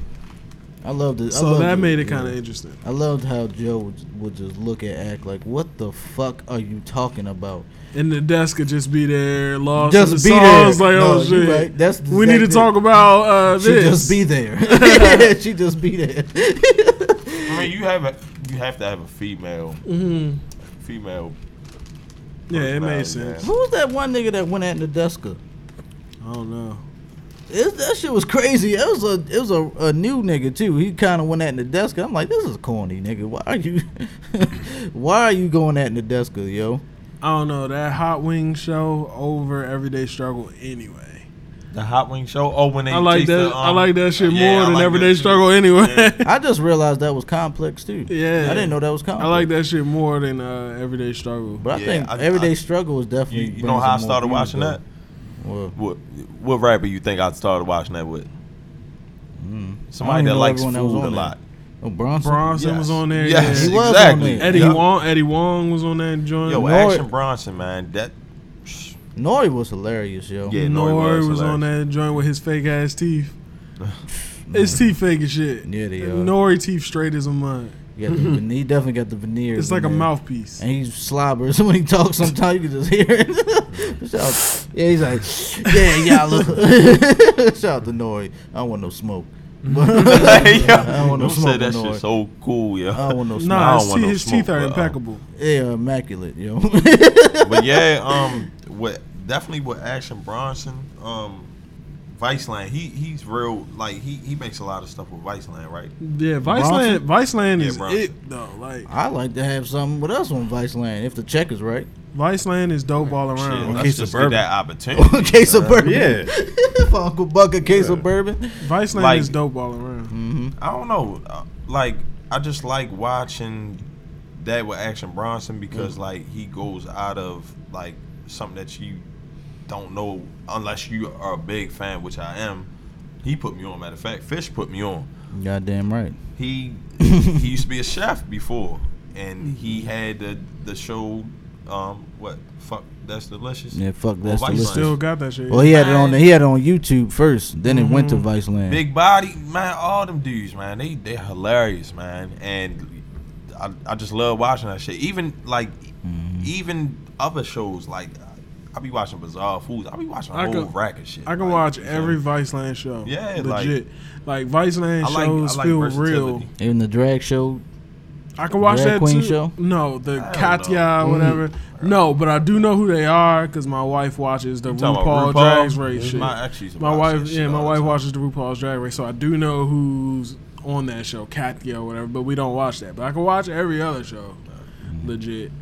[SPEAKER 4] I love it
[SPEAKER 5] so that made it kind of interesting.
[SPEAKER 4] I loved how Joe would, would just look at act like, "What the fuck are you talking about?"
[SPEAKER 5] And the desk could just be there, lost
[SPEAKER 4] Just
[SPEAKER 5] in the
[SPEAKER 4] be
[SPEAKER 5] songs,
[SPEAKER 4] there.
[SPEAKER 5] like,
[SPEAKER 4] No,
[SPEAKER 5] oh
[SPEAKER 4] you
[SPEAKER 5] shit.
[SPEAKER 4] right. That's
[SPEAKER 5] we need to
[SPEAKER 4] exactly-
[SPEAKER 5] talk about uh,
[SPEAKER 4] She
[SPEAKER 5] this.
[SPEAKER 4] just be
[SPEAKER 5] <laughs>
[SPEAKER 4] there. <laughs> Yeah, she just be there. <laughs>
[SPEAKER 6] I mean, you have a, you have to have a female, female
[SPEAKER 5] Mm-hmm. Yeah, it made
[SPEAKER 6] personality,
[SPEAKER 5] sense.
[SPEAKER 6] man.
[SPEAKER 4] Who was that one nigga that went at Nadeska?
[SPEAKER 5] I don't know.
[SPEAKER 4] It, that shit was crazy. It was a it was a, a new nigga too. He kind of went at Nadeska. I'm like, this is corny, nigga. Why are you <laughs> Why are you going at Nadeska, yo?
[SPEAKER 5] I don't know. That Hot Wing show over Everyday Struggle anyway.
[SPEAKER 6] The Hot Wing Show. Oh, when they
[SPEAKER 5] I like
[SPEAKER 6] taste
[SPEAKER 5] that.
[SPEAKER 6] The, um,
[SPEAKER 5] I like that shit
[SPEAKER 6] yeah, I
[SPEAKER 5] more than
[SPEAKER 6] like
[SPEAKER 5] Everyday
[SPEAKER 6] that shit.
[SPEAKER 5] Struggle anyway.
[SPEAKER 4] I just realized that was complex too.
[SPEAKER 5] Yeah.
[SPEAKER 4] I didn't know that was complex.
[SPEAKER 5] <laughs> I like that shit more than uh, Everyday Struggle.
[SPEAKER 4] But I
[SPEAKER 6] Yeah,
[SPEAKER 4] think
[SPEAKER 6] I-
[SPEAKER 4] everyday
[SPEAKER 6] I-
[SPEAKER 4] struggle is
[SPEAKER 6] You,
[SPEAKER 4] definitely.
[SPEAKER 6] you know
[SPEAKER 4] brings
[SPEAKER 6] how I
[SPEAKER 4] some more
[SPEAKER 6] started
[SPEAKER 4] views,
[SPEAKER 6] watching
[SPEAKER 4] though.
[SPEAKER 6] that?
[SPEAKER 4] Well,
[SPEAKER 6] What what rapper you think I started watching that with? Somebody
[SPEAKER 4] Hmm. even
[SPEAKER 6] that
[SPEAKER 4] know
[SPEAKER 6] likes
[SPEAKER 4] everyone
[SPEAKER 6] food
[SPEAKER 4] that was
[SPEAKER 6] a
[SPEAKER 4] on there.
[SPEAKER 6] lot.
[SPEAKER 4] oh, Bronson.
[SPEAKER 5] Bronson was on there.
[SPEAKER 6] Yes,
[SPEAKER 5] yeah.
[SPEAKER 4] He was on
[SPEAKER 6] exactly.
[SPEAKER 4] there.
[SPEAKER 5] Eddie
[SPEAKER 6] Yup.
[SPEAKER 5] Wong. Eddie Wong was on that joint.
[SPEAKER 6] Yo,
[SPEAKER 4] Nor-
[SPEAKER 6] Action Bronson, man. That
[SPEAKER 4] <laughs>
[SPEAKER 6] <laughs>
[SPEAKER 4] Nori was hilarious, yo.
[SPEAKER 6] yeah,
[SPEAKER 5] Nori was, on that joint with his fake ass
[SPEAKER 6] <sighs>
[SPEAKER 5] teeth. His teeth fake as shit.
[SPEAKER 4] Yeah, they are.
[SPEAKER 6] uh,
[SPEAKER 5] Nori teeth straight as a mug.
[SPEAKER 4] He, got the, ven- he definitely got the veneer.
[SPEAKER 5] It's like a
[SPEAKER 4] veneer.
[SPEAKER 5] mouthpiece.
[SPEAKER 4] And he <laughs> slobbers when he talks. Sometimes you can just hear it. <laughs> Shout out- yeah, he's like, yeah, y'all. look." <laughs> Shout out to Nori. I don't want no smoke. <laughs>
[SPEAKER 6] Hey, yo,
[SPEAKER 4] I don't want no
[SPEAKER 6] you
[SPEAKER 4] smoke
[SPEAKER 6] said that
[SPEAKER 4] with
[SPEAKER 6] shit
[SPEAKER 4] Nori.
[SPEAKER 6] so cool, yo.
[SPEAKER 4] I don't want no smoke.
[SPEAKER 6] I
[SPEAKER 5] Nah,
[SPEAKER 6] don't
[SPEAKER 5] his,
[SPEAKER 6] want
[SPEAKER 5] te-
[SPEAKER 6] no
[SPEAKER 5] his
[SPEAKER 6] smoke,
[SPEAKER 5] teeth are
[SPEAKER 6] but, uh,
[SPEAKER 5] impeccable.
[SPEAKER 4] Yeah, immaculate, yo. <laughs>
[SPEAKER 6] but
[SPEAKER 5] <laughs>
[SPEAKER 6] yeah, um, what definitely with Action Bronson, um, Viceland. He he's real. Like he he makes a lot of stuff with Viceland, right?
[SPEAKER 5] Yeah, Viceland. Viceland
[SPEAKER 6] Yeah,
[SPEAKER 5] is
[SPEAKER 6] Bronson.
[SPEAKER 5] it though. Like
[SPEAKER 4] I like to have something with us on Vice Land if the check is right. <laughs>
[SPEAKER 5] Viceland is dope all
[SPEAKER 6] Shit,
[SPEAKER 5] around.
[SPEAKER 6] let's
[SPEAKER 3] Okay,
[SPEAKER 6] just
[SPEAKER 3] Suburban.
[SPEAKER 6] get
[SPEAKER 4] <laughs>
[SPEAKER 6] that opportunity.
[SPEAKER 4] A case
[SPEAKER 5] Uh,
[SPEAKER 4] of bourbon.
[SPEAKER 3] Yeah.
[SPEAKER 4] For Uncle Buck, a case of bourbon.
[SPEAKER 5] Viceland
[SPEAKER 6] Like- mm,
[SPEAKER 5] is dope all around.
[SPEAKER 6] I don't know. uh, Like I just like watching that with Action Bronson
[SPEAKER 4] Mm-hmm.
[SPEAKER 6] because like he goes out of like something that you don't know unless you are a big fan, which I am. He put me on. Matter of fact, Fish put me on.
[SPEAKER 4] Goddamn right. <laughs>
[SPEAKER 6] He he used to be a chef before,
[SPEAKER 4] Mm-hmm.
[SPEAKER 6] and he had the the show. Um, what fuck? That's delicious.
[SPEAKER 4] Yeah, fuck
[SPEAKER 6] Well,
[SPEAKER 4] that's
[SPEAKER 6] Vice
[SPEAKER 4] delicious.
[SPEAKER 5] Still got that shit.
[SPEAKER 4] Well, he had it on. He had it on YouTube first. Then it went to
[SPEAKER 5] Mm-hmm.
[SPEAKER 4] Vice Land.
[SPEAKER 6] Big body, man. All them dudes, man. They they hilarious, man. And I, I just love watching that shit. Even like even other shows like I, I be watching Bizarre Foods. I be watching a
[SPEAKER 5] I
[SPEAKER 6] whole
[SPEAKER 5] can-
[SPEAKER 6] rack of shit.
[SPEAKER 5] I can
[SPEAKER 6] like,
[SPEAKER 5] watch
[SPEAKER 6] you
[SPEAKER 5] every
[SPEAKER 6] feel me?
[SPEAKER 5] Viceland show.
[SPEAKER 6] Yeah, like-
[SPEAKER 5] legit. Like, Viceland
[SPEAKER 6] I like- I
[SPEAKER 5] shows
[SPEAKER 6] like
[SPEAKER 5] feel
[SPEAKER 6] versatility.
[SPEAKER 5] real.
[SPEAKER 4] Even the drag show.
[SPEAKER 5] I can watch
[SPEAKER 4] Drag
[SPEAKER 5] that
[SPEAKER 4] queen
[SPEAKER 5] too.
[SPEAKER 4] show?
[SPEAKER 5] No, the
[SPEAKER 6] I don't
[SPEAKER 5] Katya,
[SPEAKER 6] Mm-hmm.
[SPEAKER 5] whatever. No, but I do know who they are because my wife watches the
[SPEAKER 6] You talking
[SPEAKER 5] RuPaul,
[SPEAKER 6] about
[SPEAKER 5] Drag Race shit.
[SPEAKER 6] My, actually, used to
[SPEAKER 5] My
[SPEAKER 6] watch
[SPEAKER 5] wife,
[SPEAKER 6] that shit
[SPEAKER 5] yeah, my
[SPEAKER 6] all the
[SPEAKER 5] wife
[SPEAKER 6] time.
[SPEAKER 5] watches the RuPaul's Drag Race, so I do know who's on that show, Katya or whatever. But we don't watch that. But I can watch every other show, legit,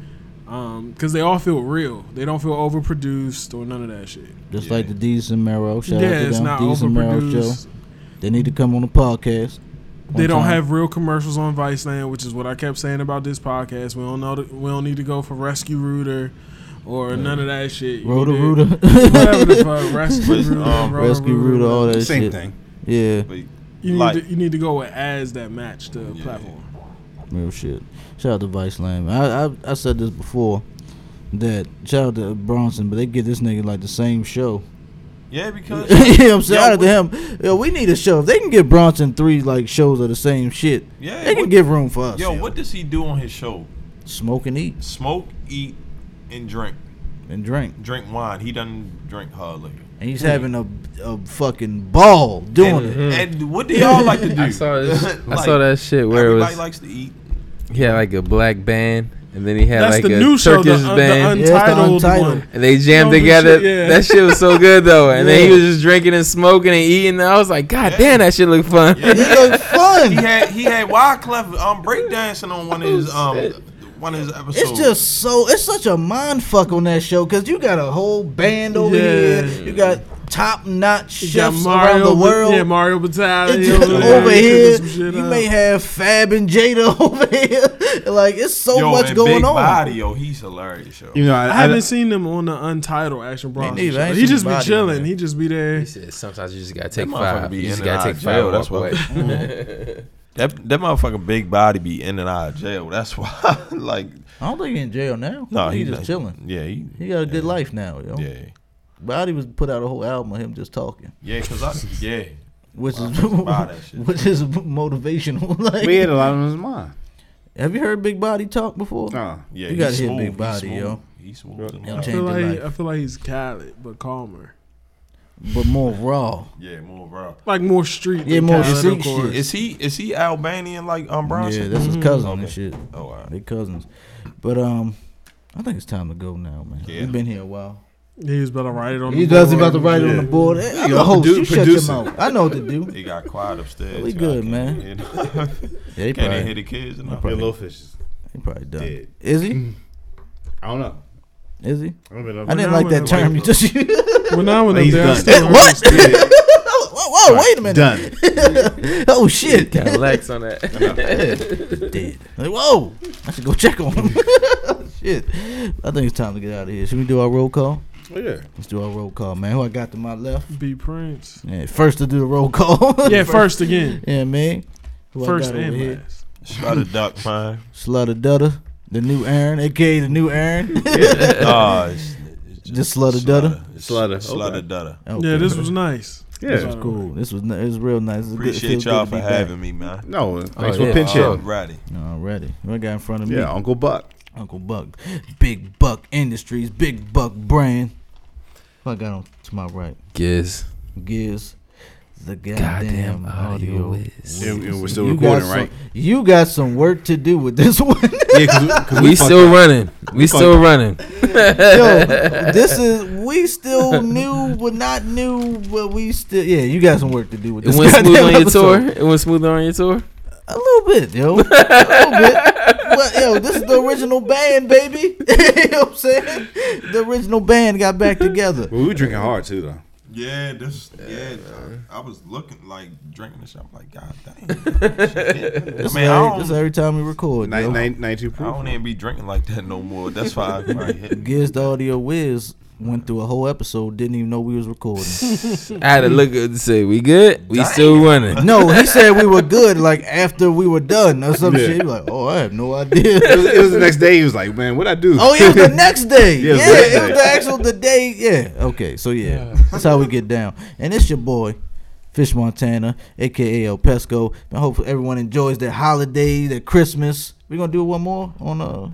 [SPEAKER 5] because they all feel real. They don't feel overproduced or none of that shit.
[SPEAKER 4] Just
[SPEAKER 6] Yeah.
[SPEAKER 4] like the Deez and Mero. Shout
[SPEAKER 5] yeah,
[SPEAKER 4] out to
[SPEAKER 5] it's
[SPEAKER 4] them.
[SPEAKER 5] not
[SPEAKER 4] Deez and Mero show.
[SPEAKER 5] overproduced.
[SPEAKER 4] They need to come on the podcast.
[SPEAKER 5] They
[SPEAKER 4] One
[SPEAKER 5] don't
[SPEAKER 4] time.
[SPEAKER 5] have real commercials on Viceland, which is what I kept saying about this podcast. We don't know. that- we don't need to go for Rescue Rooter or none of that shit. You
[SPEAKER 4] Roto
[SPEAKER 5] did-
[SPEAKER 4] Rooter.
[SPEAKER 5] Whatever the
[SPEAKER 4] <laughs>
[SPEAKER 5] fuck, Rescue
[SPEAKER 6] But,
[SPEAKER 5] Rooter,
[SPEAKER 6] um,
[SPEAKER 5] Roto
[SPEAKER 4] Rescue Rooter, all that
[SPEAKER 3] Same
[SPEAKER 4] shit.
[SPEAKER 3] thing.
[SPEAKER 4] Yeah,
[SPEAKER 6] But
[SPEAKER 5] You need,
[SPEAKER 6] Like-
[SPEAKER 5] to, you need to go with ads that match the
[SPEAKER 6] Yeah.
[SPEAKER 5] platform.
[SPEAKER 4] real shit. Shout out to Vice Land. I, I I said this before. That shout out to Bronson, but they give this nigga like the same show. <laughs>
[SPEAKER 6] yeah, because
[SPEAKER 4] you know what I'm saying?
[SPEAKER 6] Yo,
[SPEAKER 4] Shout out to him. Yo, we need a show. If they can give Bronson three like shows of the same shit,
[SPEAKER 6] Yeah,
[SPEAKER 4] they can
[SPEAKER 6] what-
[SPEAKER 4] give room for us.
[SPEAKER 6] yo, what does he do on his show?
[SPEAKER 4] Smoke and eat
[SPEAKER 6] Smoke, eat, and drink.
[SPEAKER 4] and drink.
[SPEAKER 6] Drink wine. He doesn't drink hard liquor.
[SPEAKER 4] And he's having a, a fucking ball doing
[SPEAKER 6] and,
[SPEAKER 4] it.
[SPEAKER 6] and what do y'all like to do?
[SPEAKER 9] Mm-hmm. I
[SPEAKER 6] <laughs>
[SPEAKER 9] saw this. I
[SPEAKER 6] Like,
[SPEAKER 9] saw that shit where it
[SPEAKER 6] Everybody
[SPEAKER 9] was.
[SPEAKER 6] likes to eat.
[SPEAKER 9] he had like a black band, and then he had
[SPEAKER 5] That's
[SPEAKER 9] like
[SPEAKER 5] the
[SPEAKER 9] a
[SPEAKER 5] new
[SPEAKER 9] Turkish
[SPEAKER 5] show, the, un-
[SPEAKER 9] band.
[SPEAKER 5] the
[SPEAKER 4] Yeah, it's the
[SPEAKER 5] untitled
[SPEAKER 4] Untitled.
[SPEAKER 5] one.
[SPEAKER 9] and they jammed
[SPEAKER 5] No, but
[SPEAKER 9] together.
[SPEAKER 5] shit, yeah.
[SPEAKER 9] That shit was so good though. And then
[SPEAKER 4] Yeah.
[SPEAKER 9] he was just drinking and smoking and eating. And I was like, God
[SPEAKER 6] Yeah.
[SPEAKER 9] damn, that shit look fun.
[SPEAKER 6] Yeah.
[SPEAKER 4] It looks
[SPEAKER 6] He
[SPEAKER 4] fun.
[SPEAKER 6] had he had Wyclef um breakdancing on one of his um one of his episodes.
[SPEAKER 4] It's just so it's such a mind fuck on that show because you got a whole band over
[SPEAKER 5] Yeah.
[SPEAKER 4] here. You got top notch
[SPEAKER 5] You got
[SPEAKER 4] chefs around the
[SPEAKER 5] Ba-
[SPEAKER 4] world.
[SPEAKER 5] Yeah, Mario Batali
[SPEAKER 4] It's just
[SPEAKER 5] there,
[SPEAKER 4] over
[SPEAKER 5] cooking
[SPEAKER 4] here.
[SPEAKER 5] some shit uh,
[SPEAKER 4] You
[SPEAKER 6] uh,
[SPEAKER 5] up.
[SPEAKER 4] may have Fab and Jada <laughs> over here. like it's so
[SPEAKER 6] yo,
[SPEAKER 4] much
[SPEAKER 6] and
[SPEAKER 4] going
[SPEAKER 6] Big
[SPEAKER 4] on.
[SPEAKER 6] Body, yo, he's hilarious, yo.
[SPEAKER 3] You know, I,
[SPEAKER 5] I
[SPEAKER 3] I, <laughs>
[SPEAKER 5] haven't seen them on the Untitled Action Bronson.
[SPEAKER 4] neither. I
[SPEAKER 5] show.
[SPEAKER 4] ain't
[SPEAKER 5] He
[SPEAKER 4] seen
[SPEAKER 5] just be
[SPEAKER 4] Body on
[SPEAKER 5] chilling.
[SPEAKER 4] there.
[SPEAKER 5] He just be there.
[SPEAKER 9] He said, <laughs> Sometimes you just gotta take
[SPEAKER 6] That motherfucker
[SPEAKER 9] five.
[SPEAKER 6] be
[SPEAKER 9] You
[SPEAKER 6] in
[SPEAKER 9] just
[SPEAKER 6] and out
[SPEAKER 9] gotta
[SPEAKER 6] of
[SPEAKER 9] take five.
[SPEAKER 6] jail,
[SPEAKER 9] and
[SPEAKER 6] that's
[SPEAKER 9] walk away.
[SPEAKER 6] <laughs> That that motherfucking Big Body be in and out of jail. That's why, <laughs> like,
[SPEAKER 4] I don't think he's in jail now.
[SPEAKER 6] no,
[SPEAKER 4] he's
[SPEAKER 6] he
[SPEAKER 4] just chilling.
[SPEAKER 6] Yeah, he,
[SPEAKER 4] He got a good life now, yo.
[SPEAKER 6] yeah,
[SPEAKER 4] Body was put out a whole album of him just talking,
[SPEAKER 6] yeah, cause I, <laughs> yeah,
[SPEAKER 4] which <laughs>
[SPEAKER 6] buy that
[SPEAKER 4] is
[SPEAKER 6] <laughs> shit.
[SPEAKER 4] which is motivational. <laughs> like,
[SPEAKER 3] we had a lot on his mind.
[SPEAKER 4] Have you heard Big Body talk before?
[SPEAKER 3] No.
[SPEAKER 4] You
[SPEAKER 6] yeah. he
[SPEAKER 4] gotta hit
[SPEAKER 6] smooth,
[SPEAKER 4] Big
[SPEAKER 6] he
[SPEAKER 4] Body,
[SPEAKER 6] smooth,
[SPEAKER 4] yo.
[SPEAKER 6] He smooth. as a
[SPEAKER 4] Yeah.
[SPEAKER 5] I
[SPEAKER 6] motherfucker.
[SPEAKER 5] feel
[SPEAKER 4] Change your
[SPEAKER 5] like
[SPEAKER 4] life.
[SPEAKER 5] I feel like he's Khaled but calmer.
[SPEAKER 4] But more raw.
[SPEAKER 6] Yeah, more bro.
[SPEAKER 5] Like more street.
[SPEAKER 4] Yeah,
[SPEAKER 5] than
[SPEAKER 4] more
[SPEAKER 5] Khaled, of
[SPEAKER 4] street
[SPEAKER 5] course.
[SPEAKER 4] shit.
[SPEAKER 6] Is he is he Albanian like um Bronson?
[SPEAKER 4] Yeah, that's his cousin and
[SPEAKER 6] Okay.
[SPEAKER 4] shit.
[SPEAKER 6] Oh, all right.
[SPEAKER 4] They cousins. But um I think it's time to go now, man.
[SPEAKER 6] Yeah.
[SPEAKER 4] We've been here a while.
[SPEAKER 5] He was about to write it on.
[SPEAKER 4] He
[SPEAKER 5] the
[SPEAKER 4] does
[SPEAKER 5] board.
[SPEAKER 4] about to write it on the board. Hey, I'm the host. You
[SPEAKER 3] produ-
[SPEAKER 4] shut your
[SPEAKER 3] producer.
[SPEAKER 4] mouth. I know what to do.
[SPEAKER 6] <laughs> It got quiet upstairs.
[SPEAKER 4] We
[SPEAKER 6] so I
[SPEAKER 4] good,
[SPEAKER 6] can't
[SPEAKER 4] man.
[SPEAKER 6] hear nothing.
[SPEAKER 4] Yeah, he
[SPEAKER 6] <laughs> Can't even hear
[SPEAKER 4] probably,
[SPEAKER 6] the kids. and
[SPEAKER 3] Your
[SPEAKER 6] nothing.
[SPEAKER 3] little fish is
[SPEAKER 4] he probably done.
[SPEAKER 3] dead.
[SPEAKER 4] Is he?
[SPEAKER 3] I don't know.
[SPEAKER 4] Is he?
[SPEAKER 3] I don't even know.
[SPEAKER 4] I didn't
[SPEAKER 5] now
[SPEAKER 4] like
[SPEAKER 5] we're
[SPEAKER 4] that
[SPEAKER 5] gonna
[SPEAKER 4] term you just used. <laughs>
[SPEAKER 5] When I went
[SPEAKER 3] Like,
[SPEAKER 5] up
[SPEAKER 3] he's
[SPEAKER 5] there, I
[SPEAKER 3] done.
[SPEAKER 5] still heard
[SPEAKER 4] What?
[SPEAKER 5] him spit.
[SPEAKER 4] whoa, whoa, <laughs> wait a minute.
[SPEAKER 3] Done.
[SPEAKER 4] Oh shit.
[SPEAKER 9] Got lax on that.
[SPEAKER 4] Dead. Like, <laughs> whoa. I should go check on him. <laughs> shit. I think it's time to get out of here. Should we do our roll call?
[SPEAKER 3] Oh, Yeah.
[SPEAKER 4] Let's do our roll call, man. Who I got to my left? <laughs>
[SPEAKER 5] B Prince.
[SPEAKER 4] Yeah, first to do the roll call. <laughs>
[SPEAKER 5] Yeah, first again.
[SPEAKER 4] Yeah, man. Who I
[SPEAKER 5] First
[SPEAKER 4] got over here?
[SPEAKER 5] and last.
[SPEAKER 6] Shot a duck, man.
[SPEAKER 4] <laughs> Slutter Dutter, the new Aaron, aka the new Aaron.
[SPEAKER 6] Nah, it's, it's
[SPEAKER 4] Just slutter dutter?
[SPEAKER 6] It's
[SPEAKER 3] Slutter,
[SPEAKER 6] Slutter
[SPEAKER 3] okay.
[SPEAKER 6] dutter.
[SPEAKER 5] Yeah,
[SPEAKER 4] Okay.
[SPEAKER 5] this was nice.
[SPEAKER 4] This
[SPEAKER 3] Yeah.
[SPEAKER 4] was cool. This was ni- it was real nice. It was good- it
[SPEAKER 6] Appreciate
[SPEAKER 4] feels good
[SPEAKER 6] y'all
[SPEAKER 4] to
[SPEAKER 6] for
[SPEAKER 4] be back.
[SPEAKER 6] having me, man.
[SPEAKER 3] No, thanks
[SPEAKER 9] yeah.
[SPEAKER 3] for pinch
[SPEAKER 9] Oh.
[SPEAKER 3] hitting.
[SPEAKER 6] Alrighty.
[SPEAKER 4] Already, what I got in front of me?
[SPEAKER 3] Yeah, Uncle Buck.
[SPEAKER 4] Uncle Buck, Big Buck Industries, Big Buck Brand. What I got on to my right?
[SPEAKER 9] Giz.
[SPEAKER 4] Giz, the goddamn, audio. whiz.
[SPEAKER 3] And, and we're still
[SPEAKER 4] You got
[SPEAKER 3] recording,
[SPEAKER 4] some-
[SPEAKER 3] right?
[SPEAKER 4] You got some work to do with this one.
[SPEAKER 3] Yeah, because
[SPEAKER 9] We still
[SPEAKER 2] <laughs>
[SPEAKER 9] running. We still running.
[SPEAKER 4] Yo, this is we still new, but not new, but we still yeah. You got some work to do with
[SPEAKER 9] It
[SPEAKER 4] this.
[SPEAKER 9] went smooth
[SPEAKER 4] goddamn
[SPEAKER 9] on your
[SPEAKER 4] episode.
[SPEAKER 9] tour. It went smooth on your tour.
[SPEAKER 4] A little bit, yo. A little bit.
[SPEAKER 6] <laughs>
[SPEAKER 4] But yo, this is the original band, baby. <laughs> you know what I'm saying? The original band got back together.
[SPEAKER 3] we were drinking hard too, though.
[SPEAKER 6] Yeah, this. Yeah, I, I was looking like drinking this. I'm like, God <laughs> damn. Shit. I
[SPEAKER 4] This,
[SPEAKER 6] mean,
[SPEAKER 4] is,
[SPEAKER 6] I
[SPEAKER 4] every, this is
[SPEAKER 6] don't,
[SPEAKER 4] every time we record.
[SPEAKER 3] Nine-
[SPEAKER 4] yo.
[SPEAKER 3] nine- 92
[SPEAKER 6] I
[SPEAKER 3] proof.
[SPEAKER 6] don't even be drinking like that no more. That's
[SPEAKER 4] <laughs>
[SPEAKER 6] why I probably hit.
[SPEAKER 4] Giz the audio whiz went through a whole episode, didn't even know we was recording.
[SPEAKER 6] <laughs>
[SPEAKER 9] I had to look at and say, "We good? We still running."
[SPEAKER 4] no, he said we were good like after we were done or some
[SPEAKER 3] Yeah.
[SPEAKER 4] shit. He was like, oh, I have no idea.
[SPEAKER 3] It was, it was the next day. He was like, "Man, what I do?"
[SPEAKER 4] Oh, yeah, it was the next day.
[SPEAKER 3] <laughs> Yeah,
[SPEAKER 4] Yeah,
[SPEAKER 3] it was the
[SPEAKER 4] it
[SPEAKER 3] next
[SPEAKER 4] was
[SPEAKER 3] day.
[SPEAKER 4] the actual the day. Yeah. Okay, so yeah, that's how we get down. And it's your boy, Fish Montana, aka El Pesco. I hope everyone enjoys their holiday, their Christmas. We're gonna do one more on uh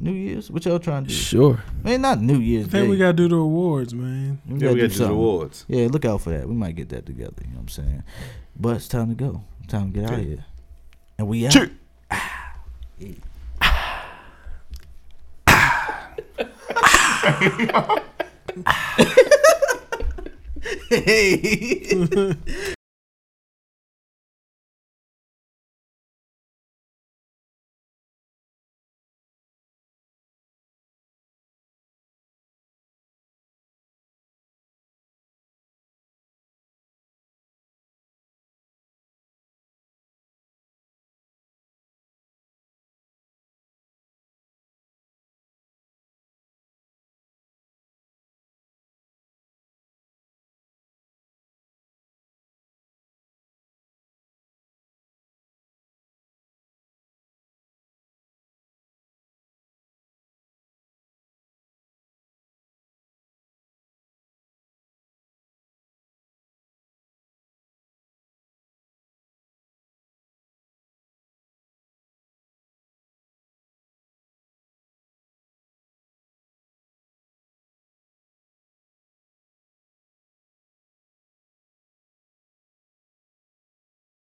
[SPEAKER 4] New Year's. What y'all trying to do?
[SPEAKER 9] Sure.
[SPEAKER 4] Man, not New Year's
[SPEAKER 5] I
[SPEAKER 4] Day.
[SPEAKER 5] think we gotta do the awards, man.
[SPEAKER 4] We
[SPEAKER 3] yeah,
[SPEAKER 4] gotta
[SPEAKER 3] we
[SPEAKER 4] do
[SPEAKER 3] got the
[SPEAKER 4] something.
[SPEAKER 3] awards.
[SPEAKER 4] Yeah, look out for that. We might get that together. You know what I'm saying? But it's time to go. Time to get out of here. And we out. hey.